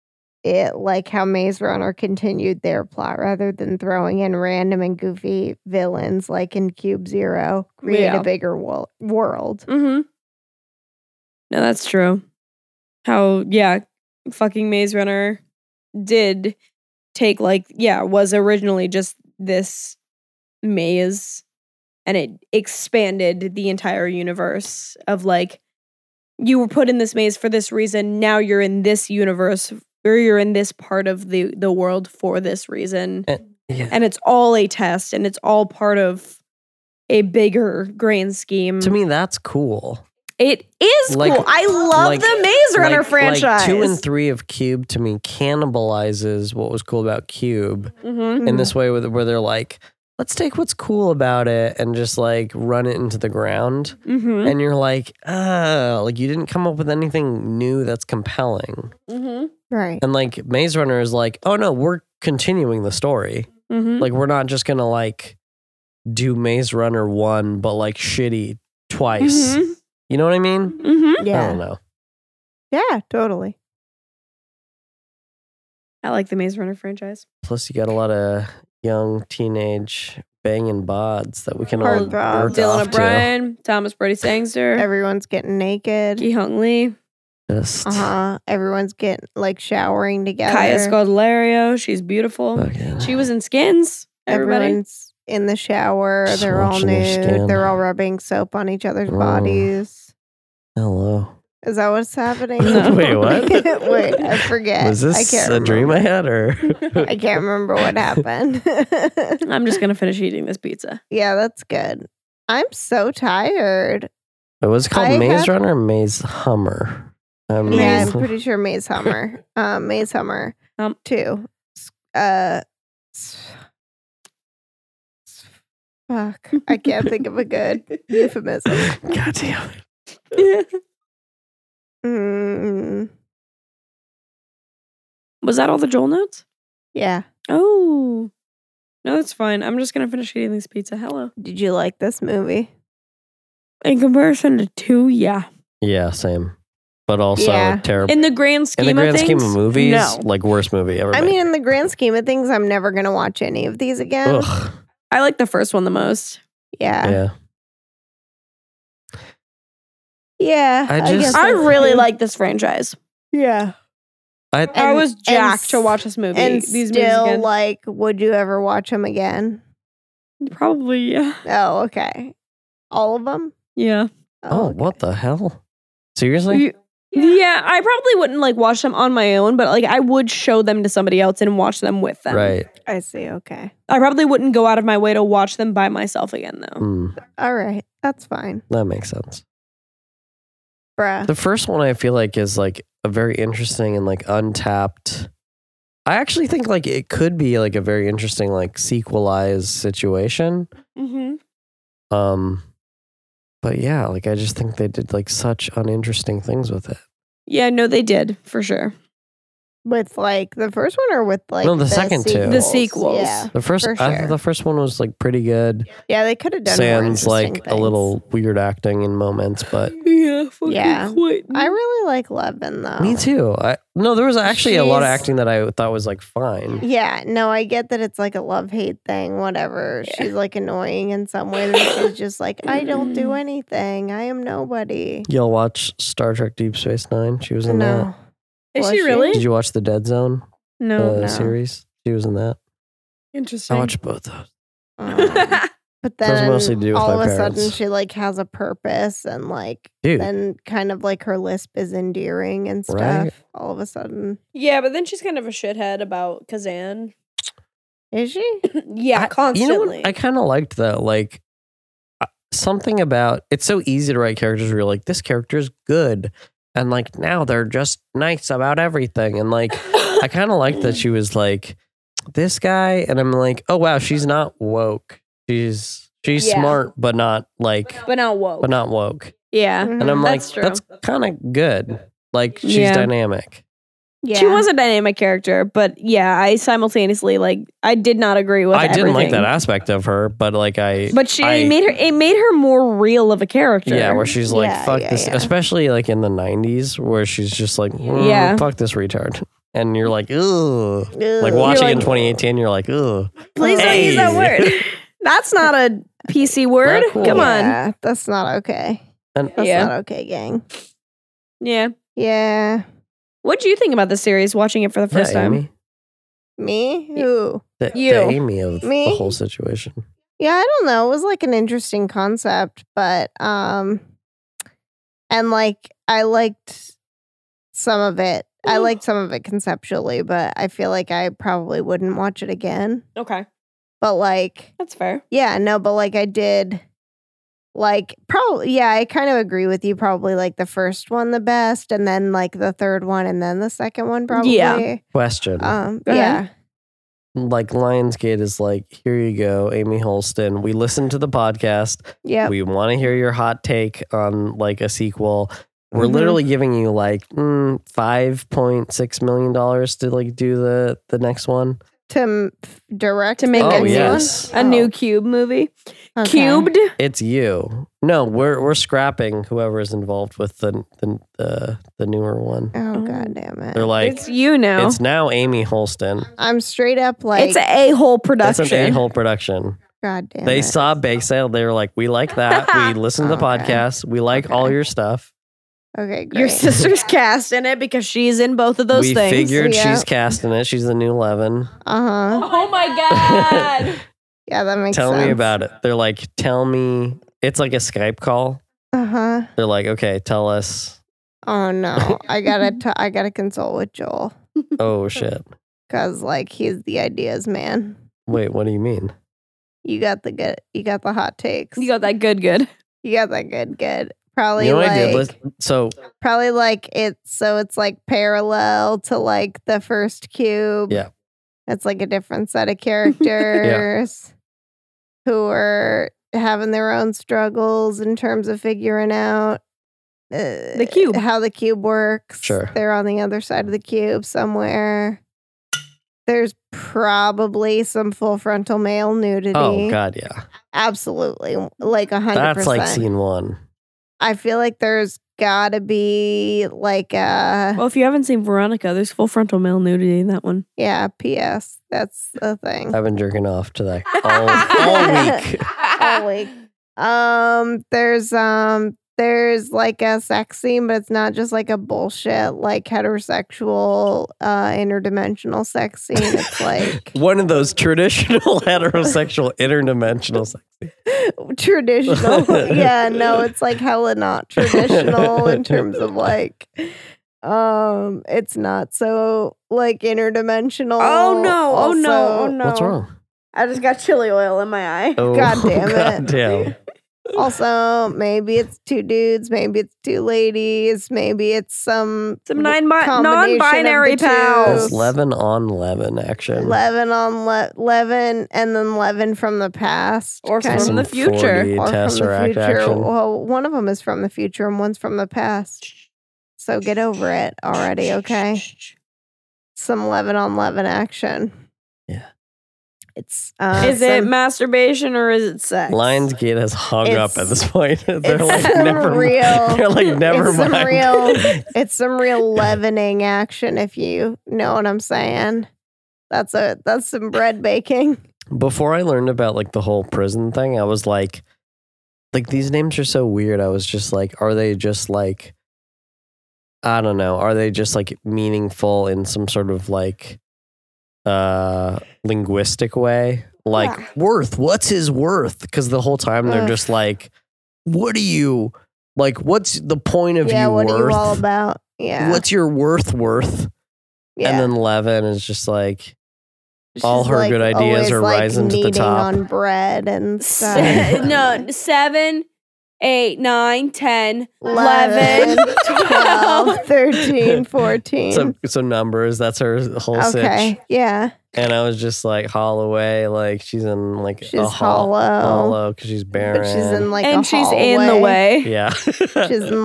S2: it like how Maze Runner continued their plot rather than throwing in random and goofy villains like in Cube Zero, create
S4: Yeah.
S2: a bigger wo- world.
S4: Mm-hmm. No, that's true. How yeah, fucking Maze Runner did take like yeah was originally just this maze, and it expanded the entire universe of like you were put in this maze for this reason. Now you're in this universe or you're in this part of the the world for this reason
S3: Yeah.
S4: and it's all a test and it's all part of a bigger grand scheme
S3: To me, that's cool.
S4: it is
S3: Like-
S4: cool. I love
S3: like-
S4: the Maze Runner
S3: Like- like
S4: franchise.
S3: two and three of Cube to me cannibalizes what was cool about Cube
S4: Mhm.
S3: in
S2: Mm-hmm.
S3: this way, where where they're like, let's take what's cool about it and just like run it into the ground.
S2: Mm-hmm.
S4: Mhm.
S3: And you're like, ah, like you didn't come up with anything new that's compelling.
S4: Mhm.
S2: Right.
S3: And like Maze Runner is like, oh no, we're continuing the story.
S2: Mm-hmm.
S4: Mhm.
S3: Like we're not just gonna like do Maze Runner one, but like shitty twice.
S4: Mhm.
S3: You know what I mean?
S4: Mhm.
S3: I don't
S2: Mm-hmm. Yeah.
S3: know.
S2: Yeah, totally.
S4: I like the Maze Runner franchise.
S3: Plus, you got a lot of young teenage banging bods that we can all
S2: Hard
S3: work
S2: bobs.
S4: Dylan
S3: off
S4: O'Brien, Thomas Brody Sangster,
S2: Everyone's getting naked.
S4: Ki Hung Lee,
S3: to. Just
S2: Uh huh. Everyone's getting like showering together.
S4: Kaya Scodelario. She's beautiful.
S3: fucking-
S4: She was in Skins. Everybody.
S2: Everyone's in the shower.
S3: Just
S2: They're all
S3: washing their skin.
S2: nude. They're all rubbing soap on each other's
S3: Mm.
S2: bodies.
S3: Hello.
S2: Is that what's happening?
S4: No.
S3: Wait, what?
S2: Wait, I forget.
S3: Was
S2: I
S3: this
S2: can't
S3: a dream I
S2: remember.
S3: had, or
S2: I can't remember what happened.
S4: I'm just gonna finish eating this pizza.
S2: yeah, that's good. I'm so tired.
S3: it was called
S2: I
S3: Maze
S2: have-
S3: Runner, or Maze Hummer. Um,
S2: Yeah,
S4: Maze-
S2: I'm pretty sure Maze Hummer. Um, Maze Hummer.
S4: Um.
S2: two. S- Uh, s- s- fuck. I can't think of a good euphemism.
S3: God damn it.
S2: Mm,
S4: Was that all the Joel notes?
S2: yeah.
S4: Oh. No, that's fine. I'm just gonna finish eating this pizza. Hello.
S2: Did you like this movie?
S4: In comparison to two, yeah.
S3: Yeah, same. But also
S2: Yeah.
S3: terrible.
S4: In the grand scheme
S3: In the
S4: of
S3: grand
S4: things,
S3: scheme of movies,
S4: no.
S3: like worst movie ever.
S2: I
S3: made.
S2: mean, in the grand scheme of things, I'm never gonna watch any of these again.
S3: Ugh,
S4: I like the first one the most.
S2: Yeah.
S3: yeah.
S2: Yeah.
S3: I
S2: guess
S3: just-
S4: I
S2: that's
S4: really
S2: true.
S4: like this franchise.
S2: Yeah.
S3: I
S4: I
S2: And-
S4: was
S2: and
S4: jacked to
S2: s-
S4: watch this movie.
S2: And
S4: these
S2: still,
S4: movies again.
S2: like, would you ever watch them again?
S4: probably yeah,
S2: Oh, okay. All of them?
S4: yeah,
S3: oh, what the hell? Seriously?
S4: yeah. I probably wouldn't like watch them on my own, but like I would show them to somebody else and watch them with them.
S3: Right.
S2: I see. Okay.
S4: I probably wouldn't go out of my way to watch them by myself again though.
S3: Hmm.
S2: All right. That's fine.
S3: that makes sense.
S2: Bruh.
S3: The first one I feel like is like a very interesting and like untapped. I actually think like it could be like a very interesting like sequelized situation.
S4: Mm-hmm.
S3: Um but yeah, like I just think they did like such uninteresting things with it.
S4: Yeah, no, they did for sure.
S2: With like the first one or with like
S3: No, the second two.
S4: The sequels.
S2: Yeah.
S3: The first
S2: For
S3: I thought
S2: sure.
S3: the first one was like pretty good.
S2: Yeah, they could have done more
S3: Sans like
S2: interesting
S3: a
S2: things.
S3: little weird acting in moments, but
S4: Yeah, fucking
S2: Yeah.
S4: quit.
S2: I really like Levin though.
S3: me too. I no, there was actually a lot of
S2: Oh. She's-
S3: acting that I thought was like fine.
S2: Yeah, no, I get that it's like a love hate thing, whatever. She's like annoying in some way. but She's just like, I don't do anything. I am nobody.
S3: Y'all watch Star Trek Deep Space Nine? She was in that.
S2: No.
S4: Is
S2: Was
S4: she
S2: she?
S4: really?
S3: Did you watch the Dead Zone uh,
S4: no, no.
S3: series? She was in that.
S4: Interesting.
S3: I watched both those.
S2: Um, but
S3: That was
S2: then
S3: mostly to do with
S2: all
S3: my
S2: of a sudden
S3: parents.
S2: she like has a purpose and like
S3: Dude,
S2: then kind of like her lisp is endearing and stuff.
S3: Right.
S2: All of a sudden.
S4: yeah, but then she's kind of a shithead about Kazan.
S2: Is she?
S4: yeah,
S3: I- you
S4: constantly.
S3: know what? I kind of liked that. Like uh, something about it's so easy to write characters where you're like, this character is good. And like now they're just nice about everything. And like, I kind of liked that she was like, this guy. And I'm like, oh, wow, she's not woke. She's, She's
S1: Yeah.
S3: smart, but not like,
S1: but not woke.
S3: but not woke.
S1: yeah.
S3: And I'm like,
S1: Mm, That's true.
S3: that's kind of good. Like she's
S1: Yeah.
S3: dynamic.
S2: yeah.
S1: She was a dynamic character, but yeah, I simultaneously like I did not agree with.
S3: I didn't like that
S1: everything.
S3: aspect of her, but like I,
S1: But she
S3: I-
S1: it made her. It made her more real of a character.
S3: yeah, where she's like,
S2: Yeah,
S3: fuck
S2: yeah,
S3: this,
S2: yeah.
S3: especially like in the '90s, where she's just like, mm,
S1: Yeah.
S3: fuck this retard, and you're like, ugh. Like
S2: Ugh.
S3: watching
S1: You're
S3: in
S1: like-
S3: 2018, you're like, ugh.
S1: Please don't use that
S3: Hey.
S1: word. That's not a PC word.
S3: Not cool.
S1: Come on.
S2: Yeah, that's not okay.
S3: And
S2: That's
S1: Yeah.
S2: not okay, gang.
S1: Yeah.
S2: Yeah.
S1: What do you think about the series? Watching it for the first
S3: Yeah,
S1: time.
S3: Amy.
S2: Me? Who?
S3: The, the
S1: You.
S3: Amy of the
S2: Me?
S3: whole situation.
S2: Yeah, I don't know. It was like an interesting concept, but um and like I liked some of it.
S1: Mm.
S2: I liked some of it conceptually, but I feel like I probably wouldn't watch it again.
S1: Okay,
S2: But like
S1: that's fair.
S2: Yeah, no, but like I did like probably yeah, I kind of agree with you probably like the first one the best and then like the third one and then the second one probably.
S1: Yeah.
S3: Question.
S2: Um
S1: Go
S2: yeah.
S1: ahead.
S3: like Lionsgate is like, here you go, Amy Holston. We listened to the podcast.
S2: Yeah.
S3: We want to hear your hot take on like a sequel. We're
S1: Mm-hmm.
S2: Mhm.
S3: literally giving you like mm, five point six million dollars to like do the the next one.
S2: To m- f- direct
S1: To make
S2: the
S1: a
S3: oh
S2: next
S1: new
S3: yes,
S1: A new Cube movie.
S2: one? Okay.
S1: Cubed.
S3: it's you. No, we're we're scrapping whoever is involved with the the the, the newer one.
S1: Mm-hmm.
S2: Oh god damn it.
S3: They're like,
S1: it's you now.
S3: it's now Amy Holston.
S2: I'm straight up like
S1: It's a A-hole
S3: That's an
S1: production.
S3: a-hole production.
S2: god damn
S3: They
S2: it.
S3: saw Bake Sale. They were like, we like that. We listen to the
S2: Okay.
S3: podcast. We like all
S2: Okay.
S3: your stuff.
S2: okay, great.
S1: Your sister's cast in it because she's in both of those
S3: we
S1: things.
S3: figured
S2: Yeah.
S3: she's casting it. She's the new Levin.
S2: Uh huh.
S1: oh my
S3: God.
S2: Yeah, that makes
S3: tell
S2: sense.
S3: me about it. They're like, tell me. It's like a Skype call.
S2: Uh huh.
S3: They're like, okay, tell us.
S2: Oh no, I gotta t- I gotta consult with Joel
S3: Oh shit.
S2: because like he's the ideas man.
S3: Wait, what do you mean?
S2: You got the good. You got the hot takes.
S1: you got that good, good.
S2: You got that good. Good. Probably
S3: you know what
S2: like
S3: I did? Lis- So
S2: probably like it's so it's like parallel to like the first cube.
S3: Yeah.
S2: It's like a different set of characters who are having their own struggles in terms of figuring out uh,
S1: The cube.
S2: how the cube works.
S3: Sure.
S2: They're on the other side of the cube somewhere. There's probably some full frontal male nudity.
S3: oh god, yeah.
S2: Absolutely. Like a hundred
S3: That's
S2: percent.
S3: like scene one.
S2: I feel like there's gotta be like uh, a
S1: Well, if you haven't seen Veronica, there's full frontal male nudity in that one.
S2: yeah. P.S. That's the thing.
S3: I've been jerking off to that all, all week.
S2: All week. Um, there's um, there's like a sex scene, but it's not just like a bullshit like heterosexual uh interdimensional sex scene. It's like
S3: One of those traditional heterosexual interdimensional sex.
S2: traditional. yeah, no, it's like hella not traditional in terms of like um it's not so like interdimensional.
S1: Oh, no. Oh, no.
S2: Also-
S1: Oh, no.
S3: What's wrong?
S1: I just got chili oil in my eye.
S3: Oh,
S2: God damn it.
S3: God damn.
S2: Also, maybe it's two dudes, maybe it's two ladies, maybe it's some
S1: Some nine mi-
S2: combination of
S1: non-binary
S2: the two.
S1: pals.
S3: It's Levin on Levin action.
S2: Levin on le- Levin, and then Levin from the past,
S1: Or
S2: kind
S1: from
S2: of-
S1: the future.
S3: 4D
S2: or
S3: Tesseract
S2: from the future.
S3: action.
S2: Well, one of them is from the future, and one's from the past. So get over it already, okay? Some Levin on Levin action.
S3: Yeah.
S2: it's uh,
S1: Is it
S2: some-
S1: masturbation or is it sex?
S3: Lionsgate has hung up
S2: It's-
S3: at this point. They're
S2: it's
S3: like
S2: some
S3: never mi-
S2: real-
S3: They're like never
S2: it's some
S3: mind.
S2: real- It's some real leavening action, if you know what I'm saying. That's a that's some bread baking.
S3: Before I learned about like the whole prison thing, I was like, like these names are so weird. I was just like, are they just like, I don't know, are they just like meaningful in some sort of like, uh, linguistic way? Like
S2: Yeah.
S3: worth, what's his worth? Because the whole time they're
S2: Ugh.
S3: just like, what do you like? What's the point of
S2: yeah,
S3: you
S2: what
S3: worth?
S2: are you all about? Yeah,
S3: What's your worth worth?
S2: yeah.
S3: And then Levin is just like,
S2: She's,
S3: all her good ideas
S2: always,
S3: are rising to the
S2: kneading
S3: top.
S2: on bread and stuff.
S1: Se- no, seven, eight, nine, ten,
S2: 11,
S1: eleven,
S2: 12, 13, 14.
S3: some some numbers. That's her whole sitch.
S2: okay, yeah.
S3: and I was just like Holloway, like she's in like
S2: She's
S3: a hol-
S2: hollow,
S3: hollow because she's barren.
S2: but she's in like a
S4: and she's in the way.
S3: yeah,
S2: She's in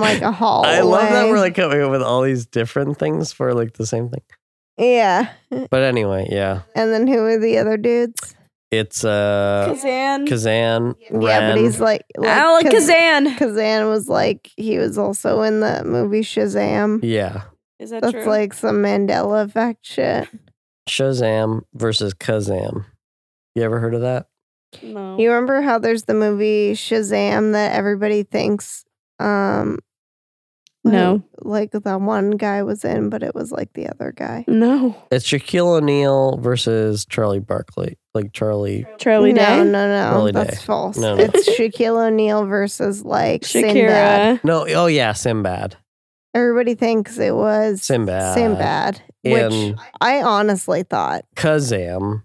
S2: like a hallway.
S3: I love that we're like coming up with all these different things for like the same thing.
S2: yeah.
S3: But anyway, yeah,
S2: And then who are the other dudes?
S3: it's uh
S4: Kazan.
S3: Kazan.
S2: Yeah, but
S3: Ren.
S2: he's like, like
S4: Alec
S2: Kaz-
S4: Kazan.
S2: Kazan was like he was also in the movie Shazam.
S3: yeah
S4: Is that
S2: That's
S4: true?
S2: like some Mandela effect shit.
S3: Shazam versus Kazam. You ever heard of that?
S4: no.
S2: You remember how there's the movie Shazam that everybody thinks um
S4: No.
S2: like, like that one guy was in, but it was like the other guy.
S4: no.
S3: It's Shaquille O'Neal versus Charlie Barkley. Like Charlie,
S4: Charlie
S2: no,
S4: Day.
S2: no, no,
S3: Early
S2: that's
S3: day.
S2: false.
S3: No, no.
S2: It's Shaquille O'Neal versus like Sinbad.
S4: Shakira.
S3: no, oh yeah, Sinbad.
S2: Everybody thinks it was
S3: Sinbad.
S2: Sinbad, which
S3: In
S2: I honestly thought.
S3: Kazam.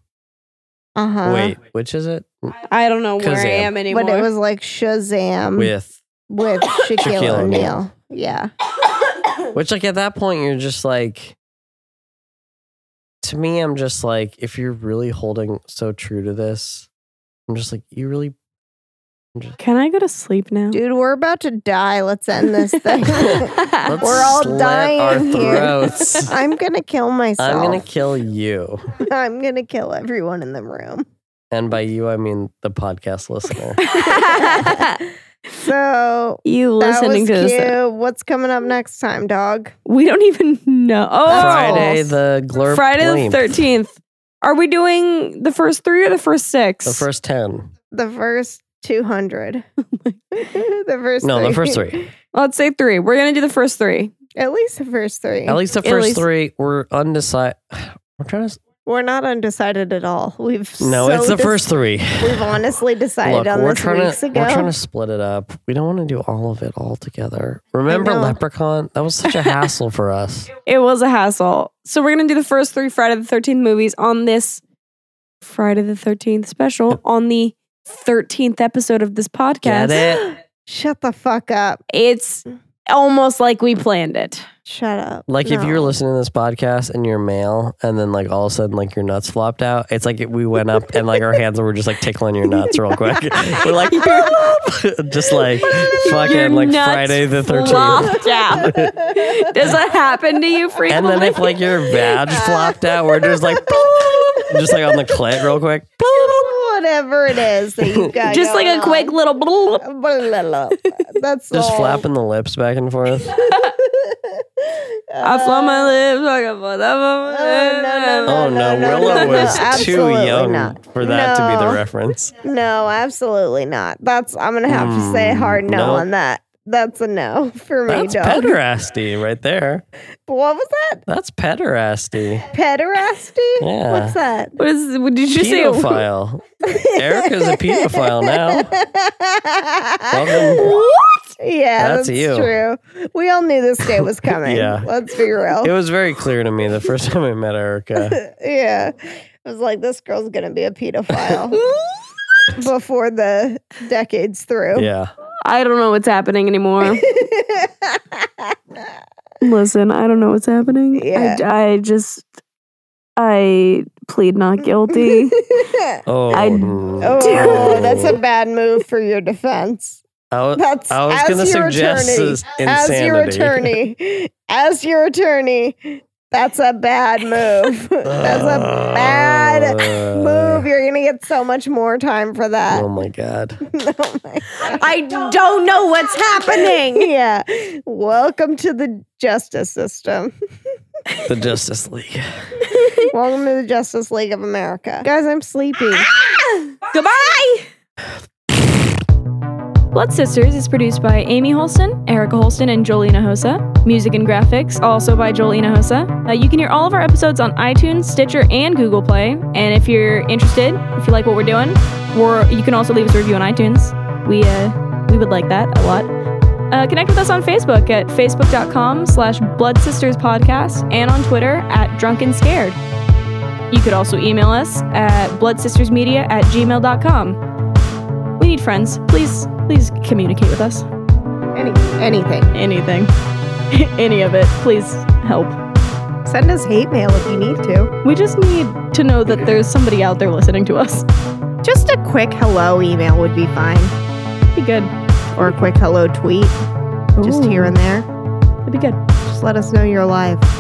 S2: Uh huh.
S3: Wait, which is it?
S4: I don't know Uh-huh. where I
S3: Kazam.
S4: am anymore.
S2: but it was like Shazam with,
S3: With
S2: Shaquille,
S3: Shaquille O'Neal.
S2: O'Neal. Yeah,
S3: which, like, at that point, you're just like, to me, I'm just like, if you're really holding so true to this, I'm just like, you really.
S4: Can I go to sleep now?
S2: dude, we're about to die. Let's end this thing.
S3: Let's
S2: We're all
S3: slit our
S2: dying here.
S3: throats.
S2: I'm gonna kill myself.
S3: I'm gonna kill you,
S2: I'm gonna kill everyone in the room.
S3: and by you, I mean the podcast listener.
S2: so
S4: you
S2: that was
S4: listening to
S2: cute.
S4: this? uh,
S2: What's coming up next time, dog?
S4: We don't even know. Oh,
S3: Friday the glurp.
S4: Friday the
S3: bleep.
S4: thirteenth. Are we doing the first three or the first six?
S3: The first ten.
S2: The first two hundred.
S4: Oh
S2: the first
S3: No,
S2: three.
S3: the first three.
S4: Let's say three. We're gonna do the first three.
S2: At least the first three.
S3: At least the
S4: At
S3: first
S4: least-
S3: three. We're undecided. We're trying to. s-
S2: we're not undecided at all. We've
S3: No,
S2: so
S3: it's the
S2: dis-
S3: first three.
S2: We've honestly decided on
S3: we're
S2: this
S3: trying
S2: weeks
S3: to
S2: ago.
S3: we're trying to split it up. We don't want to do all of it all together. Remember
S2: know.
S3: Leprechaun? That was such a hassle for us.
S4: It was a hassle. So we're gonna do the first three Friday the thirteenth movies on this Friday the thirteenth special on the thirteenth episode of this podcast.
S3: Get it?
S2: Shut the fuck up.
S4: It's almost like we planned it.
S2: Shut up.
S3: Like if
S2: No.
S3: you were listening to this podcast and you're male, and then like all of a sudden like your nuts flopped out. It's like we went up and like our hands were just like tickling your nuts real quick. we're like just like
S4: Your
S3: fucking like
S4: nuts
S3: Friday the thirteenth.
S4: Flopped out. Does that happen to you
S3: And
S4: frequently?
S3: then if like your vag flopped out, we're just like just like on the clit real quick.
S2: Whatever it is that you got.
S4: just like
S2: going
S4: a quick
S2: on.
S4: little bloop.
S2: Blah, blah, blah. That's
S3: Just
S2: all.
S3: flapping the lips back and forth.
S4: I flop my lips like a motherfucker.
S2: Oh, no, no,
S3: Oh no,
S2: no,
S3: Willow
S2: no,
S3: was
S2: no,
S3: too
S2: absolutely
S3: young
S2: not.
S3: for that to be
S2: No.
S3: the reference.
S2: No, absolutely not. That's I'm gonna have to say
S3: Mm,
S2: hard no,
S3: no.
S2: on that. That's a no for me,
S3: That's
S2: dog.
S3: pederasty right there.
S2: what was that?
S3: That's pederasty.
S2: Pederasty?
S3: Yeah.
S2: What's that?
S4: What is? What did you say?
S3: Pedophile. Erica's a pedophile now. Welcome.
S2: Yeah,
S3: That's
S2: that's,
S3: you.
S2: true. We all knew this day was coming.
S3: Yeah.
S2: Let's be real.
S3: It was very clear to me the first time I met Erica.
S2: yeah. I was like, this girl's gonna be a pedophile before the decades through.
S3: Yeah.
S4: I don't know what's happening anymore. Listen, I don't know what's happening.
S2: Yeah.
S4: I, I just, I plead not guilty.
S3: Oh,
S4: I-
S3: no.
S2: oh, that's a bad move for your defense.
S3: I was,
S2: That's
S3: I was
S2: as
S3: gonna
S2: your
S3: suggest
S2: attorney,
S3: this
S2: as your
S3: insanity.
S2: attorney, as your attorney. That's a bad move. that's a bad
S3: Uh,
S2: move. You're gonna get so much more time for that.
S3: Oh my god.
S2: Oh my God.
S4: I don't know what's happening.
S2: yeah. Welcome to the justice system.
S3: The Justice League.
S2: Welcome to the Justice League of America. Guys, I'm sleepy.
S4: Goodbye. Blood Sisters is produced by Amy Holston, Erica Holston, and Jolina Hosa. Music and graphics also by Jolina Hosa. Uh, you can hear all of our episodes on iTunes, Stitcher, and Google Play. And if you're interested, if you like what we're doing, or you can also leave us a review on iTunes. We uh, we would like that a lot. Uh, connect with us on Facebook at facebook.com slash Blood Sisters Podcast and on Twitter at Drunken Scared. You could also email us at bloodsistersmedia at gmail.com. We need friends. Please, please communicate with us.
S2: Any, anything.
S4: Anything. Any of it. Please help.
S2: Send Send us hate mail if you need to.
S4: We just need to know that there's somebody out there listening to us.
S2: Just a quick hello email would be fine,
S4: Be good.
S2: or a quick hello tweet, just
S4: Ooh,
S2: here and there.
S4: That'd be good.
S2: Just let us know you're alive.